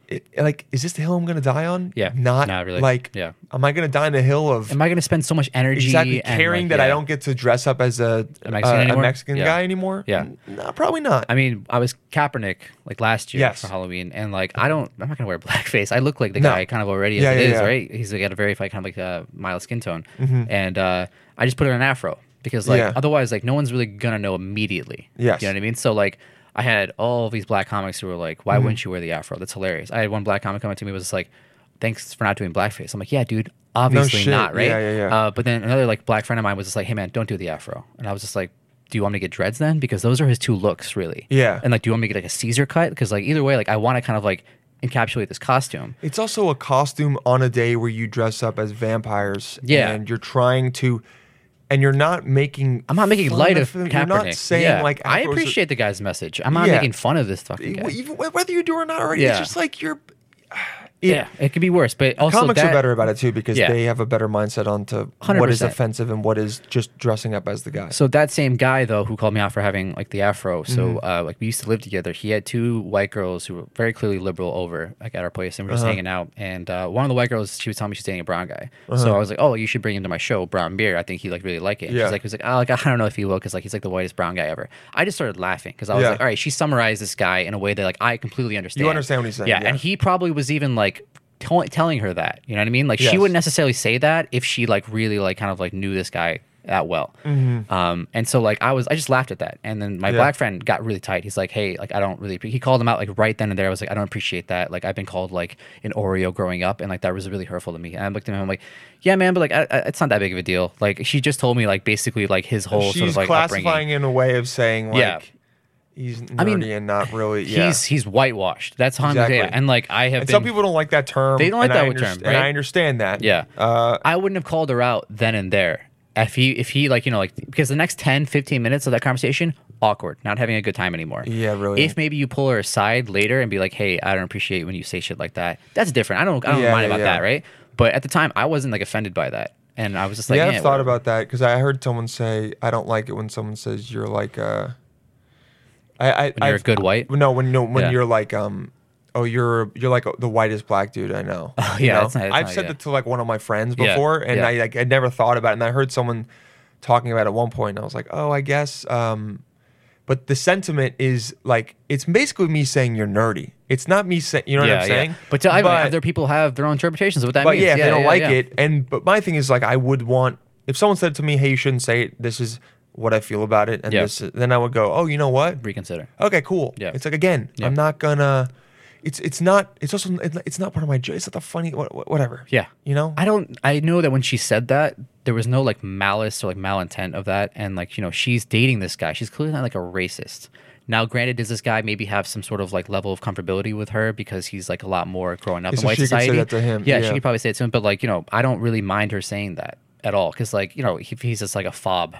Speaker 1: it, like, is this the hill I'm going to die on?
Speaker 7: Yeah.
Speaker 1: not
Speaker 7: Not really.
Speaker 1: Like,
Speaker 7: Yeah.
Speaker 1: am I going to die on the hill of
Speaker 7: am I gonna spend so much energy
Speaker 1: exactly
Speaker 7: and,
Speaker 1: caring
Speaker 7: like,
Speaker 1: that I
Speaker 7: yeah.
Speaker 1: don't get to dress up as a a
Speaker 7: Mexican
Speaker 1: Mexican, uh, a,
Speaker 7: anymore?
Speaker 1: Mexican
Speaker 7: Yeah.
Speaker 1: guy anymore?
Speaker 7: Yeah.
Speaker 1: N- no, probably not.
Speaker 7: I mean, I was Kaepernick like last year
Speaker 1: Yes.
Speaker 7: for Halloween, and like I don't, I'm not gonna wear blackface. I look like the
Speaker 1: No.
Speaker 7: guy kind of already
Speaker 1: Yeah,
Speaker 7: as it
Speaker 1: yeah,
Speaker 7: is,
Speaker 1: yeah. Mm-hmm.
Speaker 7: right? He's like, got a very like, kind of like uh, mild skin tone, and uh, I just put in an afro because like
Speaker 1: Yeah.
Speaker 7: otherwise, like no one's really gonna know immediately.
Speaker 1: Yes.
Speaker 7: you know what I mean. So like. I had all these black comics who were like,
Speaker 1: Mm-hmm.
Speaker 7: "Why wouldn't you wear the afro? That's hilarious." I had one black comic come up to me was just like, "Thanks for not doing blackface." I'm like, "Yeah, dude, obviously
Speaker 1: shit.
Speaker 7: not, right?"
Speaker 1: Yeah, yeah, yeah.
Speaker 7: Uh, uh, but then another like black friend of mine was just like, "Hey man, don't do the afro." And I was just like, "Do you want me to get dreads then? Because those are his two looks, really."
Speaker 1: Yeah.
Speaker 7: And like, do you want me to get like a Caesar cut? Because like either way, like I want to kind of like encapsulate this costume.
Speaker 1: It's also a costume on a day where you dress up as vampires.
Speaker 7: Yeah.
Speaker 1: And you're trying to, and you're not making.
Speaker 7: I'm not making
Speaker 1: fun
Speaker 7: light of
Speaker 1: them.
Speaker 7: Kaepernick.
Speaker 1: You're not saying
Speaker 7: Yeah.
Speaker 1: like
Speaker 7: I
Speaker 1: afros are-
Speaker 7: appreciate the guy's message. I'm not
Speaker 1: Yeah.
Speaker 7: making fun of this fucking guy.
Speaker 1: Even, whether you do or not already, it's
Speaker 7: Yeah.
Speaker 1: just like you're.
Speaker 7: yeah, it could be worse. But also,
Speaker 8: Comics
Speaker 7: that,
Speaker 8: are better about it too because
Speaker 7: Yeah.
Speaker 8: they have a better mindset onto what is
Speaker 7: 100%.
Speaker 8: offensive and what is just dressing up as the guy.
Speaker 7: So that same guy though, who called me out for having like the afro. So
Speaker 8: Mm-hmm.
Speaker 7: uh, like we used to live together. He had two white girls who were very clearly liberal over like at our place, and we were
Speaker 8: Uh-huh.
Speaker 7: just hanging out. And uh, one of the white girls, she was telling me she's dating a brown guy. So I was like, oh, you should bring him to my show, Brown Beer. I think he like really like it. And
Speaker 8: Uh-huh. Yeah.
Speaker 7: She's like, was like, oh, like I don't know if he will, because like he's like the whitest brown guy ever. I just started laughing because I was
Speaker 8: Yeah.
Speaker 7: like, all right, she summarized this guy in a way that like I completely understand.
Speaker 8: understand what he's saying, yeah.
Speaker 7: yeah. and he probably was even like. tell- Telling her that, you know what I mean? Like
Speaker 8: Yes.
Speaker 7: she wouldn't necessarily say that if she like really like kind of like knew this guy that well. Um, and so like I was, I just laughed at that. And then my
Speaker 8: Mm-hmm. Yeah.
Speaker 7: black friend got really tight. He's like, hey, like I don't really. appre-" He called him out like right then and there. I was like, I don't appreciate that. Like I've been called like an Oreo growing up, and like that was really hurtful to me. And I looked at him, I'm like, yeah, man, but like I, I, it's not that big of a deal. Like she just told me like basically like his whole
Speaker 8: She's
Speaker 7: sort of like
Speaker 8: classifying
Speaker 7: upbringing.
Speaker 8: in a way of saying like
Speaker 7: Yeah.
Speaker 8: he's nerdy
Speaker 7: mean,
Speaker 8: and not really. Yeah.
Speaker 7: He's he's whitewashed. That's how
Speaker 8: Exactly.
Speaker 7: I'm, yeah. And like I have
Speaker 8: and
Speaker 7: been,
Speaker 8: some people don't like that term.
Speaker 7: They don't like
Speaker 8: and I
Speaker 7: that term,
Speaker 8: underst- And I
Speaker 7: right?
Speaker 8: understand that.
Speaker 7: Yeah.
Speaker 8: Uh,
Speaker 7: I wouldn't have called her out then and there. If he, if he, like, you know, like, because the next 10, 15 minutes of that conversation, awkward, not having a good time anymore.
Speaker 8: Yeah, really.
Speaker 7: If maybe you pull her aside later and be like, hey, I don't appreciate when you say shit like that, that's different. I don't, I don't
Speaker 8: Yeah,
Speaker 7: mind
Speaker 8: yeah,
Speaker 7: about
Speaker 8: yeah.
Speaker 7: that, right? But at the time, I wasn't like offended by that. And I was just like,
Speaker 8: yeah,
Speaker 7: eh,
Speaker 8: I've thought
Speaker 7: whatever.
Speaker 8: about that because I heard someone say I don't like it when someone says you're like uh, I, I
Speaker 7: When you're a
Speaker 8: I've-
Speaker 7: good white?
Speaker 8: No, when no when
Speaker 7: Yeah.
Speaker 8: you're like um. Oh, you're you're like the whitest black dude I know. Oh
Speaker 7: yeah, that's not- that's
Speaker 8: I've
Speaker 7: not-
Speaker 8: said
Speaker 7: yeah.
Speaker 8: that to like one of my friends
Speaker 7: Yeah,
Speaker 8: before, and
Speaker 7: yeah.
Speaker 8: I like I never thought about it. And I heard someone talking about it at one point, and I was like, oh, I guess. Um, but the sentiment is like it's basically me saying you're nerdy. It's not me saying you know
Speaker 7: yeah,
Speaker 8: what I'm
Speaker 7: yeah.
Speaker 8: saying.
Speaker 7: But, to, I mean, other people have their own interpretations of what that
Speaker 8: But
Speaker 7: means.
Speaker 8: yeah, if they don't like
Speaker 7: yeah.
Speaker 8: it, and but my thing is like I would want if someone said to me, "Hey, you shouldn't say it. This is what I feel about it," and
Speaker 7: Yeah.
Speaker 8: this, then I would go, "Oh, you know what?
Speaker 7: reconsider.
Speaker 8: Okay, cool."
Speaker 7: Yeah.
Speaker 8: It's like again,
Speaker 7: Yeah.
Speaker 8: I'm not gonna. It's it's not. It's also it's not part of my. jo- It's not the funny. wha- wha- Whatever.
Speaker 7: Yeah.
Speaker 8: You know.
Speaker 7: I don't I know that when she said that, there was no like malice or like malintent of that. And like, you know, she's dating this guy. She's clearly not like a racist. Now, granted, does this guy maybe have some sort of like level of comfortability with her because he's like a lot more growing up
Speaker 8: Yeah,
Speaker 7: in
Speaker 8: so
Speaker 7: white
Speaker 8: she could say
Speaker 7: society?
Speaker 8: that to him,
Speaker 7: Yeah,
Speaker 8: yeah.
Speaker 7: she could probably say it to him, but like, you know, I don't really mind her saying that at all. Cause like, you know, if he's just like a fob,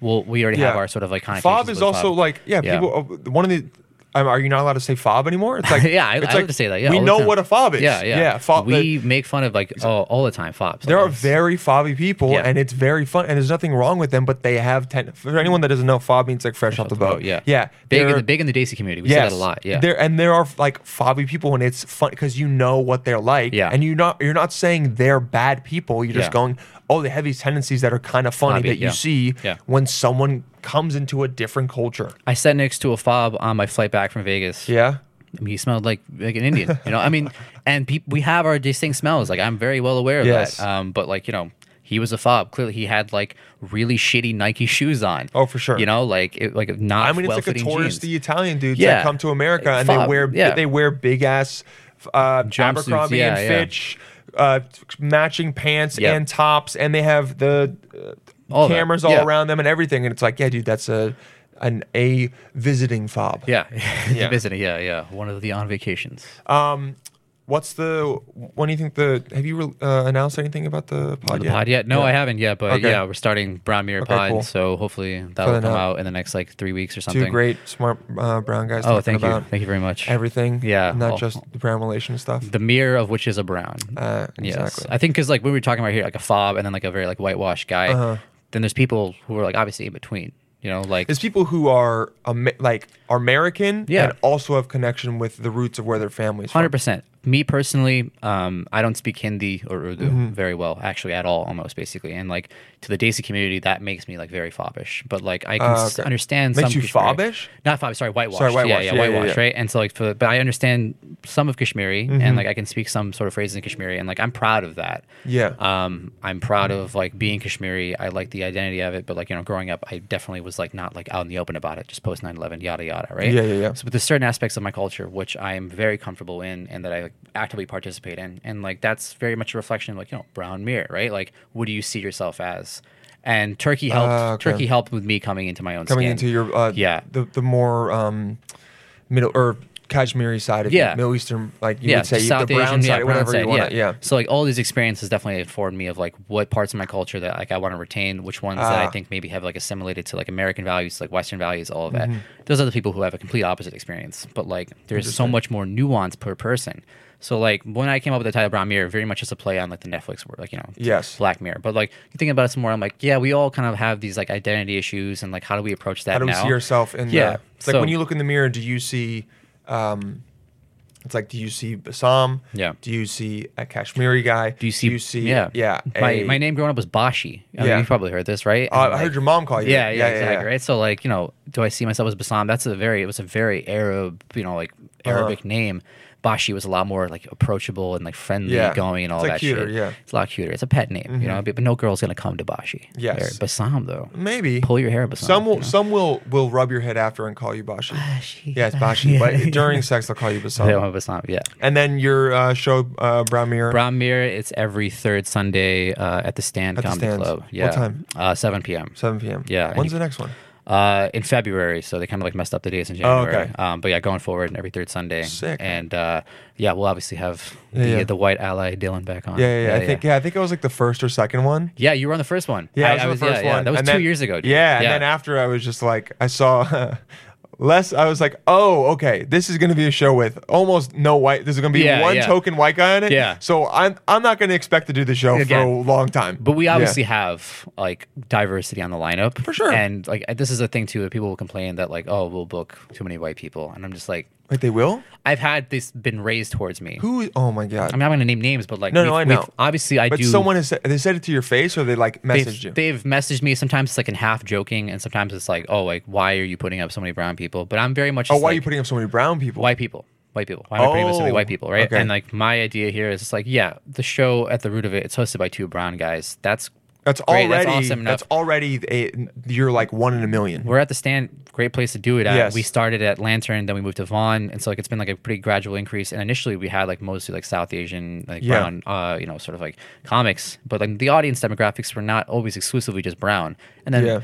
Speaker 7: well, we already have our sort of like
Speaker 8: fob
Speaker 7: connotations
Speaker 8: is
Speaker 7: with
Speaker 8: also like yeah,
Speaker 7: Yeah.
Speaker 8: people people uh, one of the. Um, are you not allowed to say fob anymore? It's like
Speaker 7: yeah, I,
Speaker 8: it's
Speaker 7: I
Speaker 8: like
Speaker 7: love to say that. Yeah,
Speaker 8: we
Speaker 7: all the
Speaker 8: know
Speaker 7: time.
Speaker 8: what a fob is.
Speaker 7: Yeah, yeah.
Speaker 8: yeah fob,
Speaker 7: we make fun of like oh, all the time fobs.
Speaker 8: There are
Speaker 7: It's-
Speaker 8: very fobby people,
Speaker 7: Yeah.
Speaker 8: and it's very fun, and there's nothing wrong with them. But they have ten. For anyone that doesn't know, fob means like fresh off the boat.
Speaker 7: oh, yeah,
Speaker 8: yeah.
Speaker 7: Big in
Speaker 8: there-
Speaker 7: the big in the Daisy community, we say
Speaker 8: yes,
Speaker 7: that a lot. Yeah,
Speaker 8: There and there are like fobby people, and it's fun because you know what they're like.
Speaker 7: Yeah.
Speaker 8: And you not you're not saying they're bad people. You're just
Speaker 7: Yeah.
Speaker 8: going, oh, they have these tendencies that are kind of funny
Speaker 7: Fobby,
Speaker 8: that you
Speaker 7: yeah.
Speaker 8: see
Speaker 7: Yeah.
Speaker 8: when someone comes into a different culture.
Speaker 7: I sat next to a fob on my flight back from Vegas.
Speaker 8: Yeah.
Speaker 7: I mean, he smelled like like an Indian. You know, I mean, and peop we have our distinct smells. Like I'm very well aware of
Speaker 8: Yes.
Speaker 7: that. Um, but like you know, he was a fob. Clearly, he had like really shitty Nike shoes on.
Speaker 8: Oh, for sure.
Speaker 7: You know, like it, like not.
Speaker 8: I mean, it's like a
Speaker 7: well-fitting
Speaker 8: touristy
Speaker 7: jeans.
Speaker 8: Italian dudes that
Speaker 7: Yeah.
Speaker 8: come to America and they
Speaker 7: Fob,
Speaker 8: wear
Speaker 7: yeah.
Speaker 8: they wear big ass uh,
Speaker 7: Jumpsuits,
Speaker 8: Abercrombie
Speaker 7: yeah,
Speaker 8: and
Speaker 7: yeah.
Speaker 8: Fitch uh, matching pants
Speaker 7: Yep.
Speaker 8: and tops, and they have the uh,
Speaker 7: All that,
Speaker 8: cameras all
Speaker 7: yeah.
Speaker 8: around them and everything. And it's like, yeah, dude, that's a an a visiting fob.
Speaker 7: Yeah,
Speaker 8: Yeah. Oh,
Speaker 7: yeah. visiting. Yeah, yeah. One of the on vacations.
Speaker 8: Um, What's the when do you think the have you re- uh, announced anything about the pod
Speaker 7: the
Speaker 8: yet?
Speaker 7: pod yet? No, I haven't yet. But
Speaker 8: Okay.
Speaker 7: yeah, we're starting Brown Mirror
Speaker 8: Okay,
Speaker 7: Pod,
Speaker 8: cool.
Speaker 7: so hopefully that
Speaker 8: Fair
Speaker 7: will come
Speaker 8: enough.
Speaker 7: out in the next like three weeks or
Speaker 8: Two
Speaker 7: something.
Speaker 8: great smart uh, brown guys.
Speaker 7: Oh,
Speaker 8: talking
Speaker 7: thank you,
Speaker 8: about
Speaker 7: thank you very much.
Speaker 8: Everything.
Speaker 7: Yeah,
Speaker 8: Not
Speaker 7: all-
Speaker 8: just the brown relation stuff.
Speaker 7: the mirror of which is a brown.
Speaker 8: Uh,
Speaker 7: Yes,
Speaker 8: exactly.
Speaker 7: I think because like when we were talking about here, like a fob and then like a very like whitewashed guy. Then there's people who are like obviously in between. You know, like
Speaker 8: Uh-huh. It's people who are Ama- like are American
Speaker 7: Yeah.
Speaker 8: and also have connection with the roots of where their families.
Speaker 7: hundred
Speaker 8: from.
Speaker 7: percent. Me personally, um, I don't speak Hindi or Urdu
Speaker 8: Mm-hmm.
Speaker 7: very well, actually at all, almost basically. And like to the Desi community, that makes me like very fobbish. But like I can
Speaker 8: Ah,
Speaker 7: s-
Speaker 8: okay.
Speaker 7: understand
Speaker 8: Makes
Speaker 7: some
Speaker 8: you
Speaker 7: Kashmiri-
Speaker 8: fobbish?
Speaker 7: Not fobbish. Sorry, whitewashed.
Speaker 8: Sorry, whitewashed.
Speaker 7: Yeah, yeah,
Speaker 8: Yeah, yeah,
Speaker 7: whitewashed.
Speaker 8: yeah. Mm-hmm.
Speaker 7: Right. And so like, for, but I understand some of Kashmiri, and like I can speak some sort of phrases in Kashmiri, and like I'm proud of that.
Speaker 8: Yeah.
Speaker 7: Um, I'm proud of like being Kashmiri. I like the identity of it, but like you know, growing up, I definitely was like not like out in the open about it. Just post 9/11, yada yada, right?
Speaker 8: Yeah, yeah, yeah.
Speaker 7: So, but there's certain aspects of my culture which I am very comfortable in, and that I like, actively participate in, and like that's very much a reflection, of, like you know, brown mirror, right? Like, what do you see yourself as? And Turkey helped.
Speaker 8: Ah, okay.
Speaker 7: Turkey helped with me coming into my own.
Speaker 8: coming
Speaker 7: skin.
Speaker 8: into your uh,
Speaker 7: yeah.
Speaker 8: the the more um, middle or Kashmiri side of
Speaker 7: Yeah.
Speaker 8: you, Middle Eastern, like you
Speaker 7: yeah,
Speaker 8: would say,
Speaker 7: the
Speaker 8: the
Speaker 7: South
Speaker 8: brown
Speaker 7: Asian,
Speaker 8: side,
Speaker 7: yeah, brown
Speaker 8: whatever
Speaker 7: side,
Speaker 8: you want.
Speaker 7: yeah.
Speaker 8: to- Yeah.
Speaker 7: So like all these experiences definitely informed me of like what parts of my culture that like I want to retain, which ones that I
Speaker 8: Ah.
Speaker 7: think maybe have like assimilated to like American values, like Western values, all of
Speaker 8: Mm-hmm.
Speaker 7: that. Those are the people who have a complete opposite experience, but like there's so much more nuance per person. So like when I came up with the title Brown Mirror, very much just a play on like the Netflix word, like you know,
Speaker 8: Yes.
Speaker 7: Black Mirror. But like you think about it some more, I'm like, yeah, we all kind of have these like identity issues, and like how do we approach that?
Speaker 8: How do we
Speaker 7: now?
Speaker 8: see yourself in
Speaker 7: Yeah,
Speaker 8: the? It's like
Speaker 7: so-
Speaker 8: when you look in the mirror, do you see? Um, it's like, do you see Bassam?
Speaker 7: Yeah.
Speaker 8: Do you see a Kashmiri guy?
Speaker 7: Do you see?
Speaker 8: Do you see?
Speaker 7: Yeah,
Speaker 8: Yeah.
Speaker 7: My,
Speaker 8: a-
Speaker 7: my name growing up was Bashi. I mean,
Speaker 8: Yeah.
Speaker 7: you probably heard this, right?
Speaker 8: Uh,
Speaker 7: And,
Speaker 8: I
Speaker 7: like-
Speaker 8: heard your mom call you.
Speaker 7: Yeah,
Speaker 8: that.
Speaker 7: yeah, exactly. Right. So like, you know, do I see myself as Bassam? That's a very it was a very Arab, you know, like
Speaker 8: Uh-huh.
Speaker 7: Arabic name. Bashi was a lot more like approachable and like friendly
Speaker 8: Yeah.
Speaker 7: going and all
Speaker 8: It's,
Speaker 7: that
Speaker 8: like, cuter,
Speaker 7: shit.
Speaker 8: yeah. Mm-hmm.
Speaker 7: It's a lot cuter. It's a pet name, you know, but, but no girl's gonna come to Bashi.
Speaker 8: Yes.
Speaker 7: Or Bassam though.
Speaker 8: Maybe.
Speaker 7: Pull your hair Bassam.
Speaker 8: Some will
Speaker 7: you know?
Speaker 8: some will will rub your head after and call you Bashi.
Speaker 7: Bashi,
Speaker 8: Yes, Bashi. But during sex, they'll call you
Speaker 7: Yeah,
Speaker 8: Bassam.
Speaker 7: well, Bassam, yeah.
Speaker 8: And then your uh, show, uh, Brown Mirror.
Speaker 7: Brown Mirror, it's every third Sunday uh, at the Stand
Speaker 8: At the
Speaker 7: Comedy
Speaker 8: Stand.
Speaker 7: Club.
Speaker 8: What
Speaker 7: Yeah.
Speaker 8: time?
Speaker 7: Uh, 7 p.m.
Speaker 8: 7 p.m.
Speaker 7: Yeah, and
Speaker 8: When's
Speaker 7: you-
Speaker 8: the next one?
Speaker 7: uh, in February, so they kind of like messed up the days in
Speaker 8: Oh,
Speaker 7: January.
Speaker 8: okay.
Speaker 7: um, but yeah, going forward and every third Sunday.
Speaker 8: Sick.
Speaker 7: And uh, yeah, we'll obviously have
Speaker 8: Yeah,
Speaker 7: the,
Speaker 8: yeah.
Speaker 7: the white ally Dylan back on.
Speaker 8: Yeah, yeah, yeah. I think yeah. I think it was like the first or second one.
Speaker 7: Yeah, you were on the first one.
Speaker 8: Yeah, I, was, on the
Speaker 7: yeah,
Speaker 8: first
Speaker 7: yeah,
Speaker 8: one.
Speaker 7: that was
Speaker 8: And
Speaker 7: two
Speaker 8: then-
Speaker 7: years ago. dude.
Speaker 8: Yeah, and then after I was just like, I saw less. I was like, oh, okay, this is gonna be a show with almost no white. There's gonna be
Speaker 7: Yeah,
Speaker 8: one
Speaker 7: yeah.
Speaker 8: token white guy on it.
Speaker 7: Yeah.
Speaker 8: So I'm I'm not gonna expect to do the show for
Speaker 7: Again.
Speaker 8: a long time.
Speaker 7: But we
Speaker 8: Yeah.
Speaker 7: obviously have like diversity on the lineup for
Speaker 8: sure.
Speaker 7: And like this is a thing too that people will complain that like oh we'll book too many white people, and I'm just like
Speaker 8: Wait, they will?
Speaker 7: I've had this been raised towards me.
Speaker 8: Who? Oh my god.
Speaker 7: I'm not going to name names, but like
Speaker 8: No, no,
Speaker 7: we've-
Speaker 8: I know.
Speaker 7: we've- Obviously, I
Speaker 8: but
Speaker 7: do.
Speaker 8: someone has said, they said it to your face, or they like messaged
Speaker 7: they've,
Speaker 8: you.
Speaker 7: They've messaged me. Sometimes it's like in half joking, and sometimes it's like, oh, like why are you putting up so many brown people? But I'm very much.
Speaker 8: oh,
Speaker 7: just
Speaker 8: why are
Speaker 7: like,
Speaker 8: you putting up so many brown people?
Speaker 7: white people? White people. Why am I putting up so many
Speaker 8: Oh,
Speaker 7: white people? Right.
Speaker 8: okay.
Speaker 7: And like my idea here is it's like, yeah, the show at the root of it, it's hosted by two brown guys. That's
Speaker 8: That's
Speaker 7: great.
Speaker 8: already
Speaker 7: That's
Speaker 8: that's,
Speaker 7: awesome enough.
Speaker 8: already a, you're like one in a million.
Speaker 7: we're at the stand. Great place to do it at.
Speaker 8: Yes.
Speaker 7: We started at Lantern, then we moved to Vaughn, and so like it's been like a pretty gradual increase. And initially, we had like mostly like South Asian, like
Speaker 8: Yeah.
Speaker 7: brown, uh, you know, sort of like comics. But like the audience demographics were not always exclusively just brown. And then
Speaker 8: Yeah.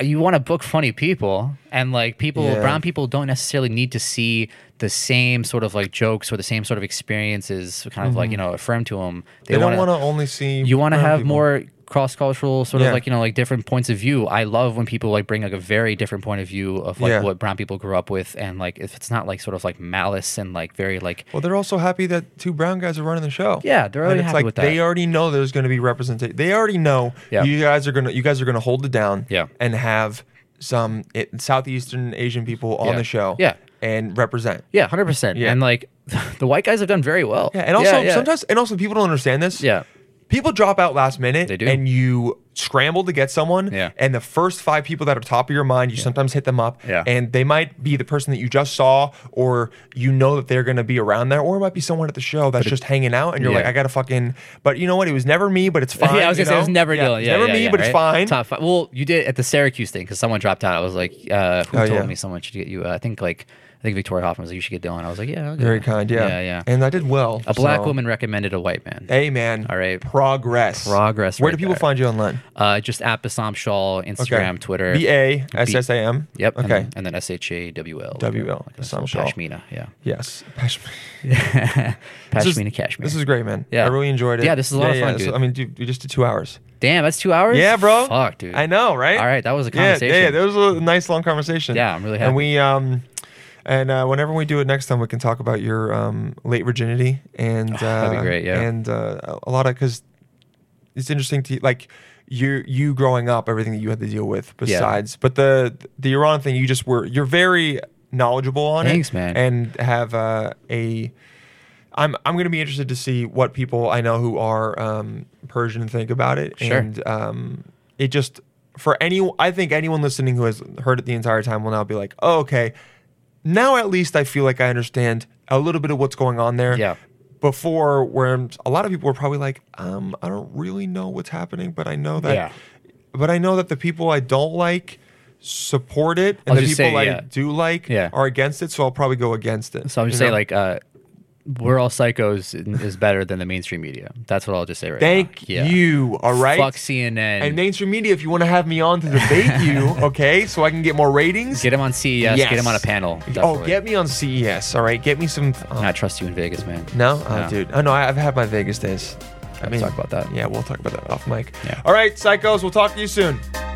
Speaker 7: you want to book funny people and like people
Speaker 8: Yeah.
Speaker 7: brown people don't necessarily need to see the same sort of like jokes or the same sort of experiences kind of like you know affirmed to them
Speaker 8: Mm-hmm. They, don't want to only see.
Speaker 7: you want to
Speaker 8: brown
Speaker 7: have
Speaker 8: people.
Speaker 7: more cross-cultural sort
Speaker 8: Yeah.
Speaker 7: of like you know like different points of view i love when people like bring like a very different point of view of like
Speaker 8: Yeah.
Speaker 7: what brown people grew up with and like if it's not like sort of like malice and like very like
Speaker 8: Well, they're also happy that two brown guys are running the show.
Speaker 7: Yeah, they're already
Speaker 8: and it's
Speaker 7: happy
Speaker 8: like
Speaker 7: with
Speaker 8: They
Speaker 7: that.
Speaker 8: already know there's going to be representation. They already know
Speaker 7: Yeah.
Speaker 8: you guys are gonna you guys are gonna hold it down.
Speaker 7: Yeah.
Speaker 8: and have some it, southeastern Asian people on
Speaker 7: Yeah.
Speaker 8: the show.
Speaker 7: Yeah.
Speaker 8: and represent.
Speaker 7: yeah 100%
Speaker 8: Yeah.
Speaker 7: and like the white guys have done very well
Speaker 8: Yeah, and also
Speaker 7: yeah.
Speaker 8: sometimes and also people don't understand this.
Speaker 7: Yeah.
Speaker 8: People drop out last minute
Speaker 7: They do.
Speaker 8: and you scramble to get someone.
Speaker 7: Yeah.
Speaker 8: And the first five people that are top of your mind, you sometimes hit them up.
Speaker 7: Yeah.
Speaker 8: And they might be the person that you just saw, or you know that they're gonna be around there, or it might be someone at the show that's just hanging out and you're
Speaker 7: Yeah.
Speaker 8: like, I gotta fucking but you know what? It was never me, but it's fine.
Speaker 7: yeah, I was
Speaker 8: you
Speaker 7: gonna say it was
Speaker 8: know?
Speaker 7: never
Speaker 8: yeah,
Speaker 7: Dylan.
Speaker 8: it's
Speaker 7: Yeah,
Speaker 8: never
Speaker 7: yeah,
Speaker 8: me,
Speaker 7: yeah,
Speaker 8: but
Speaker 7: right?
Speaker 8: it's fine.
Speaker 7: Top five. Well, you did at the Syracuse thing because someone dropped out. I was like, uh, who
Speaker 8: Oh,
Speaker 7: told
Speaker 8: yeah.
Speaker 7: me someone should get you? Uh, I think like I think Victoria Hoffman was like, you should get Dylan. I was like, yeah, I'll get
Speaker 8: Very
Speaker 7: him."
Speaker 8: kind, yeah.
Speaker 7: yeah, yeah.
Speaker 8: And I did well.
Speaker 7: a black
Speaker 8: so-
Speaker 7: woman recommended a white man.
Speaker 8: Hey man.
Speaker 7: All right.
Speaker 8: Progress.
Speaker 7: Progress right
Speaker 8: Where do people
Speaker 7: there.
Speaker 8: find you online?
Speaker 7: Uh, just at Bassam Shaw, Instagram, Twitter.
Speaker 8: B A S S A M.
Speaker 7: Yep.
Speaker 8: Okay.
Speaker 7: And then, uh, and then S H A W L.
Speaker 8: W L,
Speaker 7: Like a nice
Speaker 8: Bassam
Speaker 7: little
Speaker 8: Shaw.
Speaker 7: Pashmina. Yeah.
Speaker 8: Yes. This is-
Speaker 7: Pashmina Kashmir.
Speaker 8: This is great, man.
Speaker 7: Yeah.
Speaker 8: I really enjoyed it.
Speaker 7: Yeah, this is a lot of fun,
Speaker 8: so,
Speaker 7: dude.
Speaker 8: I mean, dude, we just did two hours.
Speaker 7: Damn, that's two hours.
Speaker 8: Yeah, bro.
Speaker 7: Fuck, dude.
Speaker 8: I know, right?
Speaker 7: All right, that was a
Speaker 8: Yeah, Yeah, yeah,
Speaker 7: conversation.
Speaker 8: that was a nice long conversation.
Speaker 7: Yeah, I'm really
Speaker 8: And
Speaker 7: happy.
Speaker 8: we um, and uh, whenever we do it next time, we can talk about your um late virginity and uh,
Speaker 7: that'd be great, yeah.
Speaker 8: and uh, a lot of because it's interesting to like you you growing up, everything that you had to deal with besides, but the the Iran thing, you just were you're very knowledgeable on
Speaker 7: Thanks,
Speaker 8: it,
Speaker 7: man.
Speaker 8: and have uh, a I'm I'm gonna be interested to see what people I know who are um, Persian think about it.
Speaker 7: Sure.
Speaker 8: And um, it just for any I think anyone listening who has heard it the entire time will now be like, oh, okay, now at least I feel like I understand a little bit of what's going on there.
Speaker 7: Yeah.
Speaker 8: Before, where a lot of people were probably like, um, I don't really know what's happening, but I know that,
Speaker 7: Yeah.
Speaker 8: but I know that the people I don't like support it,
Speaker 7: I'll
Speaker 8: and the people
Speaker 7: just say,
Speaker 8: I
Speaker 7: yeah.
Speaker 8: do like
Speaker 7: Yeah.
Speaker 8: are against it. So I'll probably go against it.
Speaker 7: So I'm just
Speaker 8: you
Speaker 7: saying,
Speaker 8: know?
Speaker 7: like, uh, We're All Psychos is better than the mainstream media. That's what I'll just say right now.
Speaker 8: Thank
Speaker 7: Yeah.
Speaker 8: you. All right.
Speaker 7: Fuck CNN.
Speaker 8: and mainstream media, if you want to have me on to debate you, okay, so I can get more ratings.
Speaker 7: get him on CES. Get
Speaker 8: Yes.
Speaker 7: him on a panel.
Speaker 8: oh,
Speaker 7: definitely.
Speaker 8: get me on CES. All right, get me some. oh,
Speaker 7: I trust you in Vegas, man.
Speaker 8: no, oh, dude. Oh no, I- I've had my Vegas days. I
Speaker 7: talk about that.
Speaker 8: Yeah, we'll talk about that off mic.
Speaker 7: Yeah.
Speaker 8: All right, psychos. We'll talk to you soon.